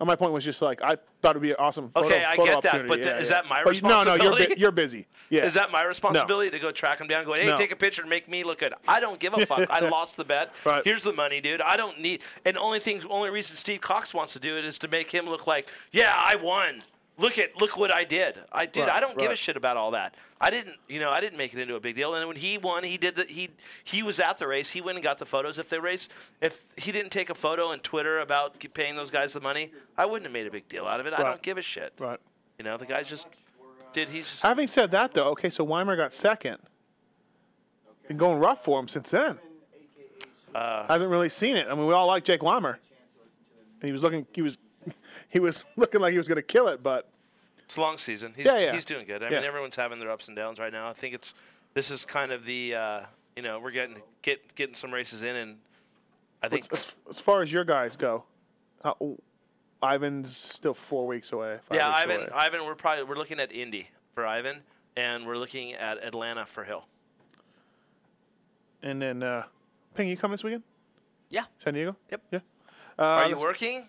[SPEAKER 5] Uh, my point was just like I thought it'd be an awesome. Photo,
[SPEAKER 7] Okay, I
[SPEAKER 5] photo
[SPEAKER 7] get that,
[SPEAKER 5] opportunity.
[SPEAKER 7] but th-
[SPEAKER 5] Yeah,
[SPEAKER 7] is
[SPEAKER 5] yeah.
[SPEAKER 7] that my
[SPEAKER 5] But you- No, no, you're,
[SPEAKER 7] responsibility?
[SPEAKER 5] bu- you're busy. Yeah,
[SPEAKER 7] Is that my
[SPEAKER 5] No.
[SPEAKER 7] responsibility to go track him down? Going, hey,
[SPEAKER 5] No.
[SPEAKER 7] take a picture and make me look good. I don't
[SPEAKER 5] [laughs]
[SPEAKER 7] give a fuck. I lost the bet. Here's the money, dude. I don't need. And only thing, only reason Steve Cox wants to do it is to make him look like, yeah, I won. Look at look what I did. I did.
[SPEAKER 26] Right,
[SPEAKER 7] I don't give a
[SPEAKER 26] right.
[SPEAKER 7] shit about all that. I didn't, you know, I didn't make it into a big deal. And when he won, he did the he he was at the race. He went and got the photos. If the race, if he didn't take a photo and Twitter about paying those guys the money, I wouldn't have made a big deal out of it. I
[SPEAKER 5] Right.
[SPEAKER 7] don't give a shit.
[SPEAKER 5] Right.
[SPEAKER 7] You know, the guy just did. He's just,
[SPEAKER 5] Having said that, though, okay, so Weimer got second. Been going rough for him since then.
[SPEAKER 7] uh,
[SPEAKER 5] Hasn't really seen it. I mean, we all like Jake Weimer. And he was looking. He was. [laughs] He was [laughs] looking like he was going to kill it, but
[SPEAKER 7] It's a long season. He's,
[SPEAKER 5] Yeah, yeah.
[SPEAKER 7] he's doing good. I
[SPEAKER 5] Yeah.
[SPEAKER 7] mean, everyone's having their ups and downs right now. I think it's this is kind of the uh, you know we're getting get getting some races in, and I think
[SPEAKER 5] as, as far as your guys go, uh, oh, Ivan's still four weeks away. Five
[SPEAKER 7] yeah,
[SPEAKER 5] weeks
[SPEAKER 7] Ivan,
[SPEAKER 5] away.
[SPEAKER 7] Ivan, we're probably we're looking at Indy for Ivan, and we're looking at Atlanta for Hill.
[SPEAKER 5] And then, uh, Ping, you coming this weekend?
[SPEAKER 6] Yeah.
[SPEAKER 5] San Diego.
[SPEAKER 6] Yep.
[SPEAKER 5] Yeah. Uh,
[SPEAKER 7] Are you
[SPEAKER 5] let's-
[SPEAKER 7] working?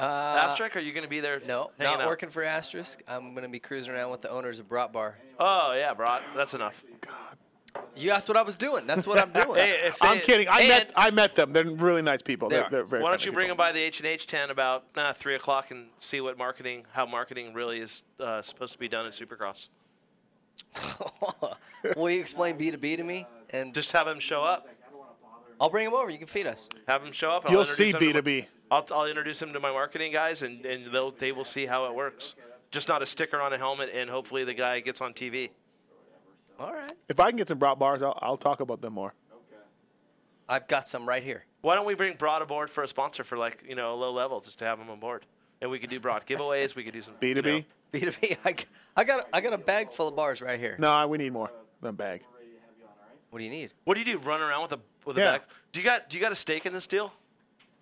[SPEAKER 6] Uh,
[SPEAKER 7] Asterisk? Are you going to be there?
[SPEAKER 6] No,
[SPEAKER 7] hanging
[SPEAKER 6] not
[SPEAKER 7] out?
[SPEAKER 6] working for Asterisk. I'm going to be cruising around with the owners of Brat Bar.
[SPEAKER 7] Oh yeah, bro. That's enough.
[SPEAKER 6] You asked what I was
[SPEAKER 7] [laughs]
[SPEAKER 6] doing. That's what I'm doing.
[SPEAKER 7] Hey, if
[SPEAKER 5] I'm
[SPEAKER 7] they-
[SPEAKER 5] kidding. I met
[SPEAKER 7] and-
[SPEAKER 5] I met them. They're really nice people.
[SPEAKER 7] They
[SPEAKER 5] They're,
[SPEAKER 7] are.
[SPEAKER 5] they're very
[SPEAKER 7] Why don't
[SPEAKER 5] friendly
[SPEAKER 7] you bring them by the H and H tent about uh, three o'clock and see what marketing, how marketing really is uh, supposed to be done in Supercross.
[SPEAKER 6] Will you explain B2B to me? And
[SPEAKER 7] just have them show up.
[SPEAKER 6] I'll bring them over. You can feed us.
[SPEAKER 7] Have them show up.
[SPEAKER 5] You'll
[SPEAKER 7] introduce
[SPEAKER 5] see
[SPEAKER 7] them to my-
[SPEAKER 5] B2B.
[SPEAKER 7] I'll, I'll introduce them to my marketing guys, and, and they'll, they will see how it works. Just not a sticker on a helmet, and hopefully the guy gets on TV.
[SPEAKER 6] All right.
[SPEAKER 5] If I can get some brat bars, I'll, I'll talk about them more.
[SPEAKER 6] I've got some right here.
[SPEAKER 7] Why don't we bring Broad aboard for a sponsor for like you know a low level, just to have him on board, and we could do Broad giveaways. We
[SPEAKER 5] [laughs]
[SPEAKER 7] could do some you know.
[SPEAKER 5] B2B?
[SPEAKER 6] B2B. I, g- I got I got a bag full of bars right here.
[SPEAKER 5] No, we need more than bag.
[SPEAKER 6] What do you need?
[SPEAKER 7] What do you do? Run around with a with a
[SPEAKER 5] Yeah.
[SPEAKER 7] bag? Do you got do you got a stake in this deal?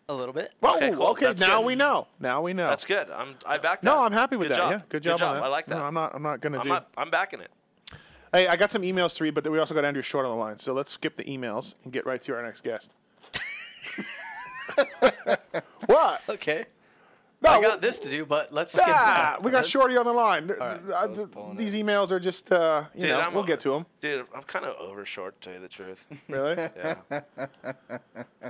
[SPEAKER 6] A little bit.
[SPEAKER 5] Whoa,
[SPEAKER 7] Okay,
[SPEAKER 5] okay,
[SPEAKER 7] cool. That's
[SPEAKER 5] now
[SPEAKER 7] good.
[SPEAKER 5] we know. Now we know.
[SPEAKER 7] That's good. I'm I back that.
[SPEAKER 5] No, I'm happy with
[SPEAKER 7] Good
[SPEAKER 5] that.
[SPEAKER 7] job.
[SPEAKER 5] Yeah, good job, on that.
[SPEAKER 7] I like that.
[SPEAKER 5] No, I'm not. I'm not gonna
[SPEAKER 7] I'm
[SPEAKER 5] do.
[SPEAKER 7] not, I'm backing it.
[SPEAKER 5] Hey, I got some emails to read, but we also got Andrew Short on the line. So let's skip the emails and get right to our next
[SPEAKER 7] [laughs]
[SPEAKER 5] guest. what?
[SPEAKER 6] Okay.
[SPEAKER 5] No,
[SPEAKER 6] I got this to do, but let's skip
[SPEAKER 5] Ah,
[SPEAKER 6] that.
[SPEAKER 5] we got
[SPEAKER 6] Let's-
[SPEAKER 5] Shorty on the line.
[SPEAKER 6] right,
[SPEAKER 5] Uh, th- these emails are just, uh, you
[SPEAKER 7] Dude,
[SPEAKER 5] know,
[SPEAKER 7] I'm
[SPEAKER 5] we'll
[SPEAKER 7] a-
[SPEAKER 5] get to them.
[SPEAKER 7] Dude, I'm kind of over short to tell you the truth.
[SPEAKER 5] [laughs] Really?
[SPEAKER 7] yeah.
[SPEAKER 5] All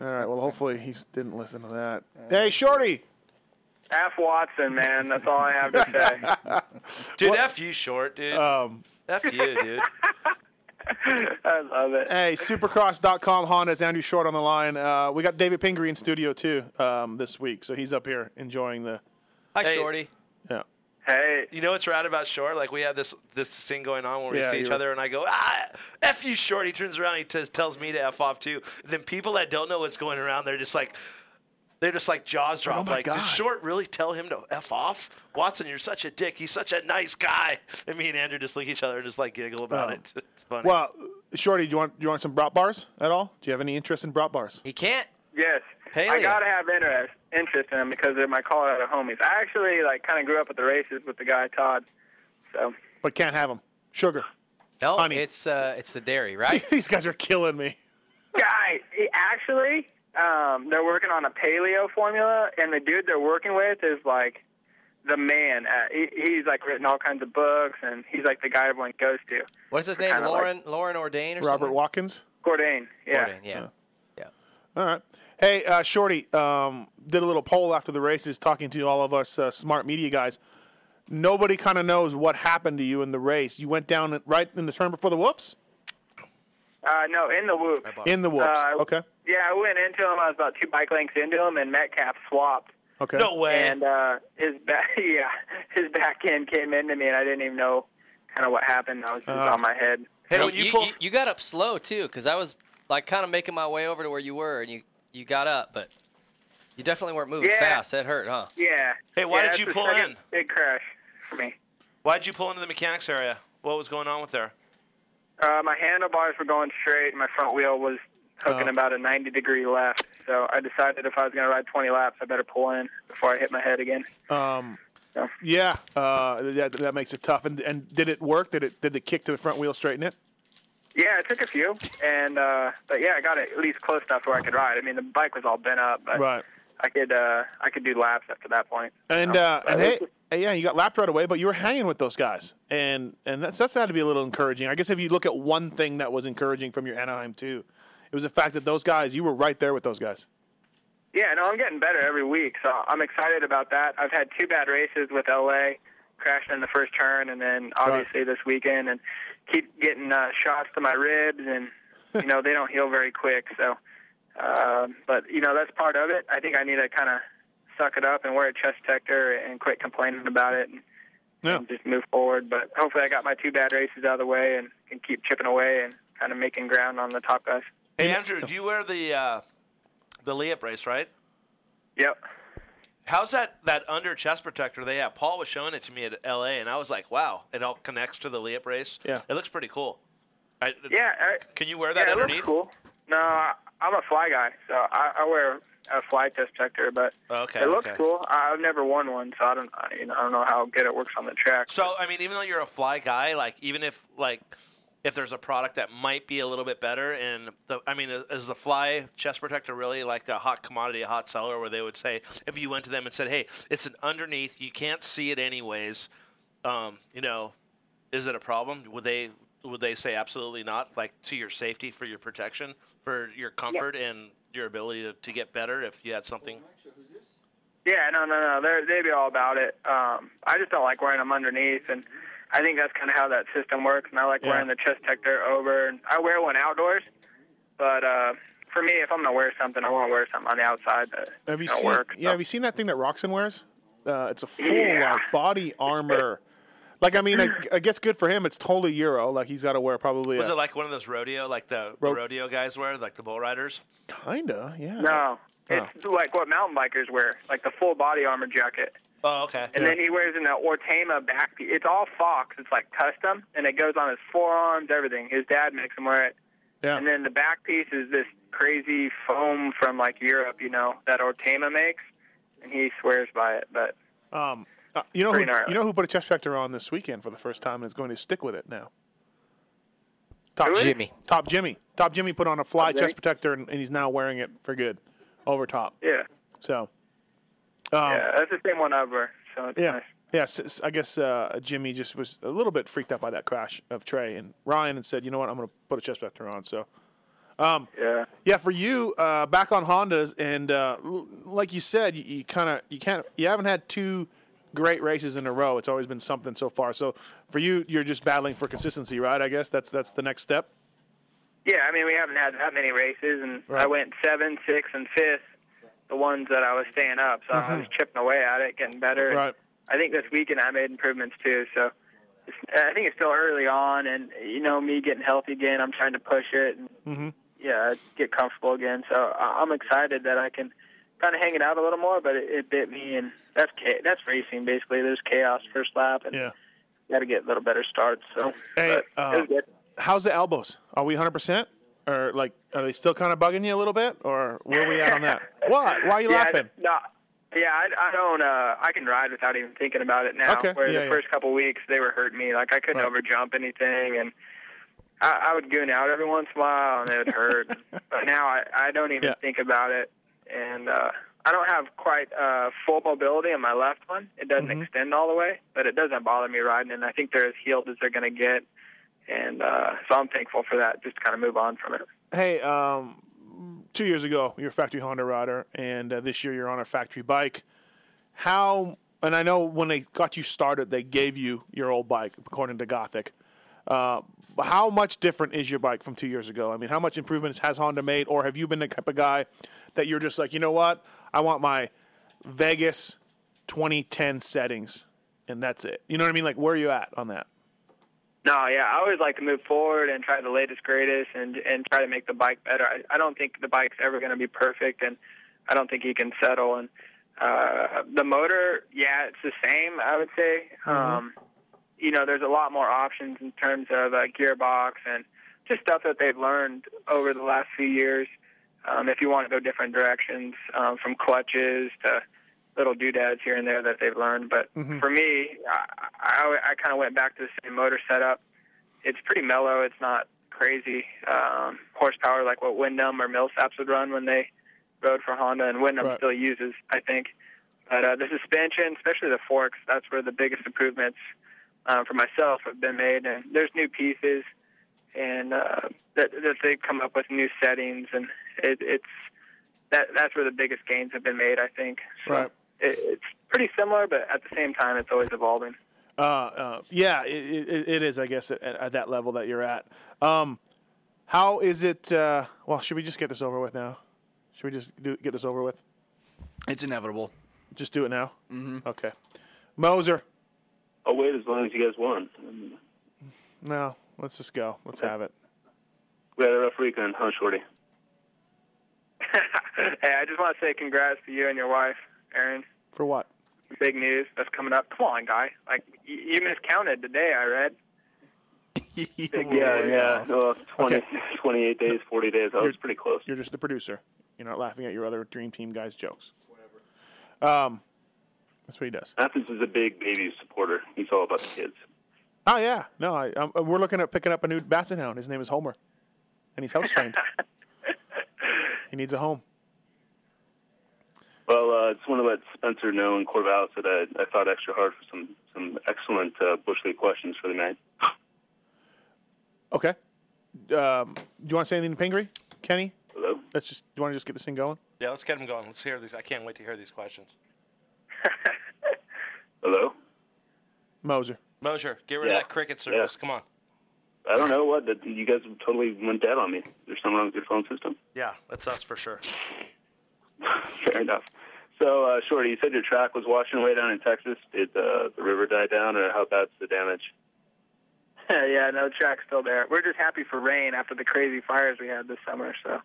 [SPEAKER 5] right. Well, hopefully he s- didn't listen to that. hey, Shorty.
[SPEAKER 9] F Watson, man. That's all I have to say.
[SPEAKER 7] [laughs] [laughs] Dude, f you short, dude.
[SPEAKER 5] Um,
[SPEAKER 7] f you,
[SPEAKER 9] [laughs]
[SPEAKER 7] dude.
[SPEAKER 9] I love it.
[SPEAKER 5] Hey, supercross.com Honda's Andrew Short on the line. Uh, we got David Pingree in studio too um, this week, so he's up here enjoying the.
[SPEAKER 6] [laughs] Hi,
[SPEAKER 7] Hey.
[SPEAKER 6] Shorty.
[SPEAKER 5] Yeah.
[SPEAKER 9] Hey,
[SPEAKER 7] you know what's rad about Short? Like we have this this thing going on where we
[SPEAKER 5] Yeah,
[SPEAKER 7] see each
[SPEAKER 5] you're-
[SPEAKER 7] other, and I go, "Ah, f you, Short." He turns around, he t- tells me to f off too. Then people that don't know what's going around, they're just like, they're just like jaws dropped.
[SPEAKER 5] Oh my
[SPEAKER 7] like,
[SPEAKER 5] God.
[SPEAKER 7] did Short really tell him to f off? Watson, you're such a dick. He's such a nice guy. And me and Andrew just look at each other and just like giggle about
[SPEAKER 5] Oh.
[SPEAKER 7] it. [laughs] It's funny.
[SPEAKER 5] Well, Shorty, do you want do you want some brat bars at all? Do you have any interest in brat bars?
[SPEAKER 6] He can't.
[SPEAKER 9] Yes. I gotta have interest interest in them because they're my Colorado homies. I actually like kind of grew up at the races with the guy Todd. So
[SPEAKER 5] But can't have them. Sugar.
[SPEAKER 6] No,
[SPEAKER 5] Honey.
[SPEAKER 6] it's uh, it's the dairy, right?
[SPEAKER 5] [laughs] These guys are killing me.
[SPEAKER 9] guy, he- actually, um, they're working on a paleo formula, and the dude they're working with is like the man. At, he, he's like written all kinds of books, and he's like the guy everyone goes to.
[SPEAKER 6] What is his name?
[SPEAKER 9] Kinda like-
[SPEAKER 6] Lauren Lauren Ordain or
[SPEAKER 5] Robert
[SPEAKER 6] something?
[SPEAKER 5] Watkins.
[SPEAKER 9] Cordain. Yeah.
[SPEAKER 6] Ordain, yeah.
[SPEAKER 5] All right. Hey, uh, Shorty, um, did a little poll after the races, talking to all of us uh, smart media guys. Nobody kind of knows what happened to you in the race. You went down at- right in the turn before the whoops.
[SPEAKER 9] Uh, no, in the whoops.
[SPEAKER 5] In the whoops.
[SPEAKER 9] Uh,
[SPEAKER 5] okay.
[SPEAKER 9] Yeah, I went into him. I was about two bike lengths into him, and Metcalf swapped.
[SPEAKER 5] Okay.
[SPEAKER 9] And uh, his back, [laughs] yeah, his back end came into me, and I didn't even know kind of what happened. I was just
[SPEAKER 6] Uh.
[SPEAKER 9] on my head.
[SPEAKER 6] Hey, you, you, you got up slow too, because I was like kind of making my way over to where you were, and you you got up, but you definitely weren't moving
[SPEAKER 9] Yeah.
[SPEAKER 6] fast. That hurt, huh?
[SPEAKER 9] yeah.
[SPEAKER 7] Hey, why
[SPEAKER 9] Yeah,
[SPEAKER 7] did
[SPEAKER 9] that's
[SPEAKER 7] you
[SPEAKER 9] the
[SPEAKER 7] pull
[SPEAKER 9] second
[SPEAKER 7] in?
[SPEAKER 9] Big crash for me.
[SPEAKER 7] Why'd you pull into the mechanics area? What was going on with there?
[SPEAKER 9] Uh, my handlebars were going straight, and my front wheel was hooking
[SPEAKER 7] Oh.
[SPEAKER 9] about a 90 degree left. So I decided if I was going to ride 20 laps, I better pull in before I hit my head again.
[SPEAKER 5] Um, yeah, uh, that, that makes it tough. And, and did it work? Did it? Did the kick to the front wheel straighten it?
[SPEAKER 9] Yeah, I took a few, and uh, but yeah, I got it at least close enough where I could ride. I mean, the bike was all bent up, but
[SPEAKER 5] Right.
[SPEAKER 9] I could uh, I could do laps after that point.
[SPEAKER 5] And
[SPEAKER 9] So,
[SPEAKER 5] uh,
[SPEAKER 9] but
[SPEAKER 5] and
[SPEAKER 9] it
[SPEAKER 5] hey,
[SPEAKER 9] was-
[SPEAKER 5] hey, yeah, you got lapped right away, but you were hanging with those guys, and and that's that's had to be a little encouraging. I guess if you look at one thing that was encouraging from your Anaheim too, it was the fact that those guys, you were right there with those guys.
[SPEAKER 9] Yeah, no, I'm getting better every week, so I'm excited about that. I've had two bad races with LA, crashing in the first turn, and then obviously this weekend, and keep getting uh, shots to my ribs, and you know they don't heal very quick. So, uh, but you know that's part of it. I think I need to kind of suck it up and wear a chest protector and quit complaining about it, and
[SPEAKER 5] Yeah.
[SPEAKER 9] and just move forward. But hopefully, I got my two bad races out of the way and can keep chipping away and kind of making ground on the top guys.
[SPEAKER 7] Hey, Andrew, do you wear the uh, the Leap brace, right?
[SPEAKER 9] Yep.
[SPEAKER 7] How's that that under chest protector they have? Paul was showing it to me at LA, and I was like, "Wow, it all connects to the Leap brace.
[SPEAKER 5] Yeah.
[SPEAKER 7] it looks pretty cool." I,
[SPEAKER 9] Yeah, I,
[SPEAKER 7] can you wear that
[SPEAKER 9] yeah, it
[SPEAKER 7] underneath?
[SPEAKER 9] Looks cool. No, I- I'm a fly guy, so I, I wear a fly test protector, but
[SPEAKER 7] Oh, Okay,
[SPEAKER 9] it looks
[SPEAKER 7] okay.
[SPEAKER 9] cool. I- I've never won one, so I don't, I, you know, I don't know how good it works on the track.
[SPEAKER 7] So I mean, even though you're a fly guy, like even if like if there's a product that might be a little bit better, and the I mean, uh, is the fly chest protector really like a hot commodity, a hot seller, where they would say if you went to them and said, "Hey, it's an underneath, you can't see it anyways," um, you know, is it a problem? Would they would they say absolutely not? Like to your safety, for your protection, for your comfort, and your ability to, to get better if you had something.
[SPEAKER 9] Yeah, no, no, no. They're, they'd be all about it. Um, I just don't like wearing them underneath, and I think that's kind of how that system works. And I like
[SPEAKER 5] Yeah.
[SPEAKER 9] wearing the chest protector over. And I wear one outdoors, but uh, for me, if I'm gonna wear something, I want to wear something on the outside that
[SPEAKER 5] Have you
[SPEAKER 9] don't
[SPEAKER 5] seen?
[SPEAKER 9] work.
[SPEAKER 5] Yeah, have you seen that thing that Roxon wears? Uh, it's a full
[SPEAKER 9] Yeah.
[SPEAKER 5] like body armor. Like I
[SPEAKER 9] [clears throat]
[SPEAKER 5] mean, I, I guess good for him. It's totally Euro. Like he's got to wear probably.
[SPEAKER 7] Was
[SPEAKER 5] a,
[SPEAKER 7] it like one of those rodeo, like the, the
[SPEAKER 5] Ro-
[SPEAKER 7] rodeo guys wear, like the bull riders?
[SPEAKER 5] kinda? Yeah.
[SPEAKER 9] No,
[SPEAKER 5] Oh.
[SPEAKER 9] it's like what mountain bikers wear, like the full body armor jacket.
[SPEAKER 7] Oh, okay.
[SPEAKER 9] And then he wears an Ortema back. piece. It's all Fox. It's like custom, and it goes on his forearms, everything. His dad makes him wear it.
[SPEAKER 5] Yeah.
[SPEAKER 9] And then the back piece is this crazy foam from like Europe, you know, that Ortema makes, and he swears by it. But
[SPEAKER 5] Um, uh, you know who,
[SPEAKER 9] Pretty gnarly.
[SPEAKER 5] you know who put a chest protector on this weekend for the first time and is going to stick with it now.
[SPEAKER 9] Who
[SPEAKER 5] Top
[SPEAKER 9] is?
[SPEAKER 27] Jimmy.
[SPEAKER 5] Top Jimmy. Top Jimmy put on a fly
[SPEAKER 9] Top Jimmy?
[SPEAKER 5] chest protector and, and he's now wearing it for good, over top.
[SPEAKER 9] yeah,
[SPEAKER 5] So, um,
[SPEAKER 9] yeah, that's the same one I wear. So it's
[SPEAKER 5] Oh. yeah.
[SPEAKER 9] nice.
[SPEAKER 5] Yeah, s- s- I guess uh, Jimmy just was a little bit freaked out by that crash of Trey and Ryan, and said, "You know what? I'm going to put a chest protector on." So, um,
[SPEAKER 9] yeah,
[SPEAKER 5] yeah. For you, uh, back on Hondas, and uh, l- like you said, you, you kind of you can't you haven't had two great races in a row. It's always been something so far. So for you, you're just battling for consistency, right? I guess that's that's the next step.
[SPEAKER 9] Yeah, I mean, we haven't had that many races, and I went seven, six, and fifth. The ones that I was staying up, so I was chipping away at it, getting better.
[SPEAKER 5] Mm-hmm. Right.
[SPEAKER 9] I think this weekend I made improvements too. So it's, I think it's still early on, and you know, me getting healthy again, I'm trying to push it, and
[SPEAKER 5] Mm-hmm.
[SPEAKER 9] yeah, get comfortable again. So I- I'm excited that I can kind of hang it out a little more, but it, it bit me, and that's cha- that's racing basically. There's chaos first lap, and
[SPEAKER 5] Yeah.
[SPEAKER 9] got to get a little better starts. So
[SPEAKER 5] Hey,
[SPEAKER 9] but it was
[SPEAKER 5] uh,
[SPEAKER 9] good.
[SPEAKER 5] how's the elbows? Are we 100 percent, or like are they still kind of bugging you a little bit, or where are we at on that? what? Why are you
[SPEAKER 9] yeah,
[SPEAKER 5] laughing?
[SPEAKER 9] I- No, yeah, I, I don't. Uh, I can ride without even thinking about it now.
[SPEAKER 5] Okay,
[SPEAKER 9] Where
[SPEAKER 5] yeah,
[SPEAKER 9] the
[SPEAKER 5] yeah.
[SPEAKER 9] first couple weeks they were hurting me, like I couldn't
[SPEAKER 5] Right.
[SPEAKER 9] overjump anything, and I, I would goon out every once in a while, and it
[SPEAKER 5] [laughs]
[SPEAKER 9] would hurt. but now I, I don't even
[SPEAKER 5] Yeah.
[SPEAKER 9] think about it, and uh, I don't have quite uh, full mobility in my left one. It doesn't
[SPEAKER 5] Mhm.
[SPEAKER 9] extend all the way, but it doesn't bother me riding, and I think they're as healed as they're going to get. And uh, so I'm thankful for that, just to kind of move on from it.
[SPEAKER 5] Hey, um, two years ago you were a factory Honda rider, and uh, this year you're on a factory bike. How? And I know when they got you started, they gave you your old bike, according to Gothic. Uh, but how much different is your bike from two years ago? I mean, how much improvements has Honda made, or have you been the type of guy that you're just like, you know what, I want my Vegas 2010 settings, and that's it. You know what I mean? Like, where are you at on that?
[SPEAKER 9] No, yeah, I always like to move forward and try the latest, greatest, and and try to make the bike better. I, I don't think the bike's ever going to be perfect, and I don't think you can settle. And uh, the motor, yeah, it's the same. I would say, um, you know, there's a lot more options in terms of uh, gearbox and just stuff that they've learned over the last few years. Um, if you want to go different directions, um, from clutches to little doodads here and there that they've learned, but
[SPEAKER 5] Mhm.
[SPEAKER 9] for me, I, I, I kind of went back to the same motor setup. It's pretty mellow. It's not crazy um, horsepower like what Wyndham or Millsaps would run when they rode for Honda, and Wyndham
[SPEAKER 1] Right.
[SPEAKER 9] still uses, I think. But uh, the suspension, especially the forks, that's where the biggest improvements uh, for myself have been made. And there's new pieces, and uh, that, that they come up with new settings, and it, it's that that's where the biggest gains have been made, I think.
[SPEAKER 5] Right.
[SPEAKER 9] It, it's pretty similar, but at the same time, it's always evolving. [laughs]
[SPEAKER 5] Uh, uh, yeah, it, it, it is, I guess, at, at that level that you're at. Um, how is it? Uh, well, should we just get this over with now? Should we just do, get this over with? It's inevitable. Just do it now? Mm-hmm. Okay. Moser,
[SPEAKER 2] I'll wait as long as you guys want. Um,
[SPEAKER 5] No, let's just go. Let's have it.
[SPEAKER 2] we had a rough weekend, huh, Shorty?
[SPEAKER 9] hey, I just want to say congrats to you and your wife, Aaron.
[SPEAKER 5] For what?
[SPEAKER 9] Big news that's coming up. Come on, guy. Like you, you miscounted today.
[SPEAKER 2] [laughs]
[SPEAKER 9] I read.
[SPEAKER 2] yeah, yeah. Well, 20, 28 days, 40 days. I was pretty close.
[SPEAKER 5] You're just the producer. You're not laughing at your other dream team guys' jokes. Whatever. Um, that's what he does.
[SPEAKER 2] Athens is a big baby supporter. He's all about the kids.
[SPEAKER 5] Oh yeah, no, I, um, we're looking at picking up a new basset hound. His name is Homer, and he's house [laughs] trained. he needs a home.
[SPEAKER 2] Well, uh, I just want to let Spencer know in Corvallis that I, I thought extra hard for some some excellent uh, bush league questions for the night.
[SPEAKER 5] Okay. Um, do you want to say anything to Pingree, Kenny?
[SPEAKER 2] Hello.
[SPEAKER 5] Let's just. Do you want to just get this thing going?
[SPEAKER 7] Yeah, let's get them going. Let's hear these. I can't wait to hear these questions.
[SPEAKER 2] Hello.
[SPEAKER 5] Moser.
[SPEAKER 7] Mosher, get rid
[SPEAKER 2] Yeah.
[SPEAKER 7] of that cricket service. Come on.
[SPEAKER 2] I don't know what that you guys totally went dead on me. There's something wrong with your phone system. [laughs]
[SPEAKER 7] Yeah, that's us for sure.
[SPEAKER 2] Fair enough. So, uh, Shorty, you said your track was washing away down in Texas. Did uh, the river die down, or how bad's the damage?
[SPEAKER 9] [laughs] yeah, no track's still there. We're just happy for rain after the crazy fires we had this summer. So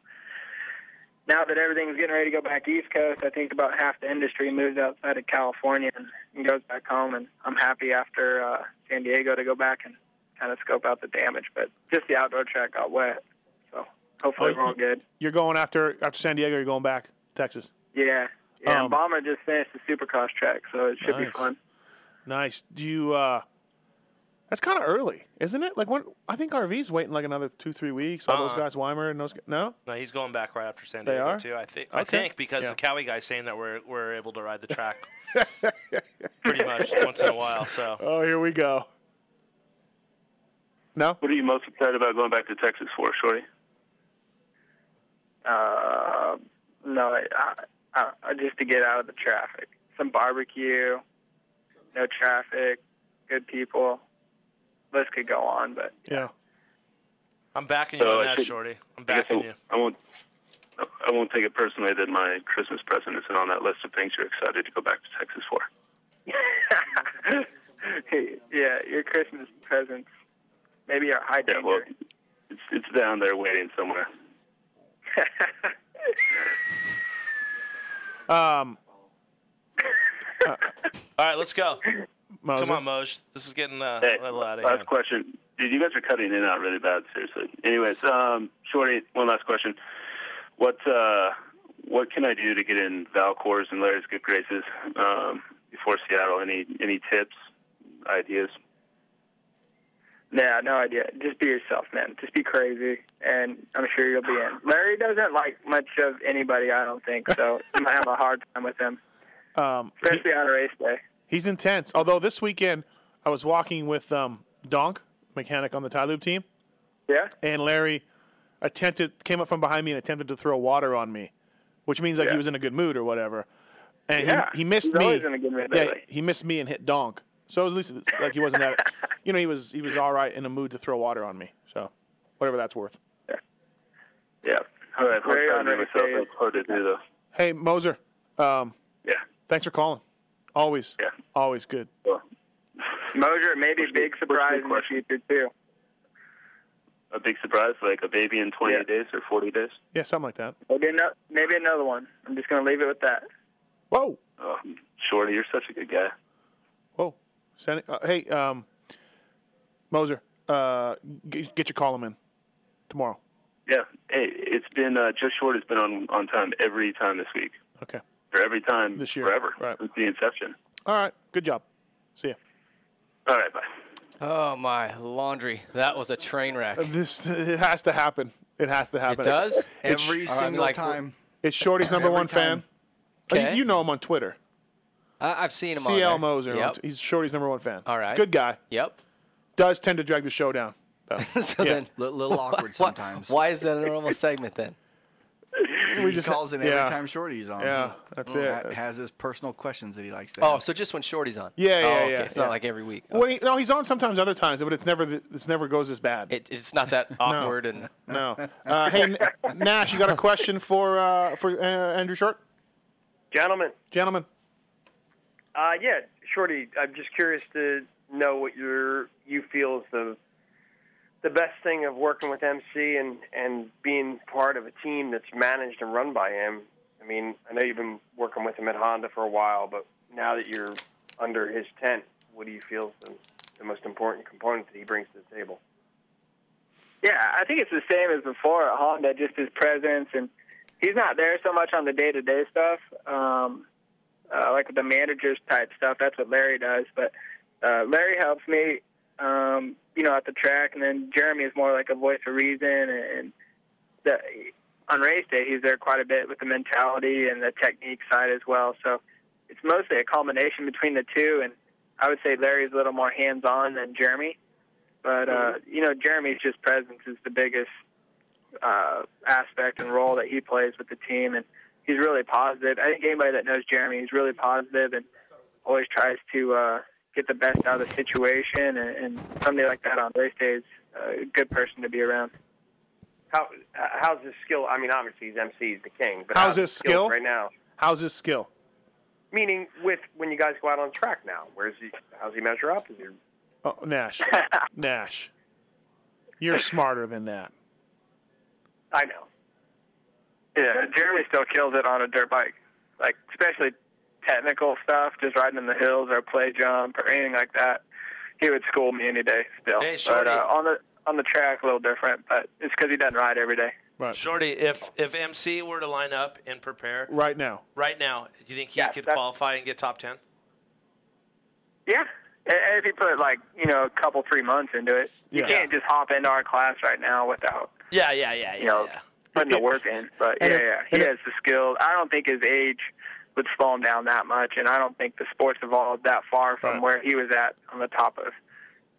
[SPEAKER 9] now that everything's getting ready to go back east coast, I think about half the industry moves outside of California and, and goes back home. And I'm happy after uh, San Diego to go back and kind of scope out the damage. But just the outdoor track got wet, so hopefully
[SPEAKER 5] Oh,
[SPEAKER 9] we're all good.
[SPEAKER 5] You're going after after San Diego. You're going back Texas.
[SPEAKER 9] Yeah, yeah.
[SPEAKER 5] Um,
[SPEAKER 9] and Bomber just finished the Supercross track, so it should be
[SPEAKER 5] Nice.
[SPEAKER 9] fun.
[SPEAKER 5] Nice. Do you? uh That's kind of early, isn't it? Like when I think RV's waiting like another two three weeks. All those
[SPEAKER 7] Uh-uh.
[SPEAKER 5] guys, Weimer and those. g- No.
[SPEAKER 7] No, he's going back right after San
[SPEAKER 5] They
[SPEAKER 7] Diego
[SPEAKER 5] are?
[SPEAKER 7] too. I think. I
[SPEAKER 5] Okay.
[SPEAKER 7] think because
[SPEAKER 5] Yeah.
[SPEAKER 7] the Cowie guy's saying that we're we're able to ride
[SPEAKER 5] [laughs]
[SPEAKER 7] the track pretty much once in a while. So
[SPEAKER 5] Oh, here we go. No.
[SPEAKER 2] What are you most excited about going back to Texas for, Shorty?
[SPEAKER 9] Uh, no, I, I, I, just to get out of the traffic. Some barbecue, no traffic, good people. List could go on, but
[SPEAKER 5] Yeah.
[SPEAKER 7] I'm backing
[SPEAKER 2] So
[SPEAKER 7] you
[SPEAKER 2] I
[SPEAKER 7] on that,
[SPEAKER 2] should-
[SPEAKER 7] Shorty. I'm
[SPEAKER 2] I guess
[SPEAKER 7] backing
[SPEAKER 2] I,
[SPEAKER 7] you.
[SPEAKER 2] I won't. I won't take it personally that my Christmas present isn't on that list of things you're excited to go back to Texas for.
[SPEAKER 9] [laughs] yeah, your Christmas presents maybe are high danger.
[SPEAKER 2] It's it's down there waiting
[SPEAKER 9] [laughs]
[SPEAKER 2] somewhere.
[SPEAKER 5] [laughs] Um. uh,
[SPEAKER 7] All right, let's go.
[SPEAKER 5] Moser?
[SPEAKER 7] Come on, Moj. This is getting uh,
[SPEAKER 2] Hey,
[SPEAKER 7] a little out of
[SPEAKER 2] last
[SPEAKER 7] hand.
[SPEAKER 2] question. Dude, you guys are cutting in out really bad, seriously. Anyways, um, Shorty, one last question. What uh, what can I do to get in Valcor's and Larry's good graces um, before Seattle? Any any tips, ideas?
[SPEAKER 9] Yeah, no idea. Just be yourself, man. Just be crazy, and I'm sure you'll be in. Larry doesn't like much of anybody, I don't think, so [laughs] you might have a hard time with him,
[SPEAKER 5] Um,
[SPEAKER 9] especially on a race day.
[SPEAKER 5] He's intense. Although this weekend I was walking with um, Donk, mechanic on the Ty Lube team.
[SPEAKER 9] Yeah.
[SPEAKER 5] And Larry attempted came up from behind me and attempted to throw water on me, which means like he
[SPEAKER 9] Yeah.
[SPEAKER 5] was in a good mood or whatever. And
[SPEAKER 9] Yeah.
[SPEAKER 5] he, he missed
[SPEAKER 9] He's
[SPEAKER 5] me.
[SPEAKER 9] always in a good mood
[SPEAKER 5] yeah,
[SPEAKER 9] lately.
[SPEAKER 5] he missed me and hit Donk. So it was at least it's like he wasn't that. You know, he was he was all right in a mood to throw water on me. So whatever that's worth.
[SPEAKER 2] Yeah. All right.
[SPEAKER 5] Larry
[SPEAKER 2] I'm
[SPEAKER 5] on
[SPEAKER 2] trying to myself. That's hard to do, though.
[SPEAKER 5] Hey Moser. Um,
[SPEAKER 2] yeah.
[SPEAKER 5] Thanks for calling. Always. Yeah. Always good.
[SPEAKER 9] Mosier, maybe a big surprise in the future too.
[SPEAKER 2] A big surprise, like a baby in 28 days or 40 days?
[SPEAKER 5] Yeah, something like that.
[SPEAKER 9] Maybe another, maybe another one. I'm just gonna leave it with that.
[SPEAKER 5] Whoa.
[SPEAKER 2] Oh, Shorty, you're such a good guy.
[SPEAKER 5] Whoa. Send it, uh, hey, um, Moser, uh, g- get your column in tomorrow.
[SPEAKER 2] Yeah. Hey, it's been uh, just short. It's been on on time every time this week.
[SPEAKER 5] Okay.
[SPEAKER 2] Or every time this year. forever since the inception.
[SPEAKER 5] All right. Good job. See ya.
[SPEAKER 2] All right. Bye.
[SPEAKER 6] Oh my laundry! That was a train wreck.
[SPEAKER 5] Uh, This [laughs] it has to happen. It has to happen.
[SPEAKER 6] does?
[SPEAKER 5] It's-
[SPEAKER 6] Every All right, single like- time.
[SPEAKER 5] It's Shorty's number
[SPEAKER 6] Every
[SPEAKER 5] one fan. Uh, you-
[SPEAKER 6] Okay.
[SPEAKER 5] You, know him on Twitter.
[SPEAKER 6] I, I've seen him. on
[SPEAKER 5] CL
[SPEAKER 6] there.
[SPEAKER 5] Moser. on
[SPEAKER 6] Yep.
[SPEAKER 5] t- He's Shorty's number one fan.
[SPEAKER 6] All right.
[SPEAKER 5] Good guy.
[SPEAKER 6] Yep.
[SPEAKER 5] Does tend to drag the show down.
[SPEAKER 6] [laughs]
[SPEAKER 5] Though.
[SPEAKER 6] so
[SPEAKER 5] Yeah.
[SPEAKER 6] then, [laughs] why- Why, is that a normal segment then?
[SPEAKER 5] We
[SPEAKER 8] he
[SPEAKER 5] just-
[SPEAKER 8] calls in
[SPEAKER 5] yeah.
[SPEAKER 8] every time Shorty's on.
[SPEAKER 5] Yeah, that's
[SPEAKER 8] He
[SPEAKER 5] it.
[SPEAKER 8] ha- Has his personal questions that he likes to.
[SPEAKER 6] Oh, so just when Shorty's on.
[SPEAKER 5] Yeah, yeah,
[SPEAKER 6] oh, okay.
[SPEAKER 5] yeah.
[SPEAKER 6] It's not
[SPEAKER 5] yeah.
[SPEAKER 6] like every week.
[SPEAKER 5] When he, no, he's on sometimes, other times, but it's never th- it's never goes as bad.
[SPEAKER 6] It, it's not that awkward and
[SPEAKER 5] [laughs] no. Uh, hey, N- Nash, you got a question for uh, for uh, Andrew Short?
[SPEAKER 4] Gentlemen.
[SPEAKER 5] Gentlemen.
[SPEAKER 4] Uh, yeah, Shorty, I'm just curious to
[SPEAKER 1] know what you're you feel is the the best thing of working with MC and and being part of a team that's managed and run by him. I mean, I know you've been working with him at Honda for a while, but now that you're under his tent, what do you feel is the, the most important component that he brings to the table?
[SPEAKER 9] Yeah, I think it's the same as before at Honda, just his presence and he's not there so much on the day to day stuff. Um uh, like the managers type stuff, that's what Larry does. But uh Larry helps me um, you know, at the track and then Jeremy is more like a voice of reason and the on race day he's there quite a bit with the mentality and the technique side as well. So it's mostly a combination between the two and I would say Larry's a little more hands on than Jeremy. But uh,
[SPEAKER 1] Mm-hmm.
[SPEAKER 9] you know, Jeremy's just presence is the biggest uh, aspect and role that he plays with the team, and he's really positive. I think anybody that knows Jeremy, he's really positive and always tries to uh, get the best out of the situation. And, and somebody like that on race day is uh, a good person to be around.
[SPEAKER 1] How uh, how's his skill? I mean, obviously he's MC, he's the king. But
[SPEAKER 5] How's his skill?
[SPEAKER 1] right now?
[SPEAKER 5] How's his skill?
[SPEAKER 1] Meaning with when you guys go out on track now, where's he? How's he measure up? Is he
[SPEAKER 5] Oh,
[SPEAKER 1] [laughs]
[SPEAKER 5] Nash. Nash. You're smarter than that.
[SPEAKER 1] I know.
[SPEAKER 9] Yeah, Jeremy still kills it on a dirt bike, like especially technical stuff, just riding in the hills or play jump or anything like that. He would school me any day still.
[SPEAKER 7] Hey,
[SPEAKER 9] but
[SPEAKER 7] Shorty.
[SPEAKER 9] uh, on the on the track, a little different, but it's because he doesn't ride every day.
[SPEAKER 7] Shorty, if if MC were to line up and prepare
[SPEAKER 5] Right now.
[SPEAKER 7] right now, do you think he could qualify and get top ten?
[SPEAKER 9] Yeah. And and if you put like you know a couple three months into it,
[SPEAKER 7] Yeah.
[SPEAKER 9] you can't just hop into our class right now without
[SPEAKER 7] Yeah, yeah, yeah,
[SPEAKER 9] you know putting the work in. But yeah,
[SPEAKER 7] And it-
[SPEAKER 9] yeah, he has the skill. I don't think his age would slow him down that much, and I don't think the sport's evolved that far from
[SPEAKER 5] Right.
[SPEAKER 9] where he was at on the top of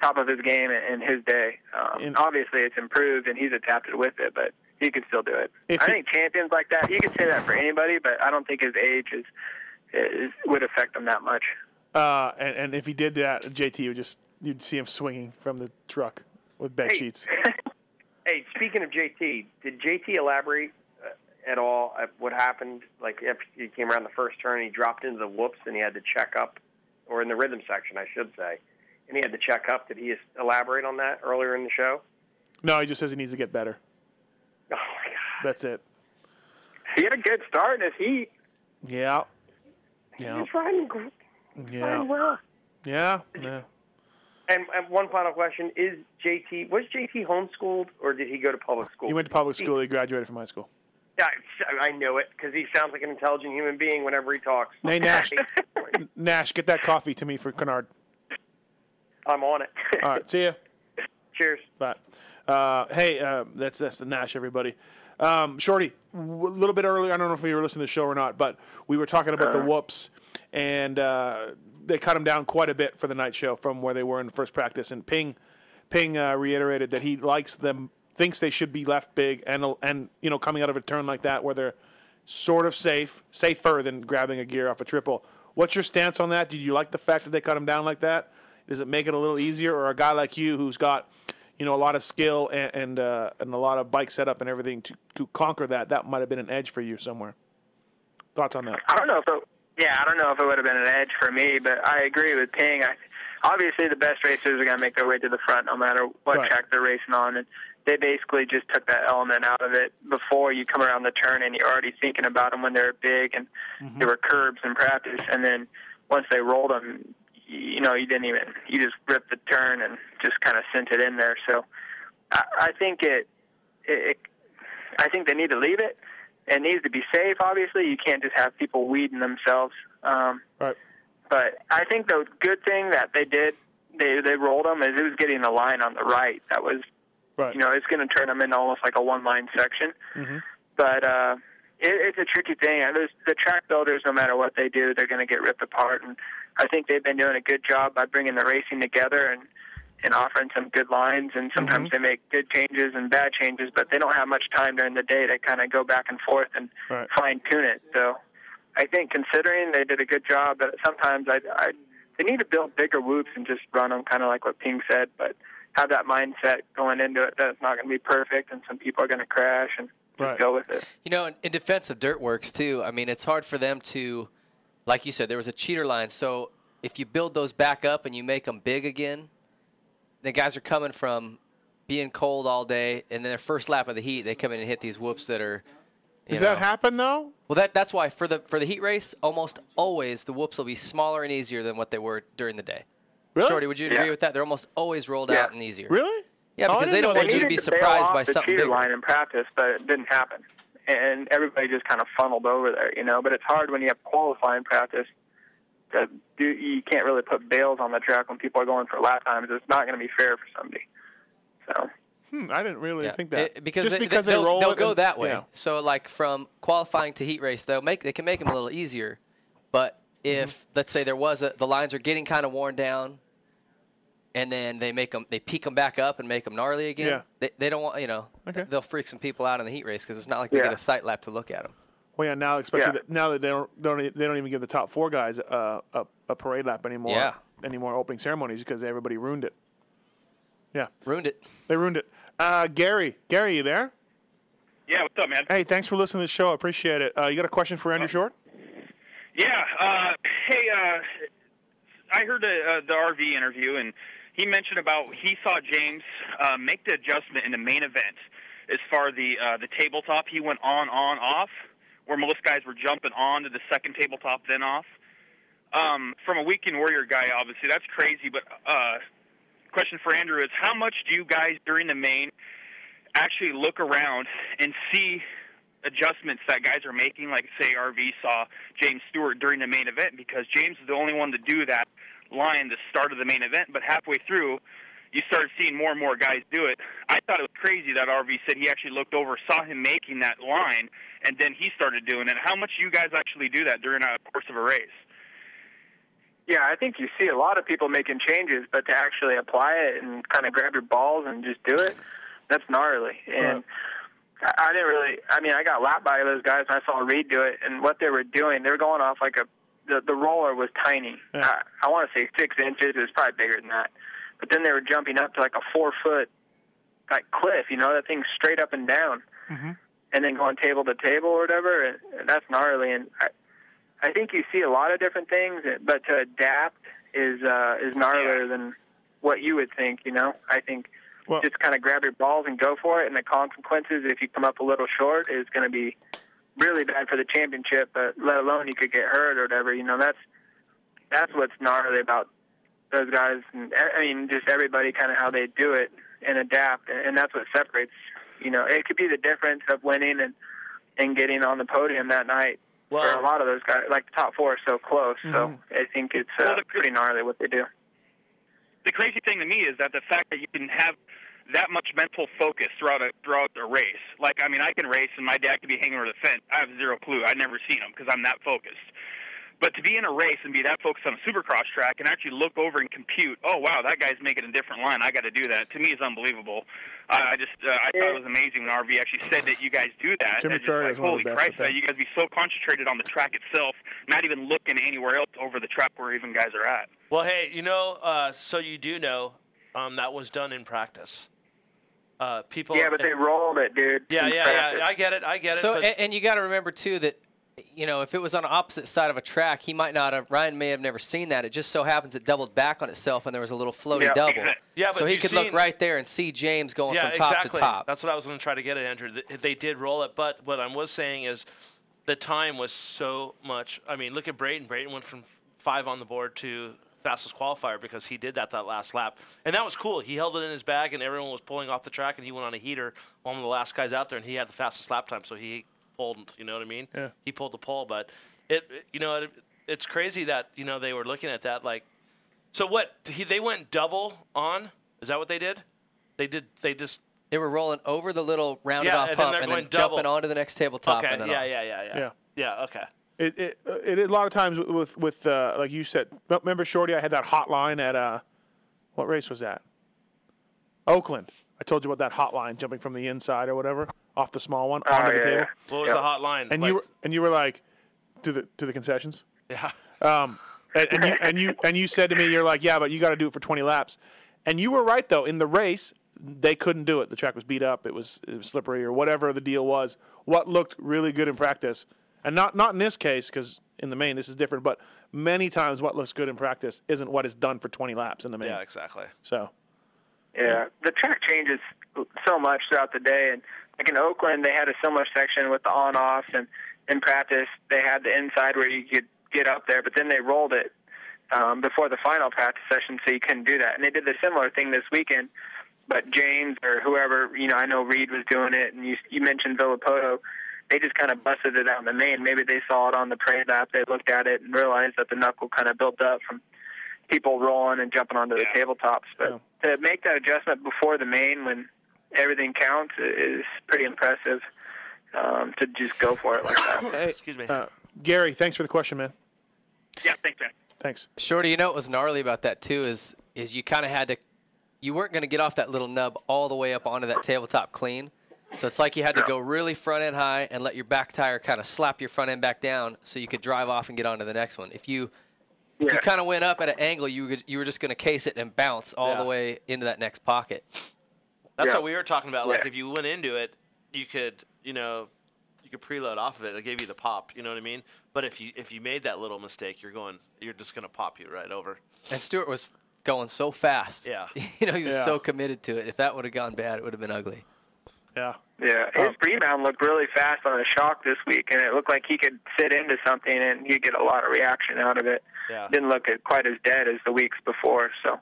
[SPEAKER 9] top of his game in his day. Um,
[SPEAKER 5] And-
[SPEAKER 9] obviously, it's improved, and he's adapted with it, but he can still do it.
[SPEAKER 5] If
[SPEAKER 9] I
[SPEAKER 5] he-
[SPEAKER 9] think champions like that, you could say that for anybody, but I don't think his age is, is would affect him that much.
[SPEAKER 5] Uh, and, and if he did that, JT would just you'd see him swinging from the truck with bed
[SPEAKER 1] Hey.
[SPEAKER 5] sheets.
[SPEAKER 1] [laughs] Hey, speaking of JT, did JT elaborate uh, at all at what happened? Like, if he came around the first turn, he dropped into the whoops and he had to check up, or in the rhythm section, I should say, and he had to check up. Did he elaborate on that earlier in the show?
[SPEAKER 5] No, he just says he needs to get better.
[SPEAKER 1] Oh my
[SPEAKER 5] That's it.
[SPEAKER 9] He had a good start in his heat.
[SPEAKER 5] Yeah. Yeah.
[SPEAKER 1] riding great.
[SPEAKER 5] Yeah.
[SPEAKER 1] well.
[SPEAKER 5] Yeah. Yeah.
[SPEAKER 1] And, and one final question: Is JT was JT homeschooled or did he go to public school?
[SPEAKER 5] He went to public school. He graduated from high school.
[SPEAKER 1] Yeah, I know it because he sounds like an intelligent human being whenever he talks.
[SPEAKER 5] Hey, Nash. Nash, get that coffee to me for Kennard.
[SPEAKER 1] [laughs] I'm on it.
[SPEAKER 5] [laughs] All right. See ya.
[SPEAKER 1] Cheers.
[SPEAKER 5] Bye. Uh, hey, uh, that's that's the Nash, everybody. Um, Shorty, a little bit earlier, I don't know if you were listening to the show or not, but we were talking about the whoops, and uh, they cut him down quite a bit for the night show from where they were in first practice. And Ping, Ping uh, reiterated that he likes them, thinks they should be left big, and and you know coming out of a turn like that where they're sort of safe, safer than grabbing a gear off a triple. What's your stance on that? Did you like the fact that they cut him down like that? Does it make it a little easier, or a guy like you who's got you know a lot of skill and and, uh, and a lot of bike setup and everything to, to conquer that? That might have been an edge for you somewhere. Thoughts on that?
[SPEAKER 9] I don't know if it, yeah, I don't know if it would have been an edge for me, but I agree with Ping. I, obviously, the best racers are going to make their way to the front no matter what
[SPEAKER 4] Right.
[SPEAKER 9] track they're racing on, and they basically just took that element out of it before you come around the turn, and you're already thinking about them when they're big and there were curbs in practice, and then once they rolled them, you know, you didn't even you just ripped the turn and just kind of sent it in there. So I, I think it, it, I think they need to leave it. It needs to be safe. Obviously, you can't just have people weeding themselves. Um,
[SPEAKER 5] Right.
[SPEAKER 9] But I think the good thing that they did, they they rolled them, is it was getting the line on the right. That was,
[SPEAKER 5] Right.
[SPEAKER 9] you know, it's going to turn them into almost like a one line section.
[SPEAKER 5] Mm-hmm.
[SPEAKER 9] But uh, it, it's a tricky thing. And There's, the track builders, no matter what they do, they're going to get ripped apart. And I think they've been doing a good job by bringing the racing together and and offering some good lines. And sometimes
[SPEAKER 5] Mm-hmm.
[SPEAKER 9] they make good changes and bad changes, but they don't have much time during the day to kind of go back and forth and
[SPEAKER 5] Right.
[SPEAKER 9] fine tune it. So I think considering they did a good job, but sometimes I, I they need to build bigger whoops and just run them, kind of like what Ping said, but have that mindset going into it that it's not going to be perfect and some people are going to crash and just
[SPEAKER 6] Right.
[SPEAKER 9] go with it.
[SPEAKER 6] You know, in, in defense of Dirtworks too, I mean, it's hard for them to, like you said, there was a cheater line. So if you build those back up and you make them big again, the guys are coming from being cold all day, and then their first lap of the heat, they come in and hit these whoops that are. you
[SPEAKER 5] Does
[SPEAKER 6] know.
[SPEAKER 5] that happen though?
[SPEAKER 6] Well, that that's why for the for the heat race, almost always the whoops will be smaller and easier than what they were during the day.
[SPEAKER 5] Really?
[SPEAKER 6] Shorty, would you agree
[SPEAKER 5] Yeah.
[SPEAKER 6] with that? They're almost always rolled out and easier.
[SPEAKER 5] Really?
[SPEAKER 6] Yeah,
[SPEAKER 5] Oh, I
[SPEAKER 6] because they
[SPEAKER 5] didn't know
[SPEAKER 6] don't
[SPEAKER 5] that.
[SPEAKER 6] want you to be
[SPEAKER 13] needed bail
[SPEAKER 6] surprised
[SPEAKER 13] off
[SPEAKER 6] by
[SPEAKER 13] the
[SPEAKER 6] something
[SPEAKER 13] cheer
[SPEAKER 6] big.
[SPEAKER 13] line in practice, but it didn't happen, and everybody just kind of funneled over there, you know. But it's hard when you have qualifying practice. To do, you can't really put bails on the track when people are going for lap times. It's not going to be fair for somebody. So
[SPEAKER 5] Hmm, I didn't really
[SPEAKER 6] Yeah.
[SPEAKER 5] think that.
[SPEAKER 6] It- because
[SPEAKER 5] Just
[SPEAKER 6] they,
[SPEAKER 5] because
[SPEAKER 6] they,
[SPEAKER 5] they
[SPEAKER 6] will
[SPEAKER 5] roll
[SPEAKER 6] they'll
[SPEAKER 5] it
[SPEAKER 6] go
[SPEAKER 5] and-
[SPEAKER 6] that way.
[SPEAKER 5] yeah.
[SPEAKER 6] So like from qualifying to heat race, they'll make they can make them a little easier. But
[SPEAKER 5] Mm-hmm.
[SPEAKER 6] if let's say there was a the lines are getting kind of worn down, and then they make them they peak them back up and make them gnarly again.
[SPEAKER 5] Yeah.
[SPEAKER 6] They, they don't want you know they'll freak some people out in the heat race because it's not like they
[SPEAKER 5] Yeah.
[SPEAKER 6] get a sight lap to look at them.
[SPEAKER 5] Well, yeah. Now, especially
[SPEAKER 6] Yeah.
[SPEAKER 5] that, now that they don't, they don't they don't even give the top four guys a, a, a parade lap anymore.
[SPEAKER 6] Yeah.
[SPEAKER 5] Anymore opening ceremonies because everybody ruined it. Yeah.
[SPEAKER 6] Ruined it.
[SPEAKER 5] They ruined it. Uh, Gary, Gary, you there?
[SPEAKER 4] Yeah, what's up, man?
[SPEAKER 5] Hey, thanks for listening to the show. I appreciate it. Uh, you got a question for Andrew Short?
[SPEAKER 4] Yeah. Uh, hey, uh, I heard uh, the RV interview, and he mentioned about he saw James uh, make the adjustment in the main event as far the uh, the tabletop. He went on, on, off, where most guys were jumping on to the second tabletop, then off. Um, from a weekend warrior guy, obviously that's crazy. But uh, question for Andrew is: How much do you guys during the main actually look around and see adjustments that guys are making, like say RV saw James Stewart during the main event, because James is the only one to do that line the start of the main event. But halfway through, you started seeing more and more guys do it. I thought it was crazy that RV said he actually looked over, saw him making that line, and then he started doing it. How much do you guys actually do that during a course of a race?
[SPEAKER 9] Yeah, I think you see a lot of people making changes, but to actually apply it and kind of grab your balls and just do it, that's gnarly. And I I didn't really. I mean, I got lapped by those guys, and I saw Reed do it, and what they were doing, they were going off like a the the roller was tiny. I, I want to say six inches. It was probably bigger than that. But then they were jumping up to like a four foot like cliff. You know, that thing's straight up and down and then going table to table or whatever, and, and that's gnarly. And I, I think you see a lot of different things, but to adapt is uh, is gnarlier than what you would think. You know, I think just kind of grab your balls and go for it, and the consequences if you come up a little short is going to be really bad for the championship. But let alone you could get hurt or whatever. You know, that's that's what's gnarly about those guys. And I mean, just everybody kind of how they do it and adapt, and, and that's what separates. You know, it could be the difference of winning and and getting on the podium that night. for a lot of those guys, like the top four, are so close.
[SPEAKER 7] Mm-hmm.
[SPEAKER 9] So
[SPEAKER 4] Mm-hmm.
[SPEAKER 9] I think it's uh, pretty gnarly what they do.
[SPEAKER 4] the crazy thing to me is that the fact that you can have that much mental focus throughout a throughout a race. Like, I mean, I can race, and my dad could be hanging over the fence. I have zero clue. I've never seen him because I'm that focused. But to be in a race and be that focused on a supercross track and actually look over and compute, oh wow, that guy's making a different line. I got to do that. To me, is unbelievable. I I just uh, I thought it was amazing when RV actually said that you guys do that.
[SPEAKER 5] Jimmy
[SPEAKER 4] It's just
[SPEAKER 5] Ferrari
[SPEAKER 4] like,
[SPEAKER 5] is one of the
[SPEAKER 4] holy
[SPEAKER 5] best at
[SPEAKER 4] Christ,
[SPEAKER 5] that.
[SPEAKER 4] that you guys be so concentrated on the track itself, not even looking anywhere else over the track where even guys are at.
[SPEAKER 7] Well, hey, you know, uh, so you do know um, that was done in practice. Uh, people.
[SPEAKER 9] Yeah, but they rolled it, dude.
[SPEAKER 7] Yeah,
[SPEAKER 9] in
[SPEAKER 7] yeah,
[SPEAKER 9] practice.
[SPEAKER 7] yeah. I get it. I get it.
[SPEAKER 6] So
[SPEAKER 7] but-
[SPEAKER 6] and, and you got to remember too that you know if it was on the opposite side of a track, he might not have Ryan may have never seen that. It just so happens it doubled back on itself and there was a little floaty
[SPEAKER 7] Yeah.
[SPEAKER 6] double.
[SPEAKER 7] Yeah, but
[SPEAKER 6] so he
[SPEAKER 7] you've
[SPEAKER 6] could
[SPEAKER 7] seen-
[SPEAKER 6] look right there and see James going
[SPEAKER 7] yeah,
[SPEAKER 6] from top
[SPEAKER 7] exactly.
[SPEAKER 6] to top.
[SPEAKER 7] That's what I was going to try to get at, Andrew. Th- They did roll it, but what I was saying is the time was so much. I mean, look at Brayton. Brayton went from five on the board to fastest qualifier because he did that that last lap, and that was cool. He held it in his bag, and everyone was pulling off the track, and he went on a heater. One of the last guys out there, and he had the fastest lap time, so he pulled. You know what I mean?
[SPEAKER 5] Yeah.
[SPEAKER 7] He pulled the pole, but it, it- you know, it, it's crazy that you know they were looking at that like. So what? He, they went double on. Is that what they did? They did. They just
[SPEAKER 6] They were rolling over the little rounded
[SPEAKER 7] Yeah,
[SPEAKER 6] off
[SPEAKER 7] and then
[SPEAKER 6] hump
[SPEAKER 7] they're
[SPEAKER 6] and then
[SPEAKER 7] going double.
[SPEAKER 6] jumping onto the next tabletop.
[SPEAKER 7] Okay,
[SPEAKER 6] and then
[SPEAKER 7] yeah,
[SPEAKER 6] off.
[SPEAKER 7] yeah, yeah, yeah,
[SPEAKER 5] Yeah.
[SPEAKER 7] yeah. Okay.
[SPEAKER 5] It, it, uh, it, a lot of times with with uh, like you said. Remember, Shorty, I had that hotline at uh, what race was that? Oakland. I told you about that hotline jumping from the inside or whatever off the small one
[SPEAKER 7] Oh,
[SPEAKER 5] onto
[SPEAKER 7] yeah,
[SPEAKER 5] the table.
[SPEAKER 7] yeah. What was the hotline?
[SPEAKER 5] And
[SPEAKER 7] Like-
[SPEAKER 5] you were and you were like to the to the concessions.
[SPEAKER 7] Yeah.
[SPEAKER 5] Um, and, and you and you and you said to me, you're like, yeah, but you got to do it for 20 laps. And you were right though. In the race, they couldn't do it. The track was beat up. It was, it was slippery or whatever the deal was. What looked really good in practice, and not not in this case because in the main. This is different, but many times what looks good in practice isn't what is done for 20 laps in the main.
[SPEAKER 7] Yeah, exactly.
[SPEAKER 5] So
[SPEAKER 9] Yeah, the track changes so much throughout the day, and like in Oakland, they had a similar section with the on-offs, and in practice they had the inside where you could get up there, but then they rolled it um, before the final practice session, so you couldn't do that. And they did the similar thing this weekend, but James or whoever, you know, I know Reed was doing it, and you you mentioned Villapoto. They just kind of busted it out in the main. Maybe they saw it on the prey lap. They looked at it and realized that the knuckle kind of built up from people rolling and jumping onto the tabletops. But to make that adjustment before the main when everything counts is pretty impressive um, to just go for it like
[SPEAKER 7] [coughs]
[SPEAKER 9] that.
[SPEAKER 7] Excuse me.
[SPEAKER 5] uh, Gary, thanks for the question, man.
[SPEAKER 7] Yeah, thanks, man.
[SPEAKER 5] Thanks.
[SPEAKER 6] Shorty, you know what was gnarly about that too is is you kind of had to, you weren't going to get off that little nub all the way up onto that tabletop clean. So it's like you had to go really front end high and let your back tire kind of slap your front end back down so you could drive off and get onto the next one. If you if you kind of went up at an angle, you were- you were just going to case it and bounce all the way into that next pocket.
[SPEAKER 7] That's
[SPEAKER 6] Yeah.
[SPEAKER 7] what we were talking about. Like
[SPEAKER 6] Yeah.
[SPEAKER 7] if you went into it, you could, you know, you could preload off of it. It gave you the pop. You know what I mean? But if you if you made that little mistake, you're going, you're just gonna pop you right over.
[SPEAKER 6] And Stewart was going so fast. [laughs]
[SPEAKER 7] Yeah.
[SPEAKER 6] You know, he was
[SPEAKER 7] Yeah.
[SPEAKER 6] so committed to it. If that would have gone bad, it would have been ugly.
[SPEAKER 5] Yeah.
[SPEAKER 9] Yeah,
[SPEAKER 7] Oh.
[SPEAKER 9] his rebound looked really fast on a shock this week, and it looked like he could fit into something and you get a lot of reaction out of it.
[SPEAKER 7] Yeah.
[SPEAKER 9] Didn't look at- quite as dead as the weeks before, so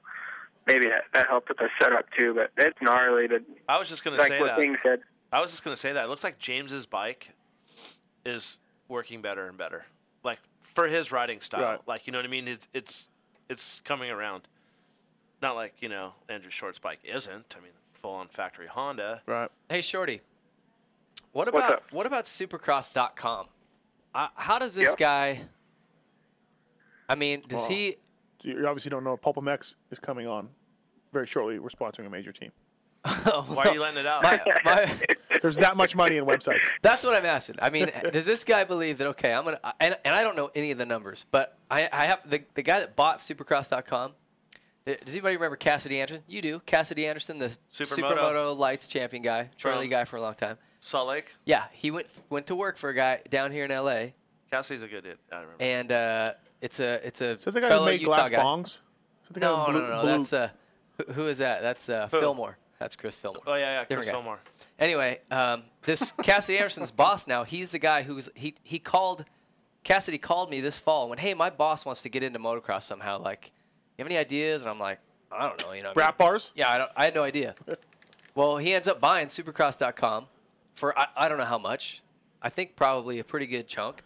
[SPEAKER 9] maybe that, that helped with the setup too. But it's gnarly. To,
[SPEAKER 7] I was just gonna
[SPEAKER 9] like
[SPEAKER 7] say
[SPEAKER 9] what
[SPEAKER 7] that.
[SPEAKER 9] Bing said.
[SPEAKER 7] I was just gonna say that. It looks like James's bike is working better and better. Like for his riding style.
[SPEAKER 5] Right.
[SPEAKER 7] Like you know what I mean? It's it's it's coming around. Not like, you know, Andrew Short's bike isn't. I mean full on factory Honda.
[SPEAKER 5] Right.
[SPEAKER 6] Hey, Shorty. What
[SPEAKER 7] What's
[SPEAKER 6] about
[SPEAKER 7] up?
[SPEAKER 6] what about Supercross.com? Uh, how does this
[SPEAKER 5] Yep.
[SPEAKER 6] guy? I mean, does
[SPEAKER 5] Well,
[SPEAKER 6] he?
[SPEAKER 5] Uh,
[SPEAKER 6] [laughs]
[SPEAKER 5] You obviously don't know. Pulpamex is coming on very shortly. We're sponsoring a major team.
[SPEAKER 7] [laughs] Why are you letting it out?
[SPEAKER 5] There's that much money in websites.
[SPEAKER 6] That's what I'm asking. I mean, [laughs] does this guy believe that? Okay, I'm gonna and, and I don't know any of the numbers, but I, I have the, the guy that bought Supercross.com. uh, Does anybody remember Cassidy Anderson? You do. Cassidy Anderson, the
[SPEAKER 7] Supermoto.
[SPEAKER 6] lights champion guy, Charlie
[SPEAKER 7] From-
[SPEAKER 6] guy for a long time.
[SPEAKER 7] Salt Lake?
[SPEAKER 6] Yeah, he went went to work for a guy down here in L.A.
[SPEAKER 7] Cassidy's a good dude. I remember.
[SPEAKER 6] and uh, it's a it's a
[SPEAKER 5] So the guy
[SPEAKER 6] fellow
[SPEAKER 5] who made
[SPEAKER 6] Utah
[SPEAKER 5] glass
[SPEAKER 6] guy.
[SPEAKER 5] bongs. So the guy
[SPEAKER 6] No,
[SPEAKER 5] with
[SPEAKER 6] no,
[SPEAKER 5] blue-
[SPEAKER 6] no,
[SPEAKER 5] blue-
[SPEAKER 6] That's uh, who- who is that? That's uh,
[SPEAKER 7] Who?
[SPEAKER 6] Fillmore. That's Chris Fillmore.
[SPEAKER 7] Oh yeah, yeah,
[SPEAKER 6] Different
[SPEAKER 7] Chris
[SPEAKER 6] guy.
[SPEAKER 7] Fillmore.
[SPEAKER 6] Anyway, um,
[SPEAKER 5] [laughs]
[SPEAKER 6] this Cassidy Anderson's boss now. He's the guy who's he he called. Cassidy called me this fall and went, "Hey, my boss wants to get into motocross somehow. Like, you have any ideas?" And I'm like, "I don't know. You know, what I mean?"
[SPEAKER 5] Rap bars?
[SPEAKER 6] Yeah, I don't. I had no idea. well, he ends up buying Supercross.com for I, I don't know how much. I think probably a pretty good chunk.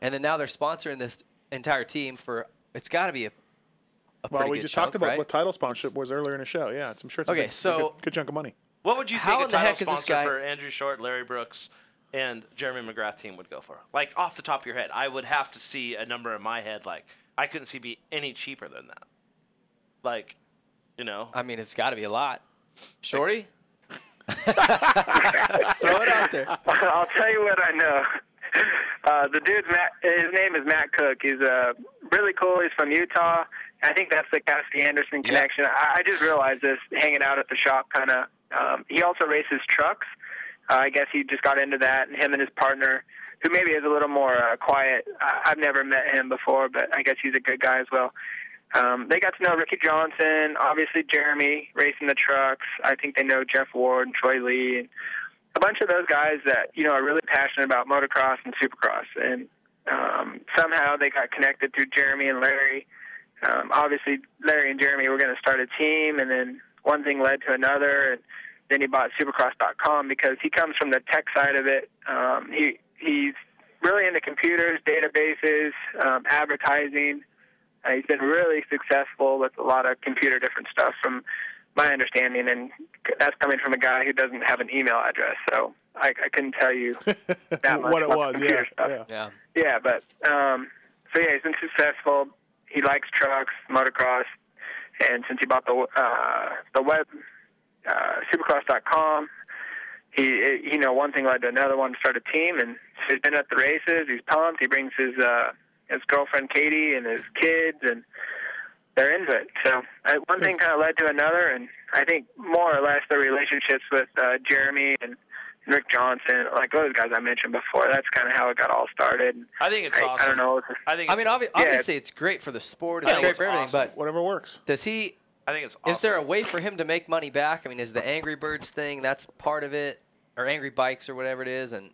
[SPEAKER 6] And then now they're sponsoring this entire team for it's got to be a, a
[SPEAKER 5] Well,
[SPEAKER 6] pretty
[SPEAKER 5] we
[SPEAKER 6] good
[SPEAKER 5] just
[SPEAKER 6] chunk,
[SPEAKER 5] talked about
[SPEAKER 6] right?
[SPEAKER 5] what title sponsorship was earlier in the show. Yeah, it's, I'm sure it's a
[SPEAKER 6] Okay,
[SPEAKER 5] big- a
[SPEAKER 6] so-
[SPEAKER 5] good, good chunk of money.
[SPEAKER 7] What would you
[SPEAKER 6] How
[SPEAKER 7] think
[SPEAKER 6] in
[SPEAKER 7] a
[SPEAKER 6] the
[SPEAKER 7] title
[SPEAKER 6] heck is this
[SPEAKER 7] sponsor
[SPEAKER 6] guy-
[SPEAKER 7] for Andrew Short, Larry Brooks, and Jeremy McGrath team would go for? Like off the top of your head, I would have to see a number in my head. Like I couldn't see be any cheaper than that. Like, you know,
[SPEAKER 6] I mean, it's got to be a lot. Shorty? [laughs] Throw it out there.
[SPEAKER 9] [laughs] I'll tell you what I know. [laughs] Uh, the dude's Matt, his name is Matt Cook. He's uh, really cool. He's from Utah. I think that's the Cassidy Anderson connection. I, I just realized this hanging out at the shop, kind of. Um, he also races trucks. Uh, I guess he just got into that, and him and his partner, who maybe is a little more uh, quiet. I, I've never met him before, but I guess he's a good guy as well. Um, they got to know Ricky Johnson, obviously Jeremy racing the trucks. I think they know Jeff Ward and Troy Lee and a bunch of those guys that you know are really passionate about motocross and supercross, and um, somehow they got connected through Jeremy and Larry. Um, obviously, Larry and Jeremy were going to start a team, and then one thing led to another, and then he bought Supercross.com because he comes from the tech side of it. Um, he he's really into computers, databases, um, advertising. Uh, he's been really successful with a lot of computer different stuff from my understanding, and that's coming from a guy who doesn't have an email address, so I, I couldn't tell you that
[SPEAKER 5] [laughs]
[SPEAKER 9] much
[SPEAKER 5] what it
[SPEAKER 9] about
[SPEAKER 5] was, yeah,
[SPEAKER 9] computer
[SPEAKER 5] yeah.
[SPEAKER 6] Yeah.
[SPEAKER 9] yeah, but um, so yeah, he's been successful. He likes trucks, motocross, and since he bought the uh, the web uh, supercross.com, he it, you know one thing led to another one. Started a team, and so he's been at the races. He's pumped. He brings his uh, his girlfriend Katie and his kids, and they're into it. So uh, one thing kind of led to another, and I think more or less the relationships with uh, Jeremy and Rick Johnson, like those guys I mentioned before. That's kind of how it got all started.
[SPEAKER 7] I think it's
[SPEAKER 9] I,
[SPEAKER 7] awesome.
[SPEAKER 9] I don't know.
[SPEAKER 7] I think.
[SPEAKER 6] I mean, obvi-
[SPEAKER 9] Yeah,
[SPEAKER 6] obviously, it's great for the sport. It's
[SPEAKER 7] I think
[SPEAKER 6] great
[SPEAKER 7] it's
[SPEAKER 6] for everything.
[SPEAKER 7] awesome.
[SPEAKER 6] But
[SPEAKER 5] whatever works.
[SPEAKER 6] Does he?
[SPEAKER 7] I think it's.
[SPEAKER 6] Is there a way for him to make money back? I mean, is the Angry Birds thing that's part of it, or Angry Bikes, or whatever it is? And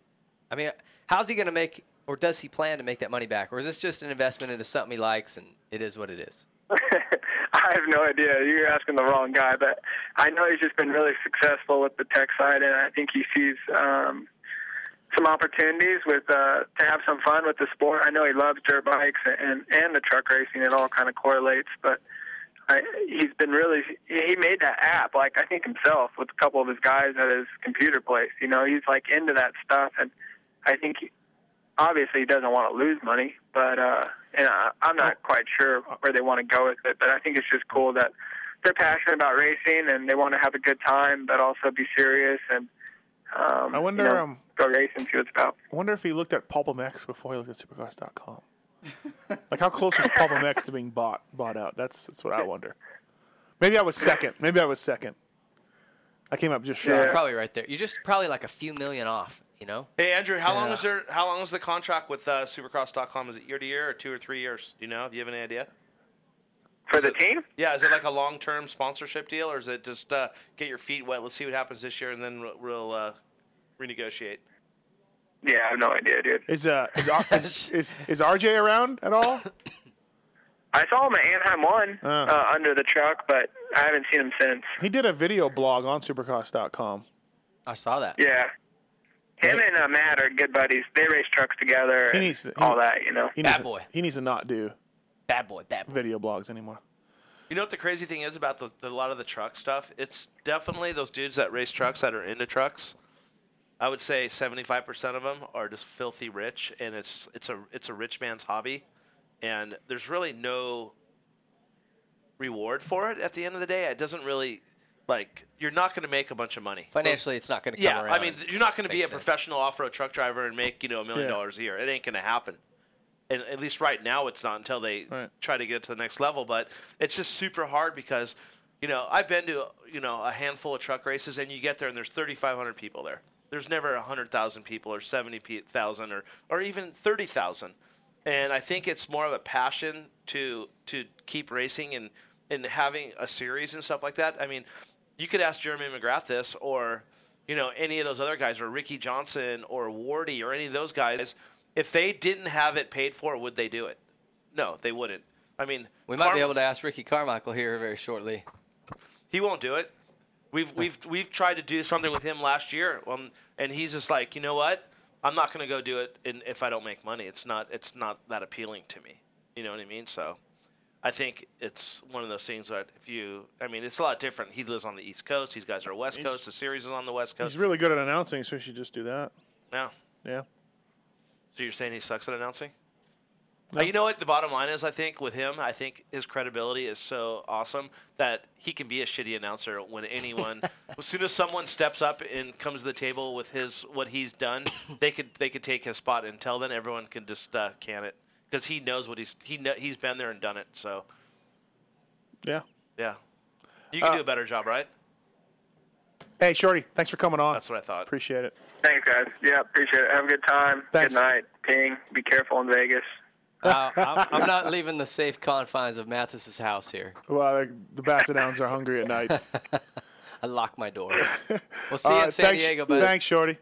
[SPEAKER 6] I mean, how's he going to make, or does he plan to make that money back, or is this just an investment into something he likes and it is what it is?
[SPEAKER 9] [laughs] I have no idea. You're asking the wrong guy, but I know he's just been really successful with the tech side, and I think he sees um, some opportunities with uh, to have some fun with the sport. I know he loves dirt bikes and and the truck racing. It all kind of correlates, but I, he's been really he made that app like I think himself with a couple of his guys at his computer place. You know, he's like into that stuff, and I think he, obviously he doesn't want to lose money, but uh, and I, I'm not quite sure where they want to go with it. But I think it's just cool that they're passionate about racing and they want to have a good time, but also be serious and um,
[SPEAKER 5] I wonder,
[SPEAKER 9] you know,
[SPEAKER 5] um,
[SPEAKER 9] go race and see what's about.
[SPEAKER 5] I wonder if he looked at Pulp MX before he looked at Supercross.com. [laughs] like how close was Pulp MX to being bought bought out? That's that's what I wonder. Maybe I was second. Maybe I was second. I came up just shy.
[SPEAKER 6] You're probably right there. You're just probably like a few million off. You know.
[SPEAKER 7] Hey Andrew, how long
[SPEAKER 6] Yeah.
[SPEAKER 7] is there? How long is the contract with uh, Supercross.com? Is it year to year or two or three years? Do you know? Do you have any idea?
[SPEAKER 9] For the team?
[SPEAKER 7] Yeah, is it like a long term sponsorship deal, or is it just uh, get your feet wet? Let's see what happens this year, and then we'll- we'll uh, renegotiate.
[SPEAKER 9] Yeah, I have no idea, dude.
[SPEAKER 5] Is uh is R-
[SPEAKER 6] [laughs]
[SPEAKER 5] is, is is RJ around at all?
[SPEAKER 9] I saw him at Anaheim one uh.
[SPEAKER 5] Uh.
[SPEAKER 9] under the truck, but I haven't seen him since.
[SPEAKER 5] He did a video blog on Supercross.com.
[SPEAKER 6] I saw that.
[SPEAKER 9] Yeah. Him and uh, Matt are good buddies. They race trucks together
[SPEAKER 5] He
[SPEAKER 9] and
[SPEAKER 5] needs to, he-
[SPEAKER 9] all that, you know.
[SPEAKER 5] He needs to- he needs to not do
[SPEAKER 6] bad boy, bad
[SPEAKER 5] video blogs anymore.
[SPEAKER 7] You know what the crazy thing is about the, the, a lot of the truck stuff? It's definitely those dudes that race trucks that are into trucks. I would say seventy five percent of them are just filthy rich, and it's it's a it's a rich man's hobby, and there's really no reward for it. At the end of the day, it doesn't really like you're not going to make a bunch of money
[SPEAKER 6] Financially, it's not going to come
[SPEAKER 7] yeah,
[SPEAKER 6] around.
[SPEAKER 7] I mean, th- you're not going to be a
[SPEAKER 6] Makes sense.
[SPEAKER 7] professional off-road truck driver and make you know a million
[SPEAKER 6] Yeah.
[SPEAKER 7] dollars a year. It ain't going to happen. And at least right now, it's not until they try to get to the next level. But it's just super hard because you know I've been to you know a handful of truck races, and you get there and there's 3,500 people there. There's never 100,000 people or 70,000 or or even 30,000. And I think it's more of a passion to to keep racing and and having a series and stuff like that. I mean, you could ask Jeremy McGrath this, or you know any of those other guys, or Ricky Johnson, or Wardy, or any of those guys. If they didn't have it paid for, would they do it? No, they wouldn't. I mean,
[SPEAKER 6] we might
[SPEAKER 7] Carm-
[SPEAKER 6] be able to ask Ricky Carmichael here very shortly.
[SPEAKER 7] he won't do it. We've we've we've tried to do something with him last year, um, and he's just like, you know what? I'm not going to go do it in, if I don't make money. It's not it's not that appealing to me. You know what I mean? So, I think it's one of those things that if you, I mean, it's a lot different. He lives on the East Coast. These guys are West
[SPEAKER 5] He's-
[SPEAKER 7] Coast. The series is on the West Coast.
[SPEAKER 5] He's really good at announcing, so he should just do that.
[SPEAKER 7] yeah.
[SPEAKER 5] Yeah.
[SPEAKER 7] So you're saying he sucks at announcing? Uh, you know what? The bottom line is, I think with him, I think his credibility is so awesome that he can be a shitty announcer
[SPEAKER 5] [laughs]
[SPEAKER 7] when anyone, as soon as someone steps up and comes to the table with his what he's done, they could they could take his spot and tell then everyone can just uh, can it because he knows what he's he kn- he's been there and done it. So
[SPEAKER 5] Yeah.
[SPEAKER 7] yeah, you can
[SPEAKER 5] Uh,
[SPEAKER 7] do a better job, right?
[SPEAKER 5] Hey, Shorty, thanks for coming on. That's
[SPEAKER 7] what I thought.
[SPEAKER 5] Appreciate it.
[SPEAKER 9] Thanks, guys. Yeah, appreciate it. Have a good time.
[SPEAKER 5] Thanks.
[SPEAKER 9] Good night. Ping. Be careful in Vegas.
[SPEAKER 6] Uh, I'm,
[SPEAKER 5] [laughs]
[SPEAKER 6] I'm not leaving the safe confines of Mathis's house here.
[SPEAKER 5] Well, the, the Basset Downs are hungry at night.
[SPEAKER 6] I lock my
[SPEAKER 5] [laughs]
[SPEAKER 6] door. [laughs] We'll see
[SPEAKER 5] All
[SPEAKER 6] you in
[SPEAKER 5] right,
[SPEAKER 6] San
[SPEAKER 5] Uh, thanks,
[SPEAKER 6] Diego, bud.
[SPEAKER 5] Thanks, Shorty.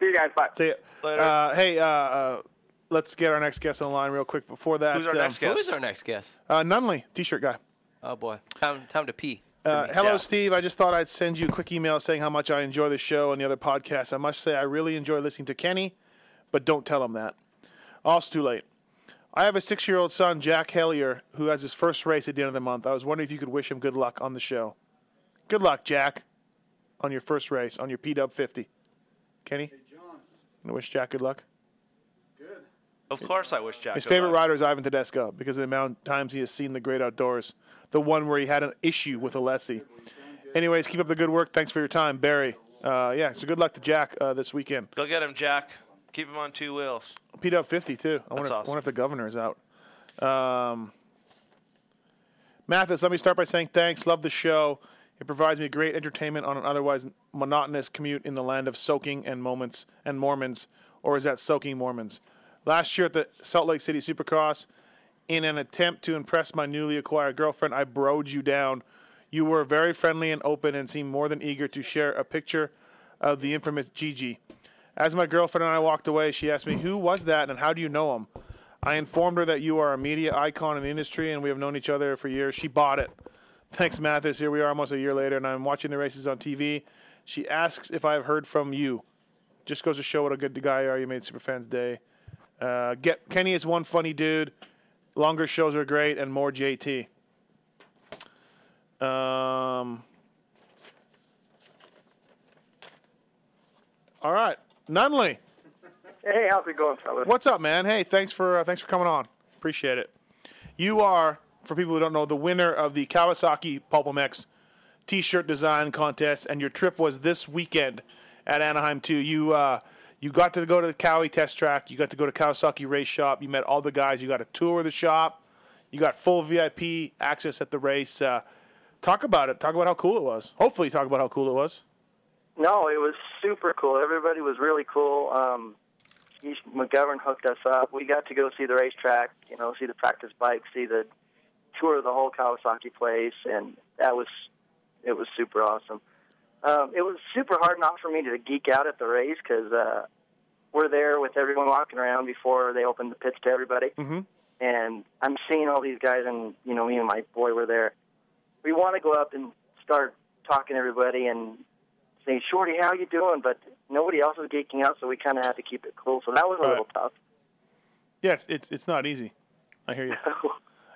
[SPEAKER 9] See you guys. Bye.
[SPEAKER 5] See ya. Uh, hey, uh, uh, let's get our next guest on the line real quick. Before that,
[SPEAKER 6] Who's our
[SPEAKER 5] um,
[SPEAKER 6] next guest? Who's our next guest?
[SPEAKER 5] Uh, Nunley, t-shirt guy.
[SPEAKER 6] Oh boy, time time to pee.
[SPEAKER 5] Uh, hello, Steve. I just thought I'd send you a quick email saying how much I enjoy the show and the other podcasts. I must say I really enjoy listening to Kenny, but don't tell him that. All's too late. I have a six-year-old son, Jack Hellier, who has his first race at the end of the month. I was wondering if you could wish him good luck on the show. Good luck, Jack, on your first race on your P Dub 50. Kenny, you wish Jack good luck.
[SPEAKER 7] Of course, I wish Jack.
[SPEAKER 5] His
[SPEAKER 7] good
[SPEAKER 5] favorite
[SPEAKER 7] luck.
[SPEAKER 5] rider is Ivan Tedesco because of the amount of times he has seen the great outdoors. The one where he had an issue with Alessi. Anyways, keep up the good work. Thanks for your time, Barry. Uh, yeah, so good luck to Jack uh, this weekend.
[SPEAKER 7] Go get him, Jack. Keep him on two wheels.
[SPEAKER 5] Pete up 50, too. I wonder,
[SPEAKER 7] That's
[SPEAKER 5] if,
[SPEAKER 7] awesome.
[SPEAKER 5] wonder if the governor is out. Um, Mathis, let me start by saying thanks. Love the show. It provides me great entertainment on an otherwise monotonous commute in the land of soaking and moments and Mormons, or is that soaking Mormons? Last year at the Salt Lake City Supercross, in an attempt to impress my newly acquired girlfriend, I broed you down. You were very friendly and open and seemed more than eager to share a picture of the infamous Gigi. As my girlfriend and I walked away, she asked me, Who was that and how do you know him? I informed her that you are a media icon in the industry and we have known each other for years. She bought it. [laughs] Thanks, Mathis. Here we are almost a year later and I'm watching the races on TV. She asks if I have heard from you. Just goes to show what a good guy you are. You made Superfans Day. Uh, get Kenny is one funny dude. Longer shows are great and more JT. Um, all right, Nunley.
[SPEAKER 14] Hey, how's it going, fellas?
[SPEAKER 5] What's up, man? Hey, thanks for uh, thanks for coming on. Appreciate it. You are, for people who don't know, the winner of the Kawasaki Pulpamex T-shirt design contest, and your trip was this weekend at Anaheim too. You uh, you got to go to the Cowie test track. You got to go to Kawasaki race shop. You met all the guys. You got a tour of the shop. You got full VIP access at the race. Uh, talk about it. Talk about how cool it was. Hopefully, talk about how cool it was.
[SPEAKER 23] No, it was super cool. Everybody was really cool. Um, Keith McGovern hooked us up. We got to go see the racetrack, you know, see the practice bike, see the tour of the whole Kawasaki place, and that was it was super awesome. Um, it was super hard not for me to geek out at the race because uh, we're there with everyone walking around before they open the pits to everybody,
[SPEAKER 5] Mm-hmm.
[SPEAKER 23] and I'm seeing all these guys, and you know, me and my boy were there. We want to go up and start talking to everybody and saying, "Shorty, how you doing?" But nobody else was geeking out, so we kind of had to keep it cool. So that was a
[SPEAKER 5] Right.
[SPEAKER 23] little tough.
[SPEAKER 5] Yes, it's it's not easy. I hear you.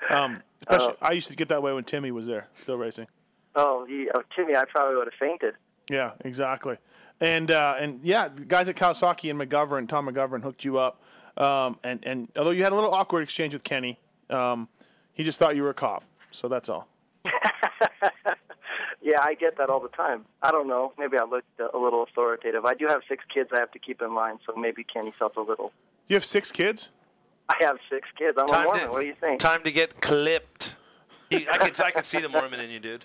[SPEAKER 5] Um, especially, I used to get that way when Timmy was there, still racing.
[SPEAKER 23] Oh, you, oh Timmy, I probably would have fainted.
[SPEAKER 5] Yeah, exactly. And uh, and yeah, the guys at Kawasaki and McGovern, Tom McGovern, hooked you up. Um, and and although you had a little awkward exchange with Kenny, um, he just thought you were a cop. So that's all.
[SPEAKER 23] Yeah, I get that all the time. I don't know. Maybe I looked a little authoritative. I do have six kids I have to keep in line, so maybe Kenny felt a little.
[SPEAKER 5] You have six kids.
[SPEAKER 23] I have six kids. I'm a Mormon.
[SPEAKER 7] to,
[SPEAKER 23] what do you think?
[SPEAKER 7] Time to get clipped. You- I could I could see the Mormon in you, dude.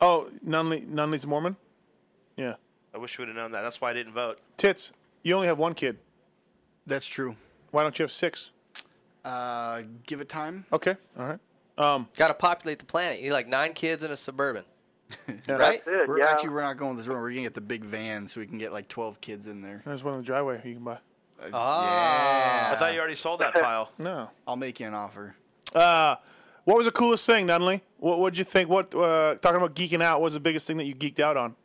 [SPEAKER 5] Oh, Nunley Nunley's Mormon. Yeah,
[SPEAKER 7] I wish we would have known that. That's why I didn't vote.
[SPEAKER 5] tits. You only have one kid.
[SPEAKER 8] That's true.
[SPEAKER 5] Why don't you have six?
[SPEAKER 8] Uh, give it time.
[SPEAKER 5] Okay, all right. Um,
[SPEAKER 6] Got to populate the planet. You need like nine kids in a suburban.
[SPEAKER 8] Right?
[SPEAKER 6] Right? That's it,
[SPEAKER 8] we're
[SPEAKER 6] yeah.
[SPEAKER 8] actually we're not going with this room. We're gonna get the big van so we can get like twelve kids in there.
[SPEAKER 5] There's one in the driveway you can buy.
[SPEAKER 8] Ah.
[SPEAKER 7] I thought you already sold that
[SPEAKER 6] [laughs]
[SPEAKER 7] pile.
[SPEAKER 5] No.
[SPEAKER 8] I'll make you an offer.
[SPEAKER 5] Uh, what was the coolest thing, Nunley? What would you think? What uh, talking about geeking out? What was the biggest thing that you geeked out on?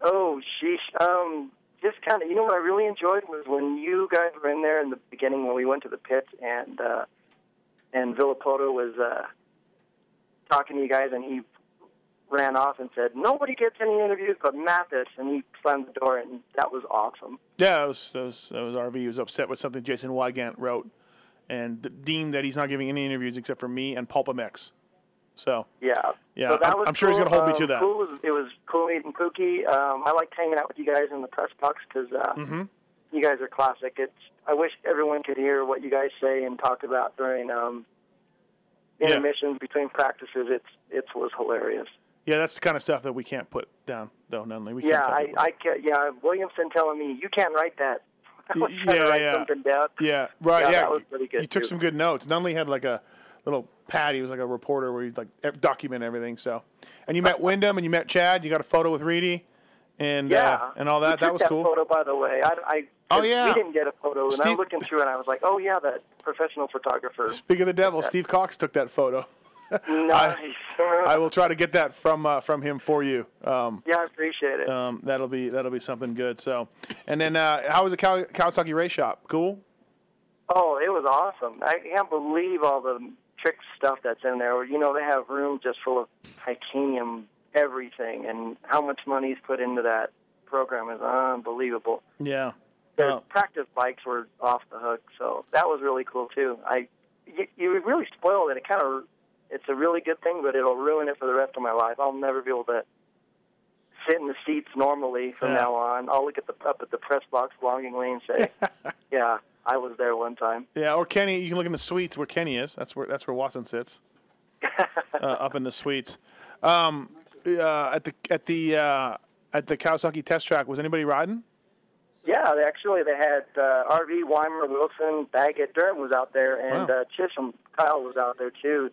[SPEAKER 23] Oh, sheesh. Um, just kind of, you know what I really enjoyed was when you guys were in there in the beginning when we went to the pits and uh, and Villapoto was uh, talking to you guys and he ran off and said nobody gets any interviews but Mathis and he slammed the door and that was awesome.
[SPEAKER 5] Yeah, that was that was, that was RV. He was upset with something Jason Wygant wrote, and d- deemed that he's not giving any interviews except for me and Pulpamex. So
[SPEAKER 23] Yeah.
[SPEAKER 5] Yeah,
[SPEAKER 23] So that
[SPEAKER 5] I'm-
[SPEAKER 23] was
[SPEAKER 5] I'm sure he's
[SPEAKER 23] cool.
[SPEAKER 5] gonna hold me to
[SPEAKER 23] Um,
[SPEAKER 5] that.
[SPEAKER 23] Cool was, it was cool meeting Pookie. Um, I liked hanging out with you guys in the press box because uh,
[SPEAKER 5] Mm-hmm.
[SPEAKER 23] you guys are classic. It's I wish everyone could hear what you guys say and talk about during um,
[SPEAKER 5] Yeah.
[SPEAKER 23] intermissions between practices. It's it was hilarious.
[SPEAKER 5] yeah, that's the kind of stuff that we can't put down though, Nunley. We
[SPEAKER 23] yeah,
[SPEAKER 5] can't tell
[SPEAKER 23] I,
[SPEAKER 5] people.
[SPEAKER 23] I can't, yeah Williamson telling me you can't write that. [laughs] I was
[SPEAKER 5] Y-
[SPEAKER 23] trying
[SPEAKER 5] yeah,
[SPEAKER 23] to write
[SPEAKER 5] yeah.
[SPEAKER 23] something down.
[SPEAKER 5] Yeah, right.
[SPEAKER 23] Yeah,
[SPEAKER 5] Yeah,
[SPEAKER 23] that was pretty good,
[SPEAKER 5] You took
[SPEAKER 23] too.
[SPEAKER 5] some good notes. Nunley had like a little pad. He was like a reporter where he'd like e- document everything. So, and you met Wyndham and you met Chad. You got a photo with Reedy, and uh,
[SPEAKER 23] Yeah,
[SPEAKER 5] and all
[SPEAKER 23] We
[SPEAKER 5] that.
[SPEAKER 23] took
[SPEAKER 5] That was cool.
[SPEAKER 23] Photo, by the way, I, I
[SPEAKER 5] Oh, yeah.
[SPEAKER 23] we didn't get a photo, and I
[SPEAKER 5] Steve-
[SPEAKER 23] was looking through, and I was like, oh yeah, that professional photographer.
[SPEAKER 5] Speak of the devil,
[SPEAKER 23] Yeah. Uh-huh.
[SPEAKER 5] Steve [laughs] Cox took that photo. I, I will try to get that from uh, from him for you. Um,
[SPEAKER 23] Yeah, I appreciate it.
[SPEAKER 5] um, that'll be that'll be something good. So, and then uh, how was the Kaw- Kawasaki race shop? Cool.
[SPEAKER 23] Oh, it was awesome. I can't believe all the trick stuff that's in there. You know, they have room just full of titanium everything, and how much money is put into that program is unbelievable.
[SPEAKER 5] Yeah.
[SPEAKER 23] Their practice bikes were off the hook, so that was really cool too. I, you, you really spoiled it. It kind of, it's a really good thing, but it'll ruin it for the rest of my life. I'll never be able to sit in the seats normally from
[SPEAKER 5] Yeah.
[SPEAKER 23] now on. I'll look at the up at the press box longingly and say, "Yeah, I was there one time."
[SPEAKER 5] Yeah, or Kenny. You can look in the suites where Kenny is. That's where that's where Watson sits. uh, up in the suites. Um, uh, at the at the uh, at the Kawasaki test track? Was anybody riding?
[SPEAKER 23] Yeah, they actually they had uh, RV Weimer, Wilson, Baggett, Durham was out there, and uh, Chisholm Kyle was out there too.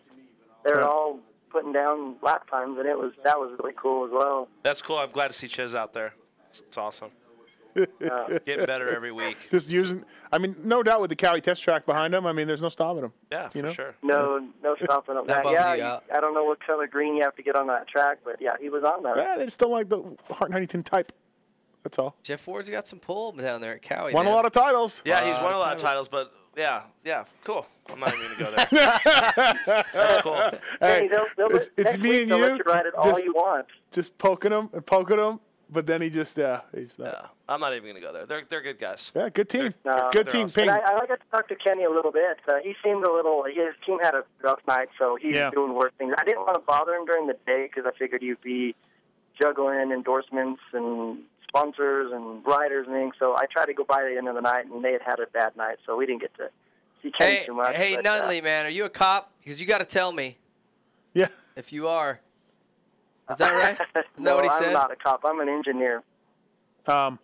[SPEAKER 23] They were
[SPEAKER 7] Right.
[SPEAKER 23] all putting down lap times, and it was that was really cool as well.
[SPEAKER 7] That's cool. I'm glad to see Chiz out there. It's, it's awesome. Uh, Getting better every week.
[SPEAKER 5] [laughs] Just using. I mean, no doubt with the Cowie test track behind him. I mean, there's no stopping him.
[SPEAKER 7] Yeah,
[SPEAKER 5] you know?
[SPEAKER 23] No, no stopping up
[SPEAKER 5] That
[SPEAKER 23] that.
[SPEAKER 5] bums
[SPEAKER 23] Yeah,
[SPEAKER 5] you
[SPEAKER 23] you-
[SPEAKER 5] out.
[SPEAKER 23] I don't know what color green you have to get on that track, but yeah, he was on that.
[SPEAKER 5] Yeah, they just don't like the Hart and Huntington type. That's all.
[SPEAKER 6] Jeff Ward's got some pull down there at Cowie.
[SPEAKER 5] Won a
[SPEAKER 6] man. Uh,
[SPEAKER 5] lot of titles.
[SPEAKER 7] Yeah, he's won a lot of titles, but yeah, yeah, cool. I'm not even
[SPEAKER 5] [laughs]
[SPEAKER 7] gonna go there. That's cool.
[SPEAKER 5] Hey, it's, it's me and you. just, Just poking him and poking him, but then he just uh, he's not.
[SPEAKER 7] I'm not even gonna go there. They're they're good guys.
[SPEAKER 5] Yeah, good team.
[SPEAKER 23] No.
[SPEAKER 5] good team. Ping.
[SPEAKER 23] And I, I got to talk to Kenny a little bit. Uh, he seemed a little. His team had a rough night, so he's
[SPEAKER 5] Yeah.
[SPEAKER 23] doing worse things. I didn't want to bother him during the day because I figured he'd be juggling endorsements and sponsors and riders and things. So I tried to go by the end of the night, and they had had a bad night, so we didn't get to see Kenny
[SPEAKER 6] Hey,
[SPEAKER 23] too much.
[SPEAKER 6] hey,
[SPEAKER 23] but, uh,
[SPEAKER 6] Nunley, man, are you a cop? Because you got to tell me.
[SPEAKER 5] Yeah.
[SPEAKER 6] If you are, is
[SPEAKER 5] [laughs]
[SPEAKER 23] [laughs]
[SPEAKER 6] that right? Isn't that what he
[SPEAKER 23] no,
[SPEAKER 6] said?
[SPEAKER 23] I'm not a cop. I'm an engineer.
[SPEAKER 5] Um,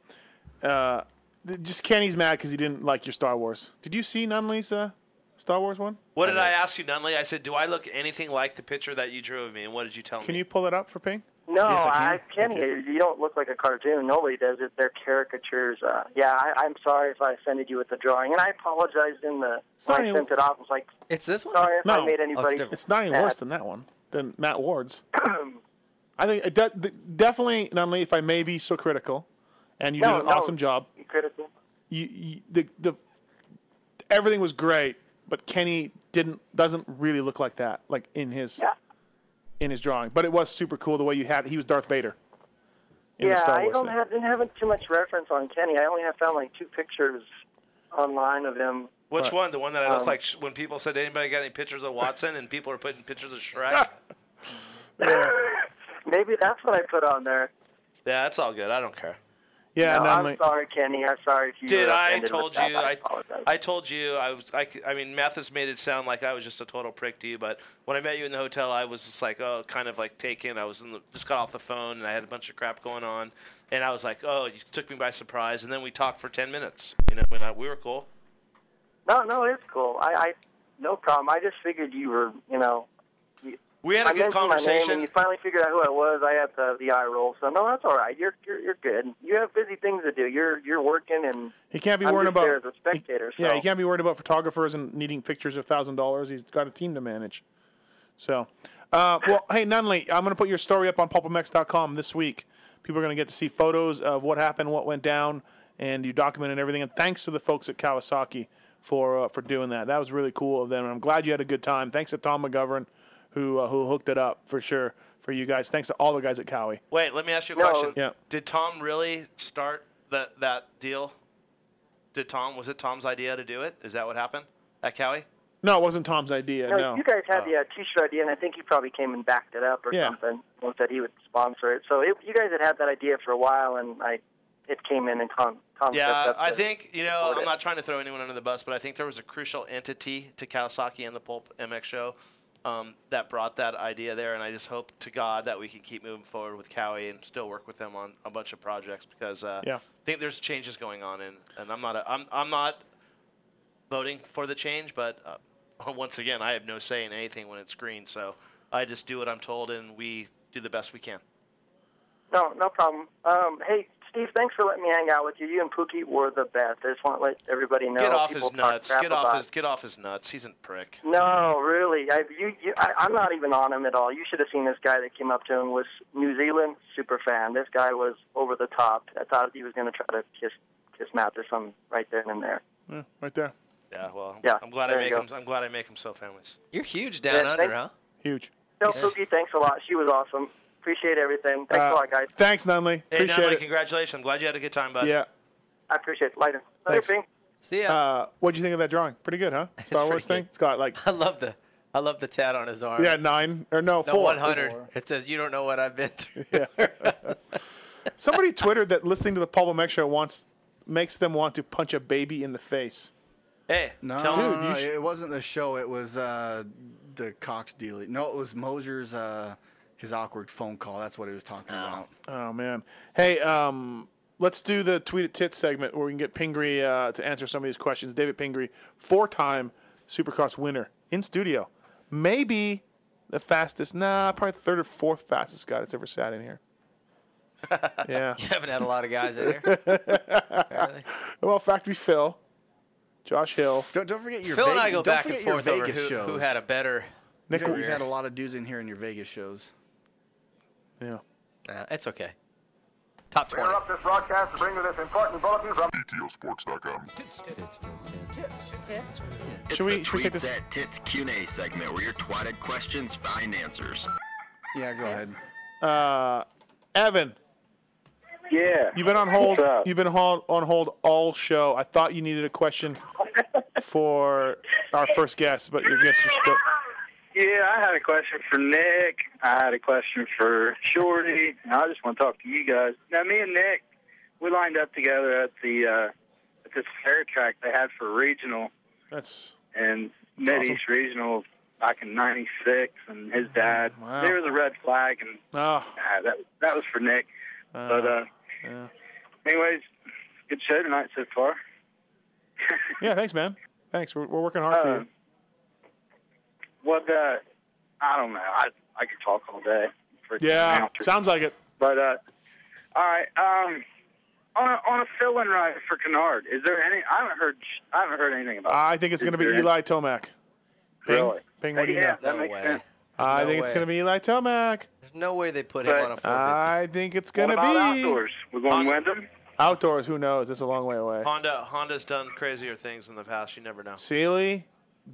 [SPEAKER 5] uh, th- just Kenny's mad because he didn't like your Star Wars. Did you see Nunley's uh, Star Wars one?
[SPEAKER 7] What did I ask you, Nunley? I said, "Do I look anything like the picture that you drew of me?" And what did you tell
[SPEAKER 5] Can
[SPEAKER 7] me?
[SPEAKER 5] you pull it up for Ping?
[SPEAKER 23] No,
[SPEAKER 5] Yes, I
[SPEAKER 23] I,
[SPEAKER 5] can.
[SPEAKER 23] Kenny, you don't look like a cartoon. Nobody does it. They're caricatures. Uh, yeah, I, I'm sorry if I offended you with the drawing, and I apologized in the when
[SPEAKER 5] Sorry.
[SPEAKER 23] I sent it off. I was like,
[SPEAKER 6] it's this one.
[SPEAKER 23] Sorry if I made
[SPEAKER 7] Oh,
[SPEAKER 23] anybody.
[SPEAKER 5] it's not any
[SPEAKER 23] mad. [clears throat]
[SPEAKER 5] worse than that one. Than Matt Ward's. I think it de- de- definitely Nunley. If I may be so critical, and you
[SPEAKER 23] No,
[SPEAKER 5] did an
[SPEAKER 23] no.
[SPEAKER 5] awesome job.
[SPEAKER 23] You critical.
[SPEAKER 5] You, you the the everything was great, but Kenny didn't doesn't really look like that. Like in his in his drawing, but it was super cool the way you had. He was Darth Vader. In the
[SPEAKER 23] Yeah,
[SPEAKER 5] Star
[SPEAKER 23] I
[SPEAKER 5] Wars
[SPEAKER 23] don't
[SPEAKER 5] thing.
[SPEAKER 23] have didn't have too much reference on Kenny. I only have found like two pictures online of him.
[SPEAKER 7] Which
[SPEAKER 23] But-
[SPEAKER 7] one? The one that I look
[SPEAKER 23] Um,
[SPEAKER 7] like sh- when people said anybody got any pictures of Watson and people are putting pictures
[SPEAKER 23] [laughs]
[SPEAKER 7] of Shrek.
[SPEAKER 23] Maybe that's what I put on there.
[SPEAKER 7] yeah, that's all good. I don't care.
[SPEAKER 5] Yeah,
[SPEAKER 23] no,
[SPEAKER 5] no,
[SPEAKER 23] I'm
[SPEAKER 5] like-
[SPEAKER 23] sorry, Kenny. I'm sorry if you
[SPEAKER 7] Did
[SPEAKER 23] were
[SPEAKER 7] I
[SPEAKER 23] offended
[SPEAKER 7] told
[SPEAKER 23] with
[SPEAKER 7] you?
[SPEAKER 23] that.
[SPEAKER 7] I, I told you. I was. I, c- I mean, Mathis made it sound like I was just a total prick to you. But when I met you in the hotel, I was just like, oh, kind of like taken. I was in the, just got off the phone and I had a bunch of crap going on, and I was like, oh, you took me by surprise. And then we talked for ten minutes. You know, and I, we were cool.
[SPEAKER 23] No, no, it's cool. I, I no problem. I just figured you were, you know. you-
[SPEAKER 7] We had a
[SPEAKER 23] I
[SPEAKER 7] good
[SPEAKER 23] mentioned My name
[SPEAKER 7] conversation.
[SPEAKER 23] and you finally figured out who I was. I had the, the eye roll, so no, that's all right. You're, you're you're good. You have busy things to do. You're you're working, and
[SPEAKER 5] He can't be
[SPEAKER 23] I'm
[SPEAKER 5] worried
[SPEAKER 23] just
[SPEAKER 5] about-
[SPEAKER 23] there as a spectator. so.
[SPEAKER 5] Yeah, you can't be worried about photographers and needing pictures of thousand dollars. He's got a team to manage. So, uh, well, hey Nunley, I'm going to put your story up on pulpamex.com this week. People are going to get to see photos of what happened, what went down, and you documented everything. And thanks to the folks at Kawasaki for uh, for doing that. That was really cool of them. And I'm glad you had a good time. Thanks to Tom McGovern who uh, who hooked it up for sure for you guys. Thanks to all the guys at Cowie.
[SPEAKER 7] Wait, let me ask you a
[SPEAKER 5] No.
[SPEAKER 7] question.
[SPEAKER 5] Yeah.
[SPEAKER 7] Did Tom really start that that deal? Did Tom? Was it Tom's idea to do it? Is that what happened at Cowie?
[SPEAKER 5] No, it wasn't Tom's idea.
[SPEAKER 23] no,
[SPEAKER 5] No,
[SPEAKER 23] you guys
[SPEAKER 7] Oh.
[SPEAKER 23] had the uh, t-shirt idea, and I think you probably came and backed it up or
[SPEAKER 5] Yeah.
[SPEAKER 23] something. Once that he would sponsor it, so it, you guys had had that idea for a while, and I it came in and con- concept.
[SPEAKER 7] Yeah,
[SPEAKER 23] up
[SPEAKER 7] I
[SPEAKER 23] to-
[SPEAKER 7] think you know. I'm not trying to throw anyone under the bus, but I think there was a crucial entity to Kawasaki and the Pulp MX show um, that brought that idea there, and I just hope to God that we can keep moving forward with Cowie and still work with them on a bunch of projects because uh,
[SPEAKER 5] Yeah.
[SPEAKER 7] I think there's changes going on, and, and I'm not a, I'm I'm not voting for the change, but uh, [laughs] once again, I have no say in anything when it's green, so I just do what I'm told, and we do the best we can.
[SPEAKER 23] No, no problem. Um, hey, Steve, thanks for letting me hang out with you. You and Pookie were the best. I just want to let everybody know.
[SPEAKER 7] get off
[SPEAKER 23] people
[SPEAKER 7] his
[SPEAKER 23] talk
[SPEAKER 7] nuts.
[SPEAKER 23] crap
[SPEAKER 7] Get off
[SPEAKER 23] about-
[SPEAKER 7] his get off his nuts. He's a prick.
[SPEAKER 23] No, really. I, you, you, I, I'm not even on him at all. You should have seen this guy that came up to him was New Zealand super fan. This guy was over the top. I thought he was going to try to kiss kiss Matt or something right then and there.
[SPEAKER 5] Yeah, right there.
[SPEAKER 7] Yeah, well,
[SPEAKER 23] Yeah,
[SPEAKER 7] I'm glad I
[SPEAKER 23] there
[SPEAKER 7] make
[SPEAKER 23] you
[SPEAKER 7] him. I'm glad I make him so families.
[SPEAKER 6] You're huge
[SPEAKER 23] down Yeah, under, thank- huh?
[SPEAKER 5] Huge.
[SPEAKER 23] No, Pookie, thanks a lot. She was awesome. Appreciate everything. Thanks a
[SPEAKER 5] Uh,
[SPEAKER 23] lot, guys.
[SPEAKER 5] Thanks, Nunley.
[SPEAKER 7] Hey,
[SPEAKER 5] Appreciate
[SPEAKER 7] Natalie,
[SPEAKER 5] it.
[SPEAKER 7] congratulations! I'm glad you had a good time, bud.
[SPEAKER 5] Yeah.
[SPEAKER 23] I appreciate it. Later.
[SPEAKER 5] Thanks.
[SPEAKER 6] See
[SPEAKER 5] Uh, what'd you think of that drawing? Pretty good, huh? Star Wars
[SPEAKER 6] pretty
[SPEAKER 5] thing. [laughs] It's got like
[SPEAKER 6] I love the I love the tat on his arm.
[SPEAKER 5] yeah nine or no,
[SPEAKER 6] the
[SPEAKER 5] four.
[SPEAKER 6] 100. It says you don't know what I've been through.
[SPEAKER 5] [laughs]
[SPEAKER 6] [laughs]
[SPEAKER 5] Somebody twittered that listening to the Pablo Mech show wants makes them want to punch a baby in the face.
[SPEAKER 7] Hey,
[SPEAKER 5] No,
[SPEAKER 8] no,
[SPEAKER 5] tell
[SPEAKER 8] no,
[SPEAKER 5] him.
[SPEAKER 8] no,
[SPEAKER 5] Dude, you sh-
[SPEAKER 8] it wasn't the show. It was uh, the Cox deal. No, it was Moser's uh, his awkward phone call. That's what he was talking about.
[SPEAKER 5] Oh man. Hey, um, let's do the tweet at tits segment where we can get Pingree uh, to answer some of these questions. David Pingree, four-time Supercross winner in studio, maybe the fastest. Nah, probably third or fourth fastest guy that's ever sat in here. yeah.
[SPEAKER 6] You haven't had a lot of guys
[SPEAKER 5] [laughs]
[SPEAKER 6] in here.
[SPEAKER 5] well, Factory Phil, Josh Hill.
[SPEAKER 8] Don't, don't forget your
[SPEAKER 6] Phil and
[SPEAKER 8] Vegas,
[SPEAKER 6] I go
[SPEAKER 8] don't
[SPEAKER 6] back and
[SPEAKER 8] forget your
[SPEAKER 6] forth over
[SPEAKER 8] Vegas
[SPEAKER 6] who,
[SPEAKER 8] shows.
[SPEAKER 6] who had a better.
[SPEAKER 8] You've had-
[SPEAKER 6] career.
[SPEAKER 8] you've had a lot of dudes in here in your Vegas shows.
[SPEAKER 5] Yeah.
[SPEAKER 6] Nah, it's okay. Top
[SPEAKER 3] We
[SPEAKER 6] 20.
[SPEAKER 3] interrupt this broadcast to bring you this important bulletin from
[SPEAKER 12] BTOsports.com.
[SPEAKER 5] Should we- should we take
[SPEAKER 12] Tweets
[SPEAKER 5] this-
[SPEAKER 12] at Tits Q&A segment where your twatted questions find answers.
[SPEAKER 8] Yeah, go ahead.
[SPEAKER 5] Uh, Evan,
[SPEAKER 14] Yeah.
[SPEAKER 5] you've been on hold.
[SPEAKER 14] What's up?
[SPEAKER 5] You've been hold, on hold all show. I thought you needed a question for our first guest, but your guest is still.
[SPEAKER 14] Yeah, I had a question for Nick. I had a question for Shorty. And I just want to talk to you guys. Now, me and Nick, we lined up together at the uh, at this fair track they had for regional
[SPEAKER 5] That's
[SPEAKER 14] and Mid East Regional back in '96, and his dad.
[SPEAKER 5] Wow.
[SPEAKER 14] There was a red flag, and
[SPEAKER 5] oh.
[SPEAKER 14] uh, that that was for Nick. but uh,
[SPEAKER 5] yeah.
[SPEAKER 14] anyways, good show tonight so far.
[SPEAKER 5] Yeah, thanks, man. Thanks. We're, we're working hard
[SPEAKER 14] Uh,
[SPEAKER 5] for you.
[SPEAKER 14] What the? I don't know. I I could talk all day. For
[SPEAKER 5] Yeah, sounds like it.
[SPEAKER 14] But uh, all right. Um, on a, on a fill-in ride for Kennard, is there any? I haven't heard. sh- I haven't heard anything about.
[SPEAKER 5] I think it's
[SPEAKER 14] Is
[SPEAKER 5] going to be
[SPEAKER 14] there any-
[SPEAKER 5] Eli Tomac. Ping,
[SPEAKER 14] Really?
[SPEAKER 5] Ping, what do you
[SPEAKER 14] Yeah,
[SPEAKER 5] know?
[SPEAKER 14] that No makes way. sense.
[SPEAKER 5] I
[SPEAKER 6] No
[SPEAKER 5] think it's
[SPEAKER 6] way.
[SPEAKER 5] going to be Eli Tomac.
[SPEAKER 6] There's no way they put him on a full
[SPEAKER 5] I think it's going to be
[SPEAKER 6] about outdoors?
[SPEAKER 14] We're going Wyndham.
[SPEAKER 5] Outdoors, who knows? It's a long way away.
[SPEAKER 7] Honda Honda's done crazier things in the past. You never know.
[SPEAKER 5] Sealy,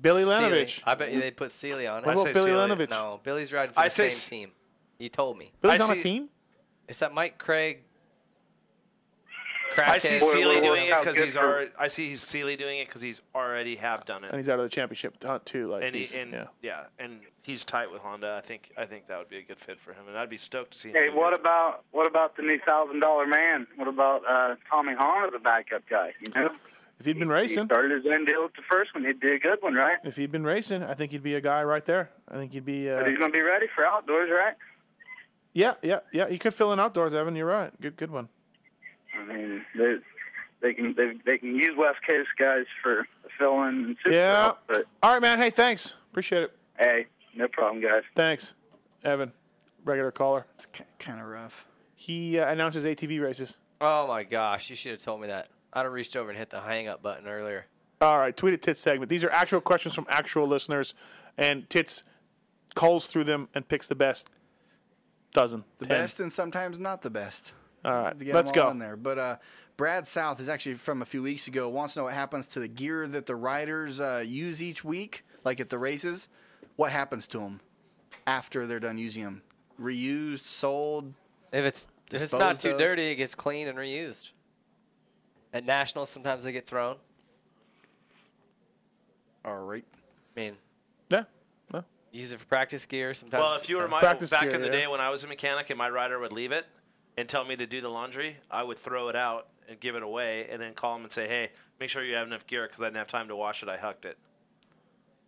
[SPEAKER 5] Billy Lanovich.
[SPEAKER 6] I bet you they put Sealy on it.
[SPEAKER 5] What I about say Billy Sealy. Lanovich?
[SPEAKER 6] No, Billy's riding for
[SPEAKER 7] I
[SPEAKER 6] the same
[SPEAKER 7] say S-
[SPEAKER 6] team. You told me.
[SPEAKER 5] Billy's on a team.
[SPEAKER 6] Is that Mike Craig?
[SPEAKER 7] I see
[SPEAKER 6] Crackhead.
[SPEAKER 7] Sealy doing it because he's already. I see he's Sealy doing it because he's already have done it.
[SPEAKER 5] and he's out of the championship hunt too. Like
[SPEAKER 7] and
[SPEAKER 5] he's,
[SPEAKER 7] he and yeah.
[SPEAKER 5] yeah.
[SPEAKER 7] and he's tight with Honda. I think I think that would be a good fit for him, and I'd be stoked to see him.
[SPEAKER 14] Hey,
[SPEAKER 7] do
[SPEAKER 14] what
[SPEAKER 7] good.
[SPEAKER 14] about what about the new thousand dollar man? What about uh, Tommy Hahn as a backup guy? You know,
[SPEAKER 5] If he'd been racing,
[SPEAKER 14] started his own deal with the first one. He'd be a good one, right?
[SPEAKER 5] if he'd been racing, I think he'd be a guy right there. I think he'd be. Uh,
[SPEAKER 14] But he's going to be ready for outdoors, right?
[SPEAKER 5] yeah, yeah, yeah. He could fill in outdoors, Evan. You're right. Good, good one.
[SPEAKER 14] I mean, they they can they, they can use West Coast guys for filling and super
[SPEAKER 5] Yeah.
[SPEAKER 14] but
[SPEAKER 5] All right, man. Hey, thanks. Appreciate it.
[SPEAKER 14] hey, no problem, guys.
[SPEAKER 5] Thanks, Evan. Regular caller. It's
[SPEAKER 8] kind of rough.
[SPEAKER 5] He uh, announces ATV races.
[SPEAKER 6] Oh my gosh, you should have told me that. I'd have reached over and hit the hang up button earlier.
[SPEAKER 5] All right, tweet at tits segment. These are actual questions from actual listeners, and tits calls through them and picks the best dozen.
[SPEAKER 8] The
[SPEAKER 5] ten.
[SPEAKER 8] best and sometimes not the best.
[SPEAKER 5] All right,
[SPEAKER 8] to get
[SPEAKER 5] let's
[SPEAKER 8] them all
[SPEAKER 5] go.
[SPEAKER 8] in there. But uh, Brad South is actually from a few weeks ago. Wants to know what happens to the gear that the riders uh, use each week, like at the races. What happens to them after they're done using them? Reused, sold.
[SPEAKER 6] If it's If it's not too dirty, it gets cleaned and reused. At nationals, sometimes they get thrown.
[SPEAKER 8] All right.
[SPEAKER 6] I mean,
[SPEAKER 5] yeah, no.
[SPEAKER 6] Use it for practice gear. Sometimes.
[SPEAKER 7] Well, if you were my
[SPEAKER 5] Practice
[SPEAKER 7] back
[SPEAKER 5] gear,
[SPEAKER 7] in the
[SPEAKER 5] yeah.
[SPEAKER 7] day when I was a mechanic and my rider would leave it and tell me to do the laundry, I would throw it out and give it away, and then call him and say, "Hey, make sure you have enough gear because I didn't have time to wash it. I hucked it."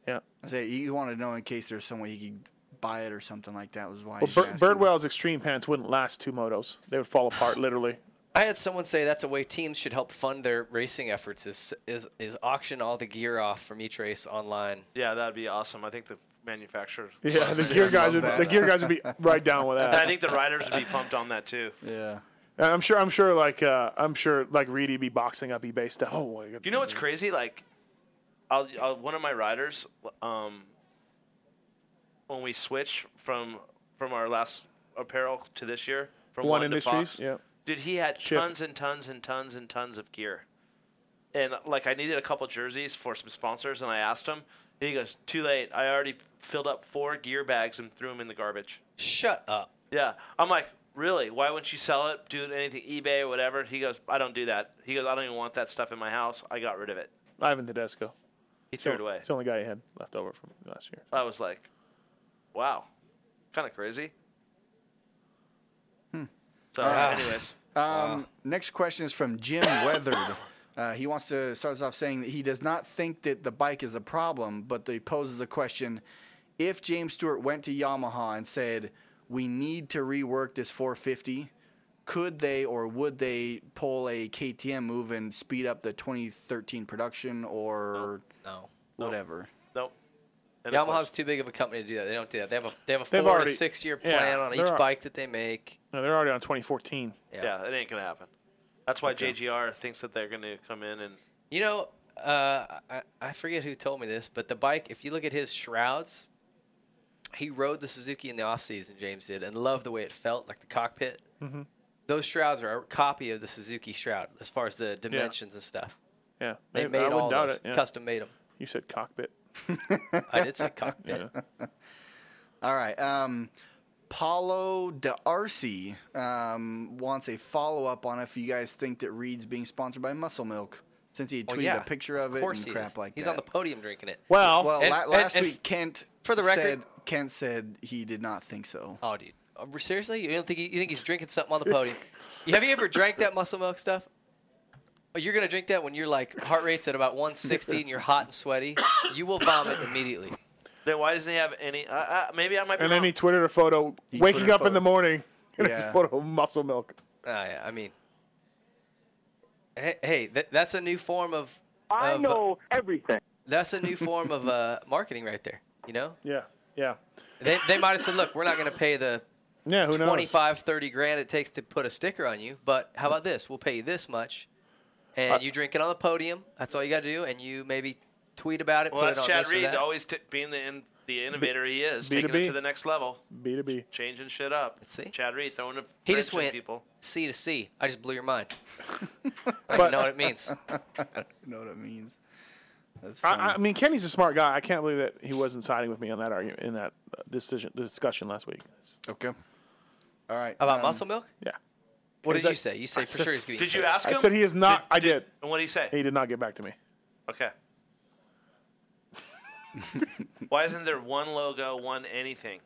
[SPEAKER 5] Yeah.
[SPEAKER 8] I say you want to know in case there's some way he could buy it or something like that. Was why.
[SPEAKER 5] Well, Bir- Birdwell's extreme pants wouldn't last two motos. They would fall apart literally. [laughs]
[SPEAKER 6] I had someone say that's a way teams should help fund their racing efforts is is is auction all the gear off from each race online.
[SPEAKER 7] Yeah, that'd be awesome. I think the manufacturer.
[SPEAKER 5] Yeah, the gear guys would the gear guys would be right down with that.
[SPEAKER 7] I think the riders would be pumped on that too.
[SPEAKER 8] Yeah.
[SPEAKER 5] And I'm sure. I'm sure. Like uh, I'm sure. Like Reedy be boxing up eBay stuff. Oh, my God.
[SPEAKER 7] You know what's crazy? Like, I'll, I'll one of my riders, um, when we switch from from our last apparel to this year, from
[SPEAKER 5] One
[SPEAKER 7] one,
[SPEAKER 5] Industries,
[SPEAKER 7] to Fox,
[SPEAKER 5] yeah.
[SPEAKER 7] dude, he had
[SPEAKER 5] Shift.
[SPEAKER 7] tons and tons and tons and tons of gear, and like I needed a couple jerseys for some sponsors, and I asked him, and he goes, "Too late. I already filled up four gear bags and threw them in the garbage."
[SPEAKER 6] Shut up.
[SPEAKER 7] Yeah. I'm like, really? Why wouldn't you sell it? Do anything, eBay or whatever? He goes, I don't do that. He goes, I don't even want that stuff in my house. I got rid of it.
[SPEAKER 5] Ivan Tedesco.
[SPEAKER 7] He threw it
[SPEAKER 5] It's the-
[SPEAKER 7] away.
[SPEAKER 5] It's the only guy he had left over from last year.
[SPEAKER 7] I was like, wow, kind of crazy. So,
[SPEAKER 8] Wow.
[SPEAKER 7] anyways,
[SPEAKER 8] Um, Next question is from Jim Weathered. Uh, he wants to start us off saying that he does not think that the bike is the problem, but he poses the question: If James Stewart went to Yamaha and said, we need to rework this 450. Could they or would they pull a KTM move and speed up the 2013 production or
[SPEAKER 6] No.
[SPEAKER 8] whatever?
[SPEAKER 7] Nope.
[SPEAKER 6] Yamaha's too big of a company to do that. They don't do that. They have a they have a
[SPEAKER 5] They've
[SPEAKER 6] four
[SPEAKER 5] already-
[SPEAKER 6] to six year
[SPEAKER 5] yeah,
[SPEAKER 6] plan on
[SPEAKER 5] they're
[SPEAKER 6] each
[SPEAKER 5] al-
[SPEAKER 6] bike that they make.
[SPEAKER 5] No, they're already on 2014.
[SPEAKER 7] Yeah. it ain't gonna happen. That's why JGR thinks that they're gonna come in and
[SPEAKER 6] You know, uh, I, I forget who told me this, but the bike. If you look at his shrouds, he rode the Suzuki in the off season. James did, and loved the way it felt, like the cockpit.
[SPEAKER 5] Mm-hmm.
[SPEAKER 6] Those shrouds are a copy of the Suzuki shroud as far as the dimensions and stuff.
[SPEAKER 5] Yeah,
[SPEAKER 6] They
[SPEAKER 5] Maybe- I
[SPEAKER 6] made
[SPEAKER 5] wouldn't
[SPEAKER 6] all
[SPEAKER 5] doubt
[SPEAKER 6] those,
[SPEAKER 5] it, yeah.
[SPEAKER 6] custom made them.
[SPEAKER 5] You said [laughs] cockpit.
[SPEAKER 6] I did say cockpit.
[SPEAKER 8] [laughs] All right. Um, Paulo D'Arcy um, wants a follow up on if you guys think that Reed's being sponsored by Muscle Milk, since he had tweeted
[SPEAKER 6] Well, Oh, yeah,
[SPEAKER 8] a picture of, it
[SPEAKER 6] course
[SPEAKER 8] and
[SPEAKER 6] he
[SPEAKER 8] crap
[SPEAKER 6] is.
[SPEAKER 8] like
[SPEAKER 6] He's
[SPEAKER 8] that.
[SPEAKER 6] on the podium drinking it.
[SPEAKER 8] well, la-
[SPEAKER 6] and-
[SPEAKER 8] last
[SPEAKER 6] and-
[SPEAKER 8] week Kent
[SPEAKER 6] for the record-
[SPEAKER 8] said Kent said he did not think so.
[SPEAKER 6] Oh, dude. Uh, Seriously, you don't think he, you think he's drinking something on the podium? You- Have you ever drank that muscle milk stuff? Oh, You're gonna drink that when your like heart rate's at about 160 and you're hot and sweaty. You will vomit immediately.
[SPEAKER 7] then why doesn't he have any? Uh, uh, maybe I might be
[SPEAKER 5] And then
[SPEAKER 7] wrong.
[SPEAKER 5] he tweeted a photo
[SPEAKER 7] He
[SPEAKER 5] waking
[SPEAKER 7] tweeted a
[SPEAKER 5] up in the morning. [laughs] And it's
[SPEAKER 7] Yeah.
[SPEAKER 5] a photo of muscle milk.
[SPEAKER 6] Uh, yeah, I mean, hey, hey that, that's a new form of.
[SPEAKER 5] I
[SPEAKER 6] of,
[SPEAKER 5] know
[SPEAKER 6] everything. That's a new form of uh, marketing right there. You know,
[SPEAKER 5] Yeah, yeah,
[SPEAKER 6] they they might have said, look, we're not gonna pay the
[SPEAKER 5] yeah. Who knows?
[SPEAKER 6] 25, 30 grand it takes to put a sticker on you. But how about this? We'll pay you this much,
[SPEAKER 5] Uh,
[SPEAKER 6] and you drink it on the podium. That's all you got to do, and you maybe tweet about it.
[SPEAKER 7] well,
[SPEAKER 6] put
[SPEAKER 7] that's
[SPEAKER 6] it on
[SPEAKER 7] Chad
[SPEAKER 6] this or
[SPEAKER 7] Reed,
[SPEAKER 6] that.
[SPEAKER 7] always t- being the in, the innovator he is,
[SPEAKER 6] B to
[SPEAKER 7] taking it
[SPEAKER 6] B.
[SPEAKER 7] to the next level,
[SPEAKER 5] B to B.
[SPEAKER 7] changing shit up.
[SPEAKER 6] See,
[SPEAKER 7] Chad Reed throwing a
[SPEAKER 6] He just
[SPEAKER 7] wrench in
[SPEAKER 6] went
[SPEAKER 7] people.
[SPEAKER 6] C to C. I just blew
[SPEAKER 5] [laughs]
[SPEAKER 6] your mind. I don't know what it means.
[SPEAKER 8] know what it means. That's
[SPEAKER 5] I,
[SPEAKER 8] funny.
[SPEAKER 5] I- I mean, Kenny's a smart guy. I can't believe that he wasn't siding with me on that argument in that uh, decision discussion last week.
[SPEAKER 8] okay. All right.
[SPEAKER 6] About
[SPEAKER 5] um,
[SPEAKER 6] muscle milk?
[SPEAKER 5] Yeah.
[SPEAKER 6] What
[SPEAKER 5] Is
[SPEAKER 6] did
[SPEAKER 5] that-
[SPEAKER 6] you say? You say
[SPEAKER 5] I
[SPEAKER 6] for
[SPEAKER 5] said-
[SPEAKER 6] sure he's going
[SPEAKER 7] Did you ask him?
[SPEAKER 5] I said he is not. I did.
[SPEAKER 7] And what did he say?
[SPEAKER 5] He did not get back to me.
[SPEAKER 7] Okay. why isn't there one logo, one anything?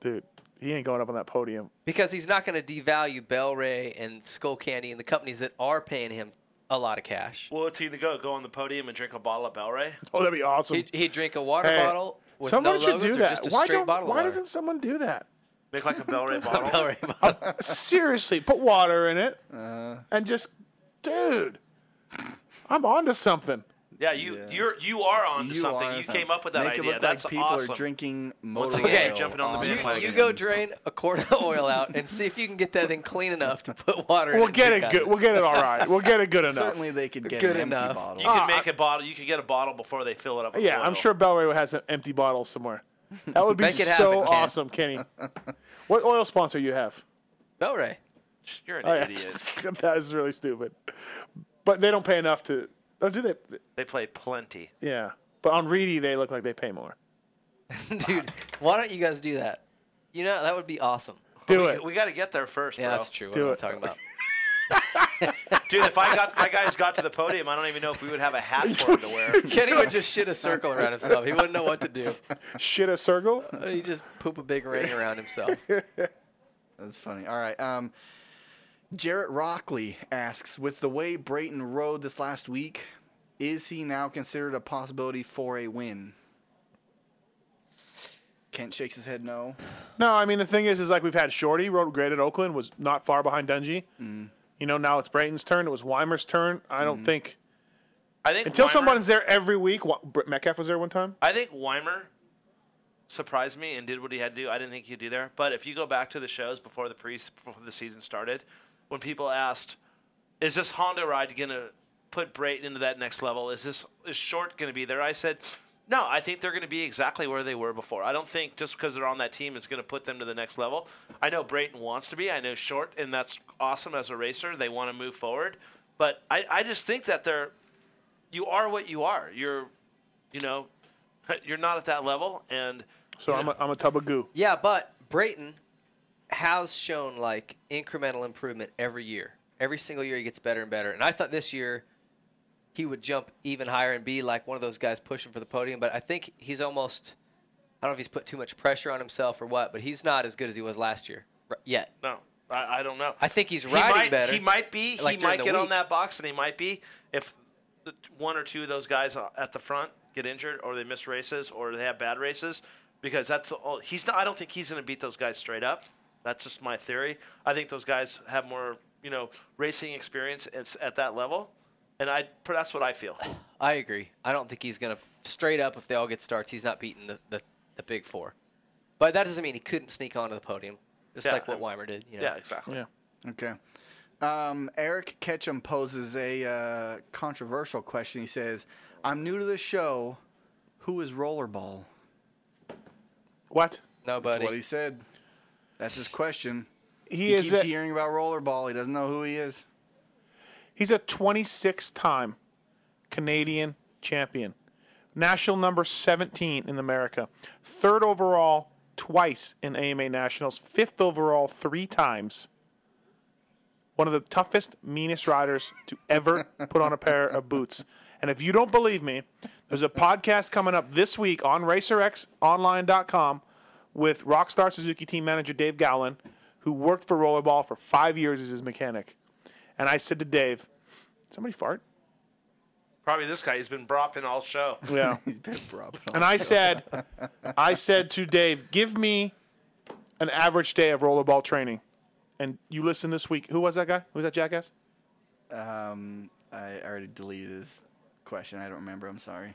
[SPEAKER 5] Dude, he ain't going up on that podium.
[SPEAKER 6] Because he's not going to devalue Bell Ray and Skull Candy and the companies that are paying him a lot of cash.
[SPEAKER 7] Well, it's either go go on the podium and drink a bottle of Bellray.
[SPEAKER 5] Oh, that'd be awesome.
[SPEAKER 6] He'd, he'd drink a water
[SPEAKER 5] Hey,
[SPEAKER 6] bottle with
[SPEAKER 5] someone
[SPEAKER 6] no
[SPEAKER 5] should
[SPEAKER 6] logos
[SPEAKER 5] do
[SPEAKER 6] or
[SPEAKER 5] that.
[SPEAKER 6] just a
[SPEAKER 5] why
[SPEAKER 6] straight
[SPEAKER 5] don't,
[SPEAKER 6] bottle of
[SPEAKER 5] why
[SPEAKER 6] water.
[SPEAKER 5] doesn't someone do that?
[SPEAKER 7] [laughs] Make like
[SPEAKER 6] [laughs]
[SPEAKER 7] a Bellray bottle.
[SPEAKER 5] Seriously, put water in it
[SPEAKER 8] Uh-huh.
[SPEAKER 5] and just, dude, I'm onto something.
[SPEAKER 7] Yeah, you you're you are onto
[SPEAKER 5] You
[SPEAKER 7] something.
[SPEAKER 5] are
[SPEAKER 7] you
[SPEAKER 5] something.
[SPEAKER 7] came up with that
[SPEAKER 8] Make it
[SPEAKER 7] idea.
[SPEAKER 8] look like
[SPEAKER 7] That's
[SPEAKER 8] people are
[SPEAKER 7] awesome.
[SPEAKER 8] drinking
[SPEAKER 7] Once
[SPEAKER 8] motor
[SPEAKER 7] again, you're
[SPEAKER 8] oil
[SPEAKER 7] jumping on the
[SPEAKER 8] on-
[SPEAKER 7] bandwagon.
[SPEAKER 6] You go drain a quart of oil out and see if you can get that thing clean enough to put water. in
[SPEAKER 5] We'll
[SPEAKER 6] and
[SPEAKER 5] get
[SPEAKER 6] drink
[SPEAKER 5] it
[SPEAKER 6] out
[SPEAKER 5] good.
[SPEAKER 6] of
[SPEAKER 5] We'll get it all
[SPEAKER 6] [laughs]
[SPEAKER 5] right. We'll get it good enough.
[SPEAKER 8] Certainly they could get
[SPEAKER 5] Good
[SPEAKER 8] an empty
[SPEAKER 5] enough.
[SPEAKER 8] bottle.
[SPEAKER 7] You
[SPEAKER 6] Ah.
[SPEAKER 7] can make a bottle. You can get a bottle before they fill it up. With
[SPEAKER 5] Ah, Yeah,
[SPEAKER 7] oil.
[SPEAKER 5] I'm sure Bellray has an empty bottle somewhere. That would be
[SPEAKER 7] Make
[SPEAKER 5] so
[SPEAKER 7] it happen, Ken.
[SPEAKER 5] awesome, Kenny. What oil sponsor you have?
[SPEAKER 6] Bellray.
[SPEAKER 7] You're an
[SPEAKER 5] Oh, yeah. [laughs]
[SPEAKER 7] idiot.
[SPEAKER 5] that is really stupid. But they don't pay enough to. Oh, do they?
[SPEAKER 7] They play plenty.
[SPEAKER 5] Yeah. But on Reedy, they look like they pay more.
[SPEAKER 6] Dude, why don't you guys do that? You know that would be awesome.
[SPEAKER 5] Do
[SPEAKER 7] we,
[SPEAKER 5] it.
[SPEAKER 7] We got to get there first.
[SPEAKER 6] Yeah,
[SPEAKER 7] bro.
[SPEAKER 6] that's true. What I'm
[SPEAKER 5] [laughs]
[SPEAKER 6] talking about.
[SPEAKER 7] Dude, if I got my guys got to the podium, I don't even know if we would have
[SPEAKER 5] [laughs]
[SPEAKER 7] a hat for them to wear.
[SPEAKER 6] Kenny would just shit a circle around himself. He wouldn't know what to do.
[SPEAKER 5] Shit a circle?
[SPEAKER 6] [laughs] He just poop a big ring around himself.
[SPEAKER 8] [laughs] That's funny. All right. Um, Jarrett Rockley asks, with the way Brayton rode this last week, is he now considered a possibility for a win? Kent shakes his head no.
[SPEAKER 5] No, I mean, the thing is, is like we've had Shorty, rode great at Oakland, was not far behind Dungy. You know, now it's Brayton's turn. It was Weimer's turn. I don't think.
[SPEAKER 7] Mm-hmm. I think
[SPEAKER 5] Until
[SPEAKER 7] Weimer-
[SPEAKER 5] someone's there every week. Wa- Br- Metcalf was there one time.
[SPEAKER 7] I think Weimer surprised me and did what he had to do. I didn't think he'd do there. But if you go back to the shows before the pre before the season started, when people asked, "Is this Honda ride going to put Brayton into that next level? Is this is Short going to be there?" I said, "No, I think they're going to be exactly where they were before. I don't think just because they're on that team is going to put them to the next level. I know Brayton wants to be. I know Short, and that's awesome as a racer. They want to move forward. But I, I just think that they're you are what you are. You're you know, [laughs] you're not at that level, and
[SPEAKER 5] So I'm a, I'm a tub of goo.
[SPEAKER 6] Yeah, but Brayton has shown like incremental improvement every year. Every single year he gets better and better. And I thought this year he would jump even higher and be like one of those guys pushing for the podium, but I think he's almost I don't know if he's put too much pressure on himself or what, but he's not as good as he was last year r- yet.
[SPEAKER 7] no, I, I don't know.
[SPEAKER 6] I think he's
[SPEAKER 7] He
[SPEAKER 6] riding
[SPEAKER 7] might,
[SPEAKER 6] better.
[SPEAKER 7] He might be.
[SPEAKER 6] like,
[SPEAKER 7] he
[SPEAKER 6] during
[SPEAKER 7] might
[SPEAKER 6] the
[SPEAKER 7] get on
[SPEAKER 6] week.
[SPEAKER 7] that box, and he might be if the, one or two of those guys at the front get injured, or they miss races, or they have bad races. because that's the, oh, he's not. I don't think he's going to beat those guys straight up. That's just my theory. I think those guys have more, you know, racing experience at, at that level, and I that's what I feel.
[SPEAKER 6] I agree. I don't think he's going to straight up. If they all get starts, he's not beating the, the, the big four. But that doesn't mean he couldn't sneak onto the podium, just
[SPEAKER 7] Yeah,
[SPEAKER 6] like what Weimer did. You know?
[SPEAKER 7] yeah, exactly. Yeah.
[SPEAKER 8] Okay. Um, Eric Ketchum poses a uh, controversial question. He says, "I'm new to the show. Who is rollerball?"
[SPEAKER 5] What?
[SPEAKER 6] Nobody.
[SPEAKER 8] That's what he said. That's his question.
[SPEAKER 5] He
[SPEAKER 8] He,
[SPEAKER 5] is
[SPEAKER 8] keeps
[SPEAKER 5] a-
[SPEAKER 8] hearing about rollerball. He doesn't know who he is.
[SPEAKER 5] He's a 26 time Canadian champion, national number 17 in America, third overall twice in AMA Nationals, fifth overall three times. One of the toughest, meanest riders to ever put on a pair of boots. And if you don't believe me, there's a podcast coming up this week on RacerXOnline.com with Rockstar Suzuki team manager Dave Gowland, who worked for Rollerball for five years as his mechanic. And I said to Dave, "Somebody fart."
[SPEAKER 7] Probably this guy. He's been bropping all show.
[SPEAKER 5] [laughs] Yeah.
[SPEAKER 8] Rob.
[SPEAKER 5] And I said, I said to Dave, "Give me an average day of rollerball training." And you listen this week. Who was that guy? Who was that jackass?
[SPEAKER 8] Um, I already deleted his question. I don't remember. I'm sorry.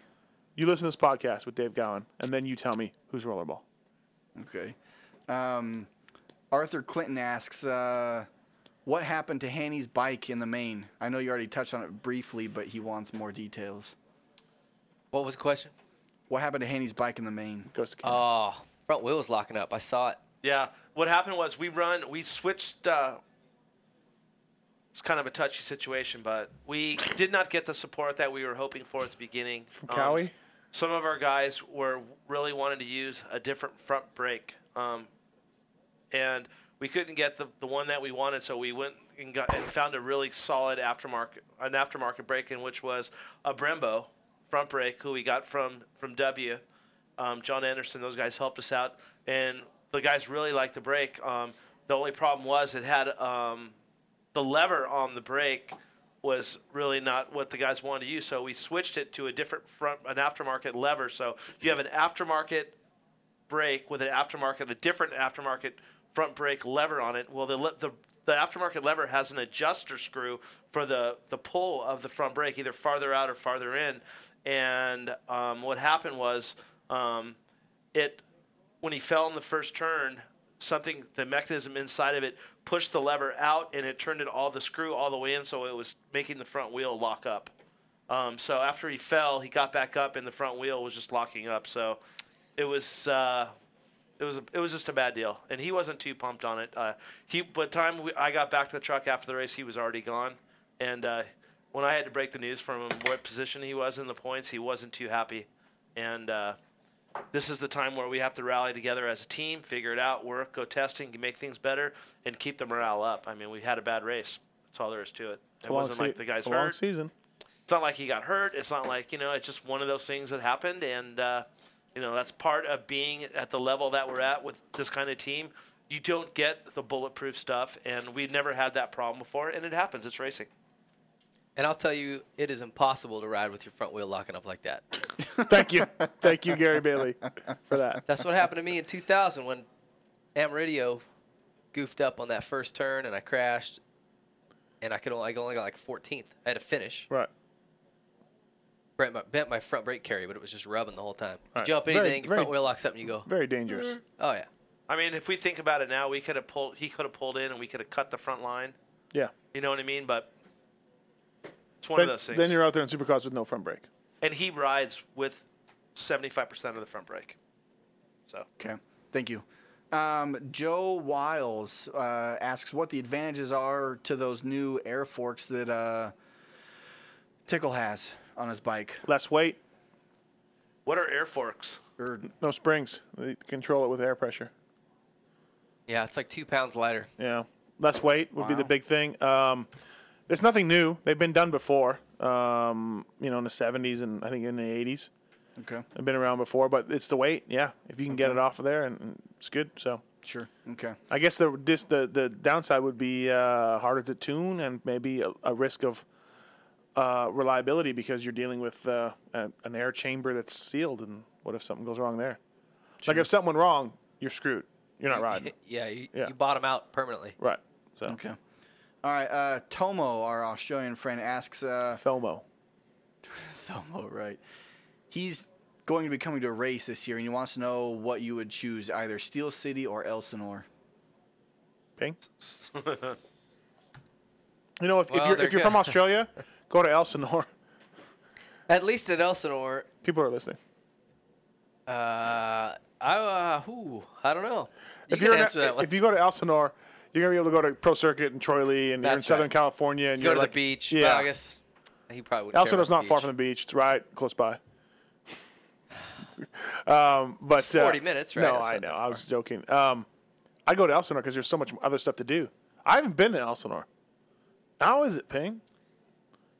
[SPEAKER 5] You listen to this podcast with Dave Gowan, and then you tell me who's rollerball.
[SPEAKER 8] Okay. Um, Arthur Clinton asks, uh, "What happened to Hanny's bike in the main?" I know you already touched on it briefly, but he wants more details.
[SPEAKER 6] What was the question?
[SPEAKER 8] What happened to Hanny's bike in the main?
[SPEAKER 6] Oh, front wheel was locking up. I saw it.
[SPEAKER 7] Yeah. What happened was we run, we switched. Uh, it's kind of a touchy situation, but we did not get the support that we were hoping for at the beginning. From
[SPEAKER 5] Cowie?
[SPEAKER 7] Some of our guys were really wanting to use a different front brake, um, and we couldn't get the, the one that we wanted, so we went and got and found a really solid aftermarket an aftermarket brake, in which was a Brembo front brake, who we got from from W um, John Anderson. Those guys helped us out, and the guys really liked the brake. Um, the only problem was it had um, the lever on the brake was really not what the guys wanted to use, so we switched it to a different front, an aftermarket lever. So you have an aftermarket brake with an aftermarket, a different aftermarket front brake lever on it. Well, the le- the the aftermarket lever has an adjuster screw for the the pull of the front brake, either farther out or farther in. And um, what happened was, um, it when he fell in the first turn, something the mechanism inside of it pushed the lever out, and it turned it all the screw all the way in, so it was making the front wheel lock up. Um, so after he fell, he got back up, and the front wheel was just locking up. So it was uh, it was it was just a bad deal, and he wasn't too pumped on it. Uh, he by the time we, I got back to the truck after the race, he was already gone, and uh, when I had to break the news from him what position he was in the points, he wasn't too happy, and. Uh, this is the time where we have to rally together as a team, figure it out, work, go testing, make things better, and keep the morale up. I mean, we had a bad race. That's all there is to it.
[SPEAKER 5] It's
[SPEAKER 7] It
[SPEAKER 5] a long
[SPEAKER 7] wasn't like
[SPEAKER 5] se-
[SPEAKER 7] the guys
[SPEAKER 5] it's a long
[SPEAKER 7] hurt.
[SPEAKER 5] season.
[SPEAKER 7] It's not like he got hurt. It's not like you know. It's just one of those things that happened, and uh, you know that's part of being at the level that we're at with this kind of team. You don't get the bulletproof stuff, and we've never had that problem before. And it happens. It's racing.
[SPEAKER 6] And I'll tell you, it is impossible to ride with your front wheel locking up like that.
[SPEAKER 5] Thank you, thank you, Gary Bailey, for that.
[SPEAKER 6] That's what happened to me in 2000 when Amridio goofed up on that first turn and I crashed, and I could only, I only got like 14th. I had to finish.
[SPEAKER 5] Right.
[SPEAKER 6] Bent my, bent my front brake carry, but it was just rubbing the whole time. You
[SPEAKER 7] Right.
[SPEAKER 6] Jump
[SPEAKER 7] Very-
[SPEAKER 6] anything, your
[SPEAKER 7] very-
[SPEAKER 6] front wheel locks up, and you go.
[SPEAKER 5] Very dangerous.
[SPEAKER 6] Oh yeah.
[SPEAKER 7] I mean, if we think about it now, we could have pulled. He could have pulled in, and we could have cut the front line.
[SPEAKER 5] Yeah.
[SPEAKER 7] You know what I mean? But it's one
[SPEAKER 5] then,
[SPEAKER 7] of those things.
[SPEAKER 5] Then you're out there in supercars with no front brake.
[SPEAKER 7] and he rides with 75% of the front brake. So
[SPEAKER 8] Okay, thank you. Um, Joe Wiles uh, asks what the advantages are to those new air forks that uh, Tickle has on his bike.
[SPEAKER 5] Less weight.
[SPEAKER 7] what are air forks?
[SPEAKER 5] No springs. They control it with air pressure.
[SPEAKER 6] Yeah, it's like two pounds lighter.
[SPEAKER 5] Yeah, less weight would be the
[SPEAKER 6] Wow.
[SPEAKER 5] big thing. Um, there's nothing new. They've been done before. Um, you know, in the '70s and I think in the '80s.
[SPEAKER 8] Okay.
[SPEAKER 5] They've been around before, but it's the weight. Yeah, if you can get it off of there, and, and it's good. So
[SPEAKER 8] Sure. Okay.
[SPEAKER 5] I guess the dis, the the downside would be uh, harder to tune and maybe a, a risk of uh, reliability because you're dealing with uh, a, an air chamber that's sealed, and what if something goes wrong there? Like if something went wrong, you're screwed. You're not riding.
[SPEAKER 6] [laughs] yeah, you,
[SPEAKER 5] Yeah.
[SPEAKER 6] you bottom out permanently. [laughs]
[SPEAKER 5] Right. So
[SPEAKER 8] okay. All right. Uh, Tomo, our Australian friend, asks. Uh,
[SPEAKER 5] Thomo.
[SPEAKER 8] [laughs] Thomo, right? He's going to be coming to a race this year, and he wants to know what you would choose, either Steel City or Elsinore.
[SPEAKER 5] Ping. You know, if,
[SPEAKER 6] Well,
[SPEAKER 5] if you're
[SPEAKER 6] they're
[SPEAKER 5] if you're from
[SPEAKER 6] good. [laughs]
[SPEAKER 5] Australia, go to Elsinore. [laughs]
[SPEAKER 6] At least at Elsinore,
[SPEAKER 5] People are listening.
[SPEAKER 6] uh, I uh, who I don't know. You
[SPEAKER 5] if
[SPEAKER 6] can
[SPEAKER 5] you're in-
[SPEAKER 6] answer that one.
[SPEAKER 5] if you go to Elsinore, you're gonna be able to go to Pro Circuit and Troy Lee, and you're in
[SPEAKER 6] That's
[SPEAKER 5] Southern
[SPEAKER 6] right.
[SPEAKER 5] California, and
[SPEAKER 6] go
[SPEAKER 5] are
[SPEAKER 6] to
[SPEAKER 5] like,
[SPEAKER 6] the beach.
[SPEAKER 5] Yeah,
[SPEAKER 6] Well, I guess he probably would.
[SPEAKER 5] Elsinore's not far from the beach. It's right close by.
[SPEAKER 6] [laughs]
[SPEAKER 5] um, but
[SPEAKER 6] It's 40
[SPEAKER 5] uh,
[SPEAKER 6] minutes, right?
[SPEAKER 5] No,
[SPEAKER 6] That's
[SPEAKER 5] I
[SPEAKER 6] not
[SPEAKER 5] know. I was joking. Um, I go to Elsinore because there's so much other stuff to do. I haven't been to Elsinore. How is it, Ping?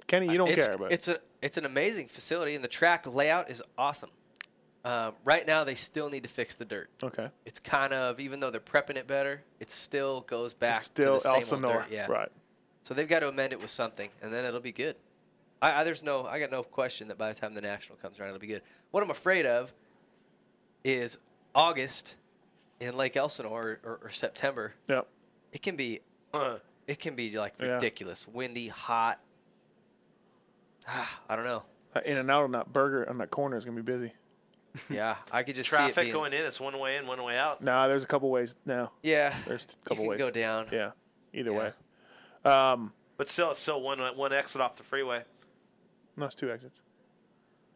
[SPEAKER 5] Kenny, you don't
[SPEAKER 6] it's,
[SPEAKER 5] care about
[SPEAKER 6] it's
[SPEAKER 5] it.
[SPEAKER 6] a it's an amazing facility, and the track layout is awesome. Um, right now, they still need to fix the dirt.
[SPEAKER 5] Okay.
[SPEAKER 6] It's kind of even though they're prepping it better, it still goes back.
[SPEAKER 5] It's still
[SPEAKER 6] to the same old
[SPEAKER 5] Elsinore,
[SPEAKER 6] dirt. Yeah,
[SPEAKER 5] right?
[SPEAKER 6] So they've got to amend it with something, and then it'll be good. I, I there's no I got no question that by the time the national comes around, it'll be good. What I'm afraid of is August in Lake Elsinore or, or, or September.
[SPEAKER 5] Yep.
[SPEAKER 6] It can be uh, it can be like
[SPEAKER 5] Yeah.
[SPEAKER 6] ridiculous, windy, hot. Ah, I don't know.
[SPEAKER 5] uh, In and out on that burger on that corner is gonna be busy.
[SPEAKER 6] Yeah, I could just
[SPEAKER 7] Traffic
[SPEAKER 6] see it being,
[SPEAKER 7] going in, it's one way in, one way out.
[SPEAKER 5] No, there's a couple ways now.
[SPEAKER 6] Yeah,
[SPEAKER 5] there's a
[SPEAKER 6] you
[SPEAKER 5] couple
[SPEAKER 6] can
[SPEAKER 5] ways.
[SPEAKER 6] go down.
[SPEAKER 5] Yeah, either way. Um,
[SPEAKER 7] But still, it's still one one exit off the freeway
[SPEAKER 5] no, it's two exits.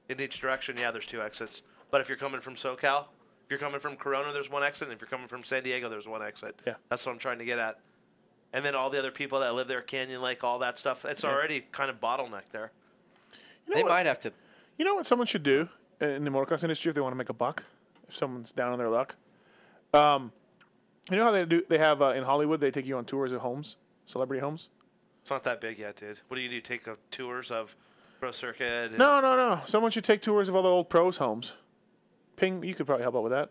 [SPEAKER 7] in each direction. Yeah, there's two exits. But if you're coming from SoCal, if you're coming from Corona, there's one exit. And if you're coming from San Diego, there's one exit.
[SPEAKER 5] Yeah.
[SPEAKER 7] that's what I'm trying to get at. And then all the other people that live there, Canyon Lake, all that stuff. It's
[SPEAKER 5] Yeah.
[SPEAKER 7] already kind of bottlenecked there.
[SPEAKER 6] they might have to.
[SPEAKER 5] You know what someone should do in the motocross industry if they want to make a buck, if someone's down on their luck. Um, you know how they do? They have uh, in Hollywood, they take you on tours of homes, celebrity homes.
[SPEAKER 7] It's not that big yet, dude. What do you do? Take uh, tours of Pro Circuit? And
[SPEAKER 5] No, no, no. Someone should take tours of all the old pros' homes. Ping, you could probably help out with that.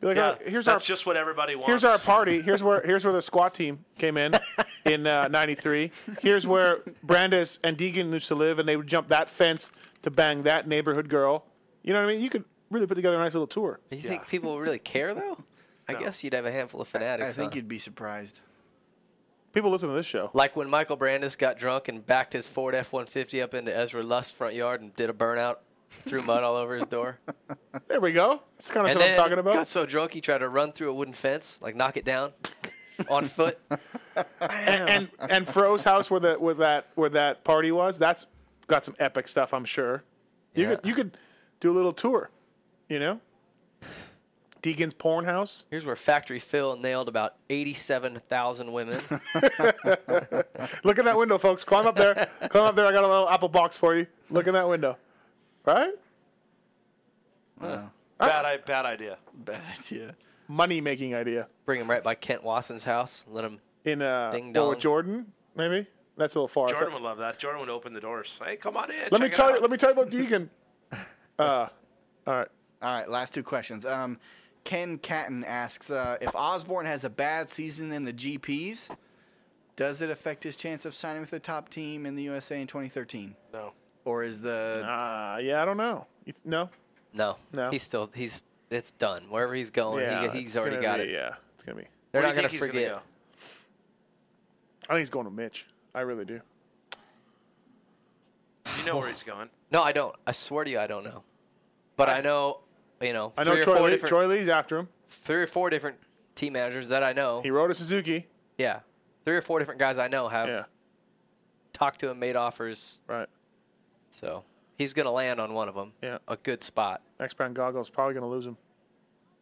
[SPEAKER 5] Be like,
[SPEAKER 7] yeah,
[SPEAKER 5] "All right, here's
[SPEAKER 7] that's
[SPEAKER 5] our
[SPEAKER 7] just what everybody wants.
[SPEAKER 5] here's our party. Here's where here's where the squad team came in in uh, '93. Here's where Brandes and Deegan used to live, and they would jump that fence to bang that neighborhood girl. You know what I mean? You could really put together a nice little tour.
[SPEAKER 6] You think people really care though? I guess you'd have a handful of fanatics.
[SPEAKER 5] I think
[SPEAKER 8] you'd be surprised.
[SPEAKER 5] People listen to this show.
[SPEAKER 6] Like when Michael Brandis got drunk and backed his Ford F one fifty up into Ezra Lust's front yard and did a burnout, threw mud all over
[SPEAKER 5] [laughs]
[SPEAKER 6] his door.
[SPEAKER 5] There we go. That's kind of
[SPEAKER 6] and
[SPEAKER 5] what I'm
[SPEAKER 6] then
[SPEAKER 5] talking about.
[SPEAKER 6] Got so drunk he tried to run through a wooden fence, like knock
[SPEAKER 5] [laughs]
[SPEAKER 6] it down, on foot.
[SPEAKER 5] and, and and Fro's house where the where that where that party was, that's got some epic stuff, I'm sure. You
[SPEAKER 6] Yeah.
[SPEAKER 5] could you could do a little tour, you know? Deegan's porn house.
[SPEAKER 6] Here's where Factory Phil nailed about eighty-seven thousand
[SPEAKER 5] [laughs]
[SPEAKER 6] women.
[SPEAKER 5] Look in that window, folks. Climb up there. Climb up there. I got a little apple box for you. Look in that window. Right?
[SPEAKER 7] bad, I- bad idea.
[SPEAKER 8] Bad idea.
[SPEAKER 5] Money making idea.
[SPEAKER 6] Bring him right by Kent Watson's house. Let him
[SPEAKER 5] In uh
[SPEAKER 6] Ding
[SPEAKER 5] or
[SPEAKER 6] dong.
[SPEAKER 5] Jordan, maybe? That's a little far.
[SPEAKER 7] Jordan would love that. Jordan would open the doors. Hey, come on in.
[SPEAKER 5] let me
[SPEAKER 7] check it
[SPEAKER 5] tell
[SPEAKER 7] out.
[SPEAKER 5] you let me tell you about Deegan. Uh, all right.
[SPEAKER 8] All right. Last two questions. Um, Ken Catton asks uh, if Osborne has a bad season in the GPs, does it affect his chance of signing with the top team in the USA in 2013?
[SPEAKER 7] No.
[SPEAKER 8] Or is the
[SPEAKER 5] uh, yeah, I don't know. You th- no.
[SPEAKER 6] No,
[SPEAKER 5] No.
[SPEAKER 6] He's still he's it's done. Wherever he's going,
[SPEAKER 5] Yeah,
[SPEAKER 6] he, he's
[SPEAKER 5] it's
[SPEAKER 6] already
[SPEAKER 5] gonna
[SPEAKER 6] got
[SPEAKER 5] be-
[SPEAKER 6] it.
[SPEAKER 5] yeah, it's gonna be.
[SPEAKER 6] They're
[SPEAKER 5] Where
[SPEAKER 6] not
[SPEAKER 5] do you
[SPEAKER 6] gonna
[SPEAKER 5] think he's gonna
[SPEAKER 6] forget.
[SPEAKER 5] go? I think he's going to Mitch. I really do.
[SPEAKER 7] You know where he's going.
[SPEAKER 6] No, I don't. I swear to you, I don't know. But I, know, you know,
[SPEAKER 5] I know
[SPEAKER 6] three or
[SPEAKER 5] Troy,
[SPEAKER 6] four
[SPEAKER 5] Lee,
[SPEAKER 6] different-
[SPEAKER 5] Troy Lee's after him.
[SPEAKER 6] three or four different team managers that I know. He
[SPEAKER 5] rode a Suzuki.
[SPEAKER 6] Yeah, three or four different guys I know have talked to him, made offers.
[SPEAKER 5] Right.
[SPEAKER 6] So he's gonna land on one of them.
[SPEAKER 5] Yeah.
[SPEAKER 6] A good spot.
[SPEAKER 5] X Brand Goggles probably going to lose him.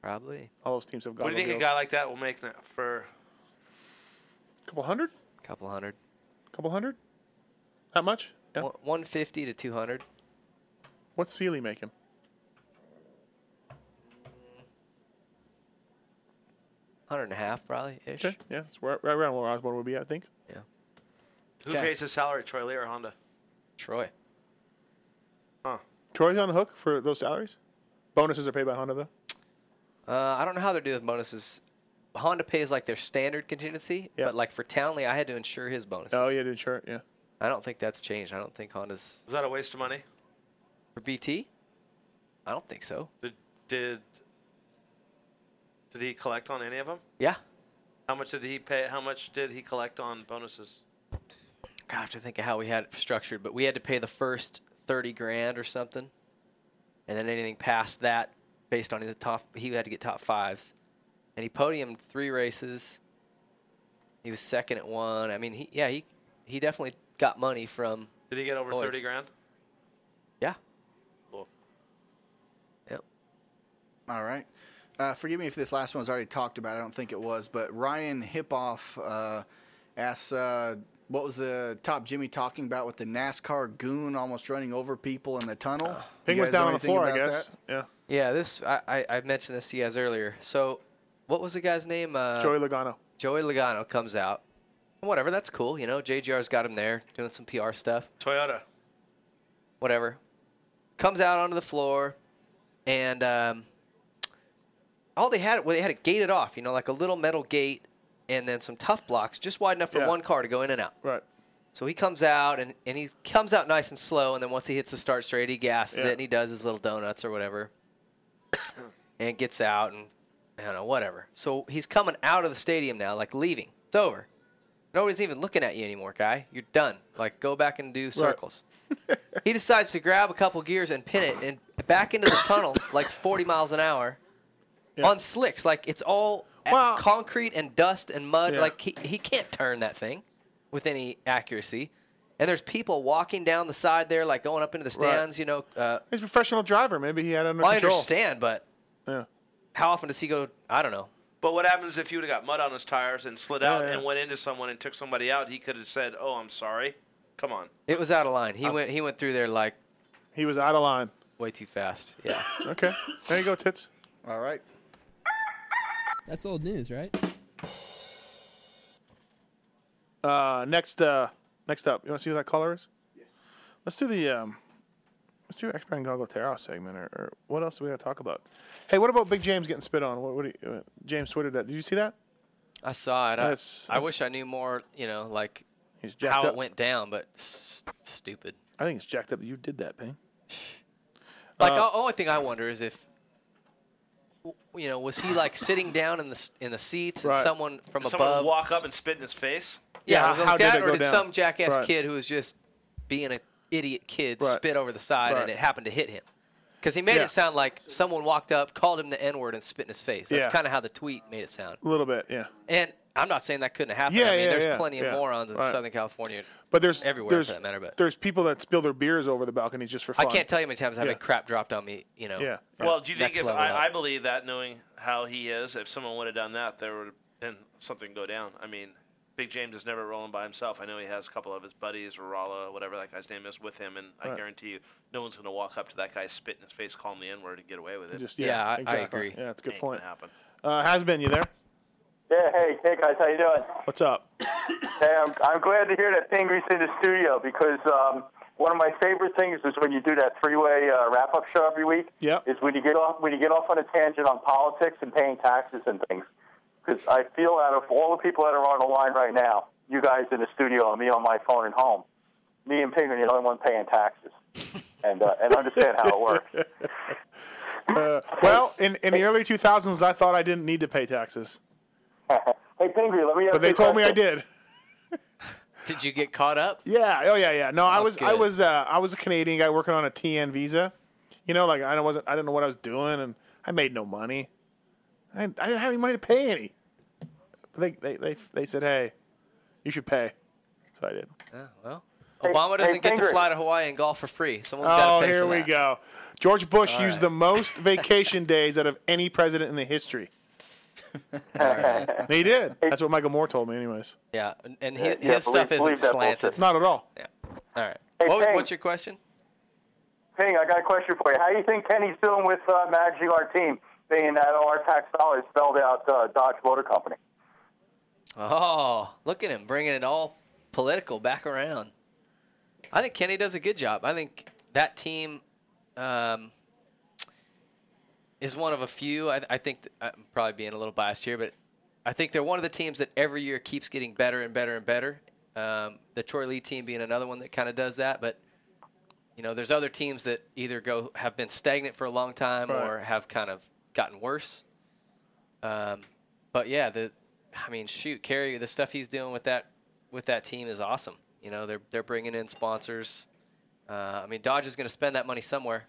[SPEAKER 6] Probably.
[SPEAKER 5] All those teams have
[SPEAKER 7] What
[SPEAKER 5] goggles.
[SPEAKER 7] do you think a guy like that will make now for
[SPEAKER 5] A couple hundred?
[SPEAKER 6] Couple hundred.
[SPEAKER 5] Couple hundred? That much?
[SPEAKER 6] One fifty to two hundred.
[SPEAKER 5] What's Sealy making?
[SPEAKER 6] Hundred and a half, probably ish.
[SPEAKER 5] Okay. Yeah, it's right, right around where Osborne would be, I think.
[SPEAKER 6] Yeah.
[SPEAKER 7] who pays his salary, Troy Lee or Honda?
[SPEAKER 6] Troy.
[SPEAKER 7] Huh.
[SPEAKER 5] Troy's on the hook for those salaries. Bonuses are paid by Honda, though.
[SPEAKER 6] Uh, I don't know how they're doing with bonuses. Honda pays like their standard contingency,
[SPEAKER 5] Yeah.
[SPEAKER 6] but like for Townley, I had to insure his bonus.
[SPEAKER 5] Oh, yeah, to insure it, yeah.
[SPEAKER 6] I don't think that's changed. I don't think Honda's
[SPEAKER 7] Was that a waste of money?
[SPEAKER 6] for BT. I don't think so.
[SPEAKER 7] Did Did he collect on any of them?
[SPEAKER 6] Yeah.
[SPEAKER 7] How much did he pay? How much did he collect on bonuses?
[SPEAKER 6] God, I have to think of how we had it structured, but we had to pay the first thirty grand or something, and then anything past that, based on his top, he had to get top fives, and he podiumed three races. He was second at one. I mean, he yeah he he definitely got money from.
[SPEAKER 7] Did he get over
[SPEAKER 6] points.
[SPEAKER 7] thirty grand?
[SPEAKER 6] Yeah.
[SPEAKER 7] Cool.
[SPEAKER 8] All right. Uh, forgive me if this last one was already talked about. I don't think it was, but Ryan Hipoff uh, asks, uh, "What was the top Jimmy talking about with the NASCAR goon almost running over people in the
[SPEAKER 6] Uh,
[SPEAKER 8] tunnel?"
[SPEAKER 5] Ping
[SPEAKER 8] You
[SPEAKER 5] was
[SPEAKER 8] guys
[SPEAKER 5] down
[SPEAKER 8] know
[SPEAKER 5] on the
[SPEAKER 8] anything
[SPEAKER 5] floor, I
[SPEAKER 8] about
[SPEAKER 5] guess.
[SPEAKER 8] that?
[SPEAKER 5] Yeah.
[SPEAKER 6] Yeah, this I, I, I mentioned this to you guys earlier. So, what was the guy's name? Uh,
[SPEAKER 5] Joey Logano.
[SPEAKER 6] Joey Logano comes out. Whatever, that's cool. You know, JGR's got him there doing some PR stuff.
[SPEAKER 7] Toyota.
[SPEAKER 6] Whatever. Comes out onto the floor, and um, all they had well, they had it gated off. You know, like a little metal gate, and then some tough blocks, just wide enough for
[SPEAKER 5] Yeah.
[SPEAKER 6] one car to go in and out.
[SPEAKER 5] Right.
[SPEAKER 6] So he comes out and, and he comes out nice and slow, and then once he hits the start straight, he gasses
[SPEAKER 5] Yeah.
[SPEAKER 6] it and he does his little donuts or whatever, [coughs] and gets out and I don't know whatever. So he's coming out of the stadium now, like leaving. It's over. Nobody's even looking at you anymore, guy. You're done. Like go back and do circles. he decides to grab a couple gears and pin it and back into the tunnel like 40 miles an hour on slicks. Like it's all a- concrete and dust and mud.
[SPEAKER 5] Yeah.
[SPEAKER 6] Like he, he can't turn that thing with any accuracy. And there's people walking down the side there, like going up into the
[SPEAKER 5] Right.
[SPEAKER 6] stands. You know, uh,
[SPEAKER 5] He's a professional driver. Maybe he had it under
[SPEAKER 6] well, I
[SPEAKER 5] control.
[SPEAKER 6] understand, but
[SPEAKER 5] Yeah.
[SPEAKER 6] how often does he go? I don't know.
[SPEAKER 7] But what happens if he would have got mud on his tires and slid
[SPEAKER 6] Yeah,
[SPEAKER 7] out
[SPEAKER 6] yeah.
[SPEAKER 7] and went into someone and took somebody out? He could have said, "Oh, I'm sorry." Come on.
[SPEAKER 6] It was out of line. He
[SPEAKER 7] I'm-
[SPEAKER 6] went. He went through there like
[SPEAKER 5] he was out of line.
[SPEAKER 6] Way too fast. Yeah.
[SPEAKER 5] Okay. There you go, tits.
[SPEAKER 8] All right.
[SPEAKER 24] That's old news, right?
[SPEAKER 5] Uh, next, uh, next up, you want to see who that caller is? Yes. Let's do the um, let's do X-Men Goggle Tarot segment, or, or what else do we got to talk about? Hey, what about Big James getting spit on? What, what do you, uh, James tweeted that? Did you see that?
[SPEAKER 6] I saw it. I,
[SPEAKER 5] That's-
[SPEAKER 6] I
[SPEAKER 5] that's-
[SPEAKER 6] wish I knew more. You know, like
[SPEAKER 5] He's jacked
[SPEAKER 6] how
[SPEAKER 5] up.
[SPEAKER 6] it went down, but s- stupid.
[SPEAKER 5] I think it's jacked up. that You did that, Payne.
[SPEAKER 6] Like
[SPEAKER 5] Uh,
[SPEAKER 6] the only thing I wonder is if w- you know was he like sitting down in the s- in the seats and
[SPEAKER 7] Right.
[SPEAKER 6] someone from
[SPEAKER 7] Did
[SPEAKER 6] above
[SPEAKER 7] someone walk up and spit in his face?
[SPEAKER 6] yeah, was it like that, or did some jackass kid who was just being an idiot kid
[SPEAKER 7] Right.
[SPEAKER 6] spit over the side
[SPEAKER 7] Right.
[SPEAKER 6] and it happened to hit him? Because he made
[SPEAKER 5] Yeah.
[SPEAKER 6] it sound like someone walked up, called him the N word, and spit in his face. That's
[SPEAKER 5] Yeah.
[SPEAKER 6] kind of how the tweet made it sound.
[SPEAKER 5] A little bit, yeah.
[SPEAKER 6] And I'm not saying that couldn't happen.
[SPEAKER 5] Yeah,
[SPEAKER 6] I mean,
[SPEAKER 5] yeah,
[SPEAKER 6] there's
[SPEAKER 5] yeah,
[SPEAKER 6] plenty of
[SPEAKER 5] yeah.
[SPEAKER 6] morons in
[SPEAKER 5] Right.
[SPEAKER 6] Southern California,
[SPEAKER 5] But there's
[SPEAKER 6] everywhere
[SPEAKER 5] there's,
[SPEAKER 6] for that matter. But
[SPEAKER 5] there's people that spill their beers over the balconies just for
[SPEAKER 6] I
[SPEAKER 5] fun.
[SPEAKER 6] can't tell you how many times I've
[SPEAKER 5] Yeah.
[SPEAKER 6] had crap dropped on me. You know.
[SPEAKER 5] Yeah.
[SPEAKER 7] Well, do you think
[SPEAKER 6] next
[SPEAKER 7] if
[SPEAKER 6] level up.
[SPEAKER 7] I, I believe that, knowing how he is, if someone would have done that, there would have been something go down? I mean, Big James is never rolling by himself. I know he has a couple of his buddies, Rala, whatever that guy's name is, with him, and I
[SPEAKER 5] Right.
[SPEAKER 7] guarantee you, no one's going to walk up to that guy, spit in his face, call him the N word, and get away with it.
[SPEAKER 5] Just, yeah, exactly. Yeah, that's a good
[SPEAKER 7] Ain't
[SPEAKER 5] point.
[SPEAKER 7] gonna happen.
[SPEAKER 5] Uh, has been you there?
[SPEAKER 16] Yeah, hey, hey guys, how you doing?
[SPEAKER 5] What's up?
[SPEAKER 16] Hey, I'm, I'm glad to hear that Pingreen's in the studio because um, one of my favorite things is when you do that three-way uh, wrap-up show every week.
[SPEAKER 5] Yep.
[SPEAKER 16] Is when you get off when you get off on a tangent on politics and paying taxes and things. Because I feel out of all the people that are on the line right now, you guys in the studio and me on my phone at home, me and Pingreen are the only one paying taxes, and uh, and understand how it works.
[SPEAKER 5] Uh, well, in, in the early 2000s, I thought I didn't need to pay taxes,
[SPEAKER 16] [laughs] hey, Pingreen, let me. Ask
[SPEAKER 5] but they
[SPEAKER 16] you a
[SPEAKER 5] told me I
[SPEAKER 16] question.
[SPEAKER 5] did.
[SPEAKER 6] Did you get caught up?
[SPEAKER 5] Yeah. Oh yeah. Yeah. No, I
[SPEAKER 6] Oh,
[SPEAKER 5] was I
[SPEAKER 6] good.
[SPEAKER 5] was uh, I was a Canadian guy working on a TN visa. You know, like I wasn't I didn't know what I was doing, and I made no money. I, I didn't have any money to pay any. But they they they, they said, hey, you should pay. So I did.
[SPEAKER 6] Yeah, well,
[SPEAKER 16] Hey-
[SPEAKER 6] Obama
[SPEAKER 16] hey,
[SPEAKER 6] doesn't get to
[SPEAKER 16] Pingree.
[SPEAKER 6] fly to Hawaii and golf for free. Someone's got
[SPEAKER 5] Oh,
[SPEAKER 6] to pay
[SPEAKER 5] here
[SPEAKER 6] for
[SPEAKER 5] we
[SPEAKER 6] that.
[SPEAKER 5] go. George Bush
[SPEAKER 6] All
[SPEAKER 5] used
[SPEAKER 6] right.
[SPEAKER 5] the most vacation days out of any president in the history. [laughs] he
[SPEAKER 16] [laughs]
[SPEAKER 5] did. That's what Michael Moore told me, anyways.
[SPEAKER 6] Yeah, and, and
[SPEAKER 5] Yeah,
[SPEAKER 6] his,
[SPEAKER 5] yeah,
[SPEAKER 6] his
[SPEAKER 5] believe-
[SPEAKER 6] stuff isn't
[SPEAKER 5] believe that bullshit.
[SPEAKER 6] slanted.
[SPEAKER 5] Not at all.
[SPEAKER 6] Yeah. All right.
[SPEAKER 16] Hey,
[SPEAKER 6] What-
[SPEAKER 16] Ping.
[SPEAKER 6] what's your question?
[SPEAKER 16] Ping, I got a question for you. How do you think Kenny's doing with uh, managing our team, being that all our tax dollars spelled out uh, Dodge Motor Company?
[SPEAKER 6] Oh, look at him bringing it all political back around. I think Kenny does a good job. I think that team um, is one of a few. I, I think th- I'm probably being a little biased here, but I think they're one of the teams that every year keeps getting better and better and better. Um, the Troy Lee team being another one that kind of does that, but you know, there's other teams that either go have been stagnant for a long time
[SPEAKER 5] Right.
[SPEAKER 6] or have kind of gotten worse. Um, but yeah, the I mean, shoot, Kerry, the stuff he's doing with that with that team is awesome. You know, they're they're bringing in sponsors. Uh, I mean, Dodge is going to spend that money somewhere.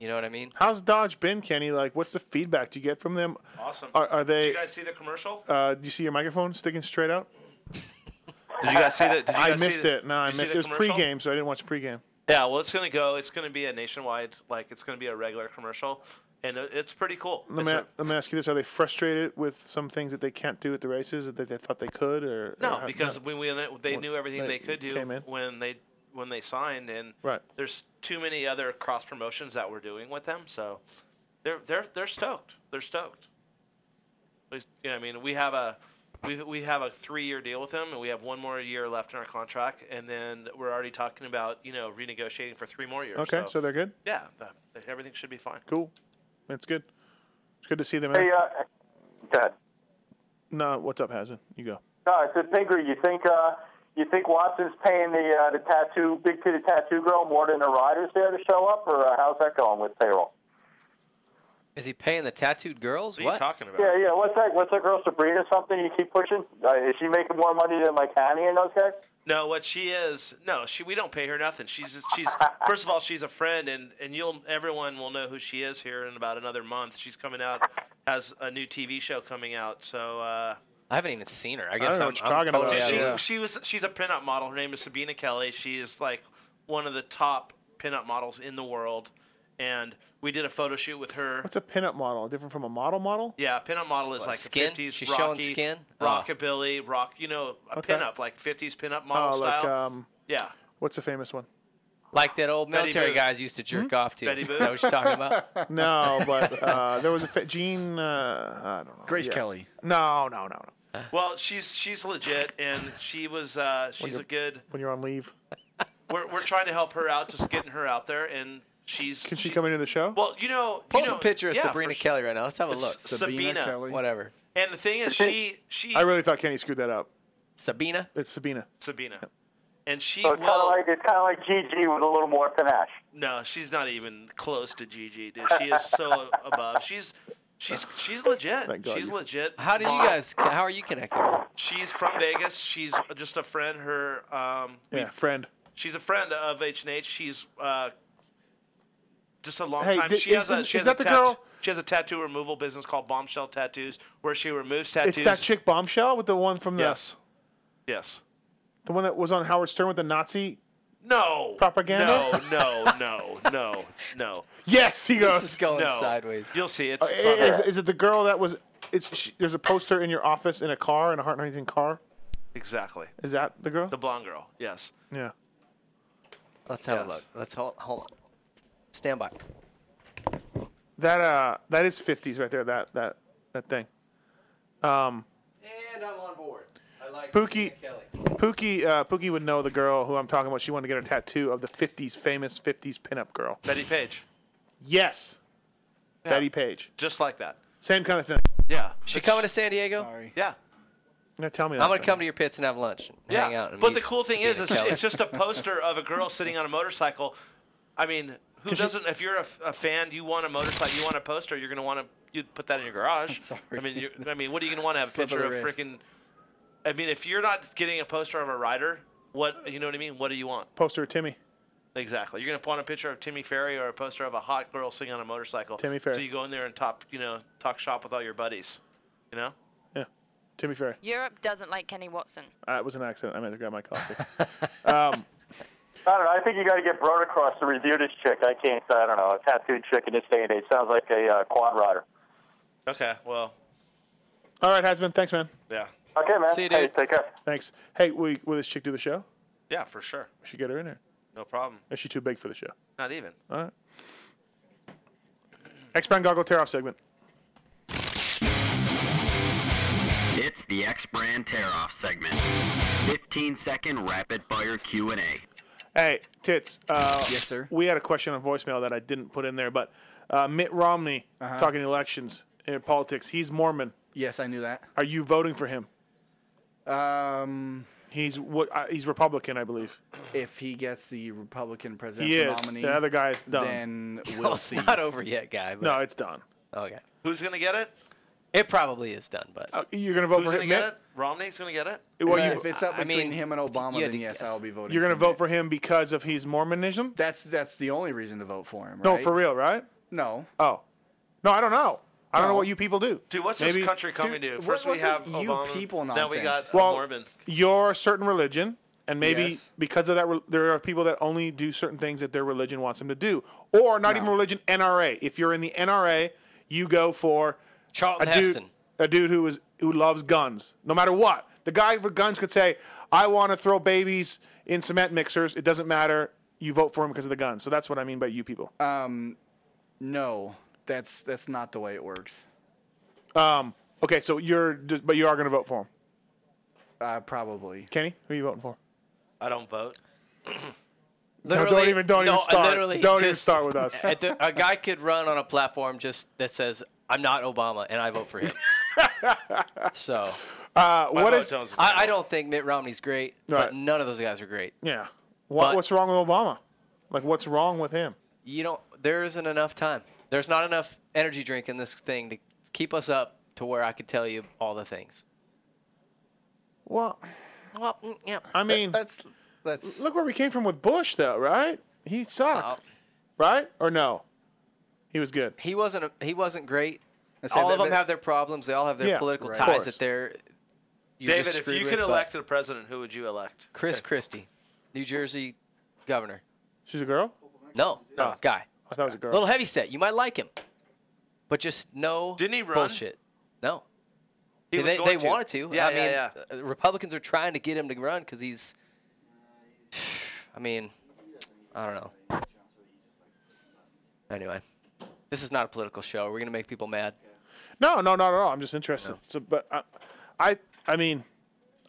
[SPEAKER 6] You know what I mean?
[SPEAKER 5] How's Dodge been, Kenny? Like, what's the feedback do you get from them?
[SPEAKER 7] Awesome.
[SPEAKER 5] Are, are
[SPEAKER 7] Did
[SPEAKER 5] they?
[SPEAKER 7] you guys see the commercial?
[SPEAKER 5] Uh, do you see your microphone sticking straight out?
[SPEAKER 7] Did you guys see the? Did you
[SPEAKER 5] I
[SPEAKER 7] guys see
[SPEAKER 5] missed
[SPEAKER 7] the-
[SPEAKER 5] it. No, I
[SPEAKER 7] did you see
[SPEAKER 5] missed it.
[SPEAKER 7] the
[SPEAKER 5] It was
[SPEAKER 7] commercial?
[SPEAKER 5] pregame, so I didn't watch pregame.
[SPEAKER 7] Yeah, well, it's gonna go. It's gonna be a nationwide, like it's gonna be a regular commercial, and it- it's pretty cool.
[SPEAKER 5] Let
[SPEAKER 7] It's
[SPEAKER 5] me,
[SPEAKER 7] a-
[SPEAKER 5] let me ask you this: Are they frustrated with some things that they can't do at the races that they thought they could, or
[SPEAKER 7] no,
[SPEAKER 5] or how-
[SPEAKER 7] because when we they
[SPEAKER 5] Uh, When
[SPEAKER 7] knew everything
[SPEAKER 5] they
[SPEAKER 7] they, could do
[SPEAKER 5] came in.
[SPEAKER 7] when they when they signed, and
[SPEAKER 5] Right.
[SPEAKER 7] there's too many other cross promotions that we're doing with them, so they're they're they're stoked. They're stoked. We- You know, I mean, we have a we we have a three year deal with them, and we have one more year left in our contract, and then we're already talking about you know renegotiating for three more years.
[SPEAKER 5] Okay, so they're good?
[SPEAKER 7] Yeah, th- th- everything should be fine.
[SPEAKER 5] cool. That's good. It's good to see them.
[SPEAKER 16] Hey,
[SPEAKER 5] man.
[SPEAKER 16] uh, go ahead.
[SPEAKER 5] no, what's up, Hazman? You go.
[SPEAKER 16] No, I said, Pinker, you think uh, you think Watson's paying the uh, the tattoo big titted tattoo girl more than the riders there to show up, or uh, how's that going with payroll?
[SPEAKER 6] Is he paying the tattooed girls? What,
[SPEAKER 16] What are you
[SPEAKER 7] talking
[SPEAKER 16] Yeah, yeah. What's that? What's that girl Sabrina? Something you keep pushing? Uh, is she making more money than like Hanny and those guys?
[SPEAKER 7] No, what she is, no, she we don't pay her nothing. She's she's first of all, she's a friend, and and you'll everyone will know who she is here in about another month. She's coming out has a new TV show coming out, so. uh
[SPEAKER 6] I haven't even seen her. I
[SPEAKER 7] I
[SPEAKER 6] guess
[SPEAKER 7] don't know
[SPEAKER 6] am
[SPEAKER 7] what you're
[SPEAKER 5] talking about.
[SPEAKER 7] she,
[SPEAKER 5] Yeah.
[SPEAKER 7] she was she's a pinup model. Her name is Sabina Kelly. She is like one of the top pinup models in the world, and we did a photo shoot with her.
[SPEAKER 5] What's a pinup model? Different from a model model?
[SPEAKER 7] Yeah, pinup model is
[SPEAKER 6] What,
[SPEAKER 7] like
[SPEAKER 6] skin?
[SPEAKER 7] the 50s
[SPEAKER 6] She's
[SPEAKER 7] Rocky,
[SPEAKER 6] showing skin? Oh.
[SPEAKER 7] rockabilly, rock. You know, a
[SPEAKER 5] Okay.
[SPEAKER 7] pinup like 50s pinup model
[SPEAKER 5] oh,
[SPEAKER 7] style.
[SPEAKER 5] like um,
[SPEAKER 7] yeah.
[SPEAKER 5] what's the famous one?
[SPEAKER 6] Like that old
[SPEAKER 7] Betty
[SPEAKER 6] military
[SPEAKER 7] Boop.
[SPEAKER 6] guys used to jerk
[SPEAKER 5] Hmm?
[SPEAKER 6] off to.
[SPEAKER 7] Betty
[SPEAKER 6] Is
[SPEAKER 7] Boop.
[SPEAKER 6] that what you're talking about?
[SPEAKER 7] [laughs]
[SPEAKER 5] no, but uh, there was a fa- Gene. Uh, I don't know.
[SPEAKER 7] Grace
[SPEAKER 5] Yeah.
[SPEAKER 7] Kelly.
[SPEAKER 5] No, no, no, no.
[SPEAKER 7] Well, she's she's legit, and she was uh, she's
[SPEAKER 5] you're-
[SPEAKER 7] a good.
[SPEAKER 5] When you're on leave,
[SPEAKER 7] We're, we're trying to help her out, just getting her out there, and she's.
[SPEAKER 5] can she come into the show?
[SPEAKER 7] Well, you know,
[SPEAKER 6] Post
[SPEAKER 7] you know,
[SPEAKER 6] a picture of
[SPEAKER 7] yeah, for
[SPEAKER 6] Sabrina
[SPEAKER 7] sure.
[SPEAKER 6] Kelly right now. Let's have a
[SPEAKER 7] It's
[SPEAKER 6] look.
[SPEAKER 7] Sabina Sabina. Kelly.
[SPEAKER 6] Whatever.
[SPEAKER 7] And
[SPEAKER 6] [laughs]
[SPEAKER 7] the thing is, she she
[SPEAKER 5] I really thought Kenny screwed that up.
[SPEAKER 6] Sabina.
[SPEAKER 5] It's Sabina.
[SPEAKER 7] Sabina, and she
[SPEAKER 16] So it's kind of
[SPEAKER 7] will.
[SPEAKER 16] like it's kind of like GG with a little more panache.
[SPEAKER 7] No, she's not even close to Gigi, dude. She
[SPEAKER 16] [laughs]
[SPEAKER 7] is so above. She's she's she's legit.
[SPEAKER 6] Thank God
[SPEAKER 7] she's
[SPEAKER 6] you-
[SPEAKER 7] legit.
[SPEAKER 6] How do you guys? How are you connected?
[SPEAKER 7] She's from Vegas. She's just a friend. Her um, we-
[SPEAKER 5] Yeah, friend.
[SPEAKER 7] She's a friend of H and H. She's uh, just a long
[SPEAKER 5] Hey,
[SPEAKER 7] time.
[SPEAKER 5] did-
[SPEAKER 7] she has
[SPEAKER 5] isn't-
[SPEAKER 7] a she
[SPEAKER 5] is
[SPEAKER 7] has
[SPEAKER 5] that
[SPEAKER 7] a
[SPEAKER 5] the girl?
[SPEAKER 7] She has a tattoo removal business called Bombshell Tattoos, where she removes tattoos.
[SPEAKER 5] It's that chick bombshell with the one from the
[SPEAKER 7] Yes. Yes.
[SPEAKER 5] the one that was on Howard Stern with the Nazi.
[SPEAKER 7] No.
[SPEAKER 5] Propaganda? Uh,
[SPEAKER 7] No. No. No. No. No.
[SPEAKER 5] Yes, he goes.
[SPEAKER 7] No. You'll see. It's.
[SPEAKER 5] Uh, i- is, is it the girl that was? It's she, there's a poster in your office in a car in a Hart Huntington car.
[SPEAKER 7] exactly
[SPEAKER 5] Is that the girl?
[SPEAKER 7] the blonde girl. Yes.
[SPEAKER 5] Yeah.
[SPEAKER 6] Let's have
[SPEAKER 7] Yes.
[SPEAKER 6] a look. Let's hold hold on. Stand by.
[SPEAKER 5] That uh, that is fifties right there. That that that thing. Um,
[SPEAKER 6] And I'm on board. I like
[SPEAKER 5] Pookie, Pookie, uh, Pookie would know the girl who I'm talking about. She wanted to get a tattoo of the fifties famous fifties pinup girl.
[SPEAKER 7] Betty Page.
[SPEAKER 5] Yes,
[SPEAKER 7] Yeah.
[SPEAKER 5] Betty Page.
[SPEAKER 7] Just like that.
[SPEAKER 5] Same kind of thing.
[SPEAKER 7] Yeah.
[SPEAKER 6] She coming to San Diego?
[SPEAKER 7] Yeah.
[SPEAKER 5] Now tell me.
[SPEAKER 6] I'm gonna come to your pits and have lunch. And
[SPEAKER 7] Yeah.
[SPEAKER 6] Hang out. And
[SPEAKER 7] but
[SPEAKER 6] meet
[SPEAKER 7] the cool thing is,
[SPEAKER 6] Sabina
[SPEAKER 7] it's,
[SPEAKER 6] Kelly.
[SPEAKER 7] it's just a poster of a girl sitting on a motorcycle. I mean, who doesn't? if you're a, a fan, you want a motorcycle, you want a poster, you're gonna want to you put that in
[SPEAKER 5] [laughs]
[SPEAKER 7] your garage. I mean, you I mean, what are you gonna want to have a
[SPEAKER 5] Slip of
[SPEAKER 7] picture
[SPEAKER 5] the
[SPEAKER 7] of
[SPEAKER 5] wrist.
[SPEAKER 7] freaking? I mean, if you're not getting a poster of a rider, what you know what I mean? What do you want?
[SPEAKER 5] Poster of Timmy.
[SPEAKER 7] Exactly. You're gonna want a picture of Timmy Ferry or a poster of a hot girl sitting on a motorcycle.
[SPEAKER 5] Timmy Ferry.
[SPEAKER 7] So you go in there and top, you know, talk shop with all your buddies. You know.
[SPEAKER 5] Yeah, Timmy Ferry.
[SPEAKER 20] Europe doesn't like Kenny Watson.
[SPEAKER 5] Uh, it was an accident. I meant to grab my coffee. [laughs] um,
[SPEAKER 16] I don't know. I think you got to get Broad across to review this chick. I can't. I don't know. A tattooed chick in this day and age sounds like a uh, quad rider.
[SPEAKER 7] Okay. Well.
[SPEAKER 5] all right, Hasman. Thanks, man.
[SPEAKER 7] Yeah.
[SPEAKER 16] Okay, man.
[SPEAKER 7] See you,
[SPEAKER 16] Hey,
[SPEAKER 7] dude.
[SPEAKER 16] take care.
[SPEAKER 5] Thanks. Hey, will, will this chick do the show?
[SPEAKER 7] Yeah, for sure.
[SPEAKER 5] We should get her in here.
[SPEAKER 7] No problem.
[SPEAKER 5] Is she too big for the show?
[SPEAKER 7] Not even.
[SPEAKER 5] All right. X Brand Goggle Tear Off segment.
[SPEAKER 12] It's the X Brand Tear Off segment. 15 second rapid fire Q&A.
[SPEAKER 5] Hey, Tits. Uh, yes, sir. We had a question on voicemail that I didn't put in there, but uh, Mitt Romney
[SPEAKER 8] Uh-huh.
[SPEAKER 5] talking elections and politics. He's Mormon.
[SPEAKER 8] Yes, I knew that.
[SPEAKER 5] Are you voting for him?
[SPEAKER 8] Um,
[SPEAKER 5] he's what? Uh, he's Republican, I believe.
[SPEAKER 8] If he gets the Republican presidential
[SPEAKER 5] He is.
[SPEAKER 8] nominee,
[SPEAKER 5] The other guy is done.
[SPEAKER 6] [laughs]
[SPEAKER 8] Then we'll see.
[SPEAKER 6] Oh, Not over yet, guy.
[SPEAKER 5] No, it's done.
[SPEAKER 6] Okay.
[SPEAKER 7] Who's gonna get it?
[SPEAKER 6] It probably is done, but
[SPEAKER 5] you're gonna vote for
[SPEAKER 7] Who's gonna
[SPEAKER 5] him?
[SPEAKER 7] get
[SPEAKER 5] Mitt?
[SPEAKER 7] it? Romney's gonna get it.
[SPEAKER 5] Well, you-
[SPEAKER 8] if it's up
[SPEAKER 5] I
[SPEAKER 8] between
[SPEAKER 5] mean,
[SPEAKER 8] him and Obama,
[SPEAKER 5] you had
[SPEAKER 8] then
[SPEAKER 5] to
[SPEAKER 8] yes,
[SPEAKER 5] guess.
[SPEAKER 8] I'll be voting.
[SPEAKER 5] You're gonna
[SPEAKER 8] for
[SPEAKER 5] vote for him because of his Mormonism?
[SPEAKER 8] That's that's the only reason to vote for him.
[SPEAKER 5] No,
[SPEAKER 8] right?
[SPEAKER 5] for real, right?
[SPEAKER 8] No.
[SPEAKER 5] Oh, no, I don't know. I don't know
[SPEAKER 8] No.
[SPEAKER 5] what you people do.
[SPEAKER 7] Dude, what's
[SPEAKER 5] Maybe-
[SPEAKER 7] this country coming
[SPEAKER 5] Dude,
[SPEAKER 7] to?
[SPEAKER 5] what-
[SPEAKER 7] First we
[SPEAKER 5] what's this
[SPEAKER 7] have
[SPEAKER 5] you
[SPEAKER 7] Obama,
[SPEAKER 5] people
[SPEAKER 7] Now we got
[SPEAKER 5] nonsense?
[SPEAKER 7] a
[SPEAKER 5] Well,
[SPEAKER 7] Mormon.
[SPEAKER 5] your certain religion, and maybe
[SPEAKER 7] Yes.
[SPEAKER 5] because of that, re- there are people that only do certain things that their religion wants them to do, or not even religion. NRA. If you're in the NRA, you go for
[SPEAKER 6] Charlton
[SPEAKER 5] a dude,
[SPEAKER 6] Heston.
[SPEAKER 5] a dude who is who loves guns, no matter what. The guy with guns could say, "I want to throw babies in cement mixers." It doesn't matter. You vote for him because of the guns. So that's what I mean by you people.
[SPEAKER 8] Um, no, that's that's not the way it works.
[SPEAKER 5] Um, okay, so you're, just, but you are going to vote for him,
[SPEAKER 8] Uh, probably.
[SPEAKER 5] Kenny. Who are you voting for?
[SPEAKER 7] I don't vote. [clears throat]
[SPEAKER 5] No, don't even, don't even
[SPEAKER 6] no,
[SPEAKER 5] start.
[SPEAKER 6] literally
[SPEAKER 5] Don't even
[SPEAKER 6] just-
[SPEAKER 5] start with us.
[SPEAKER 6] [laughs] at the- uh, a guy could run on a platform just that says, "I'm not Obama," and I vote for him.
[SPEAKER 5] [laughs]
[SPEAKER 6] so,
[SPEAKER 5] uh, what vote is-
[SPEAKER 6] I,
[SPEAKER 5] tells me
[SPEAKER 6] I don't think Mitt Romney's great,
[SPEAKER 5] Right.
[SPEAKER 6] but none of those guys are great.
[SPEAKER 5] yeah. What,
[SPEAKER 6] But-
[SPEAKER 5] what's wrong with Obama? Like, what's wrong with him?
[SPEAKER 6] You don't. There isn't enough time. There's not enough energy drink in this thing to keep us up to where I could tell you all the things.
[SPEAKER 5] Well,
[SPEAKER 6] well, mm, yeah.
[SPEAKER 5] I mean,
[SPEAKER 8] that's that's
[SPEAKER 5] look where we came from with Bush, though, right? He sucked, right? Or no? He was good.
[SPEAKER 6] He wasn't. A, he wasn't great.
[SPEAKER 5] I said
[SPEAKER 6] All
[SPEAKER 5] that-
[SPEAKER 6] of them
[SPEAKER 5] that-
[SPEAKER 6] have their problems. They all have their
[SPEAKER 5] Yeah,
[SPEAKER 6] political
[SPEAKER 5] right. Of
[SPEAKER 6] ties
[SPEAKER 5] course.
[SPEAKER 6] that they're. you're just
[SPEAKER 7] David, if
[SPEAKER 6] screwed
[SPEAKER 7] you
[SPEAKER 6] with,
[SPEAKER 7] could
[SPEAKER 6] but-
[SPEAKER 7] elect a president, who would you elect?
[SPEAKER 6] Chris Christie, New Jersey governor.
[SPEAKER 5] She's a girl.
[SPEAKER 6] No, no, guy.
[SPEAKER 5] I thought it was a girl.
[SPEAKER 6] Little heavy set. You might like him, but just no. Didn't he
[SPEAKER 7] run?
[SPEAKER 6] Bullshit. No.
[SPEAKER 7] He was
[SPEAKER 6] they
[SPEAKER 7] going
[SPEAKER 6] they
[SPEAKER 7] to.
[SPEAKER 6] wanted to.
[SPEAKER 7] Yeah,
[SPEAKER 6] I
[SPEAKER 7] yeah,
[SPEAKER 6] mean,
[SPEAKER 7] yeah.
[SPEAKER 6] uh, Republicans are trying to get him to run because he's. [sighs] I mean, I don't know. Anyway, this is not a political show. We're gonna make people mad.
[SPEAKER 5] No, no, not at all. I'm just interested. So, but I, I, I mean,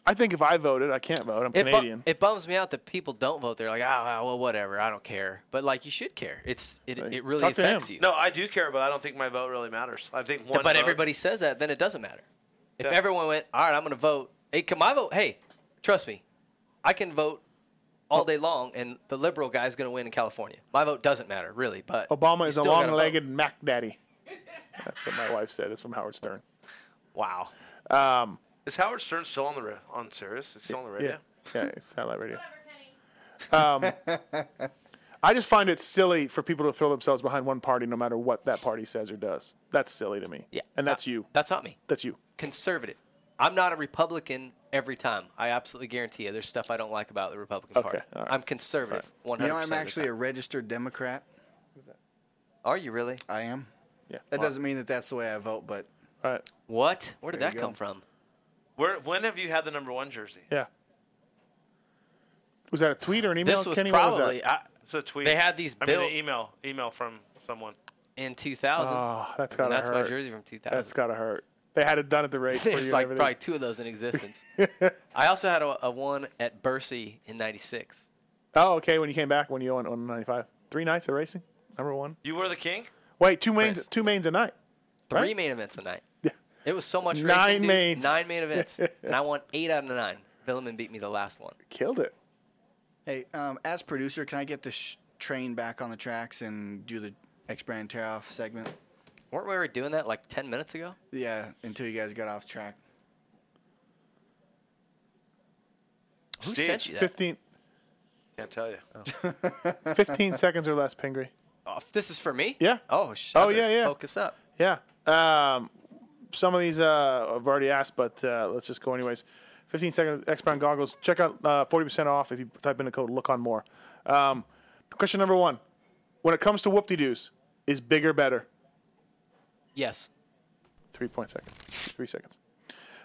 [SPEAKER 5] I think if I voted, I can't vote. I'm
[SPEAKER 6] It, bu-
[SPEAKER 5] Canadian.
[SPEAKER 6] it bums me out that people don't vote. They're like, ah, ah, well, whatever. I don't care. But like, you should care. It's it, it really affects you.
[SPEAKER 7] No, I do care, but I don't think my vote really matters. I think one.
[SPEAKER 6] but
[SPEAKER 7] vote-
[SPEAKER 6] everybody says that, then it doesn't matter. If everyone went, all right, I'm going to vote. Hey, can my vote? Hey, trust me, I can vote all day long, and the liberal guy's going to win in California. My vote doesn't matter, really. But
[SPEAKER 5] Obama
[SPEAKER 6] you
[SPEAKER 5] is a
[SPEAKER 6] still gotta vote.
[SPEAKER 5] long-legged Mac Daddy. That's what my wife said. It's from Howard Stern.
[SPEAKER 6] Wow.
[SPEAKER 5] Um,
[SPEAKER 7] Is Howard Stern still on the ra- on Sirius? It's still on the radio.
[SPEAKER 5] yeah, yeah, it's satellite radio. Um, [laughs] I just find it silly for people to throw themselves behind one party, no matter what that party says or does. That's silly to me.
[SPEAKER 6] Yeah,
[SPEAKER 5] and that's you.
[SPEAKER 6] That's not me.
[SPEAKER 5] That's you.
[SPEAKER 6] Conservative. I'm not a Republican every time. I absolutely guarantee you. There's stuff I don't like about the Republican
[SPEAKER 8] Okay,
[SPEAKER 6] Party.
[SPEAKER 8] all right.
[SPEAKER 6] I'm conservative.
[SPEAKER 8] You
[SPEAKER 6] 100.
[SPEAKER 8] know, I'm actually a registered Democrat.
[SPEAKER 6] Are you really?
[SPEAKER 8] I am.
[SPEAKER 5] Yeah.
[SPEAKER 8] That
[SPEAKER 6] Wow.
[SPEAKER 8] doesn't mean that that's the way I vote, but.
[SPEAKER 5] All right.
[SPEAKER 6] What? Where did
[SPEAKER 8] There
[SPEAKER 6] that
[SPEAKER 8] you go.
[SPEAKER 6] come from?
[SPEAKER 7] Where? When have you had the number one jersey?
[SPEAKER 5] Yeah. Was that a tweet or an email?
[SPEAKER 6] This was
[SPEAKER 5] Kenny? What was
[SPEAKER 6] probably
[SPEAKER 5] that?
[SPEAKER 7] It's a tweet.
[SPEAKER 6] They had these
[SPEAKER 7] I mean,
[SPEAKER 6] built-
[SPEAKER 7] an email. Email from someone.
[SPEAKER 6] in 2000.
[SPEAKER 5] Oh, that's
[SPEAKER 6] And
[SPEAKER 5] gotta
[SPEAKER 6] That's
[SPEAKER 5] hurt.
[SPEAKER 6] my jersey from 2000.
[SPEAKER 5] That's gotta hurt. They had it done at the
[SPEAKER 6] [laughs]
[SPEAKER 5] race for you.
[SPEAKER 6] There's
[SPEAKER 5] and
[SPEAKER 6] like
[SPEAKER 5] everything.
[SPEAKER 6] probably two of those in existence. I also had a, a one at Bercy in '96.
[SPEAKER 5] Oh, okay. When you came back, when you went on 95, three nights of racing, number one.
[SPEAKER 7] You were the king.
[SPEAKER 5] Wait, two mains,
[SPEAKER 6] Chris.
[SPEAKER 5] two mains a night.
[SPEAKER 6] Three
[SPEAKER 5] right?
[SPEAKER 6] main events a night. It was so much
[SPEAKER 5] Nine
[SPEAKER 6] racing, dude.
[SPEAKER 5] mains.
[SPEAKER 6] Nine main
[SPEAKER 5] [laughs]
[SPEAKER 6] events, and I won eight out of nine. Villeman beat me the last one.
[SPEAKER 5] Killed it.
[SPEAKER 8] Hey, um, as producer, can I get this sh- train back on the tracks and do the X Brand Tear Off segment?
[SPEAKER 6] Weren't we already doing that like ten minutes ago?
[SPEAKER 8] Yeah, until you guys got off track.
[SPEAKER 6] Who sent you that?
[SPEAKER 5] 15,
[SPEAKER 7] Can't tell you.
[SPEAKER 5] [laughs] 15 seconds or less, Pingree.
[SPEAKER 6] [laughs] Oh, this is for me.
[SPEAKER 5] Yeah.
[SPEAKER 6] Oh shit.
[SPEAKER 5] Oh yeah, yeah.
[SPEAKER 6] Focus up.
[SPEAKER 5] Yeah. Um, some of these uh, I've already asked, but uh, let's just go anyways. 15 second X Brown goggles. Check out uh, 40% off if you type in the code look on more. Um, question number one When it comes to whoop de doos, is bigger better?
[SPEAKER 6] Yes.
[SPEAKER 5] Three point second. Three seconds.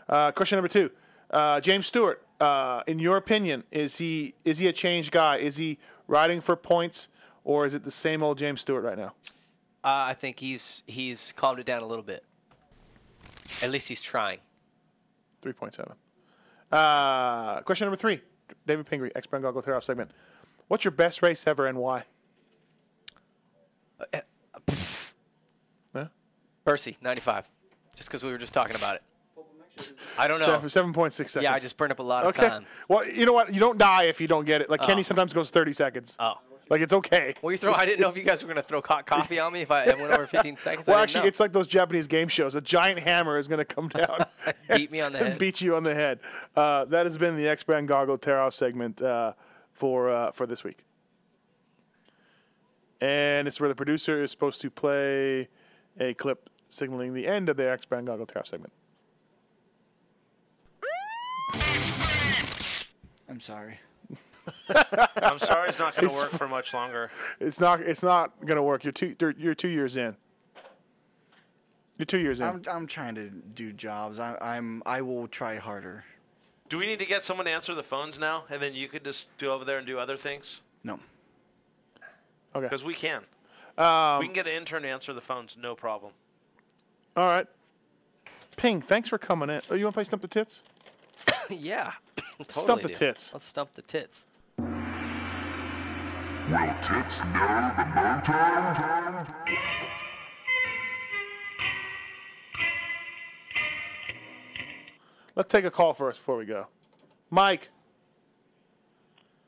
[SPEAKER 5] Uh, question number two uh, James Stewart, uh, in your opinion, is he is he a changed guy? Is he riding for points or is it the same old James Stewart right now?
[SPEAKER 6] Uh, I think he's he's calmed it down a little bit. At least he's trying.
[SPEAKER 5] 3.7. Uh, question number three. David Pingree, X Brown Goggle Tear Off segment. What's your best race ever and why?
[SPEAKER 6] Bercy '95. Just because we were just talking about it. I don't know.
[SPEAKER 5] Seven- 7.6 seconds.
[SPEAKER 6] Yeah, I just burned up a lot of time.
[SPEAKER 5] Well, you know what? You don't die if you don't get it. Like,
[SPEAKER 6] Oh.
[SPEAKER 5] Kenny sometimes goes 30 seconds.
[SPEAKER 6] Oh.
[SPEAKER 5] Like it's okay.
[SPEAKER 6] Well, you throw. I didn't know if you
[SPEAKER 5] [laughs]
[SPEAKER 6] guys were gonna throw hot coffee on me if I went over 15 seconds.
[SPEAKER 5] Well,
[SPEAKER 6] I
[SPEAKER 5] actually, it's like those Japanese game shows. A giant hammer is going to come
[SPEAKER 6] [laughs]
[SPEAKER 5] down,
[SPEAKER 6] beat
[SPEAKER 5] [laughs]
[SPEAKER 6] me on the
[SPEAKER 5] and
[SPEAKER 6] head.
[SPEAKER 5] beat you on the head. Uh, that has been the X Brand Goggle Tear Off segment uh, for uh, for this week, and it's where the producer is supposed to play a clip signaling the end of the X Brand Goggle Tear Off segment.
[SPEAKER 8] I'm sorry.
[SPEAKER 7] [laughs] I'm sorry, it's not going to
[SPEAKER 5] It's
[SPEAKER 7] work
[SPEAKER 5] fu-
[SPEAKER 7] for much longer.
[SPEAKER 5] It's not. It's not going to work. You're two. you're- You're two years in. You're two years in.
[SPEAKER 8] I'm, I'm trying to do jobs. I, I'm I will try harder.
[SPEAKER 7] Do we need to get someone to answer the phones now, and then you could just go over there and do other things?
[SPEAKER 8] No.
[SPEAKER 5] Okay.
[SPEAKER 7] Because we can.
[SPEAKER 5] Um,
[SPEAKER 7] we can get an intern to answer the phones, no problem.
[SPEAKER 5] All right. Ping, thanks for coming in. Oh, you want to play Stump the Tits?
[SPEAKER 6] [laughs] yeah.
[SPEAKER 5] Stump the
[SPEAKER 6] do.
[SPEAKER 5] tits.
[SPEAKER 6] Let's stump the tits.
[SPEAKER 3] Will Tits know the mountain?
[SPEAKER 5] Let's take a call first before we go. Mike,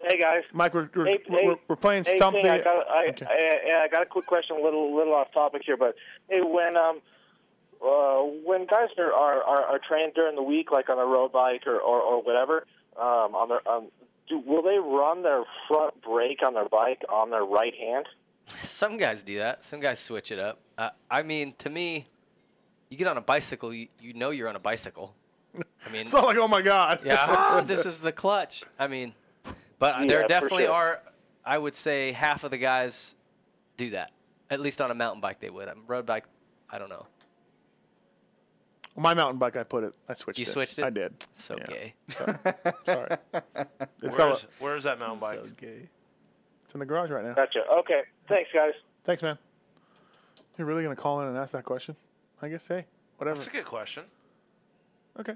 [SPEAKER 19] Hey guys.
[SPEAKER 5] Mike, we're, we're,
[SPEAKER 19] Hey,
[SPEAKER 5] we're,
[SPEAKER 19] hey,
[SPEAKER 5] we're playing
[SPEAKER 19] hey,
[SPEAKER 5] Stump
[SPEAKER 19] King,
[SPEAKER 5] the.
[SPEAKER 19] I got, I,
[SPEAKER 5] Okay.
[SPEAKER 19] I, I, I got a quick question, a little little off topic here, but hey, when um, uh, when guys are, are are are trained during the week, like on a road bike or or, or whatever, um, on their um, do, will they run their front brake on their bike on their right hand?
[SPEAKER 6] Some guys do that. Some guys switch it up. Uh, I mean, to me, you get on a bicycle, you, you know you're on a bicycle. I
[SPEAKER 5] [laughs]
[SPEAKER 6] mean,
[SPEAKER 5] It's not like, oh my God. [laughs]
[SPEAKER 6] yeah, this is the clutch. I mean, but
[SPEAKER 5] Yeah,
[SPEAKER 6] there
[SPEAKER 5] for
[SPEAKER 6] definitely
[SPEAKER 5] sure.
[SPEAKER 6] are. I would say half of the guys do that. At least on a mountain bike, they would. Um, Road bike, I don't know.
[SPEAKER 5] My mountain bike, I put it. I switched
[SPEAKER 6] You
[SPEAKER 5] it.
[SPEAKER 6] switched it?
[SPEAKER 5] I did.
[SPEAKER 6] It's so
[SPEAKER 5] [laughs]
[SPEAKER 6] gay.
[SPEAKER 7] [laughs]
[SPEAKER 5] Sorry. Sorry. It's got a-
[SPEAKER 7] Where's, where's that mountain bike?
[SPEAKER 5] it's in the garage right now.
[SPEAKER 19] Gotcha. Okay. Thanks, guys.
[SPEAKER 5] Thanks, man. You're really going to call in and ask that question? I guess, hey, whatever.
[SPEAKER 7] That's a good question.
[SPEAKER 5] Okay.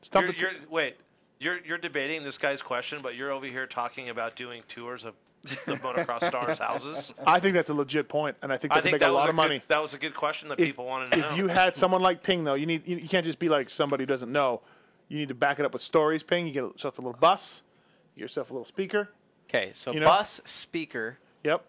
[SPEAKER 5] Stump
[SPEAKER 7] You're,
[SPEAKER 5] the
[SPEAKER 7] you're, wait, you're you're debating this guy's question, but you're over here talking about doing tours of
[SPEAKER 5] [laughs]
[SPEAKER 7] the motocross stars' houses.
[SPEAKER 5] I think that's a legit point, and I think
[SPEAKER 7] I
[SPEAKER 5] they can
[SPEAKER 7] think
[SPEAKER 5] make
[SPEAKER 7] that
[SPEAKER 5] a
[SPEAKER 7] was
[SPEAKER 5] lot
[SPEAKER 7] a
[SPEAKER 5] of money.
[SPEAKER 7] Good, that was a good question that people want to know.
[SPEAKER 5] if you had someone like Ping though, you need you, you can't just be like somebody who doesn't know. You need to back it up with stories. Ping, you get yourself a little bus, you get yourself a little speaker.
[SPEAKER 6] Okay, so
[SPEAKER 5] You know?
[SPEAKER 6] bus speaker.
[SPEAKER 5] Yep.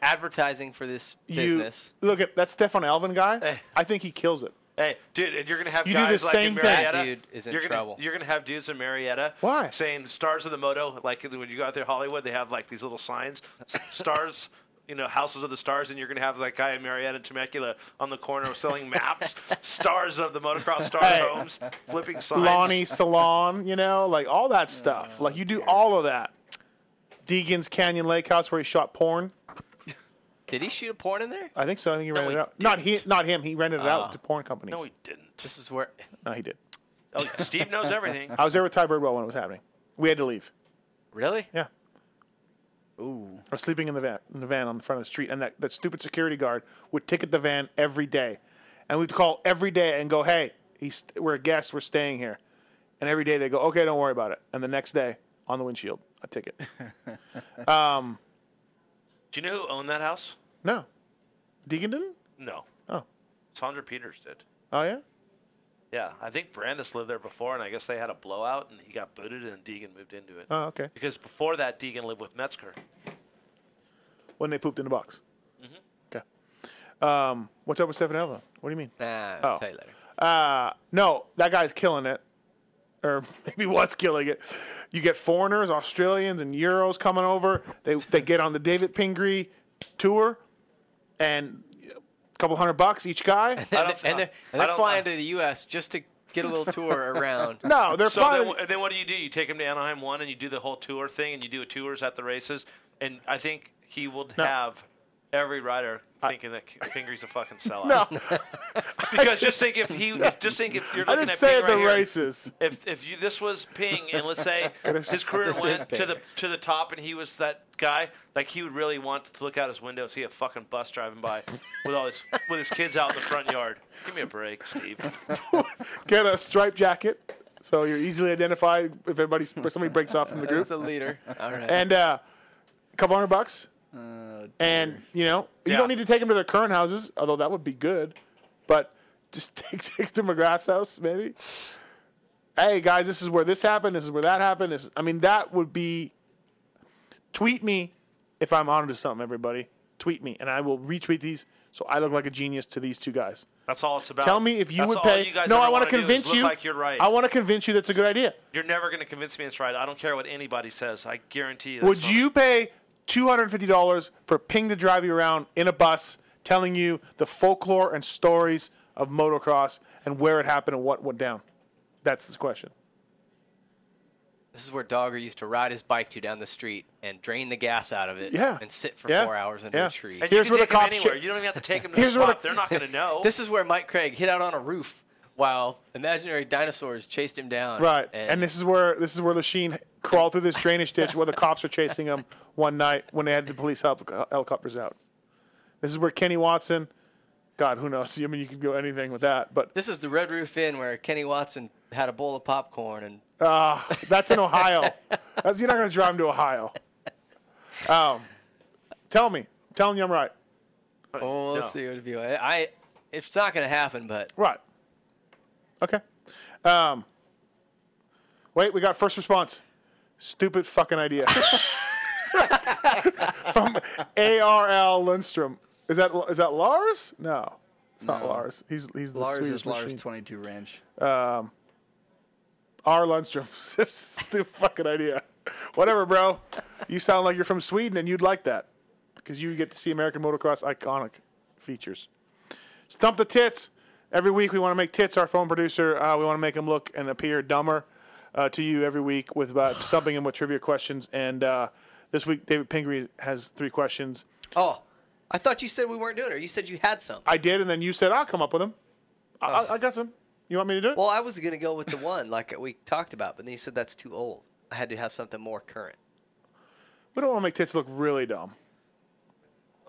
[SPEAKER 6] Advertising for this
[SPEAKER 5] You
[SPEAKER 6] business. Eh.
[SPEAKER 5] look at that Stefan Alvin guy. I think he kills it.
[SPEAKER 7] Hey, dude, and you're gonna have
[SPEAKER 5] You do the
[SPEAKER 7] guys like
[SPEAKER 5] same
[SPEAKER 7] in
[SPEAKER 5] thing.
[SPEAKER 7] Marietta.
[SPEAKER 5] That dude is in
[SPEAKER 7] you're gonna,
[SPEAKER 5] trouble.
[SPEAKER 7] You're gonna have dudes in Marietta.
[SPEAKER 5] Why?
[SPEAKER 7] Saying stars of the moto. Like when you go out there, Hollywood, they have like these little signs, s- stars. [laughs] You know, houses of the stars, and you're gonna have that guy in Marietta Temecula on the corner
[SPEAKER 5] [laughs]
[SPEAKER 7] selling maps, stars of the motocross star
[SPEAKER 5] Hey.
[SPEAKER 7] homes, flipping signs.
[SPEAKER 6] [laughs]
[SPEAKER 5] Lonnie Salon, you know, like all that stuff. like you do all of that. Deegan's Canyon Lake House where he shot porn.
[SPEAKER 6] Did he shoot a porn in there?
[SPEAKER 5] I think so. I think he rented it out. Not he, not him. He rented it
[SPEAKER 6] Oh.
[SPEAKER 5] out to porn companies.
[SPEAKER 6] No, he
[SPEAKER 7] didn't.
[SPEAKER 6] This is where.
[SPEAKER 5] No, he did.
[SPEAKER 7] Oh, Steve
[SPEAKER 5] [laughs]
[SPEAKER 7] knows everything.
[SPEAKER 5] I was there with Ty Birdwell when it was happening. We had to leave.
[SPEAKER 6] Really?
[SPEAKER 5] Yeah.
[SPEAKER 8] Ooh.
[SPEAKER 5] Or sleeping in the van, in the van on the front of the street, and that, that stupid security guard would ticket the van every day, and we'd call every day and go, "Hey, he's, we're a guest, we're staying here," and every day they go, "Okay, don't worry about it," and the next day on the windshield, a ticket. um,
[SPEAKER 7] Do you know who owned that house?
[SPEAKER 5] no, Deegan didn't.
[SPEAKER 7] No.
[SPEAKER 5] Oh.
[SPEAKER 7] Sandra Peters did.
[SPEAKER 5] Oh yeah,
[SPEAKER 7] Yeah, I think Brandis lived there before, and I guess they had a blowout, and he got booted, and Deegan moved into it.
[SPEAKER 5] Oh, okay.
[SPEAKER 7] Because before that, Deegan lived with Metzger.
[SPEAKER 5] when they pooped in the box.
[SPEAKER 7] Mhm.
[SPEAKER 5] Okay. Um, what's up with Stefan Elva? What do you mean?
[SPEAKER 6] Nah,
[SPEAKER 5] Oh.
[SPEAKER 6] I'll tell you later.
[SPEAKER 5] Uh, no, that guy's killing it. Or [laughs] maybe what's killing it. You get foreigners, Australians, and Euros coming over. They, they get on the David Pingree tour and a couple hundred bucks each guy.
[SPEAKER 6] [laughs] And, they're, and they're, and they're flying to the U.S. just to get a
[SPEAKER 5] [laughs]
[SPEAKER 6] little tour around.
[SPEAKER 5] No, they're
[SPEAKER 7] so
[SPEAKER 5] flying.
[SPEAKER 7] Then, wh- then what do you do? You take him to Anaheim 1, and you do the whole tour thing, and you do tours at the races, and I think he will have every rider thinking that K- Pingreen's a fucking sellout.
[SPEAKER 5] [laughs] No.
[SPEAKER 7] [laughs] Because just think if he, if, just think if you're
[SPEAKER 5] I
[SPEAKER 7] looking
[SPEAKER 5] didn't
[SPEAKER 7] at
[SPEAKER 5] say it
[SPEAKER 7] Ping right
[SPEAKER 5] the
[SPEAKER 7] here,
[SPEAKER 5] races.
[SPEAKER 7] If if you this was Ping and let's say
[SPEAKER 5] [laughs] This-
[SPEAKER 7] his career
[SPEAKER 5] this is
[SPEAKER 7] went to
[SPEAKER 5] Ping.
[SPEAKER 7] the to the top and he was that guy, like he would really want to look out his window, see a fucking bus driving by with all his with his kids out in the front yard. Give me a break, Steve.
[SPEAKER 5] [laughs] Get a striped jacket so you're easily identified if everybody, if somebody breaks off from the group.
[SPEAKER 6] the leader. All right.
[SPEAKER 5] And uh, a couple hundred bucks. and you know you don't need to take them to their current houses, although that would be good. But just [laughs] take take to McGrath's house, maybe. Hey guys, this is where this happened. This is where that happened. This, I mean, that would be. Tweet me if I'm onto something, everybody, tweet me, and I will retweet these so I look like a genius to these two guys.
[SPEAKER 7] That's all it's about.
[SPEAKER 5] Tell me if you
[SPEAKER 7] That's
[SPEAKER 5] would
[SPEAKER 7] all
[SPEAKER 5] pay.
[SPEAKER 7] You guys
[SPEAKER 5] no,
[SPEAKER 7] ever
[SPEAKER 5] I want
[SPEAKER 7] wanna
[SPEAKER 5] to
[SPEAKER 7] do is
[SPEAKER 5] convince
[SPEAKER 7] look
[SPEAKER 5] you.
[SPEAKER 7] Like you're right.
[SPEAKER 5] I want to convince you that's a good idea.
[SPEAKER 7] You're never going to convince me it's right. I don't care what anybody says. I guarantee you.
[SPEAKER 5] Would you pay two hundred and fifty dollars for Ping to drive you around in a bus, telling you the folklore and stories of motocross and where it happened and what went down? That's the question.
[SPEAKER 6] This is where Dogger used to ride his bike to down the street and drain the gas out of it
[SPEAKER 5] Yeah.
[SPEAKER 6] and sit for
[SPEAKER 5] Yeah.
[SPEAKER 6] four hours under
[SPEAKER 5] Yeah.
[SPEAKER 6] a tree.
[SPEAKER 5] And you Here's can where the take 'em cops anywhere.
[SPEAKER 7] You don't even have to take 'em to
[SPEAKER 5] Here's
[SPEAKER 7] the
[SPEAKER 5] where
[SPEAKER 7] spot.
[SPEAKER 5] the-
[SPEAKER 7] They're not going to know.
[SPEAKER 6] [laughs] This is where Mike Craig hit out on a roof while imaginary dinosaurs chased him
[SPEAKER 7] Uh,
[SPEAKER 6] down.
[SPEAKER 5] Right, and, this is where this is where Lachine crawled through this drainage ditch
[SPEAKER 7] [laughs]
[SPEAKER 5] where the cops were chasing him one night when they had the police hel- helicopters out. This is where Kenny Watson, God, who knows? I mean, you could go anything with that, but
[SPEAKER 6] This is the Red Roof Inn where Kenny Watson had a bowl of popcorn and
[SPEAKER 5] uh, that's in Ohio. That's, you're not going to drive him to Ohio. Um, tell me, I'm telling you, I'm right.
[SPEAKER 6] oh,
[SPEAKER 5] no.
[SPEAKER 6] let's see what it'd be. like. I it's not going to happen, but
[SPEAKER 5] Right. Okay. Um, wait, we got first response. Stupid fucking idea. [laughs] From ARL Lindstrom. Is that is that Lars? No. It's not
[SPEAKER 8] No.
[SPEAKER 5] Lars. He's he's the
[SPEAKER 8] Lars
[SPEAKER 5] Swedish
[SPEAKER 8] is Lars
[SPEAKER 5] machine.
[SPEAKER 8] 22 Ranch.
[SPEAKER 5] Um, R. Lundstrom. [laughs] Stupid fucking idea. Whatever, bro. You sound like you're from Sweden and you'd like that because you get to see American motocross iconic features. Stump the tits. Every week we want to make tits our phone producer. Uh, we want to make him look and appear dumber uh, to you every week with uh, stumping him with trivia questions. And uh, this week David Pingree has three questions.
[SPEAKER 6] oh, I thought you said we weren't doing it. or You said you had some.
[SPEAKER 5] I did, and then you said I'll come up with them. I, I, I got some. You want me to do it?
[SPEAKER 6] Well, I was going to go with the one like we talked about, but then you said that's too old. I had to have something more current.
[SPEAKER 5] We don't want to make tits look really dumb.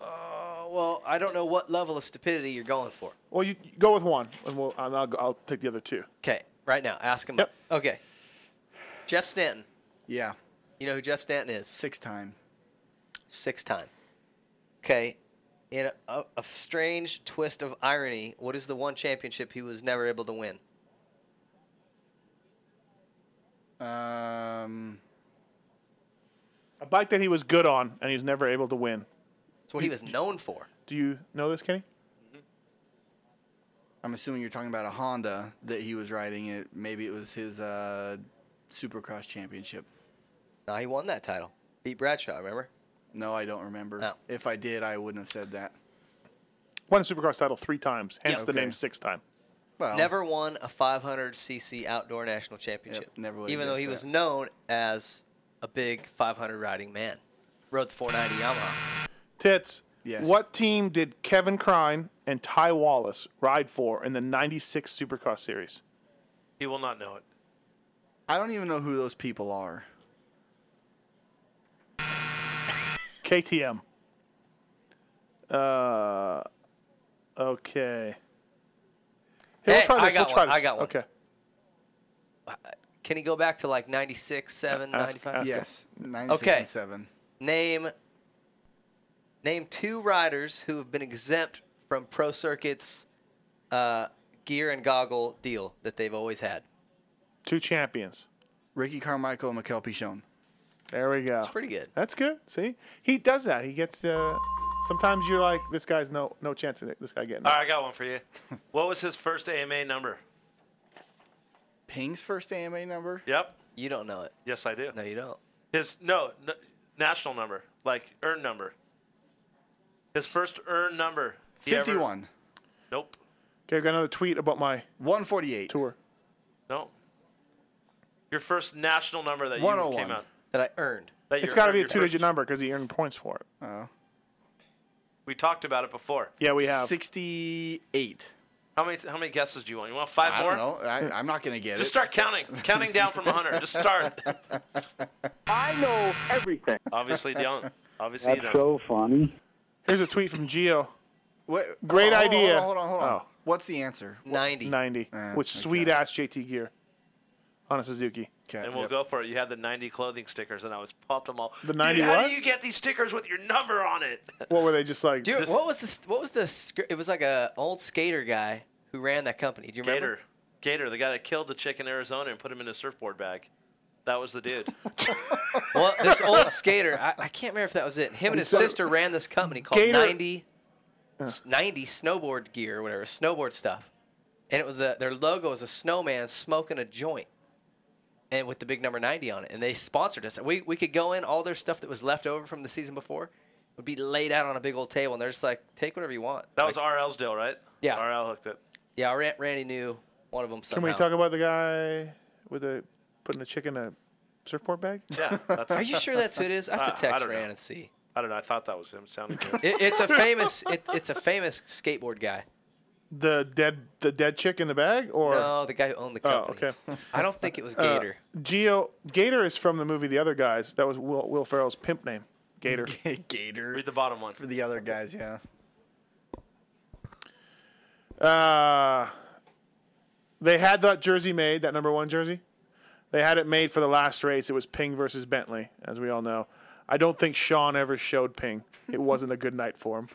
[SPEAKER 6] Oh, well, I don't know what level of stupidity you're going for.
[SPEAKER 5] Well, you, you go with one, and we'll, and I'll, go- I'll take the other two.
[SPEAKER 6] Okay, right now, ask him. Okay. Jeff Stanton.
[SPEAKER 8] Yeah.
[SPEAKER 6] You know who Jeff Stanton is?
[SPEAKER 8] Six time.
[SPEAKER 6] Six time. Okay. In a, a strange twist of irony, what is the one championship he was never able to win?
[SPEAKER 8] Um,
[SPEAKER 5] A bike that he was good on, and he was never able to win.
[SPEAKER 6] It's what he was known for.
[SPEAKER 5] Do you know this, Kenny?
[SPEAKER 8] I'm assuming you're talking about a Honda that he was riding. It maybe it was his uh, Supercross championship.
[SPEAKER 6] No, he won that title. Beat Bradshaw, remember?
[SPEAKER 8] No, I don't remember. If I did, I wouldn't have said that.
[SPEAKER 5] Won a Supercross title three times, hence
[SPEAKER 8] Yeah.
[SPEAKER 5] the
[SPEAKER 8] Okay.
[SPEAKER 5] name six time.
[SPEAKER 8] Well,
[SPEAKER 6] Never won a 500cc outdoor national championship.
[SPEAKER 8] never would've
[SPEAKER 6] Even though
[SPEAKER 8] guessed
[SPEAKER 6] he
[SPEAKER 8] that.
[SPEAKER 6] was known as a big 500 riding man. Rode the 490 Yamaha.
[SPEAKER 5] Tits.
[SPEAKER 6] Yes.
[SPEAKER 5] What team did Kevin Kline and Ty Wallace ride for in the '96 Supercross Series?
[SPEAKER 7] He will not know it.
[SPEAKER 8] I don't even know who those people are.
[SPEAKER 5] KTM. Uh, okay. Hey,
[SPEAKER 6] Hey,
[SPEAKER 5] we'll try
[SPEAKER 6] I
[SPEAKER 5] this.
[SPEAKER 6] got
[SPEAKER 5] we'll try
[SPEAKER 6] one, I
[SPEAKER 5] this.
[SPEAKER 6] got one.
[SPEAKER 5] Okay.
[SPEAKER 6] Can he go back to like 96, 7,
[SPEAKER 8] Ask-
[SPEAKER 6] 95?
[SPEAKER 8] ask Yes, him. 96
[SPEAKER 6] okay.
[SPEAKER 8] and 7.
[SPEAKER 6] Name name two riders who have been exempt from Pro Circuit's uh, gear and goggle deal that they've always had.
[SPEAKER 5] Two champions.
[SPEAKER 8] Ricky Carmichael and Mikel Pichon.
[SPEAKER 5] There we go.
[SPEAKER 8] That's
[SPEAKER 6] pretty good.
[SPEAKER 5] That's good. See, he does that. He gets. Uh, sometimes you're like, this guy's no no chance of it. This guy getting.
[SPEAKER 7] All
[SPEAKER 5] it.
[SPEAKER 7] right, I got one for you. what was his first AMA number?
[SPEAKER 8] Ping's first AMA number?
[SPEAKER 7] Yep.
[SPEAKER 6] You don't know it.
[SPEAKER 7] Yes, I do.
[SPEAKER 6] No, you don't.
[SPEAKER 7] His no, n national number, like earned number. His first earned number. he ever-
[SPEAKER 8] 51.
[SPEAKER 7] nope.
[SPEAKER 5] Okay, I got another tweet about my
[SPEAKER 8] 148
[SPEAKER 5] tour.
[SPEAKER 7] No. Your first national number that you
[SPEAKER 5] 101.
[SPEAKER 7] came out.
[SPEAKER 6] That I earned.
[SPEAKER 7] That
[SPEAKER 5] It's
[SPEAKER 7] you
[SPEAKER 5] got to
[SPEAKER 7] earned
[SPEAKER 5] be a
[SPEAKER 7] your
[SPEAKER 5] two-digit
[SPEAKER 7] first-
[SPEAKER 5] number because he earned points for it.
[SPEAKER 8] Oh.
[SPEAKER 7] We talked about it before.
[SPEAKER 5] Yeah, we have.
[SPEAKER 8] 68.
[SPEAKER 7] How many how many guesses do you want? You want five
[SPEAKER 8] I
[SPEAKER 7] more?
[SPEAKER 8] don't know. I, I'm not going to get
[SPEAKER 7] Just
[SPEAKER 8] it.
[SPEAKER 7] start counting. Counting down from 100. Just start.
[SPEAKER 25] I know everything.
[SPEAKER 7] Obviously don't. Obviously you
[SPEAKER 11] That's
[SPEAKER 7] don't.
[SPEAKER 11] so funny.
[SPEAKER 5] Here's a tweet from Gio.
[SPEAKER 8] Wait,
[SPEAKER 5] Great
[SPEAKER 6] Oh,
[SPEAKER 8] hold on,
[SPEAKER 5] idea.
[SPEAKER 8] Hold on, hold on. Hold on.
[SPEAKER 5] Oh.
[SPEAKER 8] What's the answer?
[SPEAKER 6] 90.
[SPEAKER 5] 90
[SPEAKER 6] Eh,
[SPEAKER 5] with
[SPEAKER 8] okay.
[SPEAKER 5] sweet ass JT gear on a Suzuki.
[SPEAKER 7] And we'll go for it. You had the 90 clothing stickers, and I was popped them all.
[SPEAKER 5] The 90
[SPEAKER 7] Dude, How
[SPEAKER 5] what?
[SPEAKER 7] do you get these stickers with your number on it?
[SPEAKER 5] What were they just like?
[SPEAKER 6] Dude, what was this? What was this? It was like a old skater guy who ran that company. Do you remember?
[SPEAKER 7] Gator. Gator, the guy that killed the chick in Arizona and put him in a surfboard bag. That was
[SPEAKER 8] [laughs]
[SPEAKER 7] the dude.
[SPEAKER 6] Well, this old skater, I, I can't remember if that was it. Him and his
[SPEAKER 7] So-
[SPEAKER 6] sister ran this company called
[SPEAKER 7] Gator-
[SPEAKER 6] 90, s- 90 Snowboard Gear or whatever, snowboard stuff. And it was the, their logo was a snowman smoking a joint and with the big number 90 on it. And they sponsored us. We, we could go in, all their stuff that was left over from the season before would be laid out on a big old table. And they're just like, take whatever you want.
[SPEAKER 7] That was RL's deal, right?
[SPEAKER 6] Yeah.
[SPEAKER 7] RL hooked it.
[SPEAKER 6] Yeah, Ran- Randy knew one of them somehow.
[SPEAKER 5] Can we talk about the guy with the putting the chick in a surfboard bag?
[SPEAKER 7] Yeah.
[SPEAKER 6] [laughs]
[SPEAKER 7] That's
[SPEAKER 6] Are you sure that's who it is? I have to
[SPEAKER 7] Uh,
[SPEAKER 6] text
[SPEAKER 7] don't
[SPEAKER 6] Ran
[SPEAKER 7] know.
[SPEAKER 6] and see.
[SPEAKER 7] I don't know. I thought that was him. Sounded good.
[SPEAKER 6] It, it's a famous. It, it's a famous skateboard guy.
[SPEAKER 5] [laughs] The dead the dead chick in the bag or
[SPEAKER 6] no, the guy who owned the
[SPEAKER 5] Oh,
[SPEAKER 6] company.
[SPEAKER 5] okay.
[SPEAKER 6] I don't think it was Gator.
[SPEAKER 5] [laughs] Uh, Geo Gator is from the movie The Other Guys. That was Will, Will Ferrell's pimp name.
[SPEAKER 6] [laughs]
[SPEAKER 5] Gator.
[SPEAKER 8] Gator.
[SPEAKER 7] Read the bottom one.
[SPEAKER 8] For the other guys, yeah.
[SPEAKER 5] Uh, they had that jersey made, that number one jersey. They had it made for the last race. It was Ping versus Bentley, as we all know. I don't think Sean ever showed Ping. It wasn't a good night for him.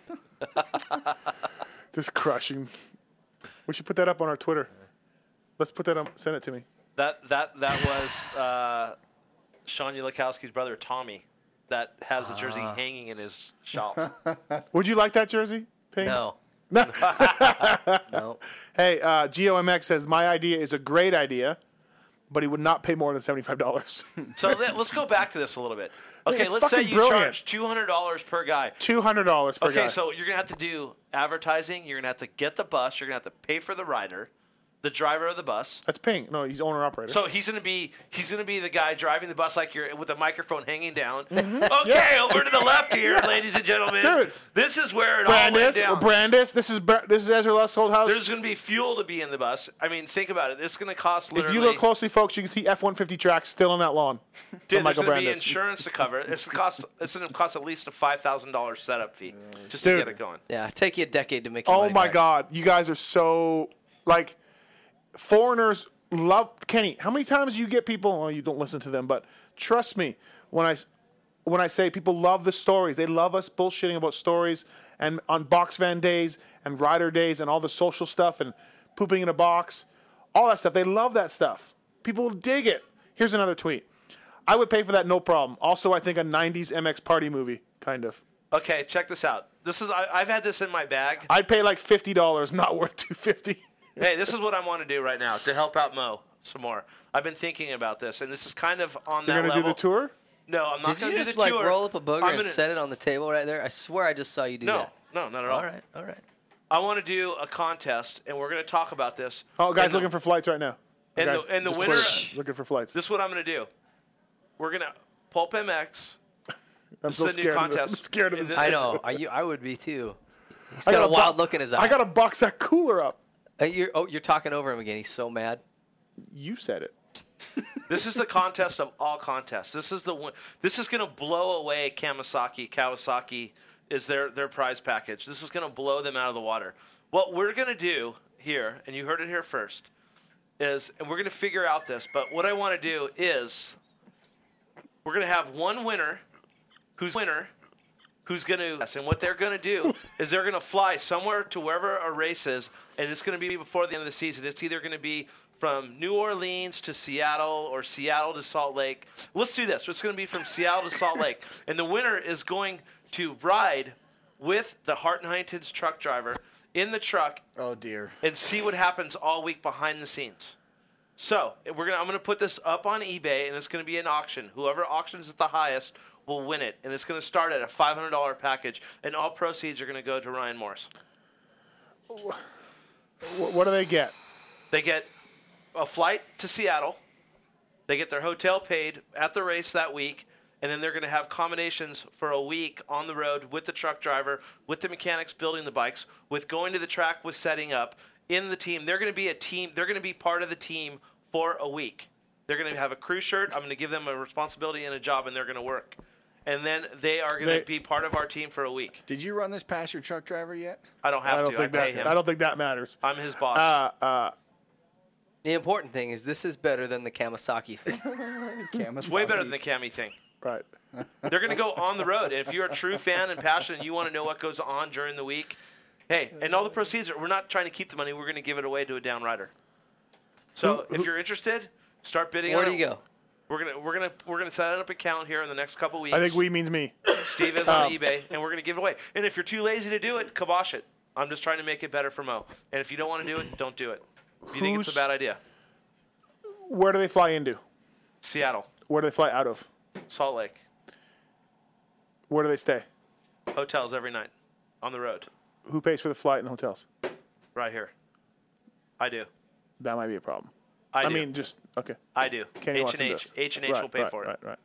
[SPEAKER 5] [laughs] Just crushing. We should put that up on our Twitter. Let's put that on. Send it to me.
[SPEAKER 7] That that that was uh, Sean Ulikowski's brother Tommy, that has the jersey
[SPEAKER 5] Ah.
[SPEAKER 7] hanging in his [laughs]
[SPEAKER 5] [laughs]
[SPEAKER 7] shop.
[SPEAKER 5] Would you like that jersey, Ping?
[SPEAKER 7] No.
[SPEAKER 5] No. [laughs] Hey, uh, GOMX says my idea is a great idea, but he would not pay more than seventy-five dollars.
[SPEAKER 7] So let, let's go back to this a little bit. Okay,
[SPEAKER 5] It's
[SPEAKER 7] let's say
[SPEAKER 5] fucking
[SPEAKER 7] you
[SPEAKER 5] brilliant.
[SPEAKER 7] charge two hundred dollars per guy.
[SPEAKER 5] Two hundred dollars per
[SPEAKER 7] okay,
[SPEAKER 5] guy.
[SPEAKER 7] so you're gonna have to do advertising. You're gonna have to get the bus. You're gonna have to pay for the rider, the driver of the bus.
[SPEAKER 5] that's Ping. No, he's owner operator.
[SPEAKER 7] So he's gonna be he's gonna be the guy driving the bus like you're with a microphone hanging down.
[SPEAKER 5] Mhm.
[SPEAKER 7] [laughs] Okay,
[SPEAKER 5] Yeah.
[SPEAKER 7] over to the left
[SPEAKER 5] [laughs]
[SPEAKER 7] here,
[SPEAKER 5] Yeah.
[SPEAKER 7] ladies and gentlemen.
[SPEAKER 5] Dude.
[SPEAKER 7] this is where it all went
[SPEAKER 5] Brandis,
[SPEAKER 7] down.
[SPEAKER 5] Brandis, this is Bra- this is Ezra Lusthold House.
[SPEAKER 7] There's going to be fuel to be in the bus. I mean, think about it. It's going to cost
[SPEAKER 5] if
[SPEAKER 7] literally.
[SPEAKER 5] you look closely, folks, you can see F-150 tracks still on that lawn. from
[SPEAKER 7] Dude, there's
[SPEAKER 5] Michael
[SPEAKER 7] going to be
[SPEAKER 5] Brandis.
[SPEAKER 7] insurance to cover. it. It's going to cost. It's going to cost at least a five thousand dollars setup fee just to
[SPEAKER 5] Dude.
[SPEAKER 7] get it going.
[SPEAKER 6] Yeah, take you a decade to make. Your
[SPEAKER 5] oh
[SPEAKER 6] money
[SPEAKER 5] my
[SPEAKER 6] back.
[SPEAKER 5] God, you guys are so like foreigners love Kenny. How many times do you get people? Oh, you don't listen to them, but trust me when I s- when I say people love the stories. They love us bullshitting about stories and on box van days and rider days and all the social stuff and pooping in a box, all that stuff. They love that stuff. People dig it. Here's another tweet. I would pay for that, no problem. Also, I think a '90s MX party movie, kind of.
[SPEAKER 7] Okay, check this out. This is I, I've had this in my bag.
[SPEAKER 5] I'd pay like fifty dollars, not worth two fifty. [laughs]
[SPEAKER 7] hey, this is what I want to do right now to help out Mo some more. I've been thinking about this, and this is kind of on
[SPEAKER 5] You're
[SPEAKER 7] that
[SPEAKER 5] gonna
[SPEAKER 7] level.
[SPEAKER 5] do the tour?
[SPEAKER 7] No, I'm not
[SPEAKER 6] Did
[SPEAKER 7] going
[SPEAKER 6] you
[SPEAKER 7] to do
[SPEAKER 6] just
[SPEAKER 7] the
[SPEAKER 6] like
[SPEAKER 7] tour.
[SPEAKER 6] roll up a booger
[SPEAKER 7] I'm
[SPEAKER 6] and
[SPEAKER 7] gonna-
[SPEAKER 6] set it on the table right there? I swear, I just saw you do
[SPEAKER 7] No,
[SPEAKER 6] that.
[SPEAKER 7] no, not at all.
[SPEAKER 6] All right, all right.
[SPEAKER 7] I want to do a contest, and we're going to talk about this.
[SPEAKER 5] Oh, guys,
[SPEAKER 7] And the-
[SPEAKER 5] looking for flights right now.
[SPEAKER 7] And
[SPEAKER 5] guys,
[SPEAKER 7] the- and the
[SPEAKER 5] just
[SPEAKER 7] winner-
[SPEAKER 5] Twitter, looking for flights.
[SPEAKER 7] This is what I'm going to do. We're going to pulp MX.
[SPEAKER 5] [laughs] I'm
[SPEAKER 7] this
[SPEAKER 5] so
[SPEAKER 7] is the new
[SPEAKER 5] scared of this.
[SPEAKER 7] contest.
[SPEAKER 5] I'm scared of this.
[SPEAKER 6] I know. I, you, I would be too. He's
[SPEAKER 5] I
[SPEAKER 6] got,
[SPEAKER 5] got
[SPEAKER 6] a
[SPEAKER 5] a
[SPEAKER 6] wild
[SPEAKER 5] bu-
[SPEAKER 6] look in his eye.
[SPEAKER 5] I got to box that cooler up.
[SPEAKER 6] Uh, you're, oh, you're talking over him again. He's so mad.
[SPEAKER 5] You said it.
[SPEAKER 7] [laughs] this is the contest of all contests. This is the one. This is going to blow away Kamasaki. Kawasaki is their their prize package. This is going to blow them out of the water. What we're going to do here, and you heard it here first, is, and we're going to figure out this. But what I want to do is, we're going to have one winner, who's winner, who's going to, and what they're going
[SPEAKER 8] [laughs]
[SPEAKER 7] to do is they're going to fly somewhere to wherever a race is, and it's going to be before the end of the season. It's either going to be from New Orleans to Seattle or Seattle to Salt Lake. Let's do this. It's going to be from Seattle to Salt
[SPEAKER 8] [laughs]
[SPEAKER 7] Lake, and the winner is going to ride with the Hart and Huntington's truck driver in the truck.
[SPEAKER 8] Oh dear.
[SPEAKER 7] And see what happens all week behind the scenes. So we're gonna. I'm gonna put this up on eBay, and it's gonna be an auction. Whoever auctions it the highest will win it, and it's gonna start at a $500 package, and all proceeds are gonna go to Ryan Morris.
[SPEAKER 5] Wh- What do they get?
[SPEAKER 7] They get a flight to Seattle. They get their hotel paid at the race that week, and then they're going to have accommodations for a week on the road with the truck driver, with the mechanics building the bikes, with going to the track, with setting up in the team. They're going to be a team. They're going to be part of the team for a week. They're going to have a crew shirt. I'm going to give them a responsibility and a job, and they're going to work. And then they are going
[SPEAKER 5] They-
[SPEAKER 7] to be part of our team for a week.
[SPEAKER 8] Did you run this past your truck driver yet?
[SPEAKER 7] I don't have
[SPEAKER 5] I don't
[SPEAKER 7] to.
[SPEAKER 5] think
[SPEAKER 7] I pay
[SPEAKER 5] that.
[SPEAKER 7] him.
[SPEAKER 5] I don't think that matters.
[SPEAKER 7] I'm his boss.
[SPEAKER 5] Uh, uh,
[SPEAKER 6] The important thing is this is better than the
[SPEAKER 8] [laughs]
[SPEAKER 6] Kamasaki thing.
[SPEAKER 7] It's way better than the Cami thing.
[SPEAKER 5] Right.
[SPEAKER 7] They're going to go on the road. And if you're a true fan and passionate, you want to know what goes on during the week. Hey, and all the proceeds, are, we're not trying to keep the money. We're going to give it away to a down rider. So if you're interested, start bidding
[SPEAKER 6] Where
[SPEAKER 7] on
[SPEAKER 6] do
[SPEAKER 7] it.
[SPEAKER 6] you go?
[SPEAKER 7] We're gonna we're gonna we're gonna set up an account here in the next couple weeks.
[SPEAKER 5] I think we means me.
[SPEAKER 7] Steve is on
[SPEAKER 5] Um,
[SPEAKER 7] eBay, and we're gonna give it away. And if you're too lazy to do it, kibosh it. I'm just trying to make it better for Mo. And if you don't want to do it, don't do it. If you think it's a
[SPEAKER 5] Who's-
[SPEAKER 7] bad idea,
[SPEAKER 5] Where do they fly into?
[SPEAKER 7] Seattle,
[SPEAKER 5] Where do they fly out of?
[SPEAKER 7] Salt Lake,
[SPEAKER 5] Where do they stay?
[SPEAKER 7] hotels every night, on the road,
[SPEAKER 5] Who pays for the flight and the hotels?
[SPEAKER 7] right here. I do.
[SPEAKER 5] That might be a problem.
[SPEAKER 7] I do.
[SPEAKER 5] mean, just okay.
[SPEAKER 7] I do.
[SPEAKER 5] Kenny
[SPEAKER 7] H and
[SPEAKER 5] Watson
[SPEAKER 7] H,
[SPEAKER 5] does.
[SPEAKER 7] H and H
[SPEAKER 5] Right,
[SPEAKER 7] will pay
[SPEAKER 5] right,
[SPEAKER 7] for it.
[SPEAKER 5] Right, right.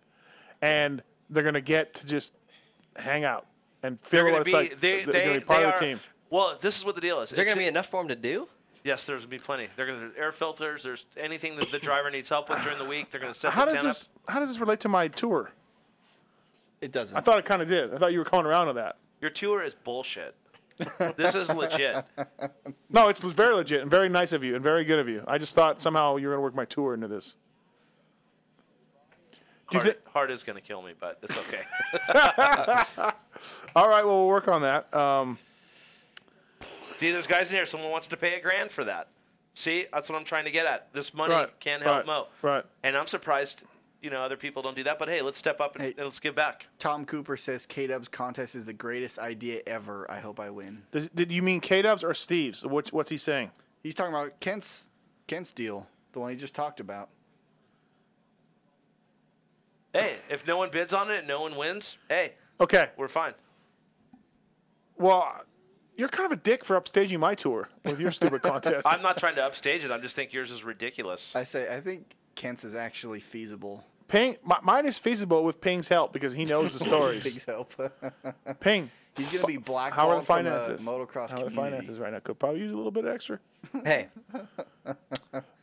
[SPEAKER 5] And they're gonna get to just hang out and feel
[SPEAKER 7] They're
[SPEAKER 5] what
[SPEAKER 7] gonna
[SPEAKER 5] it's
[SPEAKER 7] be
[SPEAKER 5] like.
[SPEAKER 7] they
[SPEAKER 5] they're
[SPEAKER 7] they,
[SPEAKER 5] gonna be part
[SPEAKER 7] they
[SPEAKER 5] of
[SPEAKER 7] are-
[SPEAKER 5] the team.
[SPEAKER 7] Well, this is what the deal is.
[SPEAKER 6] Is there
[SPEAKER 7] It's-
[SPEAKER 6] going to be enough for him to do?
[SPEAKER 7] Yes, there's gonna be plenty. They're gonna there's air filters. There's anything that the driver needs help with during the week. They're gonna set
[SPEAKER 5] How
[SPEAKER 7] the
[SPEAKER 5] does
[SPEAKER 7] tent
[SPEAKER 5] this How does this relate to my tour?
[SPEAKER 8] It doesn't.
[SPEAKER 5] I thought it kind of did. I thought you were calling around on that.
[SPEAKER 7] up. Your tour is bullshit. [laughs] this is legit.
[SPEAKER 5] No, it's very legit and very nice of you and very good of you. I just thought somehow you were gonna work my tour into this.
[SPEAKER 7] Hard, Hard is gonna kill me, but it's okay.
[SPEAKER 5] [laughs] All right, well we'll work on that. Um,
[SPEAKER 7] See, there's guys in here. Someone wants to pay a grand for that. See, that's what I'm trying to get at. This money
[SPEAKER 5] Right,
[SPEAKER 7] can help
[SPEAKER 5] right,
[SPEAKER 7] Mo.
[SPEAKER 5] right.
[SPEAKER 7] And I'm surprised, you know, other people don't do that. But hey, let's step up and, and let's give back.
[SPEAKER 8] Tom Cooper says K Dub's contest is the greatest idea ever. I hope I win.
[SPEAKER 5] does, did you mean K Dubs or Steve's? What's What's he saying?
[SPEAKER 8] He's talking about Kent's Kent's deal, the one he just talked about.
[SPEAKER 7] Hey, if no one bids on it, and no one wins. Hey,
[SPEAKER 5] Okay.
[SPEAKER 7] we're fine.
[SPEAKER 5] Well, you're kind of a dick for upstaging my tour with your
[SPEAKER 7] [laughs]
[SPEAKER 5] stupid contest.
[SPEAKER 7] I'm not trying to upstage it. I just think yours is ridiculous.
[SPEAKER 8] I say I think Kent's is actually feasible.
[SPEAKER 5] Ping, mi- mine is feasible with Ping's help because he knows
[SPEAKER 8] [laughs]
[SPEAKER 5] the stories.
[SPEAKER 8] Big help.
[SPEAKER 5] Ping.
[SPEAKER 8] He's gonna be
[SPEAKER 5] F-
[SPEAKER 8] blackballed
[SPEAKER 5] How are the
[SPEAKER 8] from the
[SPEAKER 5] finances?
[SPEAKER 8] motocross
[SPEAKER 5] How are the
[SPEAKER 8] community. [laughs]
[SPEAKER 5] finances right now? Could probably use a little bit extra.
[SPEAKER 6] [laughs] Hey.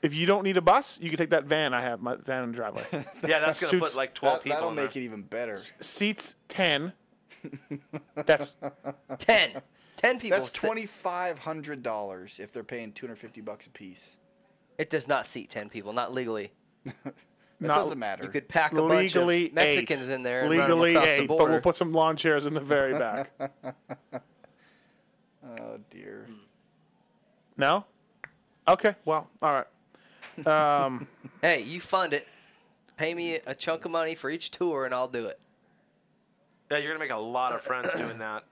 [SPEAKER 5] if you don't need a bus, you can take that van I have, my van in the
[SPEAKER 8] [laughs]
[SPEAKER 5] driveway.
[SPEAKER 7] Yeah, that's gonna
[SPEAKER 5] Suits-
[SPEAKER 7] put like 12 people.
[SPEAKER 8] That'll
[SPEAKER 7] in
[SPEAKER 8] make
[SPEAKER 7] there.
[SPEAKER 8] it even better.
[SPEAKER 5] seats
[SPEAKER 8] [laughs]
[SPEAKER 5] ten. That's
[SPEAKER 6] ten. Ten people.
[SPEAKER 8] That's twenty five hundred dollars if they're paying two hundred fifty bucks a piece.
[SPEAKER 6] It does not seat ten people, not legally.
[SPEAKER 8] That doesn't matter.
[SPEAKER 6] You could pack a
[SPEAKER 5] legally
[SPEAKER 6] bunch of Mexicans
[SPEAKER 5] eight.
[SPEAKER 6] in there. And run 'em
[SPEAKER 5] Legally
[SPEAKER 6] across the
[SPEAKER 5] eight, but
[SPEAKER 6] border.
[SPEAKER 5] we'll put some lawn chairs in the very
[SPEAKER 8] [laughs]
[SPEAKER 5] back.
[SPEAKER 8] Oh dear.
[SPEAKER 5] No. Okay. Well. All right. Um,
[SPEAKER 6] [laughs] hey, you fund it. Pay me a chunk of money for each tour, and I'll do it.
[SPEAKER 7] Yeah, you're gonna make a lot of friends doing that.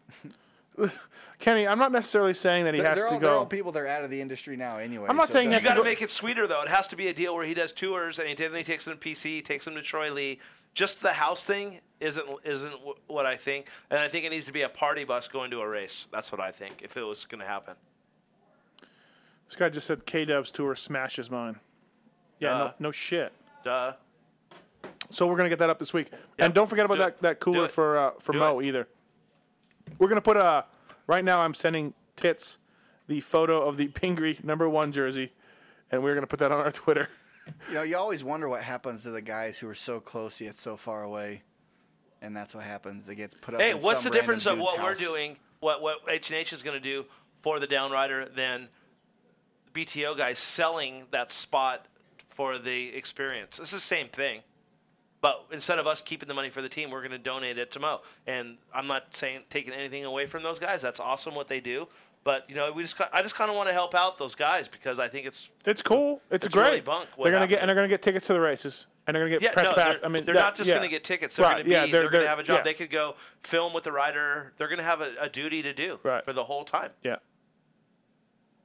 [SPEAKER 5] [laughs] Kenny, I'm not necessarily saying that he
[SPEAKER 8] They're-
[SPEAKER 5] has
[SPEAKER 8] they're
[SPEAKER 5] to
[SPEAKER 8] all, They're all
[SPEAKER 5] go.
[SPEAKER 8] people that are out of the industry now anyway.
[SPEAKER 5] I'm not saying he
[SPEAKER 7] You
[SPEAKER 5] has to
[SPEAKER 7] got to
[SPEAKER 5] go-
[SPEAKER 7] make it sweeter though. It has to be a deal where he does tours and he then he takes them to PC, takes them to Troy Lee. Just the house thing isn't isn't w- what I think, and I think it needs to be a party bus going to a race. That's what I think if it was going to happen.
[SPEAKER 5] This guy just said K Dub's tour smashes mine. Yeah.
[SPEAKER 7] Duh.
[SPEAKER 5] No, no shit.
[SPEAKER 7] Duh.
[SPEAKER 5] So we're gonna get that up this week, and don't forget about that, that cooler for uh, for Mo either. We're gonna put a. Right now, I'm sending tits the photo of the [laughs] Pingree number one jersey, and we're gonna put that on our Twitter. [laughs]
[SPEAKER 8] You know, you always wonder what happens to the guys who are so close yet so far away, and that's what happens. They get put up.
[SPEAKER 7] Hey,
[SPEAKER 8] in
[SPEAKER 7] what's the
[SPEAKER 8] some
[SPEAKER 7] difference of
[SPEAKER 8] random
[SPEAKER 7] what
[SPEAKER 8] dude's
[SPEAKER 7] we're
[SPEAKER 8] house.
[SPEAKER 7] doing, what what H and H is going to do for the downrider than BTO guys selling that spot for the experience? It's the same thing, but instead of us keeping the money for the team, we're going to donate it to Mo. And I'm not saying taking anything away from those guys. That's awesome what they do, but you know, we just ki- I just kind of want to help out those guys because I think it's
[SPEAKER 5] It's cool. It's,
[SPEAKER 7] It's
[SPEAKER 5] great.
[SPEAKER 7] really bunk what
[SPEAKER 5] they're gonna get and they're gonna get tickets to the races, and they're gonna get
[SPEAKER 7] yeah,
[SPEAKER 5] press
[SPEAKER 7] no,
[SPEAKER 5] pass.
[SPEAKER 7] They're,
[SPEAKER 5] I mean,
[SPEAKER 7] they're
[SPEAKER 5] that-
[SPEAKER 7] not just
[SPEAKER 5] yeah.
[SPEAKER 7] going to get tickets. They're
[SPEAKER 5] Right,
[SPEAKER 7] going to be.
[SPEAKER 5] yeah,
[SPEAKER 7] they're, going to have a job.
[SPEAKER 5] yeah.
[SPEAKER 7] They could go film with the rider. They're going to have a, a duty to do for the whole time.
[SPEAKER 5] Yeah.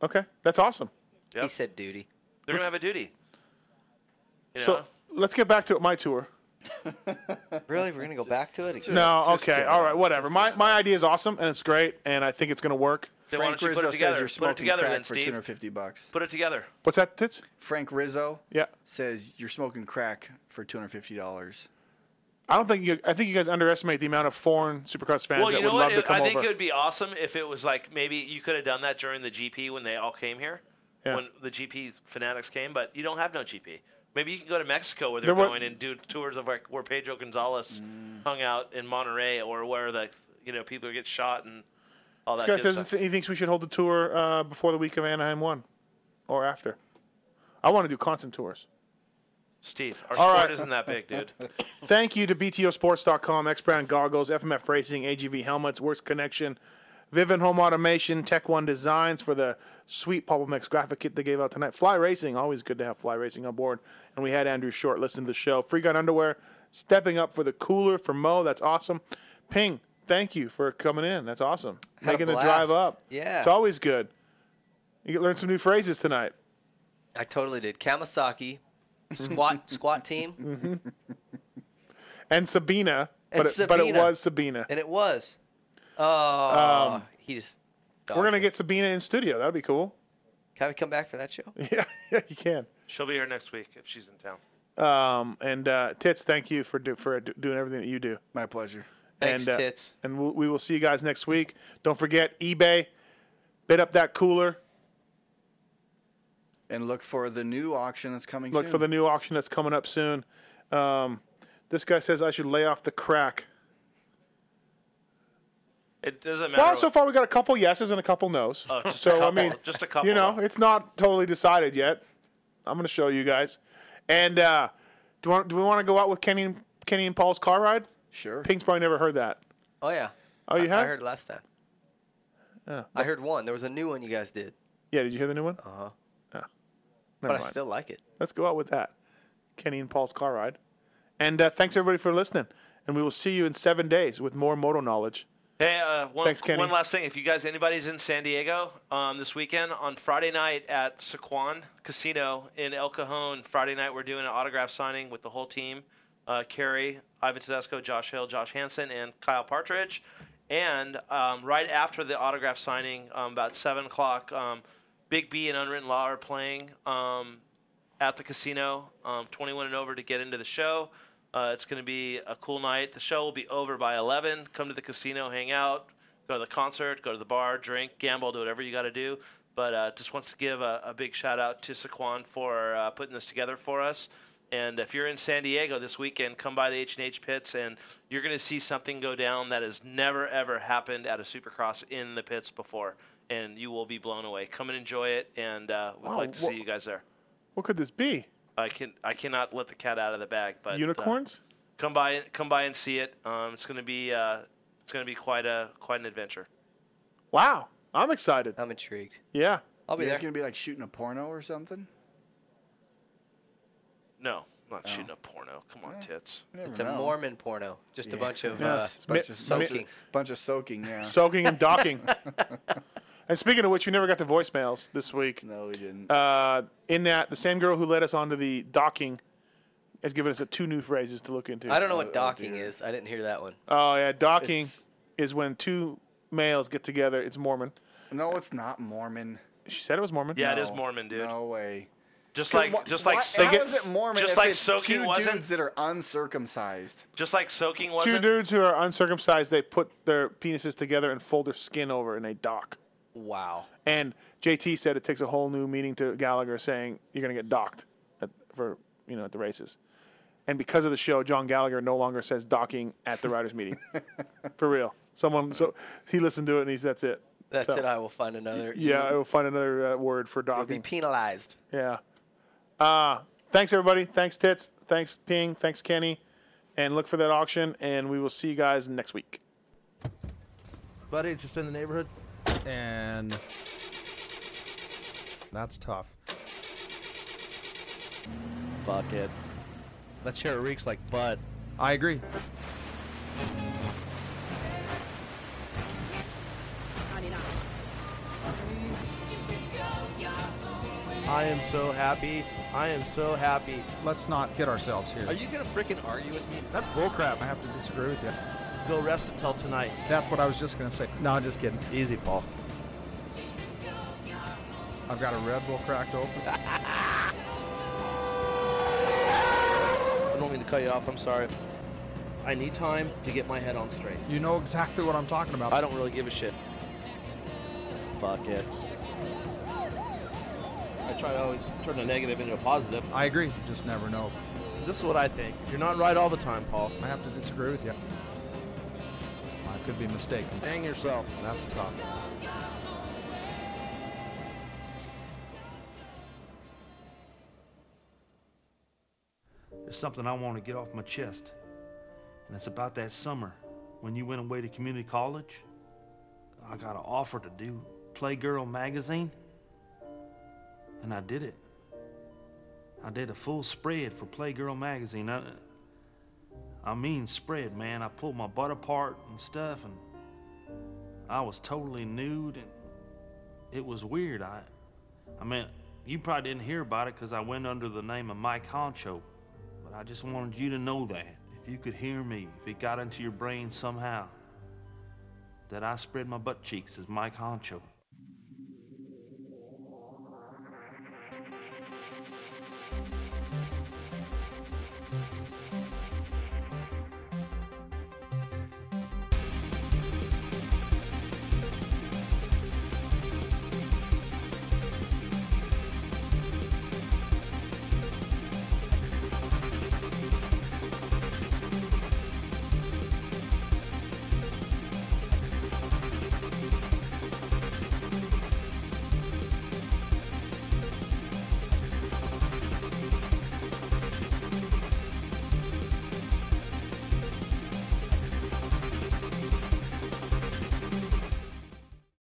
[SPEAKER 5] Okay, that's awesome.
[SPEAKER 7] He
[SPEAKER 6] said duty.
[SPEAKER 7] They're going to have a duty. You
[SPEAKER 5] So
[SPEAKER 7] know?
[SPEAKER 5] let's get back to my tour.
[SPEAKER 6] Really, we're gonna go back to it again?
[SPEAKER 5] no, okay, all right, whatever. My my idea is awesome and it's great, and I think it's gonna work.
[SPEAKER 7] Then why
[SPEAKER 8] Frank
[SPEAKER 7] don't you put it
[SPEAKER 8] Rizzo
[SPEAKER 7] together?
[SPEAKER 8] says you're
[SPEAKER 7] Put it
[SPEAKER 8] smoking
[SPEAKER 7] together
[SPEAKER 8] crack
[SPEAKER 7] then,
[SPEAKER 8] for
[SPEAKER 7] Steve.
[SPEAKER 8] 250 bucks.
[SPEAKER 7] Put it together.
[SPEAKER 5] What's that, tits?
[SPEAKER 8] Frank Rizzo
[SPEAKER 5] Yeah.
[SPEAKER 8] says you're smoking crack for $250.
[SPEAKER 5] I don't think you. I think you guys underestimate the amount of foreign Supercross fans
[SPEAKER 7] Well,
[SPEAKER 5] that
[SPEAKER 7] you
[SPEAKER 5] would
[SPEAKER 7] know
[SPEAKER 5] love
[SPEAKER 7] what?
[SPEAKER 5] to
[SPEAKER 7] It-
[SPEAKER 5] come
[SPEAKER 7] I think
[SPEAKER 5] over.
[SPEAKER 7] it would be awesome if it was like maybe you could have done that during the GP when they all came here,
[SPEAKER 5] Yeah.
[SPEAKER 7] when the GP fanatics came. But you don't have no GP. Maybe you can go to Mexico where they're
[SPEAKER 5] There were- Mm.
[SPEAKER 7] going and do tours of like where Pedro Gonzalez hung out in Monterey or where the you know people get shot and all
[SPEAKER 5] This
[SPEAKER 7] that.
[SPEAKER 5] guy
[SPEAKER 7] Good
[SPEAKER 5] says
[SPEAKER 7] stuff.
[SPEAKER 5] he thinks we should hold the tour uh, before the week of Anaheim one, or after. I want to do constant tours.
[SPEAKER 7] Steve, our
[SPEAKER 5] All
[SPEAKER 7] sport
[SPEAKER 5] right.
[SPEAKER 7] isn't that big, dude.
[SPEAKER 5] [laughs] Thank you to BTOsports.com, X Brand Goggles, FMF Racing, AGV Helmets, Worst Connection, Vivin Home Automation, Tech One Designs for the sweet Pulp Mix graphic kit they gave out tonight. Fly Racing, always good to have Fly Racing on board. And we had Andrew Short listen to the show. Free Gun Underwear, stepping up for the cooler for Mo. That's awesome. Ping, thank you for coming in. That's awesome.
[SPEAKER 6] Had a
[SPEAKER 5] Making the
[SPEAKER 6] blast.
[SPEAKER 5] drive up.
[SPEAKER 6] Yeah.
[SPEAKER 5] It's always good. You can learn some new phrases
[SPEAKER 6] [laughs]
[SPEAKER 5] tonight.
[SPEAKER 6] I totally did. Kamasaki, squat squat team,
[SPEAKER 5] And Sabina.
[SPEAKER 6] And
[SPEAKER 5] but, it, but it
[SPEAKER 6] Sabina.
[SPEAKER 5] was Sabina.
[SPEAKER 6] and it was. Oh,
[SPEAKER 5] Um,
[SPEAKER 6] he just.
[SPEAKER 5] We're going to get Sabina in studio. That would be cool. [laughs]
[SPEAKER 6] Can we come back for that show?
[SPEAKER 5] Yeah, [laughs] you can.
[SPEAKER 7] She'll be here next week if she's in town.
[SPEAKER 5] Um, and uh, Tits, thank you for do, for do- doing everything that you do.
[SPEAKER 8] My pleasure.
[SPEAKER 6] Thanks, Tits.
[SPEAKER 5] And we'll, we will see you guys next week. Don't forget eBay. Bid up that cooler.
[SPEAKER 8] And look for the new auction that's coming
[SPEAKER 5] Look
[SPEAKER 8] soon.
[SPEAKER 5] for the new auction that's coming up soon. Um, this guy says I should lay off the crack.
[SPEAKER 7] It doesn't matter.
[SPEAKER 5] Well, so far we got a couple yeses and a couple nos.
[SPEAKER 7] Oh, just a
[SPEAKER 5] so I
[SPEAKER 7] couple.
[SPEAKER 5] mean,
[SPEAKER 7] Just a couple,
[SPEAKER 5] You know, it's not totally decided yet. I'm going to show you guys. And uh, do, you want, do we want to go out with Kenny and, Kenny and Paul's car ride?
[SPEAKER 8] Sure.
[SPEAKER 5] Pink's probably never heard that.
[SPEAKER 6] Oh yeah.
[SPEAKER 5] Oh, you
[SPEAKER 6] I, I
[SPEAKER 5] have?
[SPEAKER 6] heard last time.
[SPEAKER 5] Yeah.
[SPEAKER 6] I heard one. There was a new one you guys did,
[SPEAKER 5] Uh, Yeah, did you hear the new one? Uh
[SPEAKER 6] huh.
[SPEAKER 5] Yeah.
[SPEAKER 6] but
[SPEAKER 5] Never
[SPEAKER 6] I
[SPEAKER 5] mind.
[SPEAKER 6] still like it.
[SPEAKER 5] Let's go out with that. Kenny and Paul's car ride. And uh, thanks everybody for listening. And we will see you in seven days with more moto knowledge.
[SPEAKER 7] Hey, uh, one,
[SPEAKER 5] Thanks, Kenny.
[SPEAKER 7] one last thing. If you guys, anybody's in San Diego um, this weekend on Friday night at Sequan Casino in El Cajon, Friday night we're doing an autograph signing with the whole team: uh, Kerry, Ivan Tedesco, Josh Hill, Josh Hansen, and Kyle Partridge. And um, right after the autograph signing, um, about seven o'clock, um, Big B and Unwritten Law are playing um, at the casino, um, 21 and over to get into the show. Uh, it's going to be a cool night. The show will be over by 11. Come to the casino, hang out, go to the concert, go to the bar, drink, gamble, do whatever you got to do. But uh, just wants to give a, a big shout out to Saquon for uh, putting this together for us. And if you're in San Diego this weekend, come by the H and H pits, and you're going to see something go down that has never ever happened at a Supercross in the pits before, and you will be blown away. Come and enjoy it, and uh, we'd
[SPEAKER 5] Wow,
[SPEAKER 7] like to
[SPEAKER 5] wha-
[SPEAKER 7] see you guys there.
[SPEAKER 5] What could this be?
[SPEAKER 7] I can I cannot let the cat out of the bag, but uh,
[SPEAKER 5] Unicorns?
[SPEAKER 7] come by come by and see it. Um, it's gonna be uh, it's gonna be quite a quite an adventure.
[SPEAKER 5] Wow. I'm excited.
[SPEAKER 6] I'm intrigued.
[SPEAKER 5] Yeah.
[SPEAKER 6] I'll
[SPEAKER 7] be
[SPEAKER 8] You guys
[SPEAKER 7] there.
[SPEAKER 8] gonna be like shooting a porno or something.
[SPEAKER 7] No, I'm not shooting a porno. Come on, tits.
[SPEAKER 8] Oh. Eh, never
[SPEAKER 6] It's a
[SPEAKER 8] know.
[SPEAKER 6] Mormon porno. Just a
[SPEAKER 8] Yeah.
[SPEAKER 6] bunch of
[SPEAKER 5] Yeah,
[SPEAKER 6] uh,
[SPEAKER 5] it's a bunch of
[SPEAKER 6] soaking.
[SPEAKER 8] Bunch of soaking, yeah.
[SPEAKER 5] Soaking and docking. [laughs] and speaking of which, we never got the voicemails this week.
[SPEAKER 8] No, we didn't.
[SPEAKER 5] Uh, in that, the same girl who led us onto the docking has given us uh, two new phrases to look into.
[SPEAKER 6] I don't know
[SPEAKER 8] Uh,
[SPEAKER 6] what docking is. I didn't hear that one.
[SPEAKER 5] Oh, yeah. Docking is when two males get together. It's Mormon.
[SPEAKER 8] No, it's not Mormon.
[SPEAKER 5] She said it was Mormon.
[SPEAKER 7] Yeah, it is
[SPEAKER 8] No,
[SPEAKER 7] Mormon, dude.
[SPEAKER 8] No way.
[SPEAKER 7] Just
[SPEAKER 8] Cause
[SPEAKER 7] like
[SPEAKER 8] wha-
[SPEAKER 7] just like
[SPEAKER 8] why-
[SPEAKER 7] soaking-
[SPEAKER 8] how is it Mormon?
[SPEAKER 7] Just
[SPEAKER 8] if
[SPEAKER 7] like
[SPEAKER 8] it's
[SPEAKER 7] soaking
[SPEAKER 8] two
[SPEAKER 7] wasn't.
[SPEAKER 8] dudes that are uncircumcised.
[SPEAKER 7] Just like soaking
[SPEAKER 5] Two
[SPEAKER 7] wasn't.
[SPEAKER 5] dudes who are uncircumcised, they put their penises together and fold their skin over and they dock.
[SPEAKER 6] Wow.
[SPEAKER 5] And JT said it takes a whole new meaning to Gallagher saying you're going to get docked at, for you know at the races. And because of the show, John Gallagher no longer says docking at the riders'
[SPEAKER 6] [laughs]
[SPEAKER 5] meeting. For real, someone so he listened to it and he's that's it.
[SPEAKER 6] That's
[SPEAKER 5] So,
[SPEAKER 6] it. I will find another.
[SPEAKER 5] yeah, I will find another uh, word for
[SPEAKER 6] You'll be
[SPEAKER 5] docking.
[SPEAKER 6] penalized.
[SPEAKER 5] Yeah. Uh, thanks, everybody. Thanks, Tits. Thanks, Ping. Thanks, Kenny. And look for that auction, and we will see you guys next week.
[SPEAKER 18] buddy, just in the neighborhood. And that's tough. Bucket. That chair reeks like butt. I agree.
[SPEAKER 21] I am so happy. I am so happy.
[SPEAKER 18] Let's not kid ourselves here.
[SPEAKER 21] Are you gonna frickin' argue with me?
[SPEAKER 18] That's bullcrap. I have to disagree with you.
[SPEAKER 21] Go rest until tonight.
[SPEAKER 18] That's what I was just gonna say. No, I'm just kidding. Easy, Paul. I've got a Red Bull
[SPEAKER 21] [laughs]
[SPEAKER 18] cracked open.
[SPEAKER 21] I don't mean to cut you off. I'm sorry. I need time to get my head on straight.
[SPEAKER 18] you know exactly what I'm talking about.
[SPEAKER 21] I don't really give a shit. Fuck it. I try to always turn a negative into a positive.
[SPEAKER 18] I agree. You just never know.
[SPEAKER 21] This is what I think. You're not right all the time, Paul.
[SPEAKER 18] I have to disagree with you. I could be mistaken.
[SPEAKER 21] Hang yourself.
[SPEAKER 18] That's tough.
[SPEAKER 22] There's something I want to get off my chest. And it's about that summer when you went away to community college.
[SPEAKER 13] I got an offer to do Playgirl magazine, and I did it. I did a full spread for Playgirl magazine. I, I mean spread, man. I pulled my butt apart and stuff, and I was totally nude, and it was weird. I, I mean, you probably didn't hear about it because I went under the name of Mike Honcho, but I just wanted you to know that if you could hear me, if it got into your brain somehow, that I spread my butt cheeks as Mike Honcho.